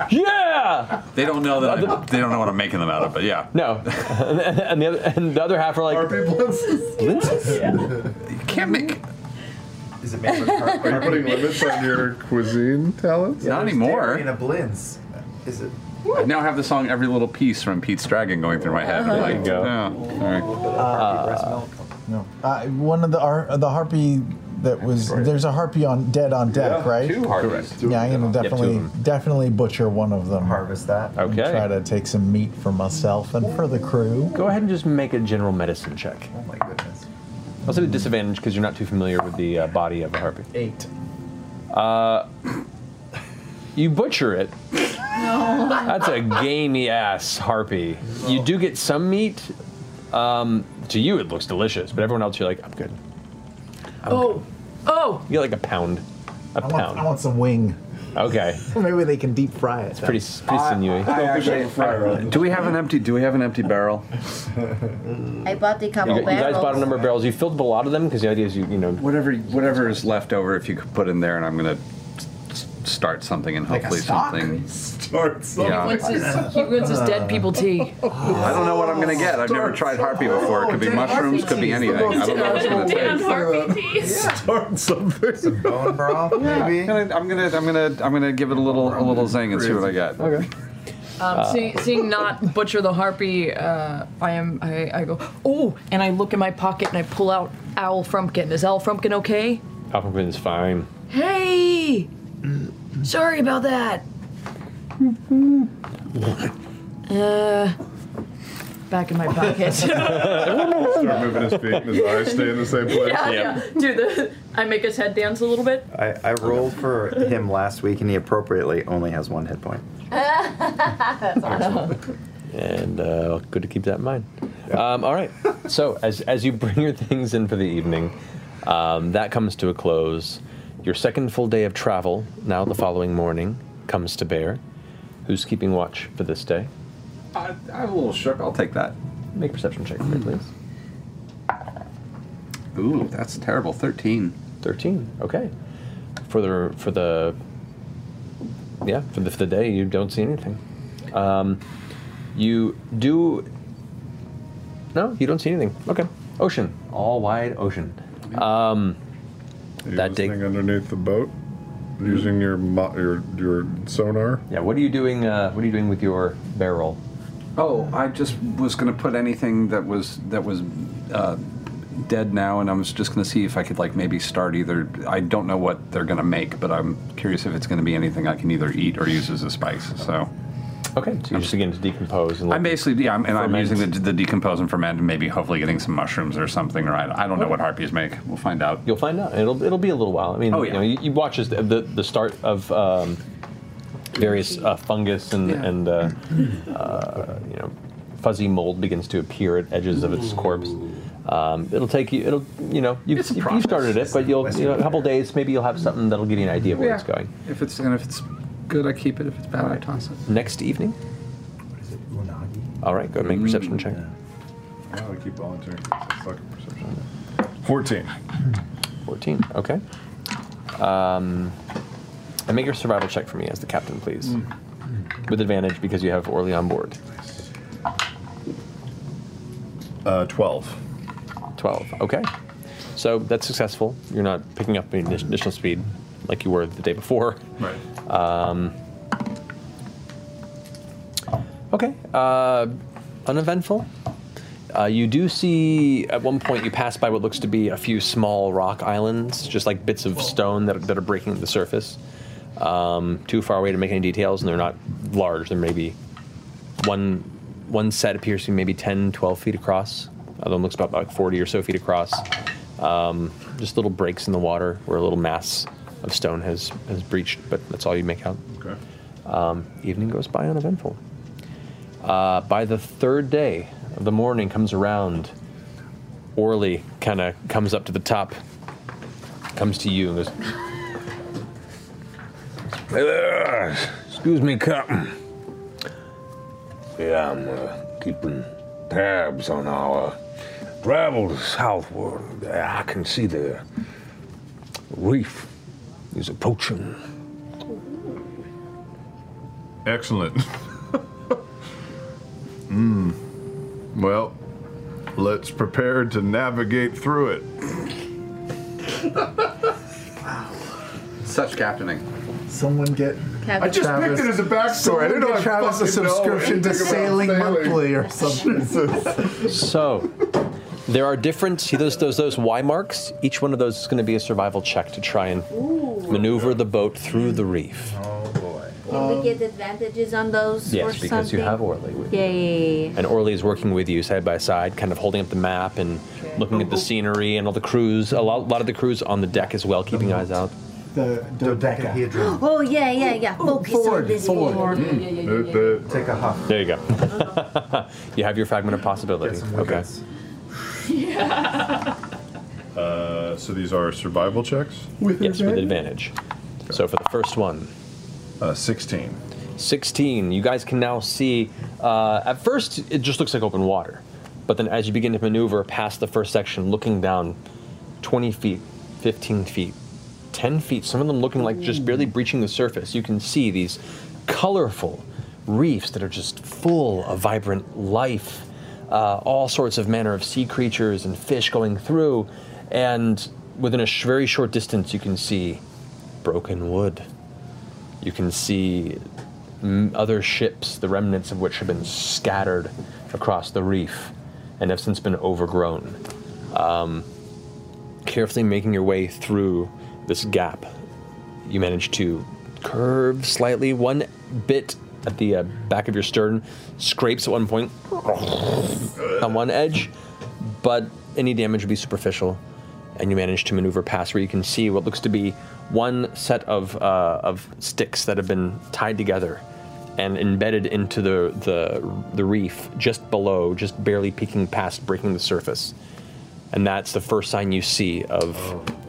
Speaker 5: yeah. (laughs)
Speaker 12: They don't know that. I, they don't know what I'm making them out of, but yeah.
Speaker 5: No, and the other, and the other half are like,
Speaker 8: harpy blintzes.
Speaker 12: You can't make.
Speaker 8: Is it
Speaker 12: made with
Speaker 8: Are you
Speaker 12: harpy?
Speaker 8: putting limits (laughs) on your cuisine talents?
Speaker 12: Not anymore.
Speaker 8: In a blintz.
Speaker 12: Is it? I now have the song "Every Little Piece" from Pete's Dragon going through my head. I'm
Speaker 5: Uh-huh.
Speaker 12: like,
Speaker 5: There you go.
Speaker 12: oh, all right.
Speaker 21: No. Uh, one of the har- the harpy that was there's a harpy on dead on deck,
Speaker 8: Yeah,
Speaker 21: right?
Speaker 8: two harpies. Correct.
Speaker 21: Yeah, I'm gonna
Speaker 8: Yeah, two of
Speaker 21: definitely
Speaker 8: them.
Speaker 21: definitely butcher one of them. Harvest that.
Speaker 5: Okay.
Speaker 21: Try to take some meat for myself and for the crew.
Speaker 5: Go ahead and just make a general medicine check. Oh my goodness. Also, the disadvantage because you're not too familiar with the uh, body of a harpy.
Speaker 21: Eight.
Speaker 5: Uh, you butcher it.
Speaker 16: No.
Speaker 5: That's a gamey ass harpy. You do get some meat. Um, to you, it looks delicious, but everyone else, you're like, I'm good.
Speaker 21: Oh,
Speaker 5: oh! You get like a pound. A
Speaker 21: I want,
Speaker 5: pound.
Speaker 21: I want some wing.
Speaker 5: Okay.
Speaker 21: Maybe they can deep fry it. It's
Speaker 5: pretty s- pretty sinewy.
Speaker 12: (laughs) do we
Speaker 7: (laughs)
Speaker 12: have an empty? Do we have an empty (laughs) barrel?
Speaker 9: I bought a
Speaker 5: You,
Speaker 9: couple
Speaker 5: you guys bought a
Speaker 9: barrels.
Speaker 5: number of barrels. You filled up a lot of them because the idea is you, you know.
Speaker 12: Whatever, whatever is left over, if you could put in there, and I'm gonna s- start something, and hopefully something.
Speaker 8: Start
Speaker 12: Yeah.
Speaker 2: he, wants his, he wants his dead people
Speaker 6: (laughs)
Speaker 2: tea.
Speaker 12: I don't know what I'm gonna get. I've never tried harpy before. It could be mushrooms, could be anything. I don't know what it's gonna uh, taste.
Speaker 8: Start something. Some
Speaker 11: bone broth, maybe.
Speaker 12: I'm gonna, I'm gonna, I'm gonna, I'm gonna give it a little, a little zing and see what I get. Okay. (laughs)
Speaker 2: Um,
Speaker 12: Uh,
Speaker 2: seeing, seeing not butcher the harpy, uh, I am. I, I go oh, and I look in my pocket and I pull out Owl Frumpkin. Is Owl Frumpkin okay?
Speaker 5: Alphabet is fine.
Speaker 2: Hey, sorry about that. (laughs) Uh, back in my pocket.
Speaker 6: (laughs)
Speaker 8: Start moving his feet and his eyes stay in the same place.
Speaker 2: Yeah, yeah. Dude, the, I make his head dance a little
Speaker 5: (laughs)
Speaker 2: bit.
Speaker 11: I, I rolled for him last week, and he appropriately only has one hit point.
Speaker 9: (laughs)
Speaker 16: That's awesome.
Speaker 5: and uh, good to keep that in mind. Um, all right. So as as you bring your things in for the evening, um, that comes to a close. Your second full day of travel, now the following morning, comes to bear. Who's keeping watch for this day?
Speaker 12: I, I'm a little shook. I'll take that.
Speaker 5: Make
Speaker 12: Hmm.
Speaker 5: a perception check for me, please.
Speaker 12: Ooh, that's terrible. Thirteen.
Speaker 5: Thirteen. Okay. For the for the yeah for the, for the day, you don't see anything. Um, you do. No, you don't see anything. Okay. Ocean, all wide ocean. Um,
Speaker 8: that dig underneath the boat using your mo- your your sonar.
Speaker 5: Yeah. What are you doing? Uh, what are you doing with your barrel?
Speaker 20: Oh, I just was gonna put anything that was that was uh, dead now, and I was just gonna see if I could like maybe start either. I don't know what they're gonna make, but I'm curious if it's gonna be anything I can either eat or use as a spice. So.
Speaker 5: Okay, so you're just beginning to decompose. And
Speaker 20: I'm basically yeah, I'm, and I'm using the, the decompose and ferment, and maybe hopefully getting some mushrooms or something. Or I, I don't know what harpies make. We'll find out.
Speaker 5: Oh. You'll find out. It'll it'll be a little while. I mean,
Speaker 20: Oh,
Speaker 5: you,
Speaker 20: yeah.
Speaker 5: know, you, you watch as the, the, the start of um, various uh, fungus and
Speaker 20: Yeah.
Speaker 5: and uh, uh, you know fuzzy mold begins to appear at edges of its corpse. Um, it'll take you. It'll you know you
Speaker 20: It's a
Speaker 5: you
Speaker 20: process.
Speaker 5: started it, but you'll you know, a couple
Speaker 20: Western
Speaker 5: days maybe you'll have something that'll give you an idea of where
Speaker 20: Yeah.
Speaker 5: it's going.
Speaker 20: If it's and if it's good, I keep it. If it's bad, I toss it.
Speaker 5: Next evening. All right, go ahead and make a perception check.
Speaker 8: Mm, I gotta keep volunteering. Fuck perception.
Speaker 5: (clears throat) 14. 14, okay. Um, and make your survival check for me as the captain, please.
Speaker 8: Mm.
Speaker 5: With advantage because you have Orly on board.
Speaker 8: Uh, 12.
Speaker 5: 12, okay. So that's successful. You're not picking up any addi- additional speed like you were the day before. Right. Um, okay, uh, uneventful. Uh, you do see at one point you pass by what looks to be a few small rock islands, just like bits of stone that, that are breaking the surface. Um, too far away to make any details, and they're not large. They're maybe one one set appears to be maybe 10, 12 feet across. Other one looks about like 40 or so feet across. Um, just little breaks in the water where a little mass of stone has, has breached, but that's all you make out.
Speaker 8: Okay.
Speaker 5: Um, evening goes by uneventful. Uh, by the third day of the morning comes around, Orly kind of comes up to the top, comes to you and goes,
Speaker 24: Hey there. Excuse me, Captain. Yeah, I'm uh, keeping tabs on our travel southward. I can see the uh, reef is approaching.
Speaker 8: Excellent. mm. Well, let's prepare to navigate through it.
Speaker 20: Such captaining.
Speaker 21: Someone get.
Speaker 8: I just picked it as a backstory. I didn't know I
Speaker 21: Travis a
Speaker 8: fucking know
Speaker 21: subscription to
Speaker 8: anything about
Speaker 21: Sailing
Speaker 8: sailing.
Speaker 21: Monthly
Speaker 7: (laughs)
Speaker 21: or something.
Speaker 5: So, there are different. See those those those Y marks. Each one of those is going to be a survival check to try and maneuver the boat through the reef.
Speaker 9: Can we get advantages on those? or
Speaker 5: Yes, because
Speaker 9: something?
Speaker 5: you have Orly with you.
Speaker 9: Yay.
Speaker 5: And Orly is working with you side by side, kind of holding up the map and looking at the scenery and all the crews. A lot, lot of the crews on the deck as well, keeping eyes out.
Speaker 21: The dodecahedron.
Speaker 9: Oh yeah, yeah, yeah. Focus on this
Speaker 21: forward.
Speaker 9: forward.
Speaker 5: Mm. Take a huff. There you go. (laughs) you have your fragment of possibility. Okay.
Speaker 8: Uh, so these are survival checks?
Speaker 5: With yes, with advantage. So for the first one, uh, 16. 16. You guys can now see. Uh, at first, it just looks like open water, but then as you begin to maneuver past the first section, looking down, 20 feet, 15 feet, 10 feet. Some of them looking like just barely breaching the surface. You can see these colorful reefs that are just full of vibrant life, uh, all sorts of manner of sea creatures and fish going through. And within a sh- very short distance, you can see broken wood. You can see m- other ships, the remnants of which have been scattered across the reef and have since been overgrown. Um, carefully making your way through this gap, you manage to curve slightly. One bit at the uh, back of your stern scrapes at one point on one edge, but any damage would be superficial, and you manage to maneuver past where you can see what looks to be one set of, uh, of sticks that have been tied together and embedded into the, the, the reef just below, just barely peeking past, breaking the surface and that's the first sign you see of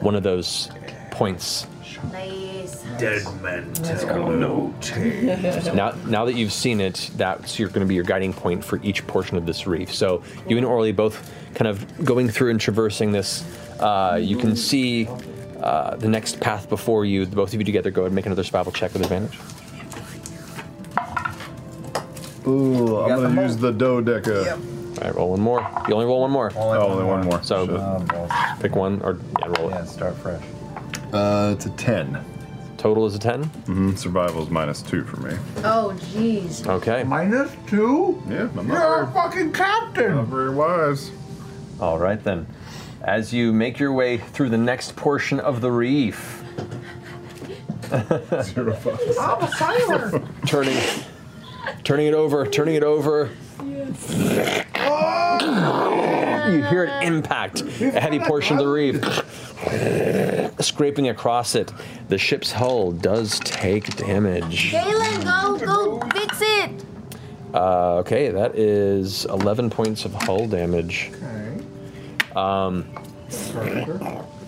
Speaker 5: one of those points.
Speaker 16: Nice.
Speaker 24: Dead men tell no tales. (laughs)
Speaker 5: Now, now that you've seen it, that's you're going to be your guiding point for each portion of this reef. So you and Orly both kind of going through and traversing this. Uh, you can see uh, the next path before you. The both of you together go ahead and make another survival check with advantage.
Speaker 8: Ooh, I'm gonna use the dodeca.
Speaker 5: All right, roll one more. You only roll one more.
Speaker 8: Only Oh, one only one more. more.
Speaker 5: So
Speaker 8: Shit. Um,
Speaker 5: pick one or yeah, roll it. Yeah,
Speaker 8: start fresh. Uh, it's a 10.
Speaker 5: Total is a 10?
Speaker 8: Mm-hmm. Survival's minus 2 for me.
Speaker 16: Oh, jeez.
Speaker 5: Okay.
Speaker 8: Minus 2? Yeah, I'm not
Speaker 16: You're a fucking captain.
Speaker 8: Not very wise.
Speaker 5: All right then. As you make your way through the next portion of the reef,
Speaker 16: I'm a sailor.
Speaker 5: (laughs) turning, turning it over, turning it over. You hear it impact a heavy portion of the reef, scraping across it. The ship's hull does take damage.
Speaker 9: Galen, go, go, fix it.
Speaker 5: Uh, okay, that is 11 points of hull damage. Okay. Um,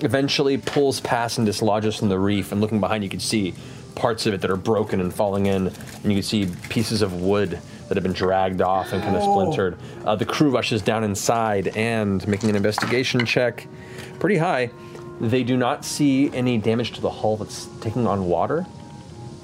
Speaker 5: eventually pulls past and dislodges from the reef, and looking behind, you can see parts of it that are broken and falling in, and you can see pieces of wood that have been dragged off and kind of
Speaker 18: Ow.
Speaker 5: splintered. Uh, the crew rushes down inside and making an investigation check, pretty high. They do not see any damage to the hull that's taking on water,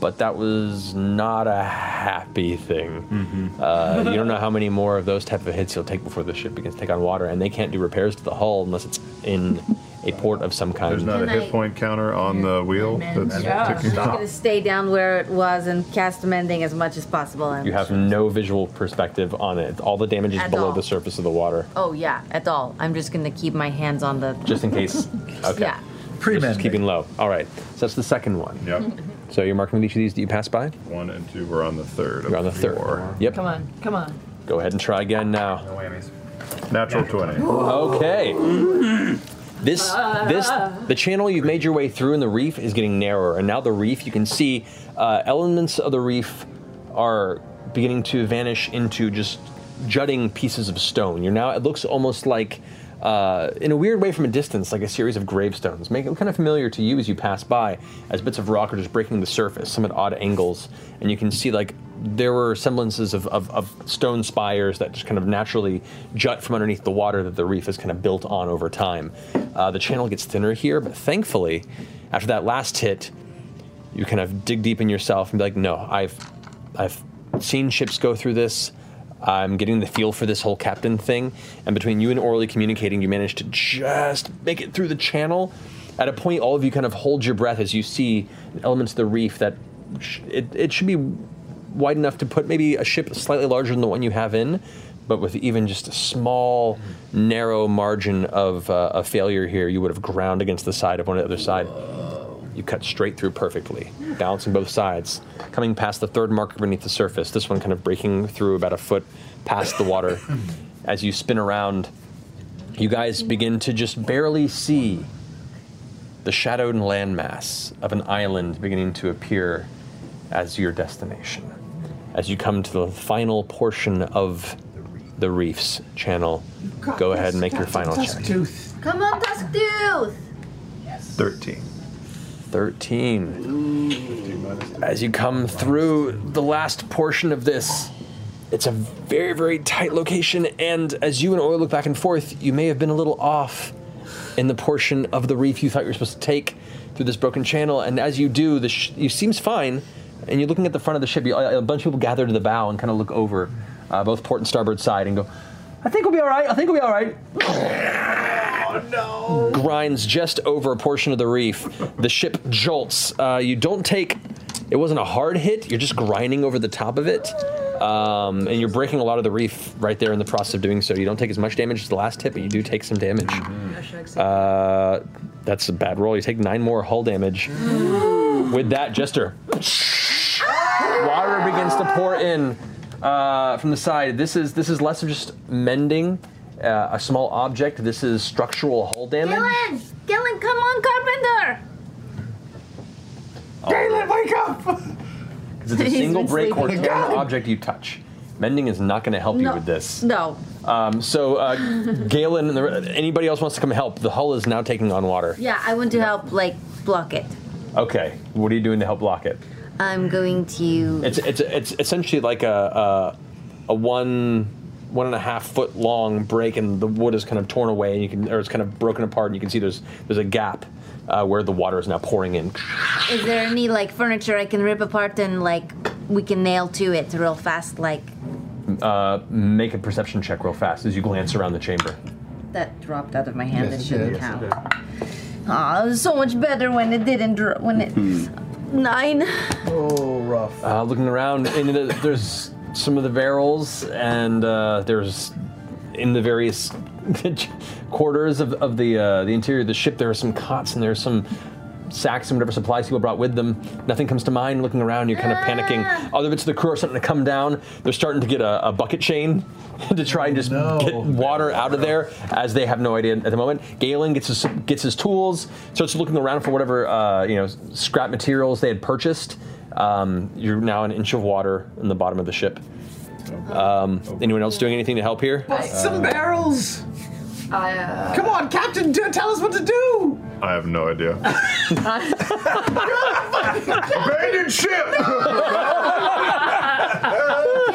Speaker 5: but that was not a happy thing.
Speaker 8: Mm-hmm.
Speaker 5: Uh, you don't know how many more of those type of hits you'll take before the ship begins to take on water, and they can't do repairs to the hull unless it's in a port of some kind.
Speaker 8: There's not a hit point counter on the wheel that's ticking.
Speaker 16: I'm gonna
Speaker 3: stay down where it was and cast mending as much as possible. And
Speaker 5: You have no visual perspective on it. All the damage is
Speaker 3: At
Speaker 5: below
Speaker 3: all.
Speaker 5: the surface of the water,
Speaker 3: Oh yeah, at all. I'm just gonna keep my hands on the.
Speaker 5: just
Speaker 2: (laughs)
Speaker 3: (laughs)
Speaker 5: in case. Okay.
Speaker 3: Yeah.
Speaker 5: Pre Just keeping low. All right. So that's the second one.
Speaker 8: Yep.
Speaker 5: so you're marking each of these that you passed by?
Speaker 8: One and two. We're on the third.
Speaker 5: You're on the third. Yep.
Speaker 2: Come on, come on.
Speaker 5: Go ahead and try again now. No
Speaker 8: whammies. Natural 20.
Speaker 5: Okay. This, this, the channel you've made your way through in the reef is getting narrower, and now the reef you can see uh, elements of the reef are beginning to vanish into just jutting pieces of stone. You're now it looks almost like, uh, in a weird way from a distance, like a series of gravestones. Make it kind of familiar to you as you pass by, as bits of rock are just breaking the surface, some at odd angles, and you can see like there were semblances of, of, of stone spires that just kind of naturally jut from underneath the water that the reef is kind of built on over time. Uh, the channel gets thinner here, but thankfully, after that last hit, you kind of dig deep in yourself and be like, no, I've, I've seen ships go through this. I'm getting the feel for this whole captain thing. And between you and orally communicating, you manage to just make it through the channel. At a point, all of you kind of hold your breath as you see elements of the reef that sh- it, it should be wide enough to put maybe a ship slightly larger than the one you have in, but with even just a small, narrow margin of, uh, of failure here, you would have ground against the side of one of the other side. You cut straight through perfectly, balancing both sides, coming past the third marker beneath the surface. This one kind of breaking through about a foot past the water.
Speaker 8: Hmm.
Speaker 5: As you spin around, you guys begin to just barely see the shadowed landmass of an island beginning to appear as your destination. As you come to the final portion of the reef's channel, go ahead and make your final check.
Speaker 9: Come on, Dusktooth.
Speaker 5: 13. 13. As you come through the last portion of this, it's a very, very tight location, and as you and Oil look back and forth, you may have been a little off in the portion of the reef you thought you were supposed to take through this broken channel, and as you do, the sh- you seems fine, and you're looking at the front of the ship. You, a bunch of people gather to the bow and kind of look over uh, both port and starboard side and go, I think we'll be all right. I think we'll be all right. grinds just over a portion of the reef. The ship jolts. Uh, you don't take. It wasn't a hard hit. You're just grinding over the top of it, um, and you're breaking a lot of the reef right there in the process of doing so. You don't take as much damage as the last hit, but you do take some damage. Uh, that's a bad roll. You take nine more hull damage. With that, Jester, water begins to pour in uh, from the side. This is this is less of just mending uh, a small object. This is structural hull damage.
Speaker 9: Galen, Galen, come on, Carpenter.
Speaker 5: Galen, wake up! (laughs) Because it's
Speaker 3: (laughs)
Speaker 5: a
Speaker 3: He's
Speaker 5: single
Speaker 3: been
Speaker 5: break
Speaker 3: (laughs)
Speaker 5: or
Speaker 3: sleeping.
Speaker 5: tear on an object you touch. Mending is not going to help you
Speaker 3: No.
Speaker 5: with this.
Speaker 3: No.
Speaker 5: Um,
Speaker 3: (laughs)
Speaker 5: so, uh, Galen and the, anybody else wants to come help. The hull is now taking on water.
Speaker 3: Yeah, I want to help, like block it.
Speaker 5: Okay, what are you doing to help block it?
Speaker 3: I'm going to.
Speaker 5: It's it's it's essentially like a a, a one one and a half foot long break, and the wood is kind of torn away, and you can or it's kind of broken apart, and you can see there's there's a gap. uh, where the water is now pouring in.
Speaker 9: Is there any like furniture I can rip apart and like we can nail to it real fast? Like
Speaker 5: Uh, make a perception check real fast as you glance around the chamber.
Speaker 9: that dropped out of my hand. it
Speaker 5: Yes, it
Speaker 9: shouldn't
Speaker 5: did. Yes,
Speaker 9: have. Aw, it was so much better when it didn't. Dro- when it
Speaker 7: Hmm.
Speaker 9: nine.
Speaker 5: Oh, rough. Uh, looking around, and the, there's some of the barrels, and uh, there's in the various (laughs) quarters of, of the uh, the interior of the ship. There are some cots, and there's some sacks and whatever supplies people brought with them. Nothing comes to mind. Looking around, you're kind of panicking. Other bits of the crew are starting to come down. They're starting to get a, a bucket chain (laughs) to try and just get water out of there, as they have no idea at the moment. Galen gets his gets his tools, starts looking around for whatever uh, you know scrap materials they had purchased. Um, you're now an inch of water in the bottom of the ship. Um, anyone else doing anything to help here?
Speaker 7: Bust some barrels. Come on, Captain, do, tell us what to do.
Speaker 8: I have no idea. (laughs)
Speaker 31: Abandoned ship!
Speaker 9: Can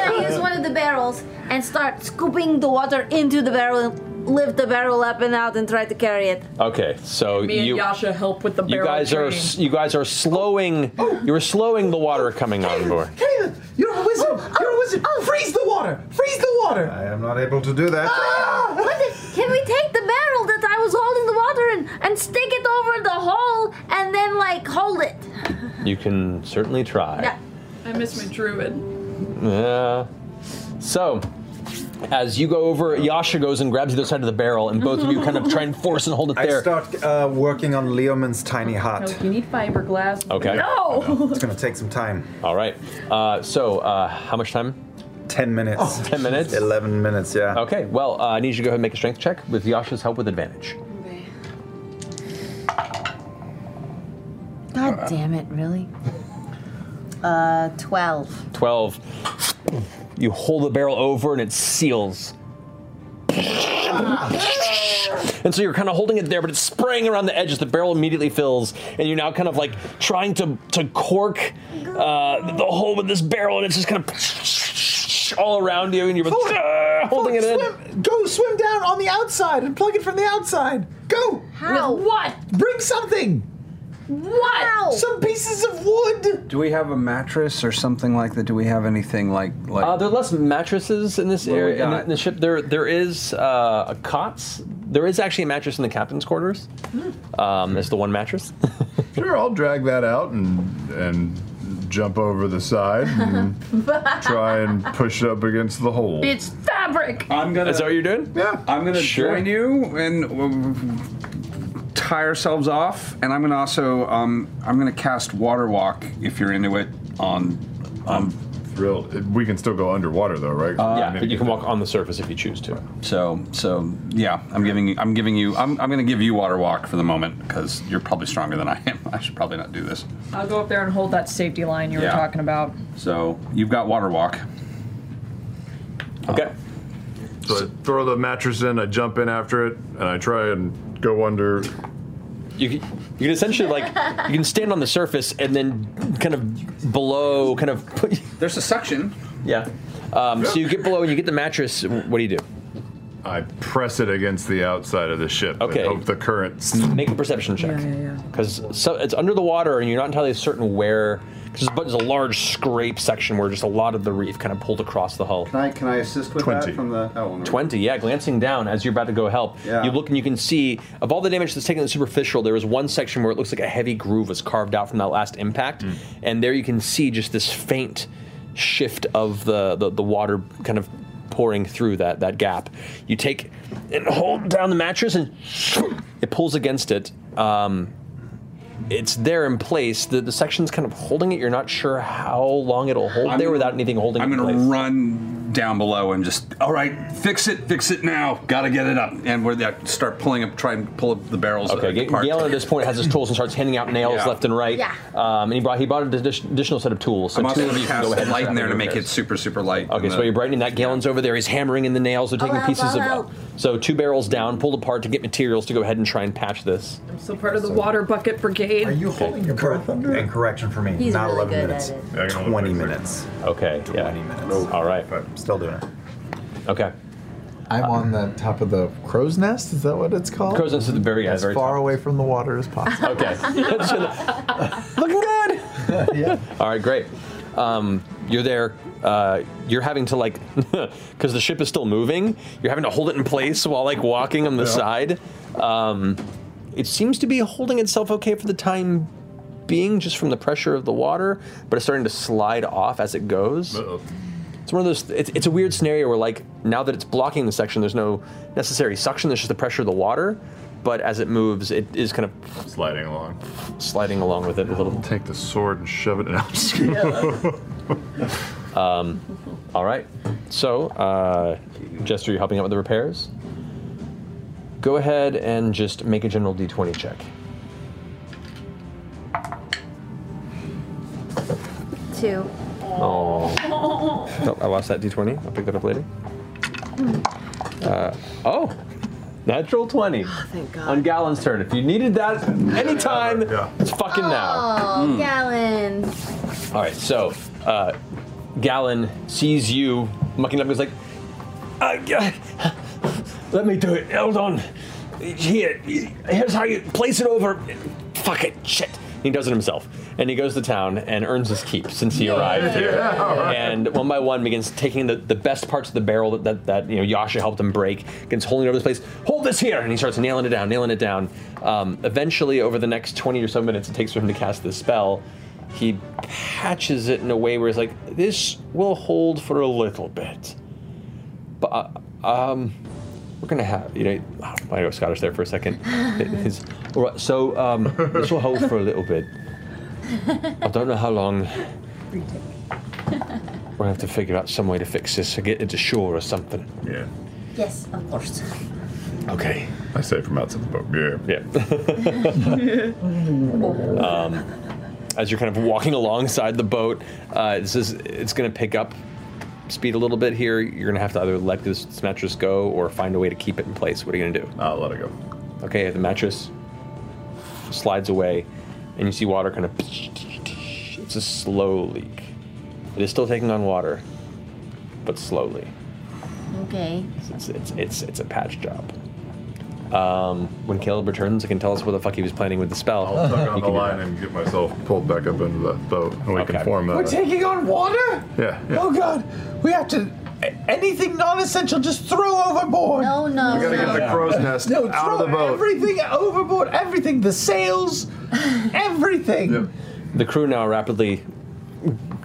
Speaker 9: I use one of the barrels and start scooping the water into the barrel, lift the barrel up and out, and try to carry it?
Speaker 5: Okay, so
Speaker 6: Me and
Speaker 5: you
Speaker 6: Yasha help with the
Speaker 5: you
Speaker 6: barrel Oh.
Speaker 5: guys are
Speaker 6: chain.
Speaker 5: s- you guys are slowing you are slowing the water coming on board.
Speaker 7: Caleb, you're a wizard.
Speaker 9: Oh,
Speaker 7: you're a wizard. Freeze the (laughs) water. Freeze the water.
Speaker 11: I am not able to do that.
Speaker 9: Ah! What the- Can we take the barrel that I was holding the water in and stick it over the hole and then like hold it?
Speaker 5: You can certainly try.
Speaker 6: I miss my druid.
Speaker 5: Yeah. So, as you go over, Yasha goes and grabs the other side of the barrel, and both of you kind of try and force and hold it
Speaker 11: I
Speaker 5: there.
Speaker 11: start uh, working on Leoman's tiny hut.
Speaker 6: you need fiberglass.
Speaker 5: Okay.
Speaker 6: No.
Speaker 11: It's gonna take some time.
Speaker 5: All right. Uh, so, uh, how much time? Oh,
Speaker 11: Ten minutes.
Speaker 5: Ten minutes.
Speaker 11: Eleven minutes. Yeah.
Speaker 5: Okay. Well, uh, I need you to go ahead and make a strength check with Yasha's help with advantage.
Speaker 9: God damn it, really? Uh,
Speaker 7: (laughs)
Speaker 9: 12.
Speaker 5: 12. You hold the barrel over and it seals. And so you're kind of holding it there, but it's spraying around the edges. The barrel immediately fills, and you're now kind of like trying to to cork uh, the hole with this barrel, and it's just kind of all around you, and you're
Speaker 12: (laughs)
Speaker 5: uh, holding it in.
Speaker 7: Go swim down on the outside and plug it from the outside. Go.
Speaker 9: How?
Speaker 6: what?
Speaker 7: Bring something.
Speaker 6: What?
Speaker 7: Some pieces of wood.
Speaker 12: Do we have a mattress or something like that? Do we have anything like like?
Speaker 5: Uh, there are less mattresses in this
Speaker 12: What do we
Speaker 5: area in the,
Speaker 12: got?
Speaker 5: in the ship. There, there is uh, a cots. There is actually a mattress in the captain's quarters.
Speaker 12: Hmm.
Speaker 5: Um, it's the one mattress. (laughs)
Speaker 8: Sure, I'll drag that out and and jump over the
Speaker 5: (laughs)
Speaker 8: side and
Speaker 6: (laughs)
Speaker 8: try and push up against the hole.
Speaker 6: It's fabric.
Speaker 12: I'm gonna. Is that what
Speaker 5: you're doing?
Speaker 12: Yeah. I'm gonna
Speaker 8: Sure.
Speaker 12: join you and um, tie ourselves off, and I'm gonna also um, I'm gonna cast water walk if you're into it on. Um,
Speaker 8: Thrilled. We can still go underwater though, right?
Speaker 12: yeah, but you
Speaker 5: can walk on the surface if you choose to.
Speaker 12: So, so yeah, I'm giving you. I'm giving you. I'm, I'm gonna give you water walk for the moment because you're probably stronger than I am. (laughs) I should probably not do this.
Speaker 6: I'll go up there and hold that safety line you
Speaker 12: Yeah.
Speaker 6: were talking about.
Speaker 12: So you've got water walk.
Speaker 5: Okay.
Speaker 8: So I throw the mattress in, I jump in after it, and I try and go under.
Speaker 5: You can, you can essentially like you can stand on the surface and then kind of below, kind of. Put, (laughs)
Speaker 12: There's a suction.
Speaker 5: Yeah. Um, So you get below and you get the mattress. What do you do?
Speaker 8: I press it against the outside of the ship.
Speaker 5: Okay.
Speaker 8: And hope the current.
Speaker 5: Make a perception check. Because so, it's under the water and you're not entirely certain where. Because there's a large scrape section where just a lot of the reef kind of pulled across the hull.
Speaker 32: Can I, can I assist with
Speaker 5: 20.
Speaker 32: that from the? Oh, no.
Speaker 5: 20, yeah, glancing down as you're about to go help,
Speaker 32: Yeah.
Speaker 5: you look and you can see, of all the damage that's taken in the superficial, there was one section where it looks like a heavy groove was carved out from that last impact.
Speaker 12: Mm.
Speaker 5: And there you can see just this faint shift of the, the, the water kind of pouring through that, that gap. You take and hold down the mattress and (sniffs) it pulls against it. Um, it's there in place. The, the section's kind of holding it. You're not sure how long it'll hold
Speaker 12: I'm
Speaker 5: there
Speaker 12: gonna-
Speaker 5: without anything holding
Speaker 12: I'm
Speaker 5: it in
Speaker 12: gonna
Speaker 5: place.
Speaker 12: run down below and just all right, fix it, fix it now. Gotta get it up, and we're there. Start pulling up, try and pull up the barrels.
Speaker 5: Okay, Ga-
Speaker 12: apart.
Speaker 5: Galen at this point has his tools and starts handing out nails
Speaker 12: Yeah.
Speaker 5: left and right.
Speaker 12: Yeah.
Speaker 5: Um, and he brought he brought an addi- additional set of tools. So
Speaker 12: I'm also
Speaker 5: two of
Speaker 12: gonna
Speaker 5: you can
Speaker 12: cast
Speaker 5: go ahead and
Speaker 12: light in
Speaker 5: start
Speaker 12: there to
Speaker 5: having
Speaker 12: make it
Speaker 5: repairs.
Speaker 12: super, super light. uh,
Speaker 5: Okay, so you're brightening that. Galen's over there. He's hammering in the nails. They're taking
Speaker 6: I'll Oh, help,
Speaker 5: pieces
Speaker 6: I'll help.
Speaker 5: of. So two barrels down, pulled apart to get materials to go ahead and try and patch this.
Speaker 6: I'm still part of the water bucket brigade. Are you holding your breath under?
Speaker 11: And correction for me,
Speaker 6: He's
Speaker 11: not
Speaker 6: really
Speaker 11: 11
Speaker 6: good
Speaker 11: minutes.
Speaker 6: at it.
Speaker 11: Yeah, I can only 20 minutes.
Speaker 5: Okay. 20
Speaker 11: minutes.
Speaker 5: All right.
Speaker 11: Still doing it.
Speaker 5: Okay.
Speaker 21: I'm on the top of the crow's nest. Is that what it's called?
Speaker 5: Crow's nest is the very- yeah,
Speaker 21: as
Speaker 5: very
Speaker 21: far
Speaker 5: top.
Speaker 21: away from the water as possible.
Speaker 7: (laughs)
Speaker 5: Okay. Looking good. All right, great. Um, you're there. Uh, you're having to like, (laughs) because the ship is still moving. You're having to hold it in place while like walking on the side. Um, it seems to be holding itself okay for the time being, just from the pressure of the water, but it's starting to slide off as it goes. It's one of those. It's, it's a weird scenario where like now that it's blocking the section, there's no necessary suction. There's just the pressure of the water. But as it moves, it is kind of sliding along, sliding along with it a little.
Speaker 8: Take the sword and shove it in.
Speaker 5: (laughs) Um, all right. So, uh, Jester, you're helping out with the repairs. Go ahead and just make a general d20 check.
Speaker 9: Two.
Speaker 5: Oh, I lost that d20. I'll pick that up later. Uh, oh, natural 20.
Speaker 9: Oh, thank God.
Speaker 5: On Gallon's turn. If you needed that anytime, it's fucking now.
Speaker 9: Oh,
Speaker 5: Mm.
Speaker 9: gallons.
Speaker 5: All right, so uh, Gallon sees you mucking up and is like, uh, g- let me do it. Hold on. Here, here's how you place it over. Fuck it, shit. He does it himself. And he goes to town and earns his keep since he arrived here.
Speaker 16: Yeah.
Speaker 5: And one by one begins taking the, the best parts of the barrel that, that, that you know Yasha helped him break, begins holding it over this place. Hold this here! And he starts nailing it down, nailing it down. Um, eventually, over the next 20 or so minutes it takes for him to cast this spell, he patches it in a way where he's like, this will hold for a little bit. But uh, um, we're gonna have you know. oh, I go Scottish there for a second. It's- all right, so um, this will hold (laughs) for a little bit. I don't know how long. We'll have to figure out some way to fix this or get it to shore or something. Yeah.
Speaker 9: Yes, of course. (laughs)
Speaker 5: Okay.
Speaker 8: I say from outside the boat.
Speaker 5: Oh, Yeah. (laughs) Yeah. um, as you're kind of walking alongside the boat, uh, this is it's gonna pick up speed a little bit here. You're gonna have to either let this, this mattress go or find a way to keep it in place. What are you gonna do? I'll let it go. Okay, the mattress slides away, and you see water kind of. It's a slow leak. It is still taking on water, but slowly.
Speaker 9: Okay.
Speaker 5: It's it's it's, it's a patch job. Um, when Caleb returns, he can tell us what the fuck he was planning with the spell.
Speaker 8: I'll tug on
Speaker 5: You
Speaker 8: the
Speaker 5: can do
Speaker 8: line
Speaker 5: that.
Speaker 8: and get myself pulled back up into the boat, and we can form
Speaker 21: We're
Speaker 8: a.
Speaker 21: taking on water?
Speaker 8: (laughs) yeah, yeah.
Speaker 21: Oh god, we have to. a- Anything non-essential, just throw overboard.
Speaker 9: No, no.
Speaker 8: We gotta get the crow's nest
Speaker 21: no,
Speaker 8: out
Speaker 21: throw
Speaker 8: of the boat.
Speaker 21: Everything overboard. Everything.
Speaker 9: (laughs)
Speaker 21: The sails. everything.
Speaker 5: The crew now rapidly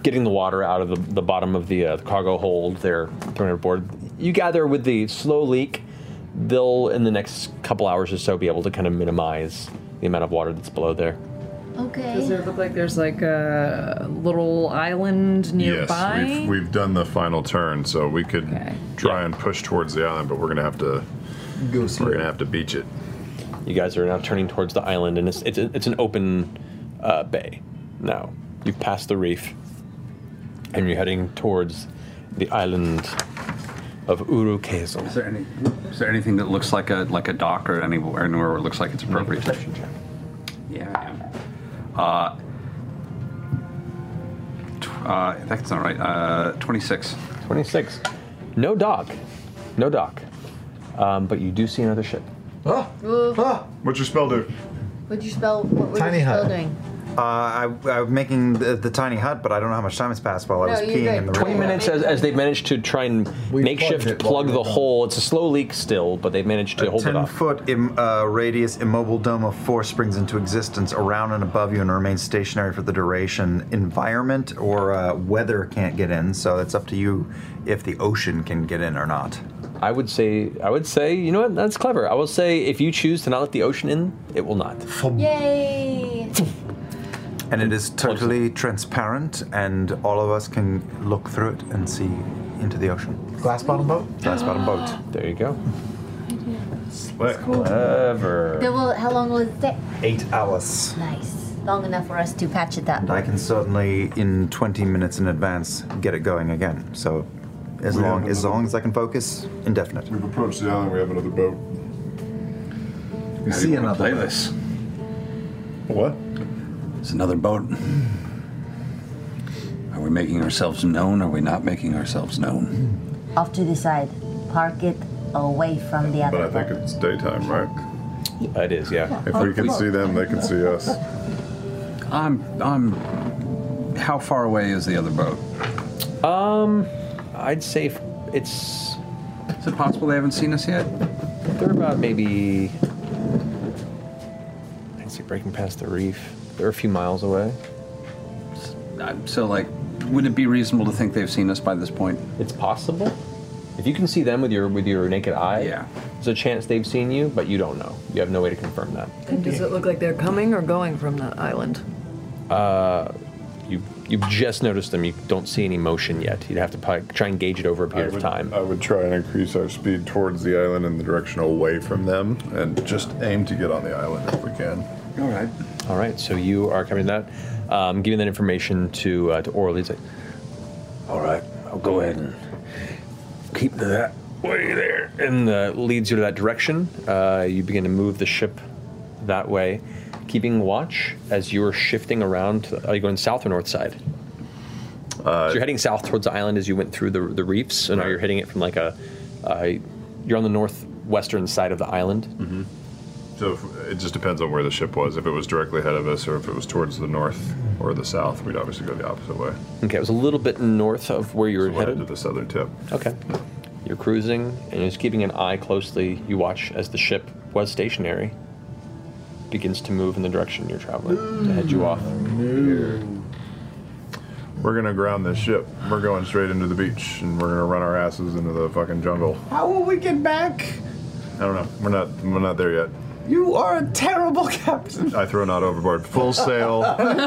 Speaker 5: getting the water out of the, the bottom of the, uh, the cargo hold. They're throwing it aboard. You gather with the slow leak, they'll in the next couple hours or so be able to kind of minimize the amount of water that's below there.
Speaker 9: Okay.
Speaker 2: Does it look like there's like a little island nearby?
Speaker 8: Yes, we've, we've done the final turn, so we could try and push towards the island, but we're gonna have to.
Speaker 21: Go
Speaker 8: we're gonna have to beach it.
Speaker 5: You guys are now turning towards the island, and it's it's, it's an open uh, bay. Now you've passed the reef, and you're heading towards the island of Urukezo.
Speaker 20: Is there any? Is there anything that looks like a like a dock or anywhere, anywhere where it looks like it's appropriate? Yeah. yeah. Uh, tw- uh, that's not right. Uh, Twenty-six.
Speaker 5: Twenty-six. No dock. No dock. Um, but you do see another ship.
Speaker 8: What's your spell do?
Speaker 9: What'd you spell? What were
Speaker 11: Tiny
Speaker 9: you
Speaker 11: hut.
Speaker 9: spell doing?
Speaker 11: Uh, I, I'm making the, the tiny hut, but I don't know how much time has passed while I
Speaker 9: No,
Speaker 11: was
Speaker 9: you're
Speaker 11: peeing
Speaker 9: good.
Speaker 11: in the
Speaker 5: 20
Speaker 11: river.
Speaker 5: minutes as, as they've managed to try and makeshift
Speaker 11: plugged it
Speaker 5: plug
Speaker 11: while
Speaker 5: the
Speaker 11: we were
Speaker 5: hole. It's a slow leak still, but they've managed to
Speaker 11: A
Speaker 5: hold it
Speaker 11: 10
Speaker 5: off.
Speaker 11: foot Im, uh, radius immobile dome of force springs into existence around and above you and remains stationary for the duration. Environment or uh, weather can't get in, so it's up to you if the ocean can get in or not.
Speaker 5: I would say, I would say, you know what? That's clever. I will say, if you choose to not let the ocean in, it will not.
Speaker 9: Yay!
Speaker 11: And it is totally transparent, and all of us can look through it and see into the ocean.
Speaker 21: Glass bottom boat?
Speaker 11: Glass bottom boat.
Speaker 5: There you go.
Speaker 9: cool.
Speaker 11: Clever.
Speaker 9: Then we'll- how long will it take?
Speaker 11: Eight hours.
Speaker 9: Nice. Long enough for us to patch it up.
Speaker 11: And I can certainly, in 20 minutes in advance, get it going again. So, as
Speaker 8: We
Speaker 11: long
Speaker 8: have
Speaker 11: as
Speaker 8: another-
Speaker 11: long as I can focus, indefinite.
Speaker 8: We've approached the island. We have another boat.
Speaker 21: We
Speaker 12: How do you wanna play this?
Speaker 8: What?
Speaker 12: It's another boat. Are we making ourselves known? Are we not making ourselves known?
Speaker 9: Off to the side. Park it away from the
Speaker 8: But
Speaker 9: other
Speaker 8: I think it's daytime, right?
Speaker 5: It is, yeah.
Speaker 8: If we can see them, they can see us.
Speaker 20: I'm. I'm. How far away is the other boat?
Speaker 5: Um, I'd say f- it's.
Speaker 20: Is it possible they haven't seen us yet?
Speaker 5: They're about maybe. I'd say breaking past the reef. They're a few miles away.
Speaker 20: Uh, So, like, would it be reasonable to think they've seen us by this point?
Speaker 5: It's possible. If you can see them with your with your naked eye, yeah, there's a chance they've seen you, but you don't know. You have no way to confirm that.
Speaker 6: Does it look like they're coming or going from the island?
Speaker 5: Uh, you you've just noticed them. You don't see any motion yet. You'd have to probably try and gauge it over a
Speaker 8: I
Speaker 5: period
Speaker 8: would,
Speaker 5: of time.
Speaker 8: I would try and increase our speed towards the island in the direction away from them, and just aim to get on the island if we can.
Speaker 20: All right.
Speaker 5: All right. So you are coming to that, um, giving that information to uh, to Oral. He's like,
Speaker 24: All right, I'll go ahead and keep to that.
Speaker 5: way there, and uh, leads you to that direction. Uh, you begin to move the ship that way, keeping watch as you are shifting around. to- Are you going south or north side?
Speaker 8: Uh,
Speaker 5: so you're heading south towards the island as you went through the, the reefs, and now you're hitting it from like a. Uh, you're on the northwestern side of the island. Mm-hmm.
Speaker 8: So if, it just depends on where the ship was. If it was directly ahead of us, or if it was towards the north or the south, we'd obviously go the opposite way.
Speaker 5: Okay, it was a little bit north of where you were headed.
Speaker 8: to the southern tip.
Speaker 5: Okay. You're cruising and just keeping an eye closely. You watch as the ship was stationary begins to move in the direction you're traveling to head you off.
Speaker 8: We're gonna ground this ship. We're going straight into the beach, and we're gonna run our asses into the fucking jungle.
Speaker 7: How will we get back?
Speaker 8: I don't know. We're not. We're not there yet.
Speaker 7: You are a terrible captain.
Speaker 8: I throw not overboard. Full
Speaker 20: (laughs)
Speaker 8: sail.
Speaker 20: Uh-huh,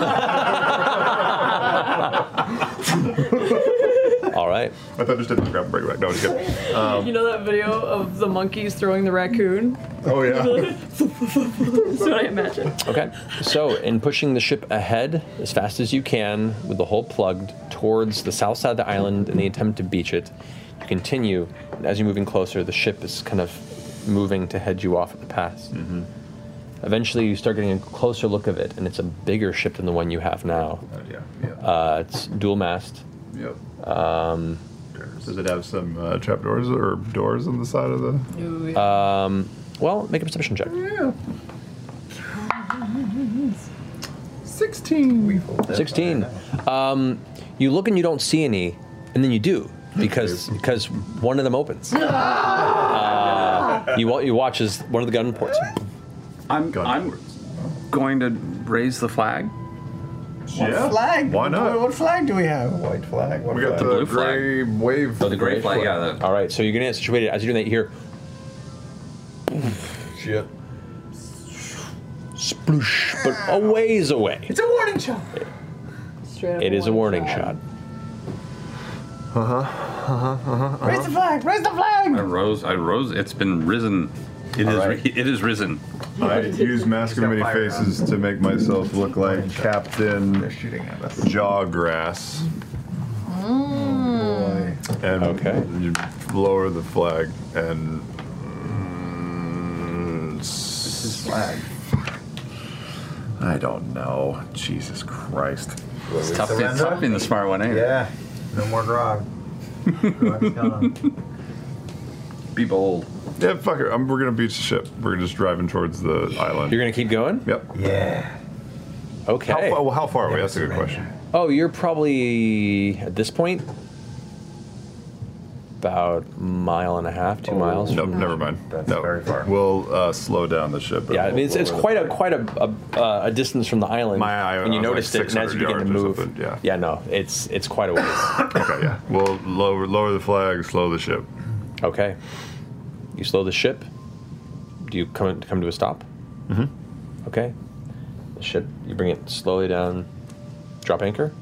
Speaker 5: All right.
Speaker 8: Mm. I thought I just didn't grab a break right. No, it's good.
Speaker 2: you
Speaker 8: Um,
Speaker 2: know that video of the monkeys throwing the raccoon?
Speaker 8: oh
Speaker 6: (laughs)
Speaker 8: yeah.
Speaker 2: That's what I imagine.
Speaker 5: Okay. So, in pushing the ship ahead as fast as you can with the hull plugged towards the south side of the island in the attempt to beach it, you continue. And as you're moving closer, the ship is kind of moving to head you off at the pass.
Speaker 8: Mm-hmm.
Speaker 5: Eventually, you start getting a closer look of it, and it's a bigger ship than the one you have now.
Speaker 8: Oh, yeah.
Speaker 5: Uh, it's dual mast.
Speaker 8: Yep.
Speaker 5: Um,
Speaker 8: Does it have some uh, trapdoors or doors on the side of the?
Speaker 5: Um, well, make a perception check.
Speaker 7: Sixteen. We
Speaker 5: 16. Um, you look and you don't see any, and then you do because because one of them opens. Uh, you wa- you watch as one of the gun ports.
Speaker 20: I'm I'm going to raise the flag.
Speaker 7: What flag? What, flag do we have?
Speaker 8: White flag.
Speaker 7: We got
Speaker 20: the blue flag.
Speaker 8: gray wave.
Speaker 5: Oh, the gray
Speaker 20: flag,
Speaker 5: Yeah. All right. So you're gonna get situated. As you're doing that, you hear.
Speaker 8: Shit.
Speaker 5: Sploosh, but a ways away.
Speaker 7: It's a warning shot.
Speaker 2: Straight
Speaker 5: It is a warning shot.
Speaker 8: Uh huh.
Speaker 20: Uh huh. Uh-huh.
Speaker 7: Raise the flag. Raise the
Speaker 20: I
Speaker 7: flag.
Speaker 20: rose. I rose. It's been risen. It is. ri- It is risen.
Speaker 8: I use mask of many faces to make myself look like Captain Jawgrass. And you lower the flag and. mm, This is
Speaker 7: flag.
Speaker 8: I don't know. Jesus Christ.
Speaker 20: It's tough, it's tough being the smart one, eh? ain't it?
Speaker 8: Yeah.
Speaker 25: No more grog.
Speaker 20: (laughs) Be bold.
Speaker 8: Yeah, fuck it. I'm, we're gonna beach the ship. We're just driving towards the island. You're
Speaker 5: gonna keep going?
Speaker 8: Yep.
Speaker 25: Yeah.
Speaker 5: Okay.
Speaker 8: How, fa- well, how far away? That's a good question.
Speaker 5: Oh, you're probably at this point about a mile and a half, two miles.
Speaker 8: Oh, No, never mind. no. very far. We'll uh, slow down the ship.
Speaker 5: Yeah, I mean, it's, it's quite a quite a, a, uh, a distance from the island. My
Speaker 8: eye,
Speaker 5: and you
Speaker 8: I was
Speaker 5: noticed
Speaker 8: like
Speaker 5: it, and as you
Speaker 8: 600
Speaker 5: begin to
Speaker 8: yards or
Speaker 5: move,
Speaker 8: something, yeah.
Speaker 5: yeah, no, it's it's quite a ways.
Speaker 8: okay, yeah. We'll lower lower the flag, slow the ship.
Speaker 5: Okay, you slow the ship. Do you come come to a stop?
Speaker 8: Mhm.
Speaker 5: Okay, the ship. You bring it slowly down. Drop anchor.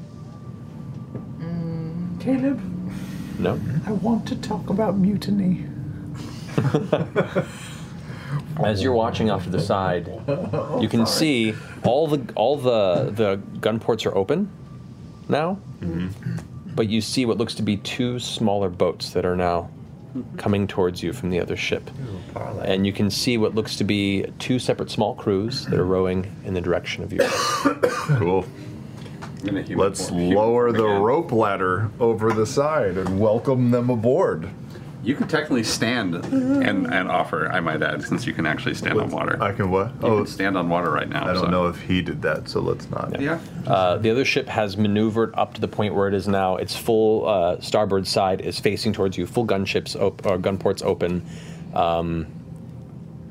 Speaker 7: Caleb,
Speaker 5: No.
Speaker 7: I want to talk about mutiny.
Speaker 5: As you're watching off to the side, you can see all the all the the gun ports are open now, but you see what looks to be two smaller boats that are now coming towards you from the other ship, and you can see what looks to be two separate small crews that are rowing in the direction of you.
Speaker 8: cool. Let's lower the rope ladder over the side and welcome them aboard.
Speaker 12: You could technically stand and, and offer, I might add, since you can actually stand on water. I
Speaker 18: can what?
Speaker 12: oh, stand on water right now.
Speaker 18: I don't
Speaker 12: so.
Speaker 18: know if he did that, so let's not.
Speaker 12: Yeah.
Speaker 5: Uh, the other ship has maneuvered up to the point where it is now. Its full uh, starboard side is facing towards you. Full gunships op- or gun ports open. Um,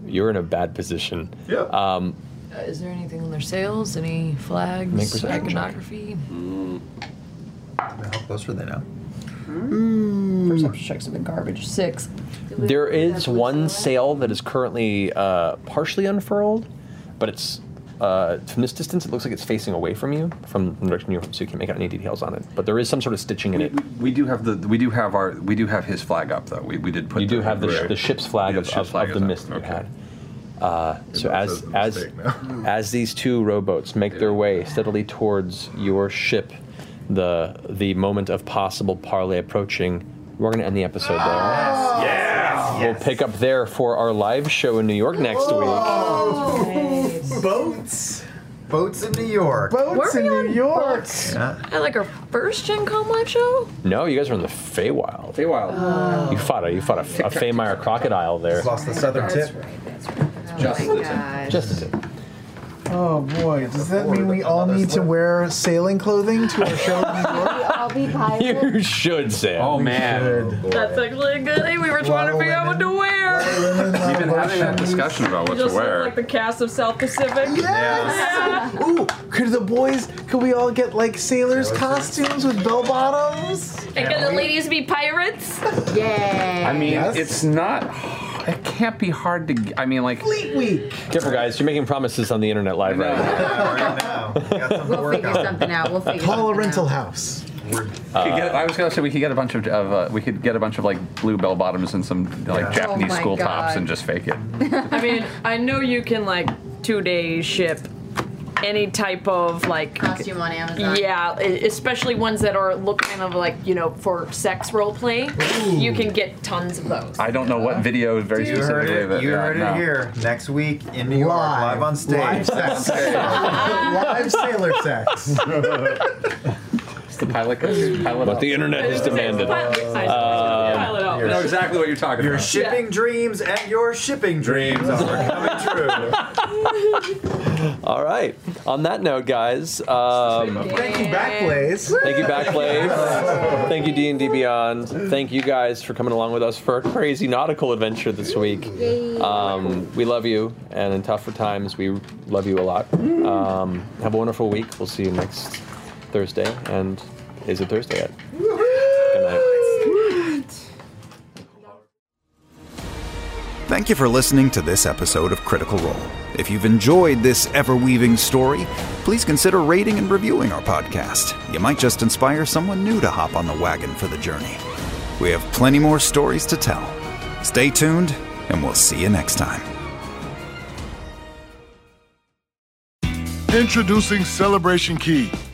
Speaker 5: you're in a bad position. Yeah. Um,
Speaker 6: Uh, is there anything on their sails? Any flags?
Speaker 5: Make perception check.
Speaker 6: iconography?
Speaker 33: How close are they now?
Speaker 6: Perception checks have been garbage. Six.
Speaker 5: there is one sail that is currently uh, partially unfurled, but it's uh, from this distance it looks like it's facing away from you, from the direction you're from, so you can't make out any details on it. But there is some sort of stitching in it.
Speaker 12: We do have the we do have our we do have his flag up though. We, we did put
Speaker 5: You do have the, sh-
Speaker 12: Right.
Speaker 5: the ship's flag
Speaker 12: Yeah,
Speaker 5: of,
Speaker 12: the ship's
Speaker 5: of,
Speaker 12: flag
Speaker 5: of
Speaker 12: is
Speaker 5: the
Speaker 12: up.
Speaker 5: mist you had. Uh, so
Speaker 12: Yeah,
Speaker 5: as
Speaker 12: that's a
Speaker 5: as (laughs) as these two rowboats make their way steadily towards your ship, the the moment of possible parley approaching, we're going to end the episode there.
Speaker 3: Yeah.
Speaker 5: We'll pick up there for our live show in New York next week.
Speaker 33: Boats. Boats in New York.
Speaker 6: Boats in New York.
Speaker 33: Yeah.
Speaker 6: I like our first Gen Con live show.
Speaker 5: No, you guys are in the Feywild. Feywild.
Speaker 6: Oh.
Speaker 5: You fought a you fought a, a Feymeyer crocodile there.
Speaker 33: Lost the southern tip.
Speaker 5: Just
Speaker 7: the
Speaker 5: tip. Just the tip.
Speaker 7: Oh boy, does that mean we all need to wear sailing clothing to our (laughs) show?
Speaker 27: I'll be pirates.
Speaker 5: You should, Sam.
Speaker 12: Oh man.
Speaker 6: (laughs) That's actually a good thing. We were trying to figure out what to wear.
Speaker 12: We've been having that discussion about what
Speaker 6: You
Speaker 12: to
Speaker 6: just look
Speaker 12: wear.
Speaker 6: like the cast of South Pacific.
Speaker 7: Yes! Ooh, could the boys? Could we all get like sailors' costumes with bell bottoms?
Speaker 6: And can the ladies
Speaker 27: (laughs)
Speaker 6: be pirates? Yeah.
Speaker 12: I mean, it's not. It can't be hard to. I mean, like
Speaker 7: Fleet Week.
Speaker 5: Careful, guys. You're making promises on the internet live right now.
Speaker 34: We'll figure something out. We'll figure
Speaker 7: Call a
Speaker 34: something
Speaker 7: rental house.
Speaker 12: We
Speaker 6: uh,
Speaker 12: could get- I was gonna say we could get a bunch of, of uh, we could get a bunch of like blue bell bottoms and some like
Speaker 6: Yeah.
Speaker 12: Japanese
Speaker 6: Oh my
Speaker 12: school tops
Speaker 6: God.
Speaker 12: and just fake it.
Speaker 6: I mean, I know you can like two day ship any type of like
Speaker 27: Costume on Amazon.
Speaker 6: Yeah, e- especially ones that are looking of like you know for sex role play. You can get tons of those.
Speaker 12: I don't know what video very
Speaker 33: You heard
Speaker 12: specifically.
Speaker 33: it,
Speaker 12: that-
Speaker 33: you
Speaker 12: yeah,
Speaker 33: heard
Speaker 12: no.
Speaker 33: it here. Next week in New York, live, on stage.
Speaker 12: Live
Speaker 33: That's-
Speaker 7: Live sailor
Speaker 34: (laughs)
Speaker 7: sex.
Speaker 12: It's the pilot. pilot
Speaker 5: But the internet has demanded.
Speaker 12: Uh,
Speaker 5: Um,
Speaker 12: know exactly what you're talking
Speaker 33: Your
Speaker 12: about.
Speaker 33: shipping dreams and your shipping dreams are coming true.
Speaker 20: (laughs)
Speaker 5: All right. On that note, guys. Um,
Speaker 7: Thank you, Backblaze.
Speaker 5: Thank you, Backblaze. Thank you, D and D Beyond. Thank you guys for coming along with us for a crazy nautical adventure this week. Um, we love you, and in tougher times, we love you a lot. Um, have a wonderful week. We'll see you next Thursday. And is it Thursday yet? Good night.
Speaker 11: Thank you for listening to this episode of Critical Role. If you've enjoyed this ever weaving story, please consider rating and reviewing our podcast. You might just inspire someone new to hop on the wagon for the journey. We have plenty more stories to tell. Stay tuned, and we'll see you next time.
Speaker 3: Introducing Celebration Key,